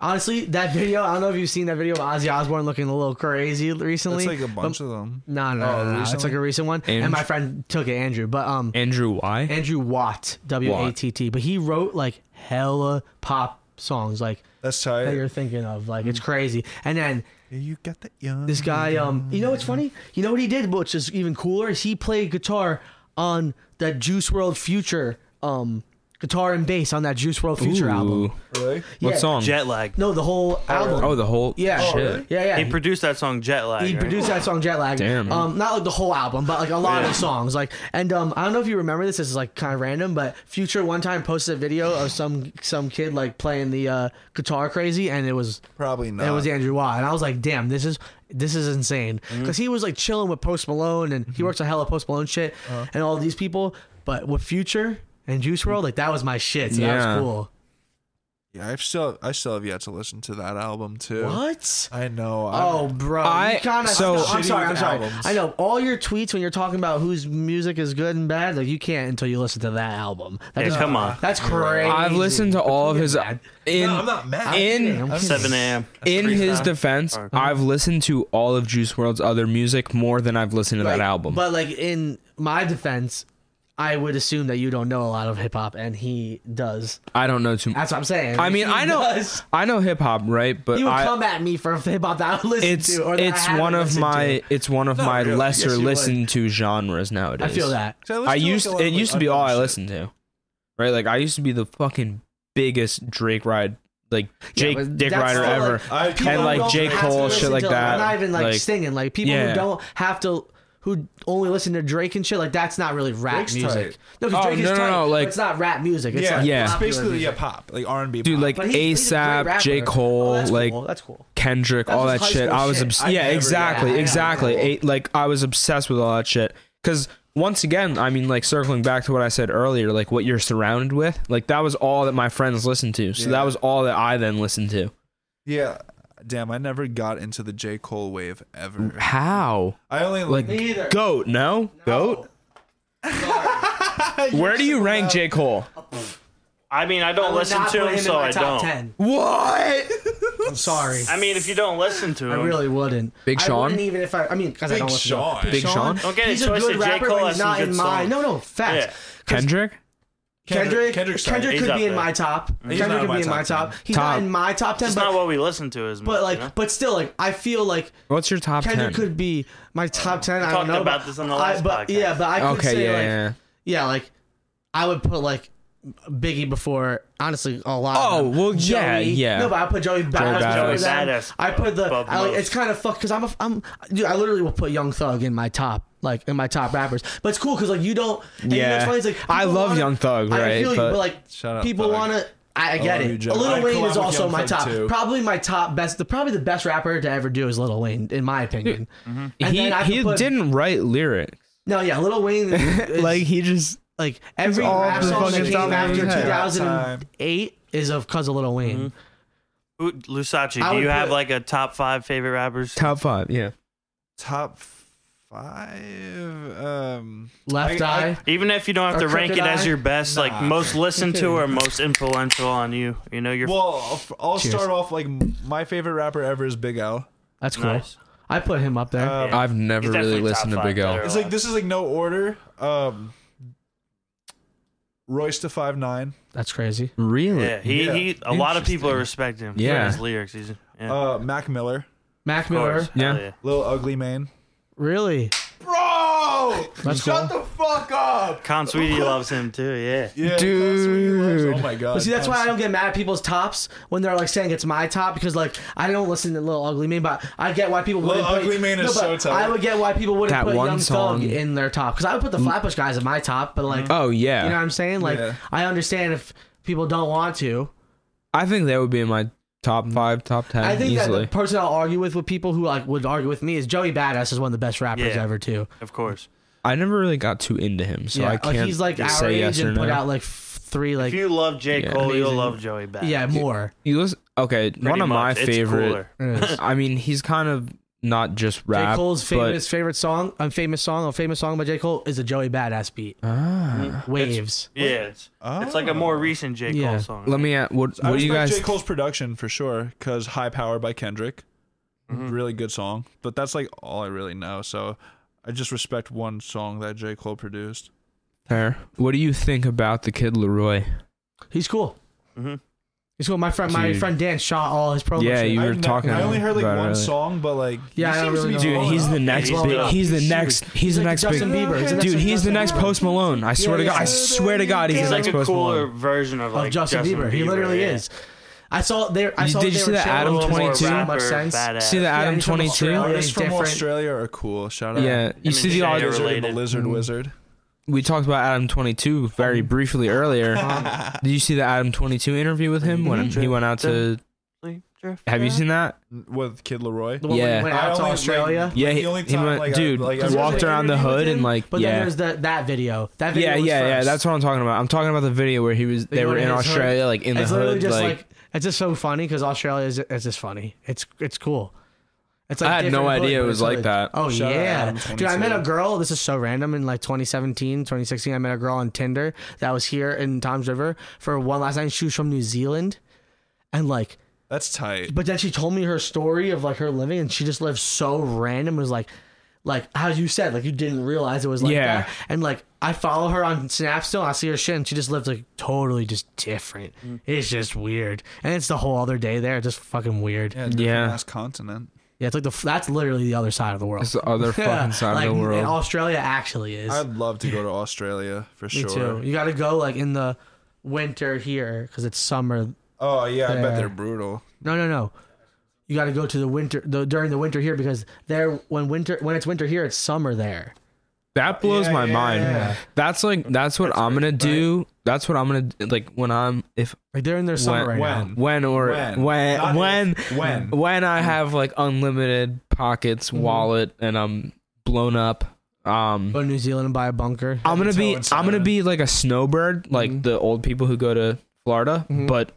Speaker 3: Honestly, that video. I don't know if you've seen that video of Ozzy Osbourne looking a little crazy recently.
Speaker 5: That's like a bunch of them.
Speaker 3: no, no,
Speaker 5: Oh,
Speaker 3: no, no, no. It's
Speaker 5: recently?
Speaker 3: like a recent one.
Speaker 1: Andrew-
Speaker 3: And my friend took it, Andrew. But um,
Speaker 1: Andrew Y.
Speaker 3: Andrew Watt, W A T T. But he wrote like hella pop songs, like
Speaker 5: That's
Speaker 3: that
Speaker 5: tight.
Speaker 3: you're thinking of. Like it's crazy. And then
Speaker 5: Yeah, you got that young.
Speaker 3: this guy, um, you know what's funny? You know what he did, which is even cooler, is he played guitar on that Juice World Future, um, guitar and bass on that Juice World Future album.
Speaker 1: Ooh.
Speaker 5: Really?
Speaker 3: Yeah.
Speaker 1: What song?
Speaker 4: Jet lag.
Speaker 3: No, the whole album.
Speaker 1: Oh, the whole.
Speaker 3: yeah,
Speaker 1: Shit.
Speaker 3: yeah, yeah.
Speaker 4: He produced that song Jet Lag.
Speaker 3: He
Speaker 4: right?
Speaker 3: produced that song Jet Lag.
Speaker 1: Damn.
Speaker 3: Um, not like the whole album, but like a lot of the songs. Like, and um, I don't know if you remember this. This is like kind of random, but Future one time posted a video of some some kid like playing the uh, guitar crazy, and it was
Speaker 5: Probably not.
Speaker 3: it was Andrew Watt, and I was like, damn, this is this is insane because he was like chilling with Post Malone, and he works a hella Post Malone shit, and all these people, but with Future and Juice World, like that was my shit. So that
Speaker 1: Yeah.
Speaker 3: was cool.
Speaker 5: yeah, I've still I still have yet to listen to that album too.
Speaker 3: What?
Speaker 5: I know.
Speaker 3: Oh, bro!
Speaker 1: I-
Speaker 3: you kinda,
Speaker 1: so-
Speaker 3: no,
Speaker 5: Uh,
Speaker 3: I'm
Speaker 5: Shitty
Speaker 3: sorry. I'm
Speaker 5: with
Speaker 3: sorry.
Speaker 5: albums.
Speaker 3: I know all your tweets when you're talking about whose music is good and bad. Like you can't until you listen to that album. That
Speaker 4: Yeah,
Speaker 3: just-
Speaker 4: come on.
Speaker 3: that's crazy.
Speaker 1: I've listened to all of
Speaker 3: Don't
Speaker 1: his.
Speaker 3: get mad.
Speaker 1: In
Speaker 5: No, I'm not mad.
Speaker 1: in
Speaker 3: I'm kidding.
Speaker 4: 7 a.m.
Speaker 1: in his
Speaker 4: freestyle.
Speaker 1: defense,
Speaker 4: Alright.
Speaker 1: I've listened to all of Juice World's other music more than I've listened to
Speaker 3: Like,
Speaker 1: that album.
Speaker 3: But like in my defense, I would assume that you don't know a lot of hip hop, and he does.
Speaker 1: I don't know too much.
Speaker 3: That's what I'm saying.
Speaker 1: I mean,
Speaker 3: He
Speaker 1: I know
Speaker 3: does.
Speaker 1: I know hip hop, right? But
Speaker 3: You would
Speaker 1: I,
Speaker 3: come at me for hip hop that I listen
Speaker 1: it's
Speaker 3: to, or that I
Speaker 1: it's
Speaker 3: haven't
Speaker 1: one of
Speaker 3: listened
Speaker 1: my
Speaker 3: to.
Speaker 1: it's one of my
Speaker 5: really.
Speaker 1: lesser
Speaker 5: Yes, you would.
Speaker 1: listened to genres nowadays.
Speaker 3: I feel that.
Speaker 1: I used it used to be all I listened to, right? Like I used to be the fucking biggest Drake ride, like Jake
Speaker 3: but
Speaker 1: Dick
Speaker 3: that's
Speaker 1: Rider
Speaker 3: still,
Speaker 1: ever.
Speaker 3: like,
Speaker 5: I
Speaker 3: People
Speaker 1: And, like,
Speaker 3: who don't
Speaker 1: J.
Speaker 3: have to
Speaker 1: Cole,
Speaker 3: listen
Speaker 1: shit like
Speaker 3: to,
Speaker 1: that,
Speaker 3: Not even like,
Speaker 1: like-
Speaker 3: singing. Like people
Speaker 1: Yeah.
Speaker 3: who don't have to, who only listen to Drake and shit. Like that's not really rap
Speaker 5: Drake's
Speaker 3: music.
Speaker 5: tight.
Speaker 3: No, because
Speaker 1: Oh,
Speaker 3: Drake is
Speaker 1: no, no,
Speaker 3: tight,
Speaker 1: no, like-
Speaker 3: but it's not rap music. It's
Speaker 5: yeah,
Speaker 3: like
Speaker 1: Yeah.
Speaker 5: It's
Speaker 3: popular
Speaker 5: basically
Speaker 3: music.
Speaker 5: a pop, like R and B.
Speaker 1: Dude, like
Speaker 3: But he's- he's a great
Speaker 1: ASAP, J.
Speaker 3: rapper.
Speaker 1: Cole,
Speaker 3: Oh, that's
Speaker 1: like
Speaker 3: cool. that's cool.
Speaker 1: Kendrick,
Speaker 3: That's
Speaker 1: all
Speaker 3: just
Speaker 1: that
Speaker 3: high
Speaker 1: shit.
Speaker 3: school
Speaker 1: I was
Speaker 3: shit.
Speaker 1: obs-
Speaker 5: I
Speaker 1: yeah,
Speaker 5: never-
Speaker 1: exactly,
Speaker 3: yeah, I
Speaker 1: exactly.
Speaker 3: never-
Speaker 1: A- like I was obsessed with all that shit because once again, I mean, like circling back to what I said earlier, like what you're surrounded with, like that was all that my friends listened to. So
Speaker 5: Yeah.
Speaker 1: that was all that I then listened to.
Speaker 5: yeah. Damn, I never got into the J Cole wave ever.
Speaker 1: How?
Speaker 5: I only
Speaker 1: Like
Speaker 5: like
Speaker 3: either.
Speaker 1: goat? No, goat. Where do you rank J Cole?
Speaker 4: I mean, I
Speaker 3: I
Speaker 4: don't
Speaker 3: would
Speaker 4: listen
Speaker 3: not
Speaker 4: to
Speaker 3: put
Speaker 4: him,
Speaker 3: in
Speaker 4: so
Speaker 3: my
Speaker 4: I
Speaker 3: top
Speaker 4: don't.
Speaker 3: 10.
Speaker 1: What?
Speaker 3: I'm sorry.
Speaker 4: I mean, if you don't listen to him,
Speaker 3: I really wouldn't.
Speaker 1: Big
Speaker 3: I
Speaker 1: Sean?
Speaker 3: wouldn't even if I. I mean, because I
Speaker 5: Big
Speaker 3: don't listen. to him.
Speaker 5: Sean.
Speaker 1: Big Sean?
Speaker 4: Don't get it
Speaker 3: he's a
Speaker 4: twisted.
Speaker 3: good
Speaker 4: J.
Speaker 3: rapper,
Speaker 4: Cole
Speaker 3: but
Speaker 4: has
Speaker 3: he's
Speaker 4: some
Speaker 3: not
Speaker 4: good
Speaker 3: in my.
Speaker 4: songs.
Speaker 3: No, no, facts.
Speaker 4: Yeah.
Speaker 1: Kendrick?
Speaker 3: Kendrick,
Speaker 5: Kendrick- Kendrick's
Speaker 3: Kendrick could
Speaker 4: tight. He's
Speaker 3: be
Speaker 4: up
Speaker 3: in
Speaker 4: there.
Speaker 3: my top.
Speaker 5: He's not
Speaker 3: Kendrick could
Speaker 5: in
Speaker 3: be
Speaker 5: my
Speaker 3: in my
Speaker 5: top
Speaker 3: top. He's
Speaker 1: Top.
Speaker 3: not in my top ten,
Speaker 4: It's
Speaker 3: but
Speaker 4: not what we listen to as much.
Speaker 3: But like,
Speaker 4: you know?
Speaker 3: but still, like, I feel like
Speaker 1: What's your top ten?
Speaker 3: Kendrick could be my top ten. I
Speaker 4: talked
Speaker 3: don't know
Speaker 4: about
Speaker 3: but
Speaker 4: this on the
Speaker 3: I-
Speaker 4: last
Speaker 3: but,
Speaker 4: podcast.
Speaker 3: Yeah, but I could
Speaker 1: okay,
Speaker 3: say
Speaker 1: yeah,
Speaker 3: like, yeah.
Speaker 1: yeah.
Speaker 3: like I would put like Biggie before honestly a lot.
Speaker 1: Oh,
Speaker 3: of them.
Speaker 1: well, yeah, yeah.
Speaker 3: No, but I put Joey Badass.
Speaker 1: Badass.
Speaker 3: before
Speaker 1: Joey
Speaker 3: them.
Speaker 4: Badass
Speaker 3: I put the.
Speaker 4: above
Speaker 3: I, like,
Speaker 4: most.
Speaker 3: it's kind of fucked because I'm a. I'm dude. I literally will put Young Thug in my top. Like in my top rappers, but it's cool because like you don't. and you know
Speaker 1: Yeah.
Speaker 3: what's funny, it's like
Speaker 1: I
Speaker 3: people
Speaker 1: love
Speaker 3: wanna-
Speaker 1: Young Thug,
Speaker 3: I
Speaker 1: right,
Speaker 3: feel you,
Speaker 1: but-
Speaker 3: but like
Speaker 5: Shut up,
Speaker 3: people
Speaker 5: Thug.
Speaker 3: want to. I, I get
Speaker 5: love you,
Speaker 3: it.
Speaker 5: Joe.
Speaker 3: Lil
Speaker 5: I
Speaker 3: Wayne
Speaker 5: collab
Speaker 3: is
Speaker 5: with
Speaker 3: also
Speaker 5: Young
Speaker 3: my
Speaker 5: Thug,
Speaker 3: top.
Speaker 5: too.
Speaker 3: Probably my top best. The probably the best rapper to ever do is Lil Wayne, in my opinion. And
Speaker 1: He
Speaker 3: then I could
Speaker 1: he
Speaker 3: put-
Speaker 1: didn't write lyrics.
Speaker 3: No, yeah, Lil Wayne. Is,
Speaker 1: Like he just
Speaker 3: like every
Speaker 5: all
Speaker 3: rap
Speaker 5: the
Speaker 3: song that
Speaker 5: fucking
Speaker 3: came
Speaker 5: top of
Speaker 3: after
Speaker 5: his head.
Speaker 3: 2008 is of cause of Lil Wayne.
Speaker 4: Who- Lusachi,
Speaker 3: I
Speaker 4: do
Speaker 3: would
Speaker 4: you have
Speaker 3: put-
Speaker 4: like a top five favorite rappers?
Speaker 1: top five, yeah.
Speaker 5: top five. Um,
Speaker 3: Left
Speaker 5: I- I-
Speaker 3: Eye.
Speaker 4: Even if you don't have
Speaker 3: Or
Speaker 4: to rank it
Speaker 3: Crooked
Speaker 4: as
Speaker 3: Eye?
Speaker 4: your best, like
Speaker 5: Nah.
Speaker 4: most listened to or most influential on you, you know, your
Speaker 5: well, I'll, I'll start off like my favorite rapper ever is Big L.
Speaker 3: That's cool.
Speaker 4: nice.
Speaker 3: I put him up there.
Speaker 5: Um,
Speaker 4: Yeah.
Speaker 1: I've never
Speaker 4: He's
Speaker 1: really
Speaker 4: definitely
Speaker 1: listened
Speaker 4: top
Speaker 1: to
Speaker 4: five
Speaker 1: Big L.
Speaker 4: better.
Speaker 5: It's like this is like no order. Um, Royce to five nine.
Speaker 3: That's crazy.
Speaker 1: Really?
Speaker 4: Yeah, he,
Speaker 5: Yeah.
Speaker 4: he a lot of people
Speaker 5: Interesting.
Speaker 4: respect him.
Speaker 1: Yeah.
Speaker 4: for his lyrics. He's, yeah,
Speaker 5: Uh, Mac Miller.
Speaker 3: Mac
Speaker 4: of course.
Speaker 3: Miller.
Speaker 4: Hell
Speaker 1: Yeah.
Speaker 5: Little Ugly Man.
Speaker 3: Really?
Speaker 5: Bro,
Speaker 3: That's
Speaker 5: shut
Speaker 3: cool.
Speaker 5: the fuck up.
Speaker 4: Con Sweetie loves him too. Yeah.
Speaker 5: Yeah, dude. Oh
Speaker 1: Dude.
Speaker 5: my god.
Speaker 3: But see, that's why I don't get mad at people's tops when they're like saying it's my top because like I don't listen to Little Ugly Mane, but I get why people
Speaker 5: Lil
Speaker 3: wouldn't. put-
Speaker 5: Ugly Mane is
Speaker 3: but
Speaker 5: so tight.
Speaker 3: I would get why people wouldn't
Speaker 1: That
Speaker 3: put
Speaker 1: one
Speaker 3: Young
Speaker 1: song-
Speaker 3: Thug in their top because I would put the Flatbush guys in my top, but like
Speaker 1: Oh
Speaker 3: you know
Speaker 1: yeah,
Speaker 3: what I'm saying? Like
Speaker 5: Yeah.
Speaker 3: I understand if people don't want to.
Speaker 1: I think that would be in my top five, top ten
Speaker 3: Mm. I think
Speaker 1: easily.
Speaker 3: that the person I'll argue with with people who like would argue with me is Joey Badass is one of the best rappers
Speaker 4: Yeah.
Speaker 3: ever too.
Speaker 4: Of course.
Speaker 1: I never really got too into him, so
Speaker 3: yeah,
Speaker 1: I can't
Speaker 3: like, he's like our
Speaker 1: say
Speaker 3: age
Speaker 1: yes or
Speaker 3: and
Speaker 1: no.
Speaker 3: put out like f- three like
Speaker 4: if you love J.
Speaker 1: Yeah.
Speaker 4: Cole, you'll
Speaker 3: Amazing.
Speaker 4: love Joey Badass.
Speaker 3: yeah more.
Speaker 1: he was okay.
Speaker 4: Pretty
Speaker 1: one of my
Speaker 4: much. It's
Speaker 1: favorite.
Speaker 4: cooler.
Speaker 1: I mean, he's kind of not just
Speaker 3: J
Speaker 1: rap.
Speaker 3: Cole's
Speaker 1: but-
Speaker 3: famous favorite song, um, famous song, a famous song by J Cole is a Joey Badass beat. Mm-hmm.
Speaker 1: Ah.
Speaker 3: Waves.
Speaker 4: Yeah. It's, it's like a
Speaker 5: Oh.
Speaker 4: more recent J. Cole
Speaker 3: Yeah.
Speaker 4: song.
Speaker 1: Let me. At, what
Speaker 5: I
Speaker 1: What do you
Speaker 5: respect
Speaker 1: guys?
Speaker 5: J. Cole's production for sure, because High Power by Kendrick. Really good song. But that's like all I really know. So I just respect one song that J. Cole produced.
Speaker 1: Fair. What do you think about the kid Leroy?
Speaker 3: He's cool.
Speaker 4: Mhm.
Speaker 3: He's cool. My friend, my
Speaker 1: Dude.
Speaker 3: friend Dan shot all his promos.
Speaker 1: Yeah,
Speaker 3: shit.
Speaker 1: you
Speaker 5: I
Speaker 1: were
Speaker 5: ne-
Speaker 1: talking.
Speaker 5: I only heard like
Speaker 1: about it
Speaker 5: one
Speaker 1: earlier.
Speaker 5: song, but like
Speaker 3: Yeah,
Speaker 5: he
Speaker 3: I don't
Speaker 5: seems
Speaker 3: really
Speaker 5: to be
Speaker 3: know.
Speaker 1: Dude,
Speaker 5: blowing
Speaker 1: he's
Speaker 5: up.
Speaker 1: the next
Speaker 4: he's
Speaker 1: big.
Speaker 4: blowing up.
Speaker 1: He's the
Speaker 3: He's
Speaker 1: next. He's the
Speaker 3: like
Speaker 1: next
Speaker 3: Justin
Speaker 1: big.
Speaker 3: Bieber. He's the next
Speaker 1: Dude, he's the
Speaker 3: Justin
Speaker 1: next
Speaker 3: Bieber.
Speaker 1: Post Malone. I swear to
Speaker 3: yeah,
Speaker 1: God. I
Speaker 3: yeah.
Speaker 1: swear to God, he's
Speaker 4: He's
Speaker 1: the
Speaker 4: like
Speaker 1: next
Speaker 4: a
Speaker 1: Post
Speaker 4: cooler
Speaker 1: Malone.
Speaker 4: version of
Speaker 3: of
Speaker 4: like
Speaker 3: Justin, Bieber. He literally
Speaker 4: yeah.
Speaker 3: is. I saw there. I
Speaker 1: You-
Speaker 3: saw
Speaker 1: did you
Speaker 3: they
Speaker 1: see
Speaker 3: were
Speaker 1: that
Speaker 3: showing
Speaker 1: Adam
Speaker 3: him
Speaker 4: Little more
Speaker 1: 22?
Speaker 4: rapper,
Speaker 3: Much sense.
Speaker 4: badass.
Speaker 1: See the
Speaker 3: Yeah,
Speaker 1: Adam
Speaker 3: he's from
Speaker 1: twenty two.
Speaker 3: Australia.
Speaker 5: Artists from
Speaker 3: different.
Speaker 5: Australia are cool. Shout out.
Speaker 1: Yeah, Mm-hmm. you
Speaker 4: and
Speaker 1: see the
Speaker 4: Jay
Speaker 1: audio.
Speaker 5: Lizard and
Speaker 4: Lizard
Speaker 5: the
Speaker 4: related.
Speaker 5: Lizard Wizard.
Speaker 1: we talked about Adam 22 very briefly earlier.
Speaker 3: Um,
Speaker 1: Did you see the Adam 22 interview with him when he went out to? Have you seen that?
Speaker 5: with Kid Leroy.
Speaker 3: The one
Speaker 1: Yeah.
Speaker 3: where he went out to
Speaker 5: only, like,
Speaker 3: Australia.
Speaker 1: Yeah,
Speaker 5: the
Speaker 1: he,
Speaker 5: only
Speaker 1: he
Speaker 5: time,
Speaker 1: went,
Speaker 5: like, I-
Speaker 1: dude,
Speaker 5: like, I
Speaker 3: There's
Speaker 1: walked
Speaker 3: an
Speaker 1: around the
Speaker 3: interview with
Speaker 1: hood
Speaker 3: him,
Speaker 1: and like,
Speaker 3: But then
Speaker 1: yeah,
Speaker 3: there's the, that video. That video.
Speaker 1: yeah,
Speaker 3: was
Speaker 1: yeah, yeah.
Speaker 3: first.
Speaker 1: That's what I'm talking about. I'm talking about the video where he was. They
Speaker 3: go
Speaker 1: were
Speaker 3: to
Speaker 1: in
Speaker 3: his hood.
Speaker 1: Australia, like in the
Speaker 3: It's literally
Speaker 1: hood,
Speaker 3: just
Speaker 1: like.
Speaker 3: like, it's just so funny because Australia is it's just funny. It's it's cool. It's
Speaker 1: I had no
Speaker 3: different hood,
Speaker 1: idea it
Speaker 3: but
Speaker 1: was
Speaker 3: it's
Speaker 1: like
Speaker 3: really-
Speaker 1: that.
Speaker 3: Oh
Speaker 5: Shout out
Speaker 3: yeah,
Speaker 5: Adam
Speaker 3: dude! I met
Speaker 5: 22.
Speaker 3: a girl. This is so random. In like 2017, 2016, I met a girl on Tinder that was here in Tom's River for one last night. She was from New Zealand, and like,
Speaker 5: That's tight.
Speaker 3: but then she told me her story of like her living, and she just lived so random. It was like, like how you said, like you didn't realize it was like
Speaker 1: Yeah.
Speaker 3: that, and like I follow her on Snap still. And I see her shit, and she just lives like totally just different.
Speaker 1: Mm.
Speaker 3: It's just weird, and it's the whole other day there. Just fucking weird.
Speaker 5: Yeah, different
Speaker 1: Yeah.
Speaker 5: ass continent.
Speaker 3: Yeah, it's like the f- that's literally the other side of the world.
Speaker 1: It's the other fucking side
Speaker 3: like,
Speaker 1: of the world.
Speaker 3: and Australia actually is.
Speaker 5: I'd love to go to Australia for
Speaker 3: Me
Speaker 5: sure.
Speaker 3: too. You got to go like in the winter here because it's summer.
Speaker 5: Oh yeah, I bet
Speaker 3: There.
Speaker 5: they're brutal.
Speaker 3: No, no, no. You got to go to the winter the, during the winter here because there when winter when it's winter here it's summer there.
Speaker 1: That blows
Speaker 5: Yeah,
Speaker 1: my
Speaker 5: yeah,
Speaker 1: mind.
Speaker 5: yeah.
Speaker 1: That's like that's what I'm gonna do. That's what I'm gonna like when I'm if
Speaker 3: Like they're in their summer right now.
Speaker 5: When?
Speaker 1: when or
Speaker 5: When.
Speaker 1: when
Speaker 5: Not
Speaker 1: when,
Speaker 5: if, when.
Speaker 1: when I have like unlimited pockets, wallet, and I'm blown up. Um,
Speaker 3: Go to New Zealand and buy a bunker.
Speaker 1: I'm gonna be
Speaker 5: Toe-and-toe.
Speaker 1: I'm gonna be like a snowbird, like the old people who go to Florida, but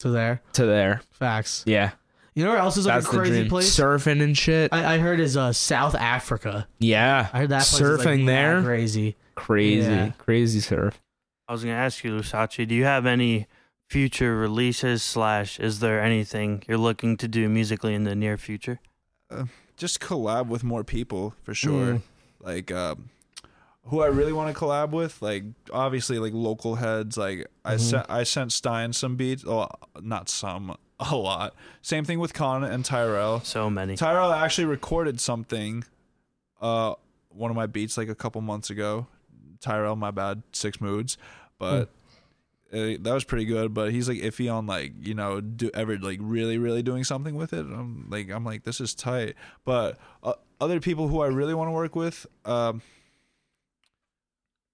Speaker 3: To there,
Speaker 1: to there.
Speaker 3: facts.
Speaker 1: Yeah,
Speaker 3: You know where else is like
Speaker 1: that's
Speaker 3: a
Speaker 1: the
Speaker 3: crazy
Speaker 1: dream.
Speaker 3: place?
Speaker 1: Surfing and shit.
Speaker 3: I, I heard is uh South Africa.
Speaker 1: yeah,
Speaker 3: I heard that place is, like,
Speaker 1: surfing
Speaker 3: mad
Speaker 1: there.
Speaker 3: crazy.
Speaker 1: Crazy,
Speaker 3: Yeah.
Speaker 1: crazy surf.
Speaker 4: I was gonna ask you, Lusachi, do you have any future releases slash is there anything you're looking to do musically in the near future?
Speaker 5: Just collab with more people for sure.
Speaker 3: Mm.
Speaker 5: Like um, who I really want to collab with, like obviously like local heads. Like I sent I sent Stein some beats. Oh, not some, a lot. Same thing with Con and Tyrell.
Speaker 4: So many.
Speaker 5: Tyrell actually recorded something, uh, one of my beats like a couple months ago. Tyrell, my bad, six moods, but
Speaker 3: Hmm.
Speaker 5: uh, that was pretty good. But he's like iffy on like you know do ever like really really doing something with it. I'm like I'm like this is tight. But uh, other people who I really want to work with, um,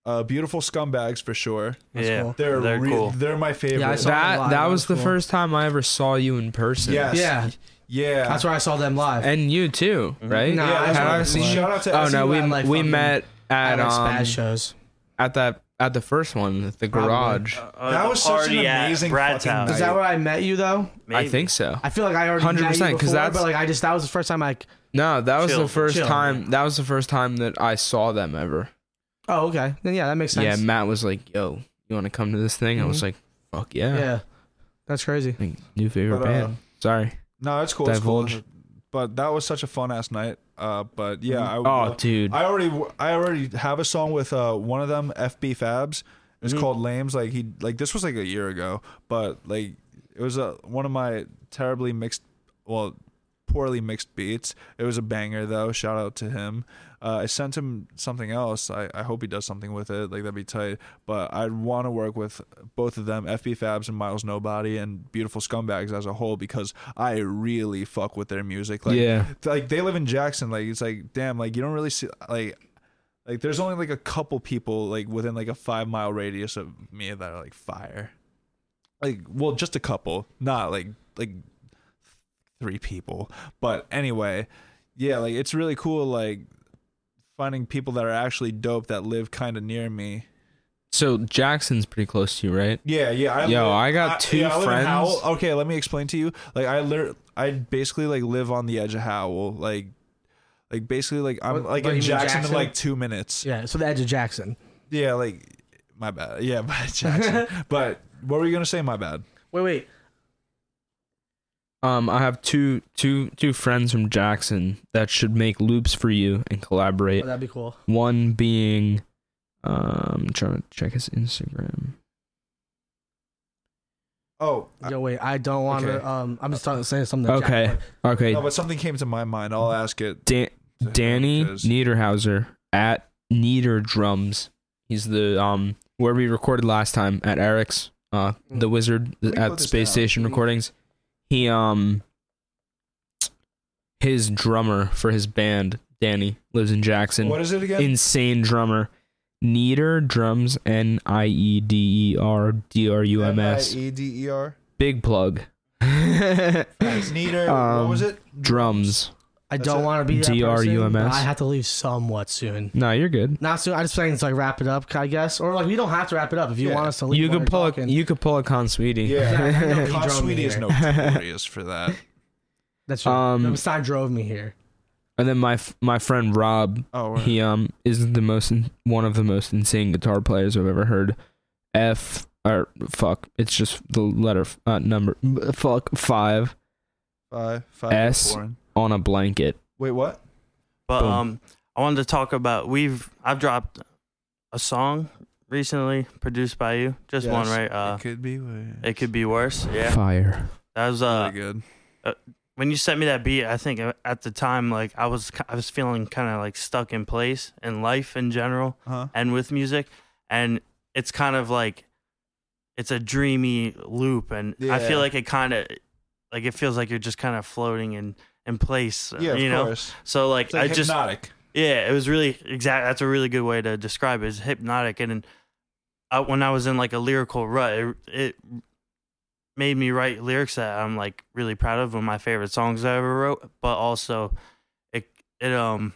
Speaker 5: uh, beautiful scumbags for sure.
Speaker 3: That's
Speaker 4: yeah,
Speaker 3: cool.
Speaker 5: They're
Speaker 4: they're
Speaker 5: re-
Speaker 4: cool.
Speaker 5: They're my favorite.
Speaker 3: I saw them
Speaker 1: That
Speaker 3: live.
Speaker 1: that
Speaker 3: That
Speaker 1: was
Speaker 3: was
Speaker 1: the
Speaker 3: cool.
Speaker 1: first time I ever saw you in person.
Speaker 5: Yes.
Speaker 3: Yeah,
Speaker 5: yeah.
Speaker 3: that's where I saw them live.
Speaker 1: and you too, right?
Speaker 3: Nah,
Speaker 5: yeah, that's
Speaker 1: Had
Speaker 5: what
Speaker 1: I
Speaker 5: I'm-
Speaker 1: seen you?
Speaker 5: shout out to
Speaker 1: Oh no,
Speaker 3: you
Speaker 1: we
Speaker 3: at, like,
Speaker 1: we
Speaker 3: fucking-
Speaker 1: met
Speaker 3: at
Speaker 1: at
Speaker 3: like
Speaker 1: um,
Speaker 3: Spaz shows.
Speaker 1: at that at the first one, at the
Speaker 3: Probably.
Speaker 1: garage.
Speaker 4: Uh,
Speaker 5: That
Speaker 4: the
Speaker 5: was such an
Speaker 4: party at
Speaker 5: amazing
Speaker 4: Brad's
Speaker 5: fucking
Speaker 1: Uh,
Speaker 4: house.
Speaker 5: night.
Speaker 3: Is that where I met you though?
Speaker 1: I think so.
Speaker 3: I feel like I already 100 met
Speaker 1: 100%,
Speaker 3: you
Speaker 1: 'cause
Speaker 3: before,
Speaker 1: that's-
Speaker 3: but like I just that was the first time like
Speaker 1: No, that was the
Speaker 4: Chill.
Speaker 1: first
Speaker 3: Chill.
Speaker 1: time. That was the first time that I saw them ever.
Speaker 3: oh okay then yeah that makes sense
Speaker 1: Yeah, Matt was like, "Yo, you want to come to this thing?" I was like, "Fuck yeah!"
Speaker 3: yeah that's crazy
Speaker 1: Like, new favorite
Speaker 5: But, uh,
Speaker 1: band. Sorry.
Speaker 5: No, that's cool. That's cool.
Speaker 1: Divulge.
Speaker 5: But that was such a fun ass night. Uh, but yeah, I,
Speaker 1: Oh, dude.
Speaker 5: I already I already have a song with uh one of them FB Fabs. It's called Lames. Like he like this was like a year ago, but like it was a one of my terribly mixed well poorly mixed beats. It was a banger though. Shout out to him. Uh, I sent him something else. I, I hope he does something with it. Like that'd be tight. But I'd want to work with both of them, FB Fabs and Miles Nobody, and Beautiful Scumbags as a whole because I really fuck with their music. Like
Speaker 1: yeah.
Speaker 5: like they live in Jackson. Like it's like damn. Like you don't really see like like there's only like a couple people like within like a five mile radius of me that are like fire. Like well, just a couple, not like like three people. But anyway, yeah, like it's really cool. Like finding people that are actually dope that live kind of near me.
Speaker 1: So Jackson's pretty close to you, right?
Speaker 5: Yeah, yeah. I
Speaker 1: Yo, I got two
Speaker 5: I live in
Speaker 1: friends.
Speaker 5: Howell. Okay, let me explain to you. Like I lit- I basically like live on the edge of Howell. Like like basically like I'm
Speaker 3: What-
Speaker 5: like
Speaker 3: what,
Speaker 5: in
Speaker 3: you mean
Speaker 5: Jackson, in
Speaker 3: Jackson?
Speaker 5: like 2 minutes. Yeah,
Speaker 3: Yeah, so the edge of Jackson.
Speaker 5: like my bad. Yeah, but Jackson. but what were you going to say my bad?
Speaker 3: Wait, wait.
Speaker 1: Um, I have two two two friends from Jackson that should make loops for you and collaborate.
Speaker 3: Oh, that'd be cool.
Speaker 1: One being, um, trying to check his Instagram.
Speaker 5: Oh, I-
Speaker 3: Yo, wait. I don't want to.
Speaker 5: Okay.
Speaker 3: Um, I'm just talking, saying something. to Jack,
Speaker 1: Okay.
Speaker 3: but
Speaker 1: Okay,
Speaker 5: no, but something came to my mind. I'll ask it.
Speaker 1: Dan-
Speaker 5: to him
Speaker 1: Danny
Speaker 5: because-
Speaker 1: Niederhauser at Nieder Drums. He's the um where we recorded last time at Eric's, uh, the Wizard
Speaker 5: Let me
Speaker 1: at
Speaker 5: put this
Speaker 1: Space
Speaker 5: down.
Speaker 1: Station recordings. He um, his drummer for his band, Danny, lives in Jackson.
Speaker 5: What is it again?
Speaker 1: insane drummer. Nieder drums N I E D E R D R U M
Speaker 5: E
Speaker 1: S.
Speaker 5: E-D-E-R.
Speaker 1: Big plug.
Speaker 5: Neater. what
Speaker 1: Um,
Speaker 5: was it?
Speaker 1: drums.
Speaker 3: I
Speaker 5: That's
Speaker 3: don't
Speaker 5: it.
Speaker 3: want to be that person,
Speaker 1: DRUMS.
Speaker 3: but I have to leave somewhat soon.
Speaker 1: No, you're good.
Speaker 3: Not soon. I just think it's like wrap it up, I guess, or like we don't have to wrap it up if you
Speaker 5: Yeah.
Speaker 3: want us to leave.
Speaker 1: You
Speaker 3: while
Speaker 1: could
Speaker 3: we're
Speaker 1: pull a
Speaker 3: talking.
Speaker 1: you could pull a Consuetie.
Speaker 3: Yeah, I know,
Speaker 5: Yeah.
Speaker 3: he
Speaker 5: Con
Speaker 3: drove me
Speaker 5: Sweetie is
Speaker 3: here.
Speaker 5: notorious for that.
Speaker 3: That's true.
Speaker 1: um,
Speaker 3: Um, Stein drove me here.
Speaker 1: And then my f- my friend Rob,
Speaker 5: Oh, right.
Speaker 1: he um is the most in- one of the most insane guitar players I've ever heard. F or fuck, it's just the letter f- uh, number b- fuck five
Speaker 5: five, five
Speaker 1: S.
Speaker 5: foreign.
Speaker 1: on a blanket.
Speaker 5: Wait, what?
Speaker 4: But
Speaker 1: Boom.
Speaker 4: um, I wanted to talk about we've I've dropped a song recently produced by you, just one
Speaker 5: Yes.
Speaker 4: right. Uh,
Speaker 5: it could be. Worse.
Speaker 4: it could be worse. Yeah,
Speaker 1: Fire.
Speaker 4: that was uh
Speaker 5: really good.
Speaker 4: when you sent me that beat. I think uh, at the time like I was I was feeling kind of like stuck in place in life in general.
Speaker 5: Huh?
Speaker 4: and with music and it's kind of like it's a dreamy loop and i
Speaker 5: Yeah.
Speaker 4: feel like it kind of like it feels like you're just kind of floating in in place
Speaker 5: Yeah, of
Speaker 4: you know
Speaker 5: course.
Speaker 4: so like,
Speaker 5: It's like
Speaker 4: i just
Speaker 5: hypnotic.
Speaker 4: yeah it was really exact that's a really good way to describe it it's hypnotic and, and I, when i was in like a lyrical rut it, it made me write lyrics that i'm like really proud of one of my favorite songs i ever wrote but also it it um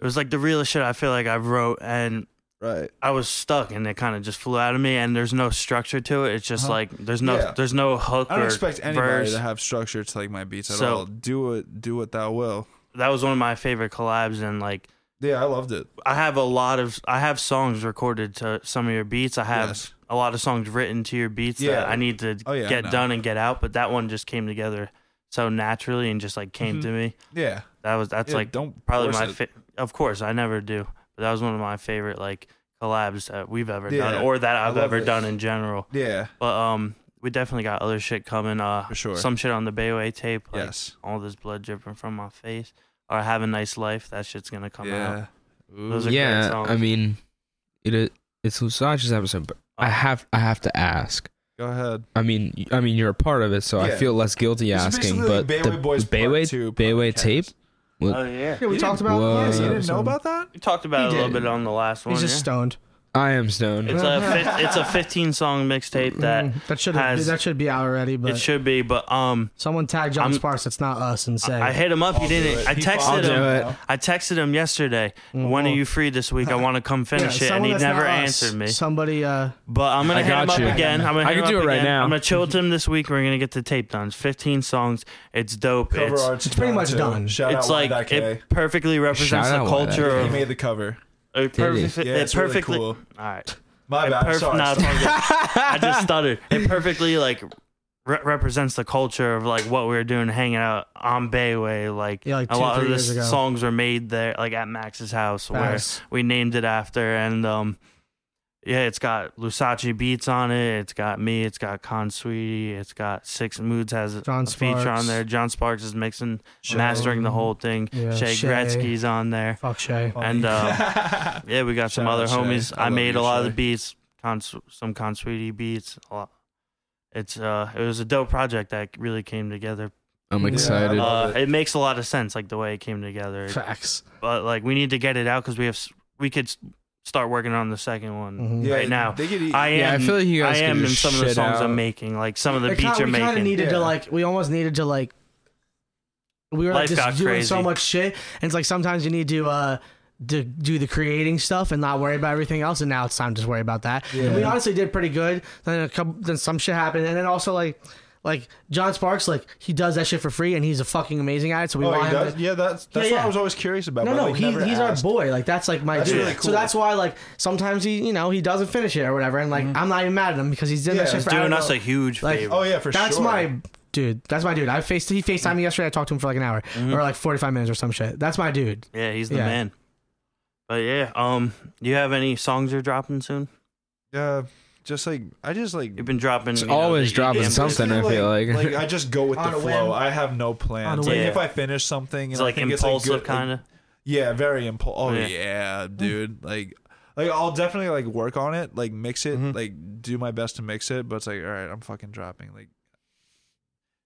Speaker 4: it was like the realest shit i feel like i've wrote and
Speaker 5: right.
Speaker 4: I was stuck and it kind of just flew out of me and there's no structure to it. It's just
Speaker 5: Uh-huh.
Speaker 4: like there's no
Speaker 5: Yeah.
Speaker 4: there's no hook
Speaker 5: I don't
Speaker 4: or
Speaker 5: expect anybody
Speaker 4: verse.
Speaker 5: to have structure to like my beats at
Speaker 4: So-
Speaker 5: all. Do it. Do what thou will.
Speaker 4: That was one of my favorite collabs and like
Speaker 5: Yeah, I loved it.
Speaker 4: I have a lot of I have songs recorded to some of your beats. I have
Speaker 5: Yes.
Speaker 4: a lot of songs written to your beats
Speaker 5: Yeah.
Speaker 4: that I need to
Speaker 5: Oh, yeah, I
Speaker 4: get
Speaker 5: know.
Speaker 4: done and get out, but that one just came together so naturally and just like came to me.
Speaker 5: Yeah.
Speaker 4: That was
Speaker 5: Mm-hmm.
Speaker 4: that's
Speaker 5: Yeah,
Speaker 4: like
Speaker 5: don't
Speaker 4: probably
Speaker 5: force
Speaker 4: my
Speaker 5: it.
Speaker 4: fa- of course I never do, but that was one of my favorite like collabs that we've ever
Speaker 5: Yeah.
Speaker 4: done or that
Speaker 5: I
Speaker 4: I've
Speaker 5: love
Speaker 4: ever
Speaker 5: it.
Speaker 4: done in general.
Speaker 5: Yeah.
Speaker 4: But um, we definitely got other shit coming. Uh,
Speaker 5: For sure.
Speaker 4: Some shit on the Bayway tape. Like
Speaker 5: yes.
Speaker 4: All this blood dripping from my face. Or have a nice life. That shit's gonna come out.
Speaker 5: Yeah.
Speaker 4: Those are great
Speaker 1: Yeah,
Speaker 4: songs.
Speaker 1: I mean, it is, it's Lusage's episode, but I have I have to ask.
Speaker 5: Go ahead.
Speaker 1: I mean, y- I mean, you're a part of it, so I
Speaker 5: Yeah.
Speaker 1: feel less guilty
Speaker 5: This is
Speaker 1: asking.
Speaker 5: basically
Speaker 1: But
Speaker 5: like
Speaker 1: the
Speaker 5: Bayway Boys Part
Speaker 1: Bayway,
Speaker 5: Two
Speaker 1: Bayway
Speaker 5: podcast.
Speaker 1: tape.
Speaker 4: oh yeah.
Speaker 3: Yeah, we
Speaker 5: You
Speaker 3: talked
Speaker 5: didn't-
Speaker 3: about.
Speaker 1: Whoa.
Speaker 3: Oh, yeah,
Speaker 5: Yeah,
Speaker 3: so-
Speaker 5: you didn't
Speaker 3: so-
Speaker 5: know about that?
Speaker 4: We talked about it a
Speaker 3: He
Speaker 4: little
Speaker 3: did.
Speaker 4: bit on the last one.
Speaker 3: He's just
Speaker 4: yeah.
Speaker 3: stoned.
Speaker 1: I am stoned.
Speaker 4: It's a fif- it's a 15 song mixtape that
Speaker 3: Mm, that should
Speaker 4: has-
Speaker 3: that should be out already, but
Speaker 4: it should be, but um,
Speaker 3: someone tagged John
Speaker 4: I'm-
Speaker 3: Sparks. It's not us, and said
Speaker 4: I hit him up. He didn't. I texted
Speaker 1: do
Speaker 4: him.
Speaker 1: it.
Speaker 4: I texted him yesterday.
Speaker 3: mm,
Speaker 4: When are you free this week? I want to come finish it, and he never answered me.
Speaker 3: Somebody, uh,
Speaker 4: But I'm gonna
Speaker 1: I
Speaker 4: hit him
Speaker 1: got
Speaker 4: up
Speaker 1: you.
Speaker 4: again. I'm gonna
Speaker 1: I
Speaker 4: hit
Speaker 1: can
Speaker 4: him
Speaker 1: do
Speaker 4: up
Speaker 1: it right
Speaker 4: again.
Speaker 1: now.
Speaker 4: I'm gonna chill with him this week. We're gonna get the tape done. It's 15 songs. It's dope.
Speaker 5: Cover
Speaker 4: it's
Speaker 5: art's
Speaker 3: pretty much
Speaker 5: too.
Speaker 3: done.
Speaker 5: Shout
Speaker 4: it's
Speaker 5: out
Speaker 4: like
Speaker 5: YK.
Speaker 4: it perfectly represents
Speaker 1: Shout
Speaker 4: the
Speaker 1: out
Speaker 4: culture
Speaker 5: He
Speaker 4: of
Speaker 5: made the cover.
Speaker 4: it perfect-
Speaker 5: Yeah,
Speaker 4: it
Speaker 5: it's really
Speaker 4: perfectly.
Speaker 5: cool.
Speaker 4: All right,
Speaker 5: My
Speaker 4: It
Speaker 5: bad.
Speaker 4: perf-
Speaker 5: Sorry.
Speaker 4: nah, it's
Speaker 5: sorry.
Speaker 4: all good. I just stuttered. It perfectly like re- represents the culture of like what we were doing, hanging out on Bayway. Like,
Speaker 3: Yeah, like
Speaker 4: a
Speaker 3: two,
Speaker 4: lot of
Speaker 3: three
Speaker 4: the
Speaker 3: years ago.
Speaker 4: songs were made there, like at Max's house, where
Speaker 3: Facts.
Speaker 4: we named it after, and um, yeah, it's got Lusachi beats on it. It's got me. It's got Con Sweetie. It's got Six Moods has a-
Speaker 3: John
Speaker 4: a feature
Speaker 3: Sparks.
Speaker 4: on there. John Sparks is mixing,
Speaker 5: Shay.
Speaker 4: mastering the whole thing.
Speaker 3: Yeah.
Speaker 4: Shay,
Speaker 3: Shay.
Speaker 4: Gretzky's on there.
Speaker 3: Fuck Shay.
Speaker 4: And,
Speaker 5: uh,
Speaker 4: Yeah, we got some
Speaker 5: Shout
Speaker 4: other
Speaker 5: out Shay.
Speaker 4: homies.
Speaker 5: I
Speaker 4: I,
Speaker 5: love
Speaker 4: made
Speaker 5: you,
Speaker 4: a lot of
Speaker 5: Shay.
Speaker 4: the beats, cons- some Con Sweetie beats. A lot. It's uh, it was a dope project that really came together.
Speaker 1: I'm
Speaker 5: Yeah.
Speaker 1: excited.
Speaker 5: Uh, love
Speaker 4: Uh,
Speaker 5: it.
Speaker 4: it. makes a lot of sense, like the way it came together.
Speaker 3: Facts.
Speaker 4: But like, we need to get it out because we have s- we could s- start working on the second one.
Speaker 5: Mm-hmm.
Speaker 3: Mhm.
Speaker 4: Mm-hmm. right now.
Speaker 5: They e- could eat,
Speaker 4: I am.
Speaker 1: Yeah, I feel like you guys
Speaker 4: I
Speaker 1: could
Speaker 4: am in
Speaker 1: just
Speaker 4: some of the
Speaker 1: shit
Speaker 4: songs
Speaker 1: out.
Speaker 4: I'm making. Like some of the
Speaker 3: It
Speaker 4: beats
Speaker 3: kinda-
Speaker 4: you're
Speaker 3: we kind
Speaker 4: making.
Speaker 3: of needed to
Speaker 5: Yeah.
Speaker 3: like. We almost needed to like. We were
Speaker 4: Life
Speaker 3: like just
Speaker 4: got
Speaker 3: doing so
Speaker 4: crazy.
Speaker 3: much shit, and it's like sometimes you need to uh to do the creating stuff and not worry about everything else. And now it's time to just worry about that. And we
Speaker 5: Yeah.
Speaker 3: honestly did pretty good. Then a couple, then some shit happened, and then also like. Like John Sparks, like he does that shit for free, and he's a fucking amazing at it. So we
Speaker 5: Oh,
Speaker 3: want
Speaker 5: he
Speaker 3: him
Speaker 5: does?
Speaker 3: to,
Speaker 5: yeah, that's that's what
Speaker 3: yeah.
Speaker 5: I was always curious about.
Speaker 3: No,
Speaker 5: but,
Speaker 3: no,
Speaker 5: like,
Speaker 3: he,
Speaker 5: never
Speaker 3: he's
Speaker 5: asked.
Speaker 3: our boy. Like that's like my
Speaker 5: That's
Speaker 3: dude.
Speaker 5: really
Speaker 3: So
Speaker 5: cool. Mm-hmm.
Speaker 3: that's why like sometimes he, you know, he doesn't finish it or whatever, and like I'm not even mad at him because he's doing
Speaker 5: Yeah,
Speaker 3: that shit
Speaker 5: he's
Speaker 3: for I
Speaker 4: doing
Speaker 3: don't
Speaker 4: us
Speaker 3: know.
Speaker 4: a huge
Speaker 3: Like,
Speaker 4: favor.
Speaker 5: Oh yeah, for
Speaker 3: That's
Speaker 5: sure.
Speaker 3: my dude. That's my dude. I faced he FaceTimed me yesterday. I talked to him for like an hour
Speaker 1: Mm-hmm.
Speaker 3: or like 45 minutes or some shit. That's my dude.
Speaker 4: Mm-hmm. yeah, he's the
Speaker 3: yeah.
Speaker 4: man. But yeah, um, do you have any songs you're dropping soon?
Speaker 5: Uh, just like I just like
Speaker 4: You've been dropping.
Speaker 1: It's
Speaker 4: you know,
Speaker 1: always
Speaker 4: the
Speaker 1: dropping
Speaker 4: EDM
Speaker 1: something.
Speaker 5: It's kinda
Speaker 1: I feel like.
Speaker 5: like I just go with
Speaker 3: On
Speaker 5: the
Speaker 3: a
Speaker 5: flow.
Speaker 3: whim.
Speaker 5: I have no
Speaker 3: On a
Speaker 5: plans. Like
Speaker 4: whim.
Speaker 5: if I finish something,
Speaker 4: It's
Speaker 5: and I
Speaker 4: like
Speaker 5: think
Speaker 4: impulsive
Speaker 5: it's like good, like,
Speaker 4: kind of.
Speaker 5: yeah, very impulsive. Oh yeah.
Speaker 4: Yeah.
Speaker 5: dude. Like, like I'll definitely like work on it. Like mix it. Like do my best to mix it. But it's like, all right, I'm fucking dropping. Like,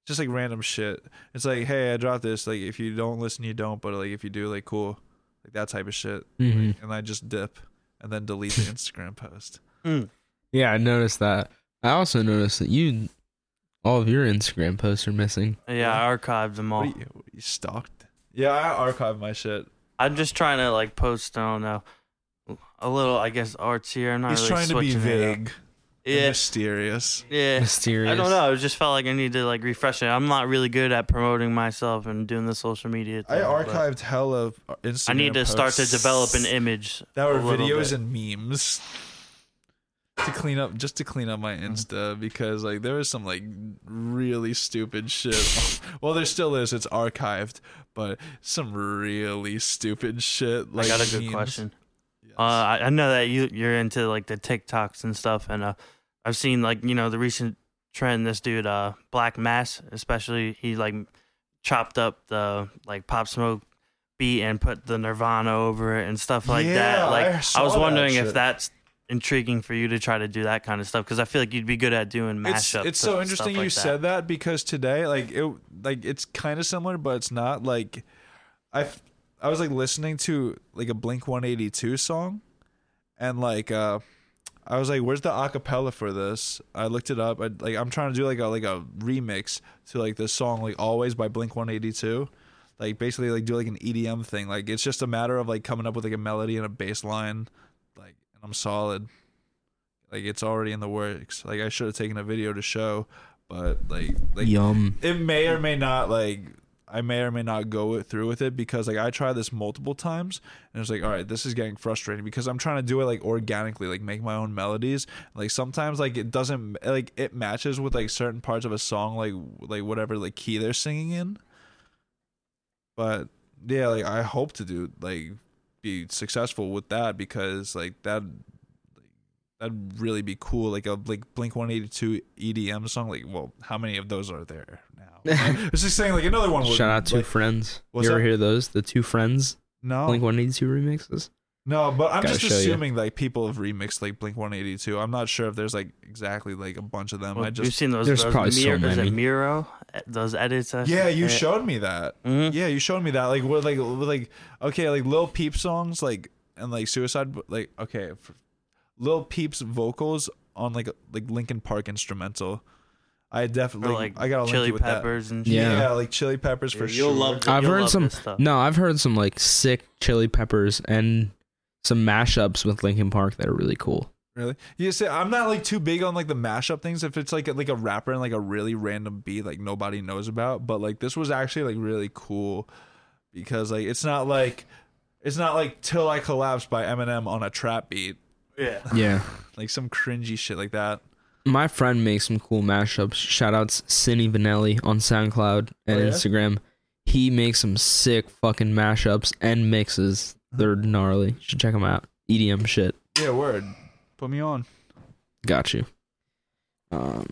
Speaker 5: just like random shit. It's like, hey, I dropped this. Like if you don't listen, you don't. But like if you do, like cool. Like that type of shit.
Speaker 1: Mhm.
Speaker 5: And I just dip and then delete the Instagram post.
Speaker 1: Yeah, I noticed that. I also noticed that you, all of your Instagram posts are missing.
Speaker 4: yeah, I archived them
Speaker 5: What
Speaker 4: all.
Speaker 5: are you, what are you stalked? Yeah, I archive my shit.
Speaker 4: I'm just trying to like post. I don't know. A little, I guess, artsier. I'm not
Speaker 5: He's
Speaker 4: really
Speaker 5: trying to be
Speaker 4: switching it up.
Speaker 5: vague, and
Speaker 4: Yeah,
Speaker 5: mysterious.
Speaker 4: yeah.
Speaker 1: Mysterious.
Speaker 4: I don't know. I just felt like I need to like refresh it. I'm not really good at promoting myself and doing the social media.
Speaker 5: I
Speaker 4: thing, but
Speaker 5: archived hella uh, Instagram.
Speaker 4: I need to start to
Speaker 5: posts.
Speaker 4: develop an image.
Speaker 5: That were
Speaker 4: a little
Speaker 5: videos
Speaker 4: bit.
Speaker 5: and memes to clean up, just to clean up my
Speaker 4: Mm.
Speaker 5: Insta because like there was some like really stupid shit. well, there still is. It's archived, but some really stupid shit. Like
Speaker 4: I got a good
Speaker 5: memes.
Speaker 4: question.
Speaker 5: Yes.
Speaker 4: Uh, I, I know that you you're into like the TikToks and stuff, and uh, I've seen like you know the recent trend. This dude, uh, Black Mass, especially he like chopped up the like Pop Smoke beat and put the Nirvana over it and stuff like
Speaker 5: Yeah,
Speaker 4: that. Like
Speaker 5: I saw
Speaker 4: was
Speaker 5: that
Speaker 4: wondering if
Speaker 5: shit.
Speaker 4: that's intriguing for you to try to do that kind of stuff because I feel like you'd be good at doing
Speaker 5: it's,
Speaker 4: mashups.
Speaker 5: it's
Speaker 4: and
Speaker 5: so
Speaker 4: stuff
Speaker 5: interesting
Speaker 4: like
Speaker 5: you
Speaker 4: that.
Speaker 5: said that because today like it like it's kind of similar but it's not like i f- i was like listening to like a blink 182 song and like uh i was like where's the acapella for this i looked it up I, like i'm trying to do like a like a remix to like this song like always by blink 182 like basically like do like an edm thing like it's just a matter of like coming up with like a melody and a bass line like and i'm solid like it's already in the works like i should have taken a video to show but like like
Speaker 6: Yum.
Speaker 5: it may or may not like I may or may not go it- through with it because like I tried this multiple times and it's like all right this is getting frustrating because I'm trying to do it like organically like make my own melodies like sometimes like it doesn't like it matches with like certain parts of a song like like whatever like key they're singing in but yeah like I hope to do like be successful with that because like that that'd really be cool like a like blink 182 edm song like well how many of those are there now I was just saying like another one would,
Speaker 1: Shout out to
Speaker 5: oh, like,
Speaker 1: friends. You
Speaker 5: What's Oh.
Speaker 1: ever
Speaker 5: that?
Speaker 1: hear those? The two friends
Speaker 5: no
Speaker 1: Blink 182 remixes.
Speaker 5: no but i'm
Speaker 1: Gotta
Speaker 5: just
Speaker 1: show you.
Speaker 5: assuming like people have remixed like blink 182 i'm not sure if there's like exactly like a bunch of them
Speaker 4: Well,
Speaker 5: i
Speaker 4: we've
Speaker 5: just
Speaker 4: seen those.
Speaker 1: there's
Speaker 4: those
Speaker 1: probably so
Speaker 4: Mir- is it
Speaker 1: many.
Speaker 4: Miro? eh, Those edits. I- eh,
Speaker 5: yeah you showed me that
Speaker 4: Mhm.
Speaker 5: yeah you showed me that like what like with, like okay like lil peep songs like and like suicide like okay f lil peep's vocals on like like linkin park instrumental i
Speaker 4: Or
Speaker 5: definitely
Speaker 4: like
Speaker 5: i gotta link
Speaker 4: chili
Speaker 5: you with that.
Speaker 4: peppers and shit.
Speaker 5: Yeah.
Speaker 1: Yeah.
Speaker 5: like chili peppers for sure.
Speaker 4: You'll love.
Speaker 1: I've
Speaker 4: you'll
Speaker 1: heard
Speaker 4: love
Speaker 1: some-
Speaker 4: this
Speaker 5: Oh.
Speaker 4: stuff.
Speaker 1: No, I've heard some like sick Chili Peppers and some mashups with Linkin Park that are really cool.
Speaker 5: really. You say I'm not like too big on like the mashup things. If it's like a, like a rapper and like a really random beat like nobody knows about, but like this was actually like really cool because like it's not like it's not like "Till I Collapse" by Eminem on a trap beat,
Speaker 4: Yeah.
Speaker 1: Yeah.
Speaker 5: like some cringy shit like that.
Speaker 1: My friend makes some cool mashups. Shout outs Cinny Vanelli on SoundCloud and
Speaker 5: Oh, yeah?
Speaker 1: Instagram. He makes some sick fucking mashups and mixes. They're gnarly. You should check them out. EDM E shit.
Speaker 5: Yeah, word. Put me on.
Speaker 1: Got you. Um.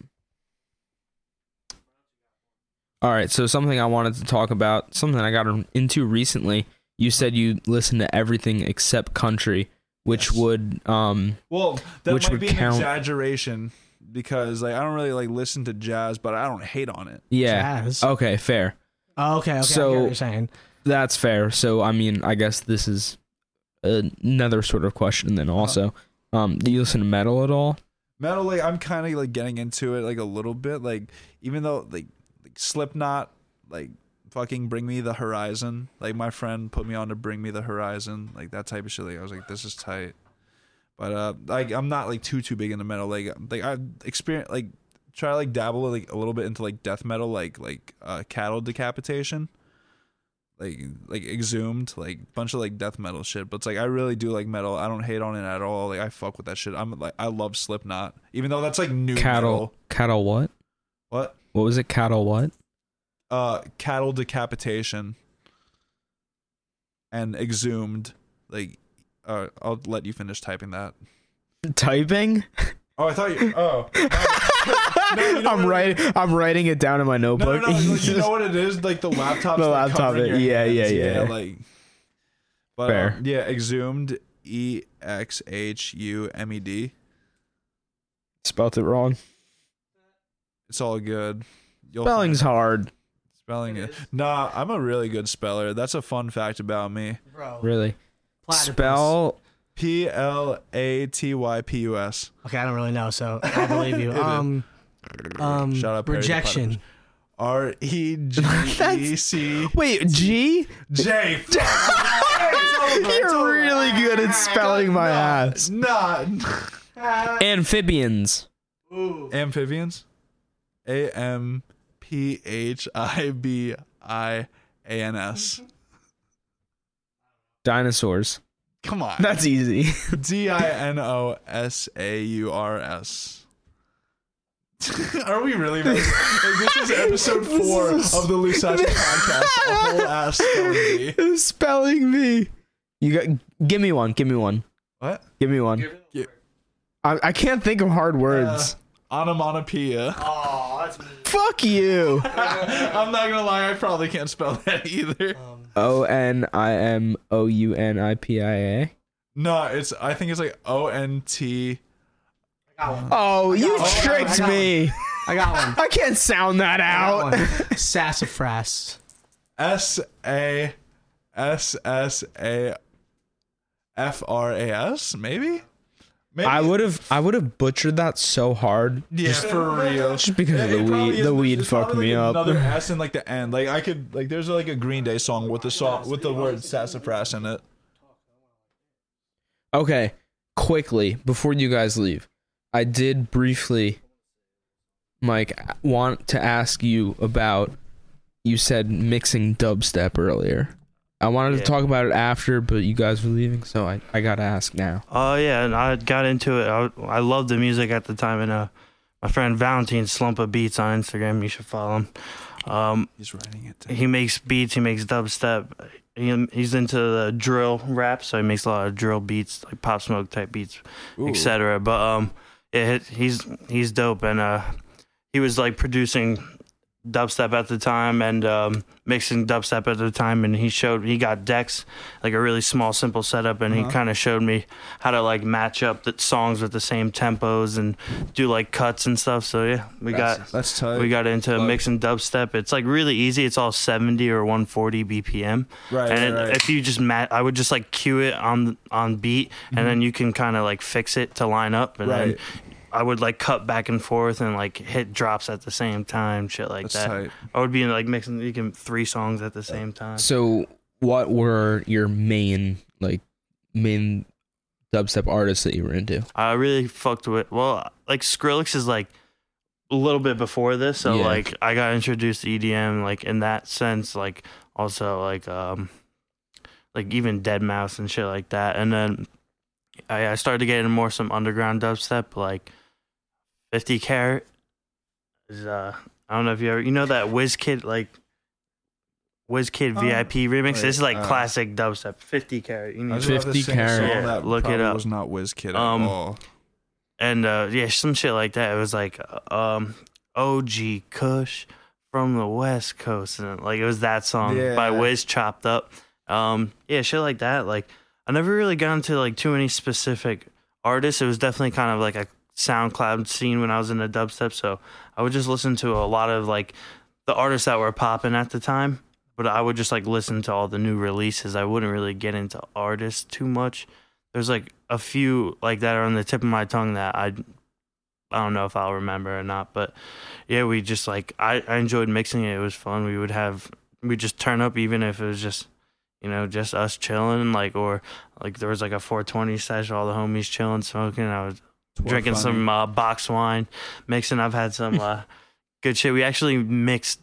Speaker 1: All right, so something I wanted to talk about, something I got into recently. You said you listen to everything except country, which
Speaker 5: Yes.
Speaker 1: would um
Speaker 5: Well, that
Speaker 1: Which
Speaker 5: might
Speaker 1: would
Speaker 5: be
Speaker 1: count-
Speaker 5: an exaggeration because like I don't really like listen to jazz, but I don't hate on it.
Speaker 1: yeah.
Speaker 3: Jazz.
Speaker 1: Okay, fair.
Speaker 3: Oh, okay, okay. I get
Speaker 1: So-
Speaker 3: what you're saying.
Speaker 1: That's fair. So I mean, I guess this is another sort of question then also. Um do you listen to metal at all?
Speaker 5: Metal, like I'm kind of like getting into it like a little bit, like even though like, like Slipknot, like fucking Bring Me the Horizon, like my friend put me on to Bring Me the Horizon, like that type of shit. Like I was like, this is tight. But uh, like I'm not like too too big into metal. Like like I experience like try to like dabble like a little bit into like death metal, like like uh, cattle decapitation, like like exhumed, like bunch of like death metal shit. But it's like I really do like metal. I don't hate on it at all. Like I fuck with that shit. I'm like I love Slipknot, even though that's like new
Speaker 1: cattle
Speaker 5: metal.
Speaker 1: cattle what?
Speaker 5: What?
Speaker 1: What was it? Cattle what?
Speaker 5: Uh, cattle decapitation and exhumed. Like, uh, I'll let you finish typing that.
Speaker 1: Typing?
Speaker 5: Oh, I thought you. Oh. No, you know
Speaker 1: I'm
Speaker 5: what-
Speaker 1: writing. I'm writing it down in my
Speaker 5: No,
Speaker 1: notebook.
Speaker 5: no, no, like, you know what it is? Like the laptop.
Speaker 1: The laptop, yeah, yeah, yeah.
Speaker 5: Like, but um,
Speaker 1: Fair.
Speaker 5: yeah, exhumed. E X H U M E D.
Speaker 1: Spelt it wrong.
Speaker 5: It's all good. You'll
Speaker 1: Spelling's
Speaker 5: find-
Speaker 1: hard.
Speaker 5: spelling it. Nah, I'm a really good speller. That's a fun fact about me.
Speaker 3: Bro.
Speaker 1: Really.
Speaker 3: platypus.
Speaker 1: Spell.
Speaker 5: P L A T Y P U S.
Speaker 3: Okay, I don't really know, so I believe you. Um, um,
Speaker 5: Shout out Perry the
Speaker 3: rejection.
Speaker 5: R E G E C
Speaker 1: Wait, G.
Speaker 5: J.
Speaker 1: You're really good at spelling my ass.
Speaker 5: It's not
Speaker 1: Amphibians.
Speaker 5: amphibians. A M P H I B I A N S.
Speaker 1: Dinosaurs.
Speaker 5: Come on.
Speaker 1: That's easy.
Speaker 5: D I N O S A U R S. Are we really? Like, this is episode four of the Lusachi podcast. A whole ass story.
Speaker 1: spelling me. You got. Give me one. Give me one.
Speaker 5: What?
Speaker 1: Give me one.
Speaker 5: Gi-
Speaker 1: I, I can't think of hard words.
Speaker 5: Onomatopoeia.
Speaker 1: Fuck you.
Speaker 5: I'm not gonna lie, I probably can't spell that either.
Speaker 1: O N I M O U N I P I A.
Speaker 5: No, it's. I think it's like O N T.
Speaker 1: Oh, you
Speaker 3: one. I
Speaker 1: tricked
Speaker 3: got
Speaker 1: me.
Speaker 3: I got one.
Speaker 1: I can't sound that
Speaker 3: I
Speaker 1: out.
Speaker 3: got one. Sassafras.
Speaker 5: S A S S A F R A S, maybe? Maybe.
Speaker 1: I would have I would have butchered that so hard
Speaker 5: Yeah, for real.
Speaker 1: just because of
Speaker 5: It
Speaker 1: the
Speaker 5: probably
Speaker 1: weed.
Speaker 5: is-
Speaker 1: The weed
Speaker 5: there's
Speaker 1: fucked
Speaker 5: probably,
Speaker 1: me
Speaker 5: like,
Speaker 1: up.
Speaker 5: Another S in like the end. Like I could like there's like a Green Day song with the song with the word sassafras in it.
Speaker 1: Okay, quickly before you guys leave, I did briefly, Mike, want to ask you about. You said mixing dubstep earlier. I wanted to
Speaker 4: Yeah.
Speaker 1: talk about it after, but you guys were leaving, so I, I gotta ask now.
Speaker 4: Oh yeah, and I got into it. I, I loved the music at the time, and uh, my friend Valentine Slumpa Beats on Instagram. You should follow him. Um,
Speaker 5: He's writing it. down.
Speaker 4: he makes beats. He makes dubstep. He, he's into the drill rap, so he makes a lot of drill beats, like pop smoke type beats, etc. But um, it, he's he's dope, and uh, he was like producing dubstep at the time and um, mixing dubstep at the time, and he showed he got decks like a really small, simple setup, and he kind of showed me how to like match up the songs with the same tempos and do like cuts and stuff. So yeah, we got
Speaker 5: That's tight.
Speaker 4: we got into mixing dubstep. It's like really easy. It's all 70 or 140 BPM.
Speaker 5: Right, right,
Speaker 4: And it-
Speaker 5: right.
Speaker 4: if you just mat, I would just like cue it on on beat, and then you can kind of like fix it to line up. And
Speaker 5: Mm-hmm. Right.
Speaker 4: then I would like cut back and forth and like hit drops at the same time, shit like
Speaker 5: That's
Speaker 4: that.
Speaker 5: tight.
Speaker 4: I would be like mixing you can three songs at the same time.
Speaker 1: So, what were your main like main dubstep artists that you were into?
Speaker 4: I really fucked with. Well, like Skrillex is like a little bit before this, so
Speaker 1: Yeah.
Speaker 4: like I got introduced to EDM like in that sense. Like also like um like even Dead Mouse and shit like that. And then I, I started getting more some underground dubstep, like Fifty Carat is uh I don't know if you ever you know that Whiz Kid like. Whiz Kid
Speaker 5: Oh,
Speaker 4: VIP remix.
Speaker 5: wait,
Speaker 4: this is like
Speaker 5: uh,
Speaker 4: classic dubstep. Fifty carat. You
Speaker 5: I
Speaker 4: need
Speaker 5: was
Speaker 4: to
Speaker 5: about to
Speaker 1: 50
Speaker 5: sing a
Speaker 1: carat.
Speaker 5: song
Speaker 4: Yeah,
Speaker 5: that
Speaker 4: look it
Speaker 5: probably
Speaker 4: up.
Speaker 5: Was not Whiz Kid at
Speaker 4: Um,
Speaker 5: all.
Speaker 4: and uh, yeah, some shit like that. It was like um, OG Kush from the West Coast, and like it was that song by
Speaker 5: Yeah.
Speaker 4: Wiz chopped up. Um, yeah, shit like that. Like I never really got into like too many specific artists. It was definitely kind of like a SoundCloud scene when I was in the dubstep, so I would just listen to a lot of like the artists that were popping at the time. But I would just like listen to all the new releases. I wouldn't really get into artists too much there's like a few like that are on the tip of my tongue that I I don't know if I'll remember or not, but yeah, we just like I, I enjoyed mixing it. It was fun. We would have we just turn up even if it was just you know just us chilling like or like there was like a 420 session, all the homies chilling, smoking. I was drinking some uh, box wine, mixing. I've had some uh, good shit. We actually mixed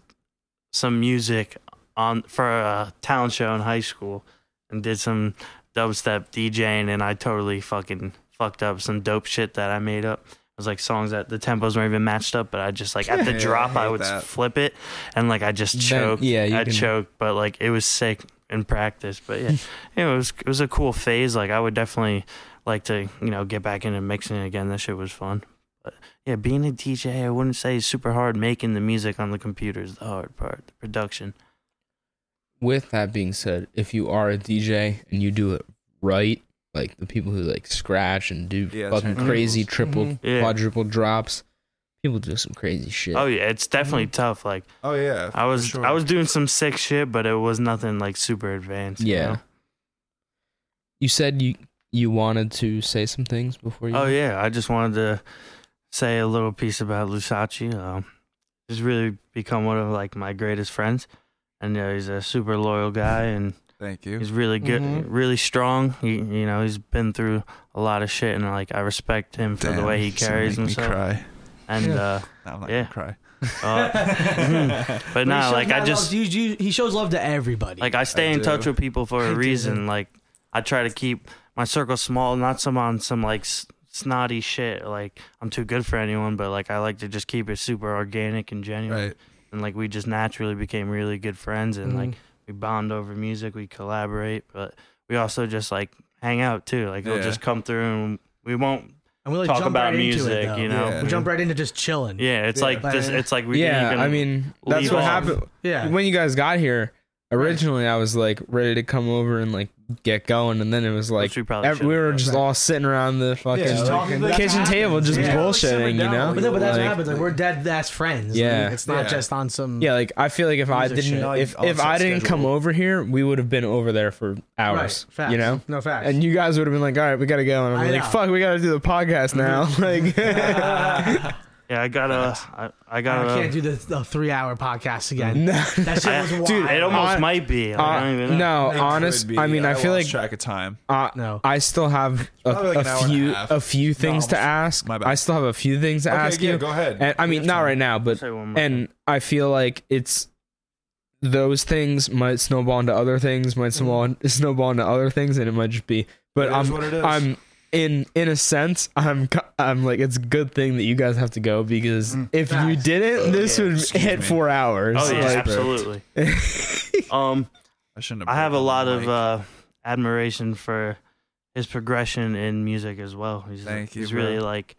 Speaker 4: some music on for a talent show in high school and did some dubstep DJing, and I totally fucking fucked up some dope shit that I made up. It was like songs that the tempos weren't even matched up, but I just like at the
Speaker 5: Yeah, I
Speaker 4: drop I
Speaker 5: hate
Speaker 4: would
Speaker 5: that.
Speaker 4: flip it and like I just choked.
Speaker 6: yeah, you
Speaker 4: I
Speaker 6: can-
Speaker 4: choked, but like it was sick in practice. But yeah, you know, it was it was a cool phase. Like I would definitely like to you know get back into mixing again. That shit was fun. But yeah, being a DJ, I wouldn't say is super hard. Making the music on the computer is the hard part. The production.
Speaker 1: With that being said, if you are a DJ and you do it right, like the people who like scratch and do
Speaker 5: Yeah,
Speaker 1: fucking
Speaker 5: turntable.
Speaker 1: crazy triple,
Speaker 3: Mhm.
Speaker 4: Yeah.
Speaker 1: quadruple drops, people do some crazy shit.
Speaker 4: Oh yeah, it's definitely tough. Like
Speaker 5: Oh yeah.
Speaker 4: I was
Speaker 5: sure.
Speaker 4: I was doing some sick shit, but it was nothing like super advanced. you
Speaker 1: Yeah.
Speaker 4: know?
Speaker 1: You said you you wanted to say some things before you.
Speaker 4: Oh yeah, I just wanted to say a little piece about Lusachi. Um, he's really become one of like my greatest friends, and uh, he's a super loyal guy, and
Speaker 2: Thank you.
Speaker 4: he's really good,
Speaker 3: Mhm.
Speaker 4: really strong. He, you know, he's been through a lot of shit, and like I respect him for the way he
Speaker 2: Damn, it's gonna
Speaker 4: carries
Speaker 2: make me
Speaker 4: himself.
Speaker 2: Cry.
Speaker 4: And uh,
Speaker 2: No, I'm not
Speaker 4: Yeah.
Speaker 2: gonna cry.
Speaker 4: uh, but
Speaker 3: He
Speaker 4: nah,
Speaker 3: shows
Speaker 4: like I
Speaker 3: love-
Speaker 4: just
Speaker 3: you- you- he shows love to everybody.
Speaker 4: like I stay
Speaker 5: I
Speaker 4: in
Speaker 5: do.
Speaker 4: touch with people for
Speaker 3: I
Speaker 4: a
Speaker 3: do.
Speaker 4: reason. Like I try to keep my circle small, not some on some like s- snotty shit. Like I'm too good for anyone, but like I like to just keep it super organic and genuine.
Speaker 5: Right.
Speaker 4: And like we just naturally became really good friends, and
Speaker 3: Mm-hmm.
Speaker 4: like
Speaker 5: Mm-hmm.
Speaker 4: we bond over music, we collaborate, but we also just like hang out too. Like they'll
Speaker 5: Yeah.
Speaker 4: just come through, and we won't.
Speaker 3: and we like
Speaker 4: talk
Speaker 3: jump
Speaker 4: about
Speaker 3: right
Speaker 4: music,
Speaker 3: into it, though.
Speaker 4: you know?
Speaker 5: Yeah.
Speaker 3: We jump right into just chilling.
Speaker 4: Yeah, it's
Speaker 5: Yeah.
Speaker 4: like this, it's like we didn't
Speaker 1: yeah.
Speaker 4: even
Speaker 1: I mean, that's
Speaker 4: leave
Speaker 1: what
Speaker 4: off.
Speaker 1: happened.
Speaker 3: Yeah.
Speaker 1: when you guys got here originally i was like ready to come over and like get going and then it was like
Speaker 4: Which we probably
Speaker 1: ev- we
Speaker 4: should've
Speaker 1: were
Speaker 4: done.
Speaker 1: just all sitting around the fucking
Speaker 5: just talking. That's
Speaker 1: kitchen
Speaker 5: what
Speaker 1: table
Speaker 5: happens.
Speaker 1: just
Speaker 5: Yeah.
Speaker 1: bullshitting you
Speaker 5: Like,
Speaker 1: know
Speaker 5: down.
Speaker 3: But, no, but that's
Speaker 1: like,
Speaker 3: what happens. Like we're dead ass friends.
Speaker 1: Yeah.
Speaker 3: Like, it's not
Speaker 5: Yeah.
Speaker 3: just on some.
Speaker 1: yeah like i feel like if i
Speaker 3: These are
Speaker 1: didn't
Speaker 3: shit.
Speaker 1: if,
Speaker 2: Like,
Speaker 1: if i
Speaker 2: offset
Speaker 1: didn't
Speaker 2: schedule.
Speaker 1: come over here we would have been over there for
Speaker 3: Right.
Speaker 1: hours
Speaker 3: Facts.
Speaker 1: you know
Speaker 3: No facts.
Speaker 1: and you guys would have been like all right we gotta go and i'm
Speaker 3: I
Speaker 1: like
Speaker 3: know. Mm-hmm.
Speaker 1: fuck we gotta do the podcast now like
Speaker 4: Yeah, I got a, I, I
Speaker 3: I
Speaker 4: got
Speaker 3: can't
Speaker 4: a.
Speaker 3: do the, the three hour podcast again.
Speaker 1: no
Speaker 3: That shit was wild.
Speaker 1: Dude,
Speaker 4: It almost
Speaker 1: I-
Speaker 4: might be. Like, I
Speaker 1: Uh,
Speaker 4: don't even know.
Speaker 1: no
Speaker 5: It
Speaker 1: honest
Speaker 5: could be.
Speaker 1: i mean i, feel
Speaker 5: lost
Speaker 1: like
Speaker 5: track of time.
Speaker 1: uh,
Speaker 3: No.
Speaker 1: I still have a,
Speaker 5: probably like an hour
Speaker 1: a
Speaker 5: and a
Speaker 1: few
Speaker 5: half.
Speaker 1: a, few things to
Speaker 5: almost.
Speaker 1: ask.
Speaker 5: My bad.
Speaker 1: I still have a few things to
Speaker 5: Okay,
Speaker 1: ask
Speaker 5: yeah,
Speaker 1: you.
Speaker 5: go ahead.
Speaker 1: And I mean, not right now, but
Speaker 4: Say one more thing.
Speaker 1: and I feel like it's those things might snowball into other things, might snowball snowball into other things, and it might just be. But
Speaker 5: Mm-hmm. It is
Speaker 1: I'm
Speaker 5: what it is.
Speaker 1: I'm in in a sense I'm co- I'm like it's a good thing that you guys have to go because if you
Speaker 3: Facts.
Speaker 1: didn't, this
Speaker 3: yeah.
Speaker 1: would
Speaker 5: Mm. Excuse
Speaker 1: hit
Speaker 5: me.
Speaker 1: four hours.
Speaker 4: Oh yeah,
Speaker 1: Like,
Speaker 4: absolutely. um,
Speaker 2: I shouldn't.
Speaker 4: I have a
Speaker 2: broken
Speaker 4: lot
Speaker 2: the
Speaker 4: of
Speaker 2: mic.
Speaker 4: uh, admiration for his progression in music as well. He's,
Speaker 2: Thank you,
Speaker 4: He's really
Speaker 2: bro.
Speaker 4: like,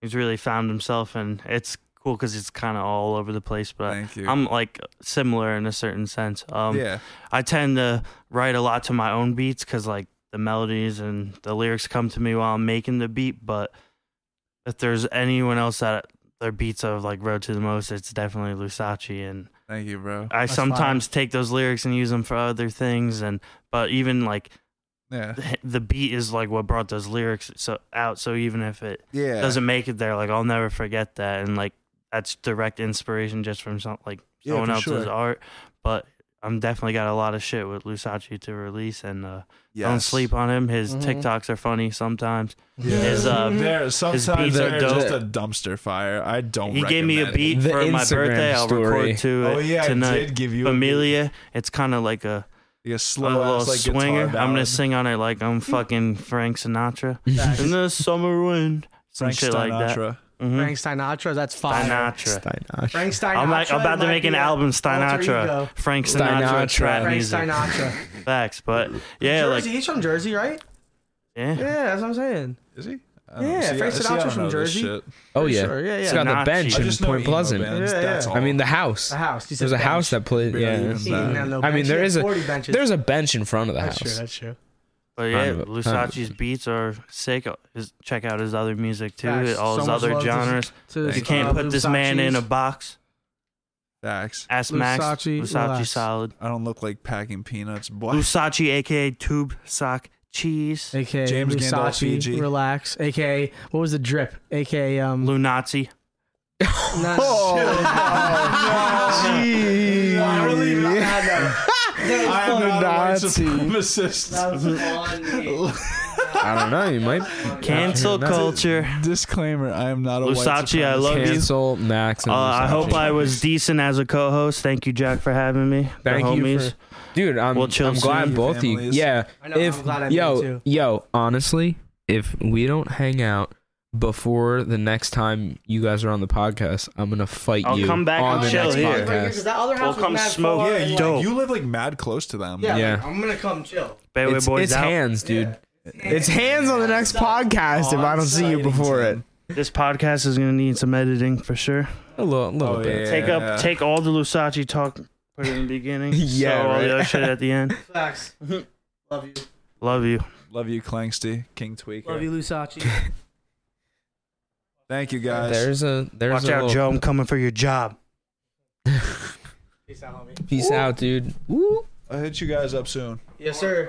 Speaker 4: he's really found himself, and it's cool because it's kind of all over the place. But
Speaker 2: Thank you.
Speaker 4: I'm like similar in a certain sense. Um,
Speaker 5: yeah.
Speaker 4: I tend to write a lot to my own beats because like the melodies and the lyrics come to me while I'm making the beat. But if there's anyone else that their beats of like Road to the Most, it's definitely Lusachi and.
Speaker 2: Thank you, bro.
Speaker 4: I
Speaker 3: That's
Speaker 4: sometimes take those lyrics and use them for other things, and but even like
Speaker 5: Yeah.
Speaker 4: the beat is like what brought those lyrics so out. So even if it
Speaker 5: Yeah.
Speaker 4: doesn't make it there, like I'll never forget that, and like that's direct inspiration just from some like
Speaker 5: Yeah,
Speaker 4: someone
Speaker 5: for
Speaker 4: else's
Speaker 5: sure.
Speaker 4: art. But I'm definitely got a lot of shit with Lusachi to release, and uh,
Speaker 2: Yes.
Speaker 4: don't sleep on him. His
Speaker 3: Mhm.
Speaker 4: TikToks are funny sometimes.
Speaker 5: Yeah.
Speaker 4: His, uh,
Speaker 1: Mm-hmm.
Speaker 5: there sometimes
Speaker 4: beats
Speaker 5: they're
Speaker 4: are dope.
Speaker 5: just a dumpster fire. I don't.
Speaker 4: he gave me a
Speaker 5: recommend it.
Speaker 4: beat
Speaker 1: The
Speaker 4: for my
Speaker 1: Instagram
Speaker 4: birthday. I'll
Speaker 1: story.
Speaker 4: record to it
Speaker 5: Oh yeah,
Speaker 4: tonight.
Speaker 5: I did give you
Speaker 4: Familia, it's kind of like
Speaker 5: a,
Speaker 4: a
Speaker 5: beat. a
Speaker 4: a
Speaker 5: slow
Speaker 4: little
Speaker 5: ass, like, guitar
Speaker 4: swinger. I'm gonna
Speaker 5: ballad.
Speaker 4: sing on it like I'm fucking Frank Sinatra.
Speaker 3: Facts.
Speaker 4: In the summer wind, some
Speaker 5: Frank
Speaker 4: shit like that.
Speaker 5: Sinatra.
Speaker 4: Mhm.
Speaker 3: Frank Sinatra, that's fine.
Speaker 4: Sinatra.
Speaker 1: Steinach.
Speaker 3: Frank Sinatra.
Speaker 4: I'm, like, about to
Speaker 3: might
Speaker 4: make an
Speaker 3: be a
Speaker 4: album,
Speaker 3: alter
Speaker 4: Sinatra.
Speaker 3: ego.
Speaker 4: Frank Sinatra,
Speaker 1: Sinatra.
Speaker 4: trap
Speaker 3: Frank
Speaker 4: music,
Speaker 3: Sinatra.
Speaker 4: facts. But yeah,
Speaker 3: Jersey,
Speaker 4: like
Speaker 3: he's from Jersey, right?
Speaker 4: yeah.
Speaker 3: Yeah, that's what I'm saying.
Speaker 5: Is he? I don't know.
Speaker 3: Yeah,
Speaker 5: See,
Speaker 3: Frank
Speaker 5: see, I
Speaker 3: Sinatra's
Speaker 5: don't
Speaker 3: from
Speaker 5: know this
Speaker 3: Jersey.
Speaker 5: shit.
Speaker 1: Oh
Speaker 4: Pretty
Speaker 1: yeah,
Speaker 3: Sure, yeah, yeah.
Speaker 1: it's got the
Speaker 4: Not
Speaker 1: bench
Speaker 4: cheap.
Speaker 5: I
Speaker 1: in
Speaker 5: just know
Speaker 1: Point
Speaker 5: emo
Speaker 1: Pleasant.
Speaker 5: bands,
Speaker 3: Yeah,
Speaker 5: that's
Speaker 3: yeah.
Speaker 5: all.
Speaker 1: I mean the house.
Speaker 3: a house. He said
Speaker 1: There's a
Speaker 3: bench.
Speaker 1: house that played.
Speaker 5: Barely
Speaker 1: Yeah,
Speaker 5: even
Speaker 1: it's
Speaker 3: He didn't
Speaker 5: that.
Speaker 1: not-
Speaker 3: have no
Speaker 1: I mean
Speaker 3: bench.
Speaker 1: there
Speaker 3: He had
Speaker 1: is a
Speaker 3: 40 benches.
Speaker 1: there's a bench in front of the
Speaker 3: That's true.
Speaker 1: house.
Speaker 3: That's true.
Speaker 4: But yeah,
Speaker 1: Kind of-
Speaker 4: Lusaci's beats are sick. Uh, His, check out his other music too.
Speaker 3: Facts.
Speaker 4: All his
Speaker 3: So much
Speaker 4: other
Speaker 3: love to-
Speaker 4: genres.
Speaker 3: To,
Speaker 4: You
Speaker 5: Thank
Speaker 4: can't
Speaker 3: uh,
Speaker 4: put this man
Speaker 3: Lusachi's.
Speaker 4: in a box.
Speaker 5: Facts.
Speaker 4: Ask Max.
Speaker 3: Lusachi,
Speaker 4: Lusachi
Speaker 3: relax.
Speaker 4: solid.
Speaker 5: I don't look like packing peanuts. Boy.
Speaker 4: Lusachi, aka Tube Sock Cheese.
Speaker 3: AKA
Speaker 5: James Gandolf,
Speaker 3: Lusachi,
Speaker 5: Fiji.
Speaker 3: relax. AKA what was the drip? AKA um.
Speaker 4: Lunazi.
Speaker 3: Not-
Speaker 5: Oh, no.
Speaker 3: I don't even- I know. That was
Speaker 5: I am
Speaker 3: fun.
Speaker 5: not a white
Speaker 1: Nazi.
Speaker 5: supremacist.
Speaker 3: That was funny.
Speaker 1: I don't know. You might
Speaker 4: Cancel
Speaker 1: That's it.
Speaker 4: culture.
Speaker 5: Disclaimer: I am not a white
Speaker 4: Lusachi,
Speaker 5: supremacist.
Speaker 4: I love you.
Speaker 1: cancel Max.
Speaker 4: Uh,
Speaker 1: And
Speaker 4: I
Speaker 1: Versace.
Speaker 4: hope I was decent as a co-host. Thank you, Jack, for having me. The
Speaker 1: Thank you
Speaker 4: homies.
Speaker 1: for- dude. I'm,
Speaker 4: We'll chill
Speaker 1: I'm glad
Speaker 5: soon.
Speaker 1: both of you.
Speaker 5: Families.
Speaker 1: Yeah.
Speaker 3: I know,
Speaker 1: If
Speaker 3: I'm glad I made it
Speaker 1: yo
Speaker 3: too.
Speaker 1: yo honestly, if we don't hang out before the next time you guys are on the podcast, I'm gonna fight
Speaker 4: I'll
Speaker 1: you
Speaker 4: come back
Speaker 1: on
Speaker 4: and
Speaker 1: the
Speaker 4: chill
Speaker 1: next
Speaker 4: here.
Speaker 1: podcast.
Speaker 3: That other
Speaker 4: We'll
Speaker 3: house was
Speaker 4: come
Speaker 3: mad
Speaker 4: smoke.
Speaker 3: far
Speaker 5: Yeah,
Speaker 3: and,
Speaker 5: you,
Speaker 3: like,
Speaker 4: Dope.
Speaker 5: you live like mad close to them.
Speaker 3: Yeah,
Speaker 1: Yeah.
Speaker 3: like, I'm gonna come chill.
Speaker 4: Bayway
Speaker 1: It's,
Speaker 4: Boys
Speaker 1: it's
Speaker 4: out.
Speaker 1: hands, dude. It's
Speaker 3: Yeah.
Speaker 1: hands on the next podcast if I don't see you before it.
Speaker 4: This podcast is gonna need some editing for sure.
Speaker 1: A little, little
Speaker 5: Oh,
Speaker 1: bit.
Speaker 5: yeah.
Speaker 4: Take up, take all the Lusachi talk, put it in the beginning.
Speaker 1: Yeah,
Speaker 4: so all
Speaker 1: right.
Speaker 4: the other shit at the end.
Speaker 3: Facts. Love you.
Speaker 4: Love you.
Speaker 5: Love you, Clangsty, King Tweaker.
Speaker 3: Love you, Lusachi.
Speaker 5: Thank you guys.
Speaker 1: There's a there's
Speaker 4: Watch
Speaker 1: a
Speaker 4: out,
Speaker 1: little-
Speaker 4: Joe. I'm coming for your job.
Speaker 3: Peace out, homie.
Speaker 1: Peace out, dude.
Speaker 5: I'll hit you guys up soon.
Speaker 3: Yes, sir.